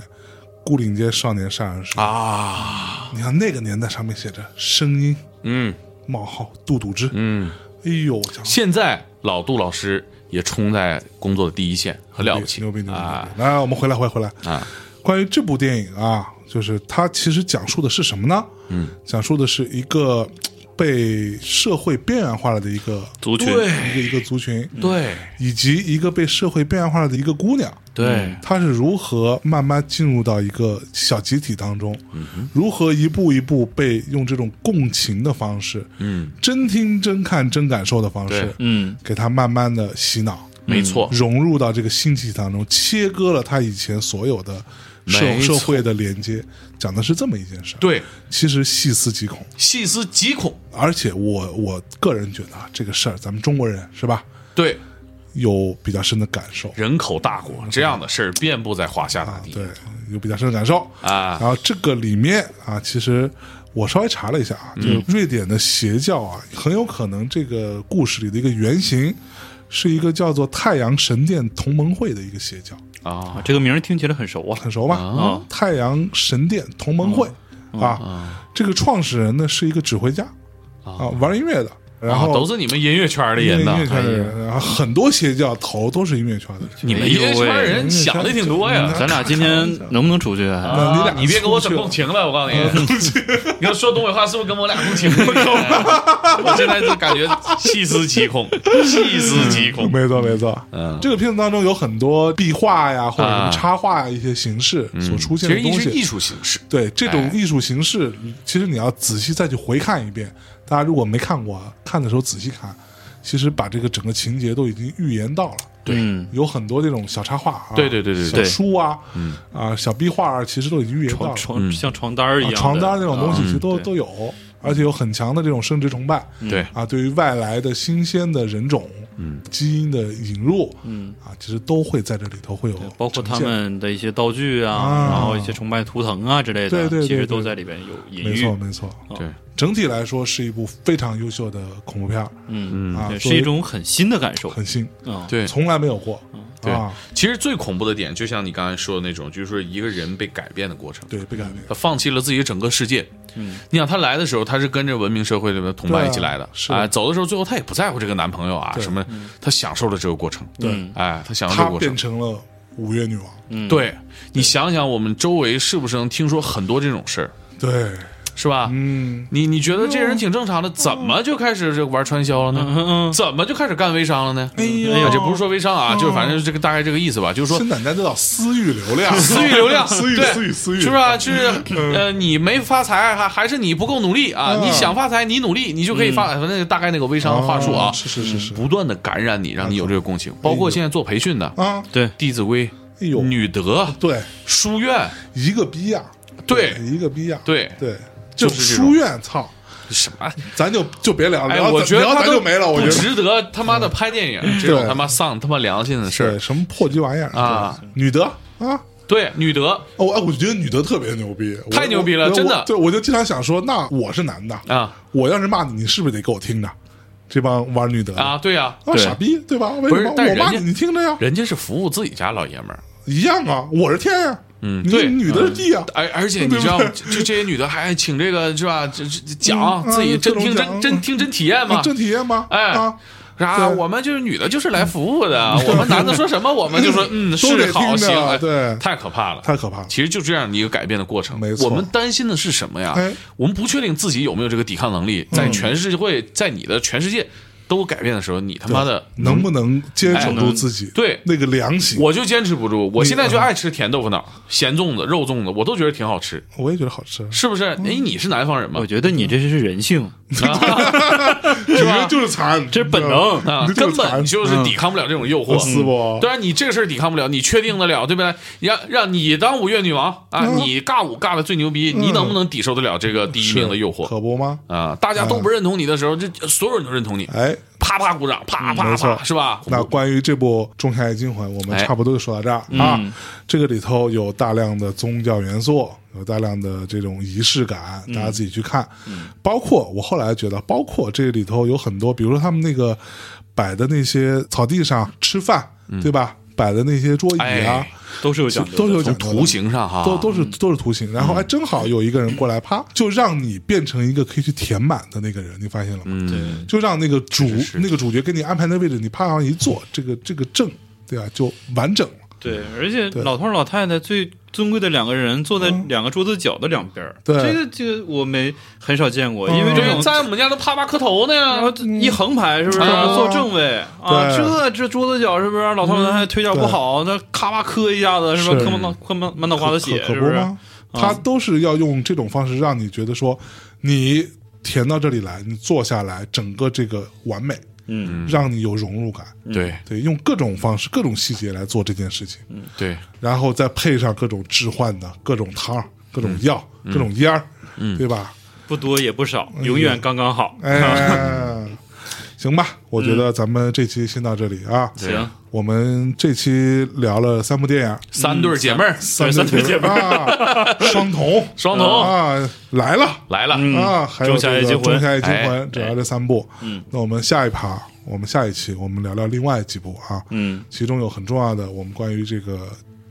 [SPEAKER 2] 《牯岭街少年杀人事》
[SPEAKER 4] 啊，
[SPEAKER 2] 你看那个年代上面写着“声音
[SPEAKER 4] 嗯
[SPEAKER 2] 冒号杜笃之”，
[SPEAKER 4] 嗯。
[SPEAKER 2] 哎呦，我讲
[SPEAKER 4] 现在老杜老师也冲在工作的第一线，很了不起，
[SPEAKER 2] 牛逼牛逼！牛逼
[SPEAKER 4] 啊！
[SPEAKER 2] 来，我们回来回来回来
[SPEAKER 4] 啊！
[SPEAKER 2] 关于这部电影啊，就是它其实讲述的是什么呢？嗯，讲述的是一个呃被社会边缘化了的一个
[SPEAKER 5] 族群
[SPEAKER 2] 一个一个族群，
[SPEAKER 4] 对
[SPEAKER 2] 以及一个被社会边缘化了的一个姑娘。
[SPEAKER 4] 对，
[SPEAKER 2] 她是如何慢慢进入到一个小集体当中，
[SPEAKER 4] 嗯
[SPEAKER 2] 如何一步一步被用这种共情的方式，
[SPEAKER 4] 嗯，
[SPEAKER 2] 真听、真看、真感受的方式
[SPEAKER 4] 对，
[SPEAKER 5] 嗯，
[SPEAKER 2] 给她慢慢的洗脑，
[SPEAKER 4] 没错，
[SPEAKER 2] 融入到这个新集体当中，切割了她以前所有的社
[SPEAKER 4] 没错
[SPEAKER 2] 社会的连接，讲的是这么一件事儿。，
[SPEAKER 4] 对，
[SPEAKER 2] 其实细思极恐，
[SPEAKER 4] 细思极恐，
[SPEAKER 2] 而且我我个人觉得啊，这个事儿咱们中国人是吧，
[SPEAKER 4] 对，
[SPEAKER 2] 有比较深的感受。
[SPEAKER 4] 人口大国这样的事儿遍布在华夏大
[SPEAKER 2] 嗯啊，
[SPEAKER 4] 地
[SPEAKER 2] 对，有比较深的感受
[SPEAKER 4] 啊
[SPEAKER 2] 然后这个里面啊，其实我稍微查了一下
[SPEAKER 4] 嗯
[SPEAKER 2] 啊，就是瑞典的邪教啊，很有可能这个故事里的一个原型是一个叫做太阳神殿同盟会的一个邪教，
[SPEAKER 5] 啊
[SPEAKER 4] 啊，
[SPEAKER 5] 这个名儿听起来很熟啊。
[SPEAKER 2] 很熟吧？嗯
[SPEAKER 5] 啊
[SPEAKER 2] 太阳神殿同盟会、
[SPEAKER 4] 嗯
[SPEAKER 2] 啊，这个创始人呢是一个指挥家啊玩音乐的，然后、
[SPEAKER 4] 啊都是你们音乐圈的
[SPEAKER 2] 音
[SPEAKER 4] 人呢，哎
[SPEAKER 2] 乐圈的人，然后很多邪教头都是音乐圈的人。
[SPEAKER 4] 你们音乐圈
[SPEAKER 2] 哎
[SPEAKER 4] 的哎人想的挺多呀。
[SPEAKER 5] 咱俩今天能不能出去啊？
[SPEAKER 2] 那嗯你
[SPEAKER 4] 啊
[SPEAKER 2] 俩
[SPEAKER 4] 你别跟我
[SPEAKER 2] 出
[SPEAKER 4] 整
[SPEAKER 2] 去嗯
[SPEAKER 4] 共情了，我告诉你， [LAUGHS] 你要说东北话是不是跟我俩共情
[SPEAKER 2] [LAUGHS]
[SPEAKER 4] 了？我现在就感觉细思极恐，细思极恐。
[SPEAKER 2] 没错，没错。
[SPEAKER 4] 嗯
[SPEAKER 2] 这个片子当中有很多壁画呀，或者什么插画呀一些形式所出现的
[SPEAKER 4] 嗯其
[SPEAKER 2] 东
[SPEAKER 4] 实是艺
[SPEAKER 2] 西。
[SPEAKER 4] 术形式，
[SPEAKER 2] 对这种
[SPEAKER 4] 哎
[SPEAKER 2] 艺术形式，其实你要仔细再去回看一遍。大家如果没看过，啊看的时候仔细看，其实把这个整个情节都已经预言到了。
[SPEAKER 5] 嗯，
[SPEAKER 2] 有很多这种小插画啊，
[SPEAKER 4] 对对对对
[SPEAKER 2] 小
[SPEAKER 5] 对嗯
[SPEAKER 2] 书啊，啊，小壁画啊，其实都已经预言到
[SPEAKER 5] 床
[SPEAKER 2] 了。
[SPEAKER 5] 床像床单儿一
[SPEAKER 2] 啊
[SPEAKER 5] 样的，嗯
[SPEAKER 2] 床单那种东西其实都
[SPEAKER 5] 对
[SPEAKER 2] 都有，而且有很强的这种生殖崇拜。
[SPEAKER 4] 对
[SPEAKER 2] 啊，对于外来的新鲜的人种，嗯，基因的引入，嗯啊，其实都会在这里头会有呈现，
[SPEAKER 5] 包括他们的一些道具啊
[SPEAKER 2] 啊，
[SPEAKER 5] 然后一些崇拜图腾啊之类的，
[SPEAKER 2] 对对对
[SPEAKER 5] 其实
[SPEAKER 2] 对
[SPEAKER 5] 都在里边有隐
[SPEAKER 2] 没错
[SPEAKER 5] 喻，
[SPEAKER 2] 没错。
[SPEAKER 4] 对，
[SPEAKER 2] 整体来说是一部非常优秀的恐怖片儿
[SPEAKER 5] 嗯
[SPEAKER 2] 啊，
[SPEAKER 5] 对
[SPEAKER 2] 作
[SPEAKER 5] 是
[SPEAKER 2] 为
[SPEAKER 5] 一种很新的感受，
[SPEAKER 2] 很新，
[SPEAKER 5] 啊，
[SPEAKER 4] 对
[SPEAKER 2] 从来没有过
[SPEAKER 4] 对
[SPEAKER 2] 啊，
[SPEAKER 4] 其实最恐怖的点，就像你刚才说的那种，就是说一个人被改变的过程。
[SPEAKER 2] 对，被改
[SPEAKER 5] 嗯
[SPEAKER 2] 变。
[SPEAKER 4] 他放弃了自己整个世界。嗯，你想他来的时候，他是跟着文明社会里面同伴一起来的。
[SPEAKER 2] 对啊是
[SPEAKER 4] 哎走的时候，最后他也不在乎这个男朋友啊
[SPEAKER 2] 对
[SPEAKER 4] 什么，他享受了这个过程。
[SPEAKER 5] 对，
[SPEAKER 4] 哎，他享受这
[SPEAKER 2] 她
[SPEAKER 4] 个过
[SPEAKER 2] 变
[SPEAKER 4] 程。
[SPEAKER 2] 成了五月女王，
[SPEAKER 5] 嗯
[SPEAKER 4] 对你想想，我们周围是不是能听说很多这种事儿，
[SPEAKER 2] 对，
[SPEAKER 4] 是吧？
[SPEAKER 2] 嗯，
[SPEAKER 4] 你你觉得这人挺正常的，怎么就开始这玩传销了呢？
[SPEAKER 5] 嗯嗯，
[SPEAKER 4] 怎么就开始干微商了呢？哎
[SPEAKER 2] 呦
[SPEAKER 4] 呀，这不是说微商啊，就是反正这个大概这个意思吧，就是说
[SPEAKER 2] 现在咱知道私域流量，
[SPEAKER 4] [LAUGHS] 私域流量，
[SPEAKER 2] [LAUGHS] 私域
[SPEAKER 4] 对
[SPEAKER 2] 私域私域，嗯
[SPEAKER 4] 是不是啊？就是呃，你没发财，还还是你不够努力啊？
[SPEAKER 2] 嗯
[SPEAKER 4] 你想发财，你努力，你就可以发，反正大概那个微商的话术啊，
[SPEAKER 2] 哦是是是是哎
[SPEAKER 4] 不断的感染你，让你有这个共情。包括现在做培训的《
[SPEAKER 2] 啊，
[SPEAKER 5] 对，
[SPEAKER 4] 弟子规》
[SPEAKER 2] 哎呦
[SPEAKER 4] 《女德》《
[SPEAKER 2] 对，
[SPEAKER 4] 书院
[SPEAKER 2] 一个逼样，
[SPEAKER 4] 对
[SPEAKER 2] 一个逼样，
[SPEAKER 4] 对
[SPEAKER 2] 对，就
[SPEAKER 4] 就是这种
[SPEAKER 2] 书院操，》
[SPEAKER 4] 什么？
[SPEAKER 2] 咱就就别聊，
[SPEAKER 4] 哎，
[SPEAKER 2] 聊
[SPEAKER 4] 我
[SPEAKER 2] 咱
[SPEAKER 4] 觉得
[SPEAKER 2] 聊
[SPEAKER 4] 他
[SPEAKER 2] 咱
[SPEAKER 4] 都
[SPEAKER 2] 就没了，我
[SPEAKER 4] 不
[SPEAKER 2] 觉得嗯 [LAUGHS]
[SPEAKER 4] 值得他妈的拍电影这种他妈丧他妈良心的事
[SPEAKER 2] 对
[SPEAKER 4] 儿
[SPEAKER 2] 什么破鸡玩意儿
[SPEAKER 4] 啊，
[SPEAKER 2] 对女德啊。
[SPEAKER 4] 对，女德
[SPEAKER 2] 哦，我哎，我觉得女德特别牛逼，我
[SPEAKER 4] 太牛逼了
[SPEAKER 2] 我我
[SPEAKER 4] 真的
[SPEAKER 2] 对，我就经常想说，那我是男的
[SPEAKER 4] 啊，
[SPEAKER 2] 我要是骂你，你是不是得给我听着？这帮玩女德的
[SPEAKER 4] 啊，，对呀，
[SPEAKER 2] 啊，傻逼，对吧？为
[SPEAKER 4] 不
[SPEAKER 2] 什
[SPEAKER 4] 是
[SPEAKER 2] 么
[SPEAKER 4] 但
[SPEAKER 2] 我
[SPEAKER 4] 人
[SPEAKER 2] 骂
[SPEAKER 4] 家
[SPEAKER 2] 你，你听着呀？
[SPEAKER 4] 人家是服务自己家老爷们儿，
[SPEAKER 2] 一样啊，我是天呀，
[SPEAKER 4] 嗯，
[SPEAKER 2] 你
[SPEAKER 4] 对，
[SPEAKER 2] 女的地啊，
[SPEAKER 4] 而而且你知道，就这些女的还爱请这个是吧？这这讲
[SPEAKER 2] 嗯
[SPEAKER 4] 自己真
[SPEAKER 2] 各种
[SPEAKER 4] 听真
[SPEAKER 2] 讲嗯啊
[SPEAKER 4] 真听真体验嘛，
[SPEAKER 2] 真体验吗？
[SPEAKER 4] 哎
[SPEAKER 2] 啊，
[SPEAKER 4] 啥？
[SPEAKER 2] 对
[SPEAKER 4] 我们就是女的，就是来服务
[SPEAKER 2] [LAUGHS]
[SPEAKER 4] 的。我们男的说什么，我们就说嗯
[SPEAKER 2] 都得
[SPEAKER 4] 是好
[SPEAKER 2] 听
[SPEAKER 4] 行，
[SPEAKER 2] 着
[SPEAKER 4] 哎
[SPEAKER 2] 对
[SPEAKER 4] 太可怕了。
[SPEAKER 2] 太可怕了。
[SPEAKER 4] 其实就这样一个改变的过程
[SPEAKER 2] 没，错
[SPEAKER 4] 我们担心的是什么呀
[SPEAKER 2] 哎？嗯
[SPEAKER 4] 我们不确定自己有没有这个抵抗能力，在全世界，在你的全世界都改变的时候，你他妈的
[SPEAKER 2] 能不能坚守
[SPEAKER 4] 哎
[SPEAKER 2] 住
[SPEAKER 4] 能
[SPEAKER 2] 自己？
[SPEAKER 4] 对
[SPEAKER 2] 那个良心，
[SPEAKER 4] 我就坚持不住，我现在就爱吃甜豆腐脑、咸粽子、肉粽子，我都觉得挺好吃，
[SPEAKER 2] 我也觉得好 [LAUGHS] 吃。
[SPEAKER 4] 是不是？
[SPEAKER 2] 嗯
[SPEAKER 4] 哎，你是南方人吗
[SPEAKER 5] 我？觉得你这是
[SPEAKER 2] [LAUGHS]
[SPEAKER 5] 人性，啊
[SPEAKER 2] 是吧？就是馋，
[SPEAKER 5] 这是本能
[SPEAKER 4] 啊，
[SPEAKER 2] 嗯你
[SPEAKER 4] 根
[SPEAKER 2] 就是馋
[SPEAKER 4] 本就是抵抗不了这种诱惑，
[SPEAKER 2] 是不
[SPEAKER 4] 当然，你这个事儿抵抗不了，你确定得了，对不对？让让你当五岳女王啊，你尬舞尬的最牛逼，你能不能抵受得了这个第一命的诱惑
[SPEAKER 2] 可不吗？
[SPEAKER 4] 啊？大家都不认同你的时候，这呃所有人都认同你，
[SPEAKER 2] 哎，
[SPEAKER 4] 啪啪鼓掌，啪啪
[SPEAKER 2] 没
[SPEAKER 4] 啪，
[SPEAKER 2] 错
[SPEAKER 4] 是吧？
[SPEAKER 2] 那关于这部《仲夏夜惊魂》，我们
[SPEAKER 4] 哎
[SPEAKER 2] 差不多就说到这儿、啊。这个里头有大量的宗教元素，有大量的这种仪式感，大
[SPEAKER 4] 嗯
[SPEAKER 2] 家自己去看。包括我后来觉得，包括这里头有很多，比如说他们那个摆的那些草地上吃饭，对吧？摆的那些桌椅啊
[SPEAKER 4] 嗯哎，
[SPEAKER 5] 都是有讲究的，
[SPEAKER 2] 都是有讲
[SPEAKER 4] 从
[SPEAKER 2] 究的
[SPEAKER 4] 图形啊嗯上哈，
[SPEAKER 2] 都都是都是图形，然后还真好有一个人过来，啪，就让你变成一个可以去填满的那个人，你发现了吗？
[SPEAKER 4] 嗯，
[SPEAKER 2] 就让那个主
[SPEAKER 4] 是是
[SPEAKER 2] 那个主角给你安排的位置，你啪往上一坐，这个这个正，对吧？就完整了，
[SPEAKER 5] 对，而且老头儿老太太最尊贵的两个人坐在两个桌子角的两边儿，
[SPEAKER 2] 嗯对
[SPEAKER 5] 这个这个我没很少见过，因为这
[SPEAKER 4] 对，
[SPEAKER 5] 种。
[SPEAKER 4] 在我们家都啪啪磕头呢
[SPEAKER 5] 然后
[SPEAKER 4] 呀，
[SPEAKER 5] 这一横排是不是
[SPEAKER 4] 啊
[SPEAKER 5] 坐正位啊？
[SPEAKER 2] 对
[SPEAKER 5] 这这桌子角是不是老头儿老太太腿脚不好，那咔吧磕一下子是吧？
[SPEAKER 2] 是
[SPEAKER 5] 磕满脑磕满满脑瓜子血
[SPEAKER 2] 可可
[SPEAKER 5] 是啊
[SPEAKER 2] 不
[SPEAKER 5] 不是？
[SPEAKER 2] 吗？他都是要用这种方式让你觉得说，你填到这里来，你坐下来，整个这个完美，
[SPEAKER 5] 嗯，
[SPEAKER 2] 让你有融入感。
[SPEAKER 4] 对
[SPEAKER 2] 对，用各种方式、各种细节来做这件事情，
[SPEAKER 4] 对，
[SPEAKER 2] 然后再配上各种置换的各种汤
[SPEAKER 5] 嗯
[SPEAKER 2] 儿、各种药、各种烟儿，对
[SPEAKER 5] [LAUGHS]
[SPEAKER 2] 吧？
[SPEAKER 5] 不多也不少，永远刚刚好。
[SPEAKER 2] 哎，行吧，我觉得咱们这期先到这里啊。
[SPEAKER 5] 行，
[SPEAKER 2] 我们这期聊了三部电影，
[SPEAKER 4] 三对儿姐妹儿
[SPEAKER 5] 对三对姐
[SPEAKER 2] 妹
[SPEAKER 5] 妹
[SPEAKER 2] 啊，双瞳，
[SPEAKER 4] 双瞳
[SPEAKER 2] 啊来了
[SPEAKER 4] 来了，
[SPEAKER 2] 啊，还有
[SPEAKER 5] 仲夏夜
[SPEAKER 2] 这个
[SPEAKER 5] 惊
[SPEAKER 2] 《
[SPEAKER 5] 魂
[SPEAKER 2] 仲夏夜惊
[SPEAKER 4] 哎
[SPEAKER 2] 魂》，主要这三部。嗯，那我们下一趴，我们下一期我们聊聊另外几部啊，
[SPEAKER 5] 嗯，
[SPEAKER 2] 其中有很重要的，我们关于这个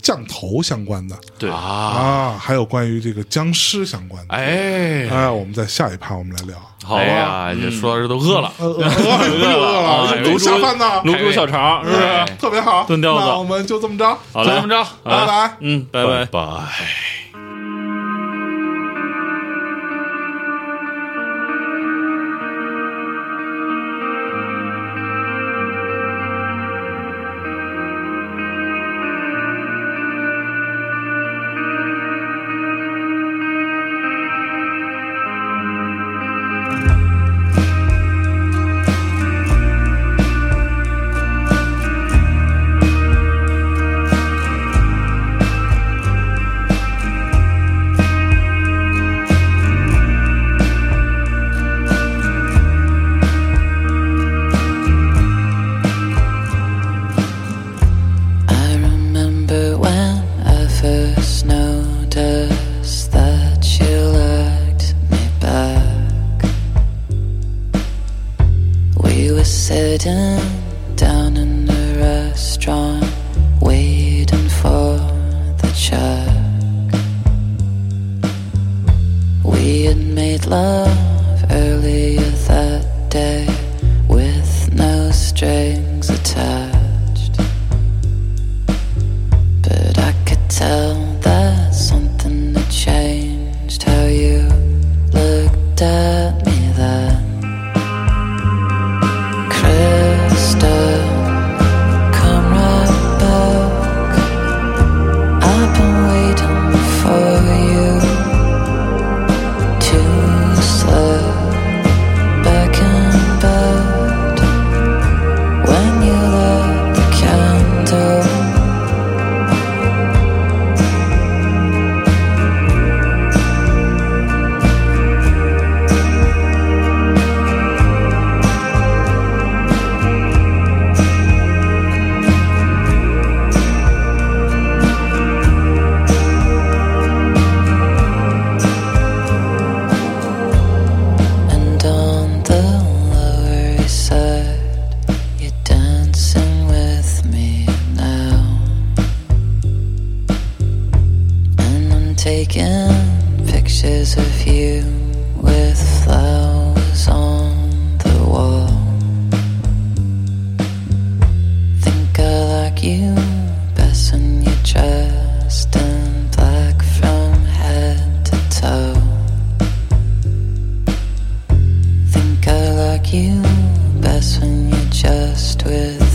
[SPEAKER 2] 降头相关的
[SPEAKER 5] 对，
[SPEAKER 4] 啊，
[SPEAKER 2] 啊，还有关于这个僵尸相关的。
[SPEAKER 4] 哎，
[SPEAKER 2] 哎，我们在下一趴我们来聊。
[SPEAKER 5] 好
[SPEAKER 4] 哎
[SPEAKER 5] 啊，
[SPEAKER 4] 呀，也说到这都饿了，
[SPEAKER 2] 呃，饿了，
[SPEAKER 5] 哎
[SPEAKER 2] 饿了，下饭呢，
[SPEAKER 5] 卤煮小肠是不是
[SPEAKER 4] 哎？
[SPEAKER 2] 特别好。
[SPEAKER 5] 炖吊子
[SPEAKER 2] 那我们就这么着，
[SPEAKER 5] 好
[SPEAKER 4] 就
[SPEAKER 5] 嘞
[SPEAKER 4] 这么着，
[SPEAKER 2] 拜拜。
[SPEAKER 5] 嗯，拜拜。
[SPEAKER 4] 拜。
[SPEAKER 6] I remember when I first noticed that you liked me back. We were sitting down in a restaurant, waiting for the check. We had made love earlier that day with no strings attached. But I could tell that something had changed how you looked at me then. Crystal, come right back. I've been waiting for you to slow you best when you're just with Uh,